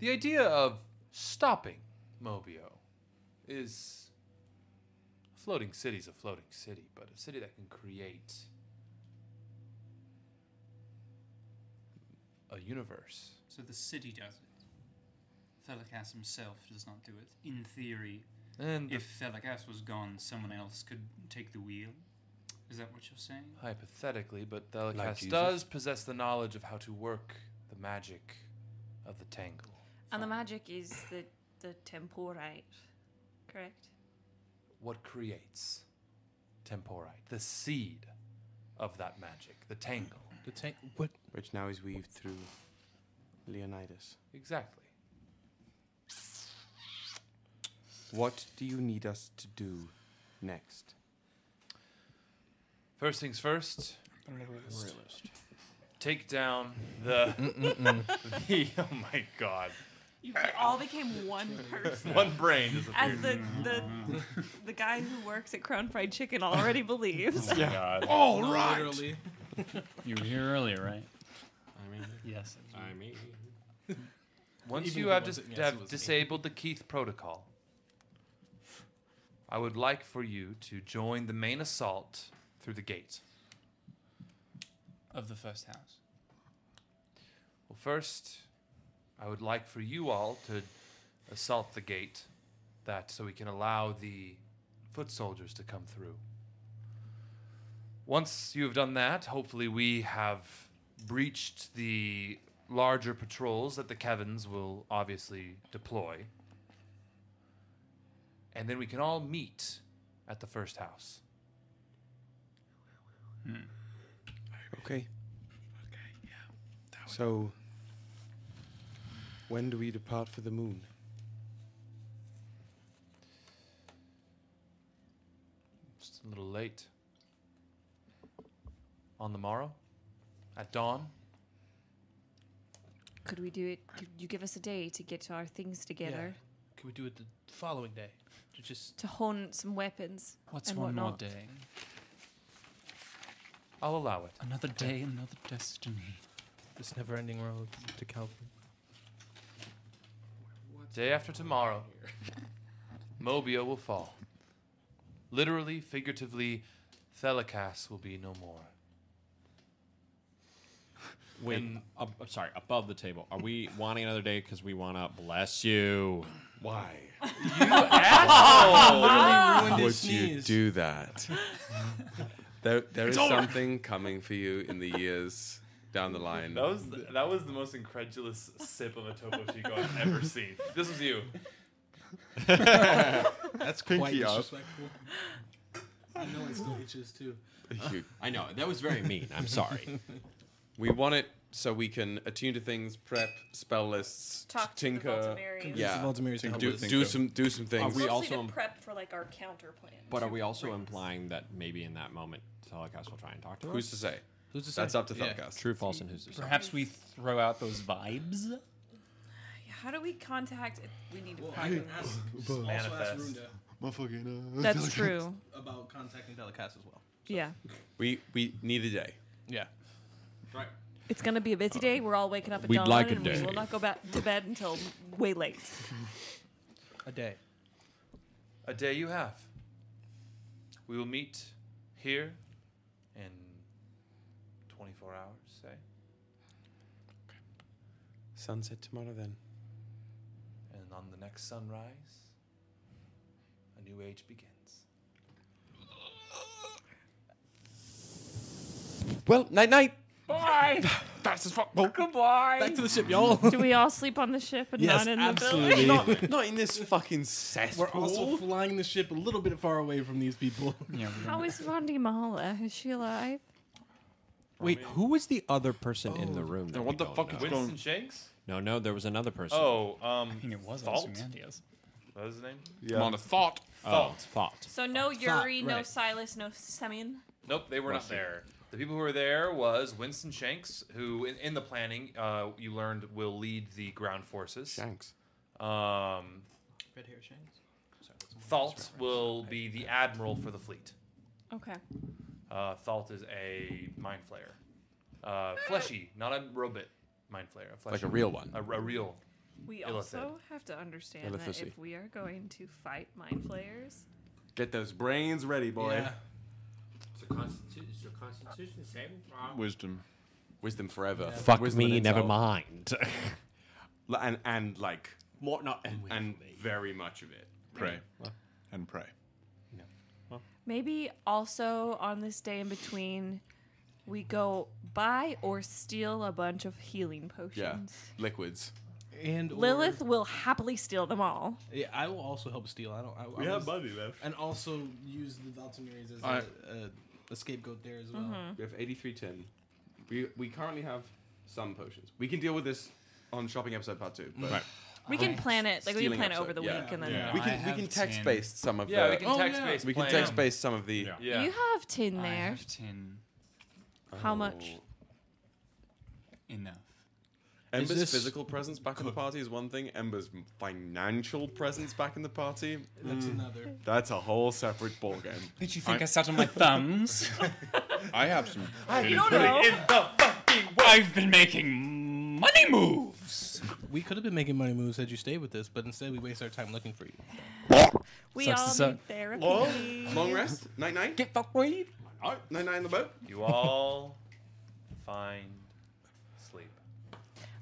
Speaker 3: The idea of stopping Mobio is a floating city's a floating city, but a city that can create a universe.
Speaker 34: So the city does it. Thelicass himself does not do it. In theory,
Speaker 3: And the-
Speaker 34: if Thelicass was gone, someone else could take the wheel. Is that what you're saying?
Speaker 3: Hypothetically, but Thelikas
Speaker 34: Jesus?
Speaker 3: does possess the knowledge of how to work the magic of the tangle.
Speaker 1: And the magic is the the temporite. Correct.
Speaker 3: what creates temporite, the seed of that magic, the tangle.
Speaker 13: The tank. What?
Speaker 12: Which now is weaved through Leonidas.
Speaker 3: Exactly.
Speaker 12: What do you need us to do next?
Speaker 3: First things first. Take down the, the. Oh my god.
Speaker 1: You all became one person.
Speaker 3: One brain just
Speaker 1: As the,
Speaker 3: appeared.
Speaker 1: the the guy who works at Crown Fried Chicken already believes.
Speaker 3: Oh my God. All
Speaker 1: No,
Speaker 3: right.
Speaker 1: literally.
Speaker 34: You were here earlier, right?
Speaker 8: I mean,
Speaker 34: yes.
Speaker 8: I mean,
Speaker 3: Once
Speaker 8: Even
Speaker 3: you
Speaker 8: if it
Speaker 3: have, dis-
Speaker 8: wasn't, yes, it
Speaker 3: have
Speaker 8: was
Speaker 3: disabled the Keith protocol, I would like for you to join the main assault through the gate.
Speaker 2: Of the first house.
Speaker 3: Well, first, I would like for you all to assault the gate, that so we can allow the foot soldiers to come through. Once you have done that, hopefully we have breached the larger patrols that the Kevins will obviously deploy. And then we can all meet at the first house.
Speaker 12: Okay. So, when do we depart for the moon?
Speaker 3: It's a little late. On the morrow, at dawn,
Speaker 1: Could we do it? Could you give us a day to get our things together
Speaker 13: Can we do it the following day? To just
Speaker 1: to hone some weapons?
Speaker 34: What's
Speaker 1: and
Speaker 34: one more
Speaker 1: whatnot?
Speaker 34: day?
Speaker 3: I'll allow it.
Speaker 34: Another day, another destiny.
Speaker 13: this never-ending road to Calvary.
Speaker 3: Day after tomorrow, Mobia will fall. Literally, figuratively, Thelicas will be no more.
Speaker 8: Wait, ab- um, I'm sorry. Above the table, are we wanting another day because we want to bless you? Why? You Ah.
Speaker 6: asshole!
Speaker 12: Would
Speaker 6: Would
Speaker 12: you
Speaker 6: you do that? there, there
Speaker 12: It's
Speaker 6: is
Speaker 12: over.
Speaker 6: something coming for you in the years down the line.
Speaker 3: That was the, that was the most incredulous sip of a Topo Chico I've ever seen. This was you.
Speaker 10: That's quite
Speaker 6: Pinky up.
Speaker 10: disrespectful. I know it still itches too.
Speaker 8: I know that was very mean. I'm sorry.
Speaker 6: We want it so we can attune to things, prep spell lists,
Speaker 1: Talk to the
Speaker 6: tinker.
Speaker 1: Voltamaries. Convince
Speaker 6: yeah,
Speaker 10: the Voltamaries to help
Speaker 6: do,
Speaker 10: us.
Speaker 6: do some do some
Speaker 8: Are
Speaker 6: things.
Speaker 8: we
Speaker 1: Mostly
Speaker 8: also
Speaker 1: to
Speaker 8: im-
Speaker 1: prep for like our counter plan.
Speaker 8: But are we also implying that maybe in that moment Telecast will try and talk to us?
Speaker 6: Who's to say?
Speaker 13: Who's to
Speaker 6: That's
Speaker 13: say?
Speaker 6: up to
Speaker 13: Yeah.
Speaker 6: Thelkast.
Speaker 8: True, false, and who's to say?
Speaker 34: Perhaps we throw out those vibes.
Speaker 1: How do we contact? We need to
Speaker 10: I
Speaker 1: contact.
Speaker 10: can ask,
Speaker 1: Just
Speaker 10: also ask
Speaker 1: manifest.
Speaker 10: Runda
Speaker 6: Motherfucking, uh,
Speaker 1: That's
Speaker 6: Telecast.
Speaker 1: true.
Speaker 10: about contacting Delicass as well.
Speaker 1: Yeah.
Speaker 6: We we need a day.
Speaker 13: Yeah.
Speaker 10: Right.
Speaker 1: It's gonna be a busy day. We're all waking up at
Speaker 6: We'd
Speaker 1: dawn,
Speaker 6: like a
Speaker 1: and
Speaker 6: day.
Speaker 1: we will not go back to bed until way late.
Speaker 13: A day.
Speaker 3: A day you have. We will meet here in 24 hours, say.
Speaker 12: Sunset tomorrow then.
Speaker 3: And on the next sunrise, a new age begins.
Speaker 12: Well, night night.
Speaker 1: Bye.
Speaker 12: That's as fuck. Goodbye.
Speaker 1: Back
Speaker 12: to the ship, y'all.
Speaker 1: do we all sleep on the ship and not in the building?
Speaker 12: not, not in this fucking cesspool.
Speaker 10: We're also flying the ship a little bit far away from these people.
Speaker 34: Yeah,
Speaker 1: How is Vondi Mahala? Is she alive?
Speaker 8: Wait, who was the other person in the room? That
Speaker 3: what
Speaker 8: we
Speaker 3: the
Speaker 8: don't
Speaker 3: fuck
Speaker 8: know?
Speaker 3: is Winston going- Shanks?
Speaker 8: No, no, there was another person.
Speaker 3: Oh, um, I
Speaker 34: think it was
Speaker 3: Thalt.
Speaker 34: Ozymandias.
Speaker 3: That was his name.
Speaker 8: Yeah. Come on,
Speaker 3: Thought.
Speaker 8: Oh,
Speaker 3: Thought.
Speaker 8: thought.
Speaker 1: So no
Speaker 3: Thought,
Speaker 1: Yuri, no
Speaker 3: right.
Speaker 1: Silas, no Semyon.
Speaker 3: Nope, they were not
Speaker 8: Was he?
Speaker 3: there. The people who were there was Winston Shanks, who in, in the planning uh, you learned will lead the ground forces. Shanks. Um,
Speaker 10: Red hair shanks. Sorry, that's a-
Speaker 3: Thalt will be the admiral for the fleet.
Speaker 1: Okay.
Speaker 3: Uh, Thalt is a mind flayer, uh, fleshy, not a robot mind flayer. A fleshy,
Speaker 6: Like a real one.
Speaker 3: A, a real.
Speaker 1: We
Speaker 3: illithid.
Speaker 1: also have to understand that
Speaker 6: Illithicy.
Speaker 1: if we are going to fight mind flayers,
Speaker 12: Get those brains ready, boy.
Speaker 7: Yeah. It's a constitution. It's a constitution saving
Speaker 6: Wisdom. Wisdom forever.
Speaker 8: Fuck
Speaker 6: Wisdom
Speaker 8: me,
Speaker 6: and
Speaker 8: never
Speaker 6: insult.
Speaker 8: mind.
Speaker 6: L- and and like
Speaker 8: what not
Speaker 6: and, very much of it.
Speaker 7: Pray. And pray.
Speaker 1: Maybe also on this day in between, we go buy or steal a bunch of healing potions.
Speaker 6: Yeah. Liquids.
Speaker 10: And or-
Speaker 1: Lilith will happily steal them all.
Speaker 10: Yeah, I will also help steal. I don't. I,
Speaker 35: We
Speaker 10: I
Speaker 35: have
Speaker 10: was-
Speaker 35: money left.
Speaker 10: And also
Speaker 35: use the Valtimiris as
Speaker 6: Alright.
Speaker 35: a, a, a scapegoat there as well.
Speaker 6: Mhm.
Speaker 35: Mm-hmm.
Speaker 6: We have 8310. We we currently have some potions. We can deal with this on shopping episode part two. But
Speaker 1: Right. We can plan it- like, we can
Speaker 6: Stealing
Speaker 1: plan it over the week and then- Yeah.
Speaker 6: we
Speaker 1: I
Speaker 6: can we
Speaker 1: have
Speaker 6: can
Speaker 1: 10.
Speaker 6: text based some of
Speaker 3: Yeah,
Speaker 6: the
Speaker 3: we can Oh, text yeah. based
Speaker 6: we can
Speaker 3: plan.
Speaker 6: text based some of the
Speaker 1: You have tin there.
Speaker 5: tin.
Speaker 6: Oh.
Speaker 1: How much?
Speaker 5: Enough.
Speaker 6: Ember's
Speaker 10: Is this-
Speaker 6: physical presence back in the party is one thing. Ember's financial presence back in the party.
Speaker 35: That's another.
Speaker 6: That's a whole separate ballgame.
Speaker 5: Did you think I sat on my thumbs?
Speaker 6: I have some.
Speaker 5: I
Speaker 6: pretty
Speaker 5: don't
Speaker 6: good-
Speaker 5: know.
Speaker 36: In the fucking I've been making money moves.
Speaker 10: we could have been making money moves had you stayed with us, but instead we waste our time looking for you.
Speaker 1: We
Speaker 10: Sucks
Speaker 1: all
Speaker 10: to
Speaker 1: need
Speaker 10: suck.
Speaker 1: therapy.
Speaker 6: Long rest. Night night. Get fucked weed. Night night in the boat.
Speaker 3: You all find sleep.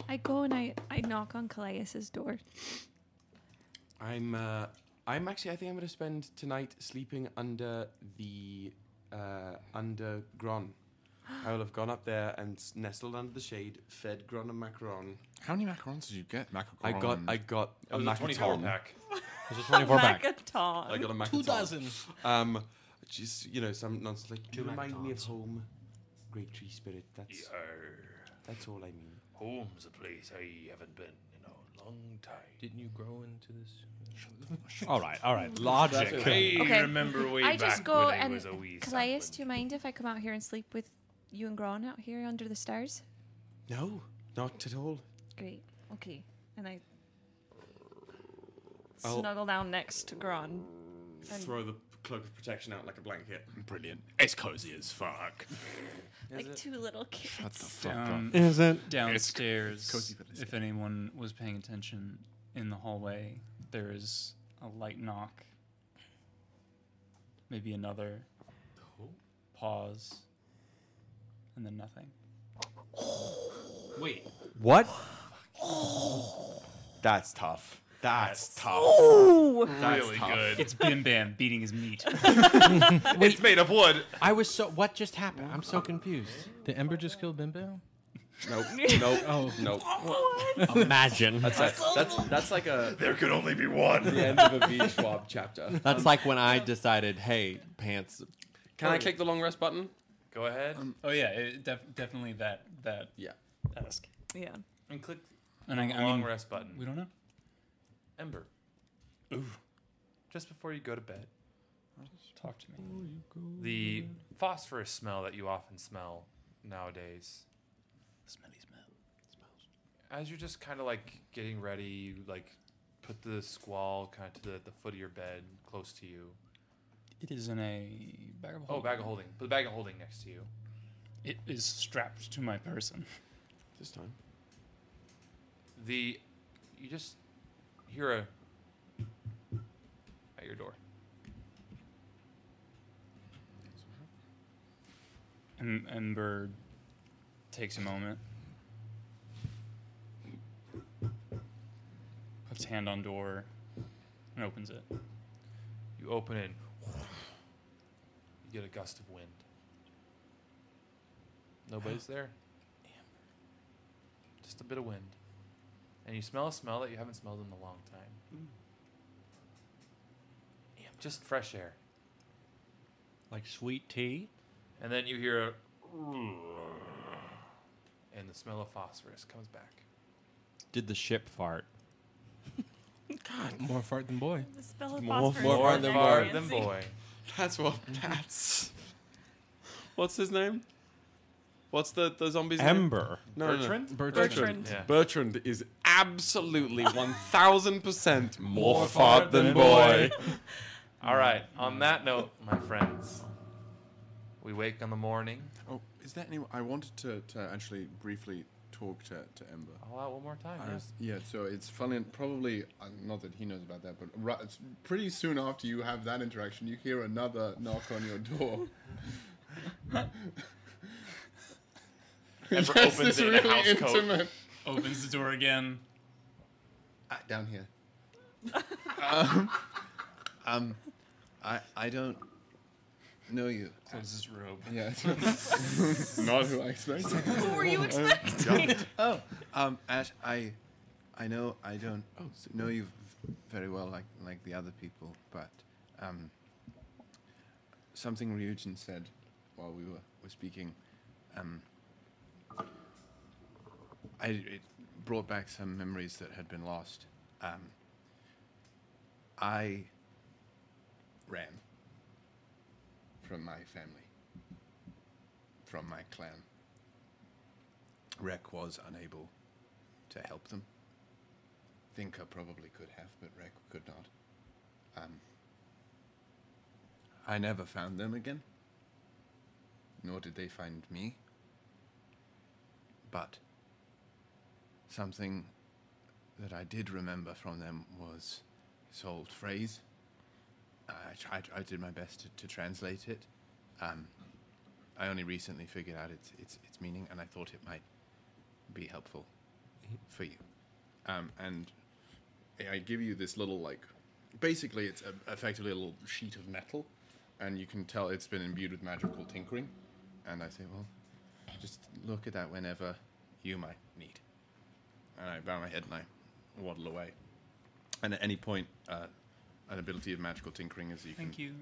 Speaker 1: I go and I, I knock on Callias's door.
Speaker 6: I'm uh, I'm actually I think I'm gonna spend tonight sleeping under the uh, under Gron. I will have gone up there and s- nestled under the shade, fed Gron a macaron.
Speaker 7: How many macarons did you get? Macaron.
Speaker 6: I got I got
Speaker 7: Oh, It
Speaker 6: a
Speaker 7: was a 24
Speaker 6: macaton.
Speaker 7: pack.
Speaker 6: It was a
Speaker 7: A
Speaker 6: 24 pack.
Speaker 1: macaton.
Speaker 6: I got a macaton.
Speaker 1: Two dozen.
Speaker 6: Um, just you know some nonsense like you
Speaker 7: Two
Speaker 6: remind me of home, great tree spirit. That's that's all I mean.
Speaker 4: Home's a place I haven't been in a long time.
Speaker 10: Didn't you grow into this?
Speaker 2: All right, all right. Logic.
Speaker 4: Mm. That's okay. I remember way
Speaker 1: I just
Speaker 4: back
Speaker 1: go
Speaker 4: when I
Speaker 1: and
Speaker 4: was a wee
Speaker 1: Callias, do you mind if I come out here and sleep with you and Gron out here under the stars?
Speaker 6: No, not at all.
Speaker 1: Great. Okay. And I
Speaker 6: I'll-
Speaker 1: snuggle down next to Gron. And
Speaker 6: Throw the cloak of protection out like a blanket. Brilliant.
Speaker 36: It's cozy as fuck.
Speaker 1: like two little kids.
Speaker 5: Down-
Speaker 10: Is it?
Speaker 5: downstairs?
Speaker 10: cozy, but
Speaker 5: if anyone was paying attention in the hallway, there is a light knock. Maybe another pause, and then nothing.
Speaker 37: Wait.
Speaker 6: What? That's tough. That's, tough.
Speaker 5: Ooh.
Speaker 6: That's
Speaker 5: really
Speaker 6: tough.
Speaker 5: good. It's Bim Bam beating his meat.
Speaker 10: Wait.
Speaker 3: made of wood.
Speaker 10: I was so. What just happened? I'm so confused. Did Ember just kill Bim Bam?
Speaker 6: Nope. Nope.
Speaker 10: Oh.
Speaker 6: Nope.
Speaker 2: Imagine.
Speaker 6: That's like, that's, that's like a.
Speaker 2: There could only be one.
Speaker 6: The end of a V Schwab chapter.
Speaker 2: That's
Speaker 6: Um,
Speaker 2: like when I decided, hey, pants.
Speaker 6: Can I click the long rest button?
Speaker 3: Go ahead.
Speaker 5: oh yeah, it def- definitely that that
Speaker 6: yeah
Speaker 5: ask.
Speaker 1: Yeah.
Speaker 3: And click
Speaker 5: And I, I
Speaker 3: long
Speaker 5: mean,
Speaker 3: rest button.
Speaker 5: We don't know.
Speaker 3: Ember. Just before you go to bed,
Speaker 5: talk to
Speaker 3: me. The
Speaker 5: Mm-hmm.
Speaker 3: phosphorus smell that you often smell nowadays.
Speaker 5: Smelly smell.
Speaker 3: As you're just kind of like getting ready, you like put the squall kind of to the, the foot of your bed, close to you.
Speaker 5: It is in a bag of
Speaker 3: Oh,
Speaker 5: holding.
Speaker 3: bag of holding. Put the bag of holding next to you.
Speaker 5: It is strapped to my person.
Speaker 6: This time.
Speaker 3: The you just hear a at your door.
Speaker 5: Em- Ember takes a moment, puts hand on door, and opens it.
Speaker 3: You open it. You get a gust of wind. Nobody's there. Just a bit of wind. And you smell a smell that you haven't smelled in a long time.
Speaker 2: Mm.
Speaker 3: Just fresh air.
Speaker 2: Like sweet tea?
Speaker 3: And then you hear a. And the smell of phosphorus comes back.
Speaker 2: Did the ship fart?
Speaker 10: More fart than boy.
Speaker 1: The spell of
Speaker 6: More
Speaker 1: phosphorus.
Speaker 6: fart
Speaker 1: is
Speaker 6: than
Speaker 1: very
Speaker 6: boy.
Speaker 1: fancy.
Speaker 6: That's what. That's. What's his name? What's the, the zombie's name?
Speaker 2: Ember.
Speaker 6: No, no, no.
Speaker 2: Bertrand?
Speaker 6: Bertrand.
Speaker 2: Bertrand.
Speaker 6: Bertrand.
Speaker 2: Yeah.
Speaker 6: is absolutely 1000% more,
Speaker 3: More
Speaker 6: fart
Speaker 3: fart
Speaker 6: than
Speaker 3: than
Speaker 6: boy.
Speaker 3: All right. On that note, my friends, we wake in the morning.
Speaker 7: Oh, is that anyone? I wanted to, to actually briefly talk to, to Ember.
Speaker 3: All out one more time.
Speaker 7: I
Speaker 3: yeah.
Speaker 7: was- yeah, so it's funny, and probably uh, not that he knows about that, but ri- it's pretty soon after you have that interaction, you hear another knock on your door.
Speaker 5: Ember
Speaker 7: Yes,
Speaker 5: opens
Speaker 7: it's
Speaker 5: it in a
Speaker 7: really
Speaker 5: house coat.
Speaker 7: intimate.
Speaker 5: Opens the door again.
Speaker 7: Uh, down here. um, um, I I don't know you.
Speaker 5: Closes robe.
Speaker 7: Yeah, not who I expected.
Speaker 1: Who were you
Speaker 7: Um,
Speaker 1: expecting?
Speaker 7: oh, um, Ash, I I know I don't know you v- very well like, like the other people, but um, something Ryujin said while we were, were speaking, um, I, it brought back some memories that had been lost. Um, I ran from my family, from my clan. Rek was unable to help them. Thinker probably could have, but Rek could not. Um, I never found them again, nor did they find me. But something that I did remember from them was this old phrase. I tried, I did my best to, to translate it. Um, I only recently figured out its, its, its meaning, and I thought it might be helpful for you.
Speaker 10: Um, and I give you this little like, basically it's a, effectively a little sheet of metal, and you can tell it's been imbued with magical tinkering.
Speaker 7: And I say, well, just look at that whenever you might need.
Speaker 10: And I bow my head and I waddle away. And at any point, uh, an ability of magical tinkering is you
Speaker 19: Thank
Speaker 10: can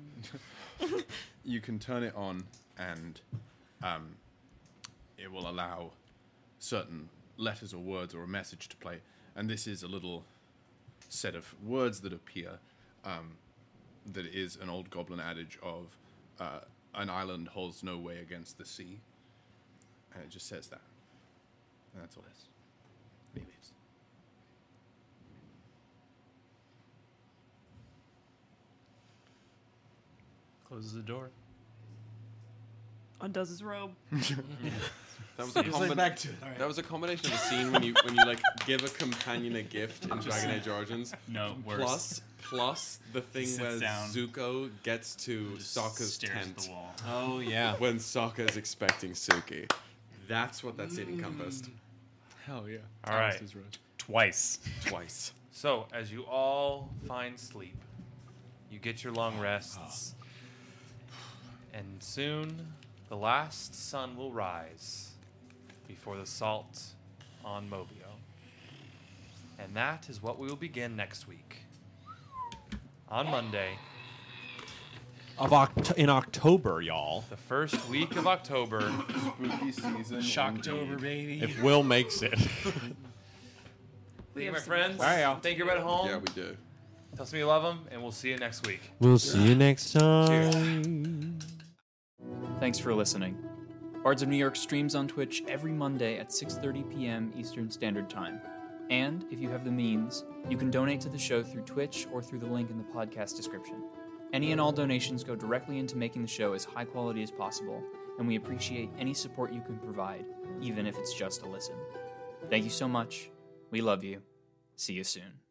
Speaker 19: you.
Speaker 10: you can turn it on and um, it will allow certain letters or words or a message to play. And this is a little set of words that appear um, that is an old goblin adage of uh, an island holds no way against the sea. And it just says that. And that's all it is. And he leaves.
Speaker 19: Closes the door.
Speaker 1: Undoes his robe.
Speaker 6: That was, a
Speaker 1: It's
Speaker 6: combi-
Speaker 1: like back to it, alright.
Speaker 6: that was a combination of a scene when you when you like give a companion a gift in Dragon Age Origins.
Speaker 19: No, worse.
Speaker 6: Plus, plus the thing
Speaker 19: Sits
Speaker 6: where
Speaker 19: down.
Speaker 6: Zuko gets to Sokka's
Speaker 19: stares at
Speaker 6: tent.
Speaker 19: the wall.
Speaker 8: Oh, yeah.
Speaker 6: when Sokka is expecting Suki. That's what that scene encompassed.
Speaker 38: Mm. Hell yeah.
Speaker 3: All right.
Speaker 39: Twice.
Speaker 6: Twice.
Speaker 3: So, as you all find sleep, you get your long rests, and soon the last sun will rise before the salt on Mobio. And that is what we will begin next week. On Monday,
Speaker 8: Of Oct- in October, y'all.
Speaker 3: the first week of October,
Speaker 10: spooky season.
Speaker 3: Shocktober, baby.
Speaker 8: If Will makes it.
Speaker 3: Thank you, my friends.
Speaker 8: All right, y'all.
Speaker 3: Thank you, right at home.
Speaker 6: Yeah, we do.
Speaker 3: Tell us you love them, and we'll see you next week.
Speaker 8: We'll see you next time.
Speaker 19: Thanks for listening.
Speaker 5: Bards of New York streams on Twitch every Monday at 6:30 p.m. Eastern Standard Time. And if you have the means, you can donate to the show through Twitch or through the link in the podcast description. Any and all donations go directly into making the show as high quality as possible, and we appreciate any support you can provide, even if it's just a listen. Thank you so much. We love you. See you soon.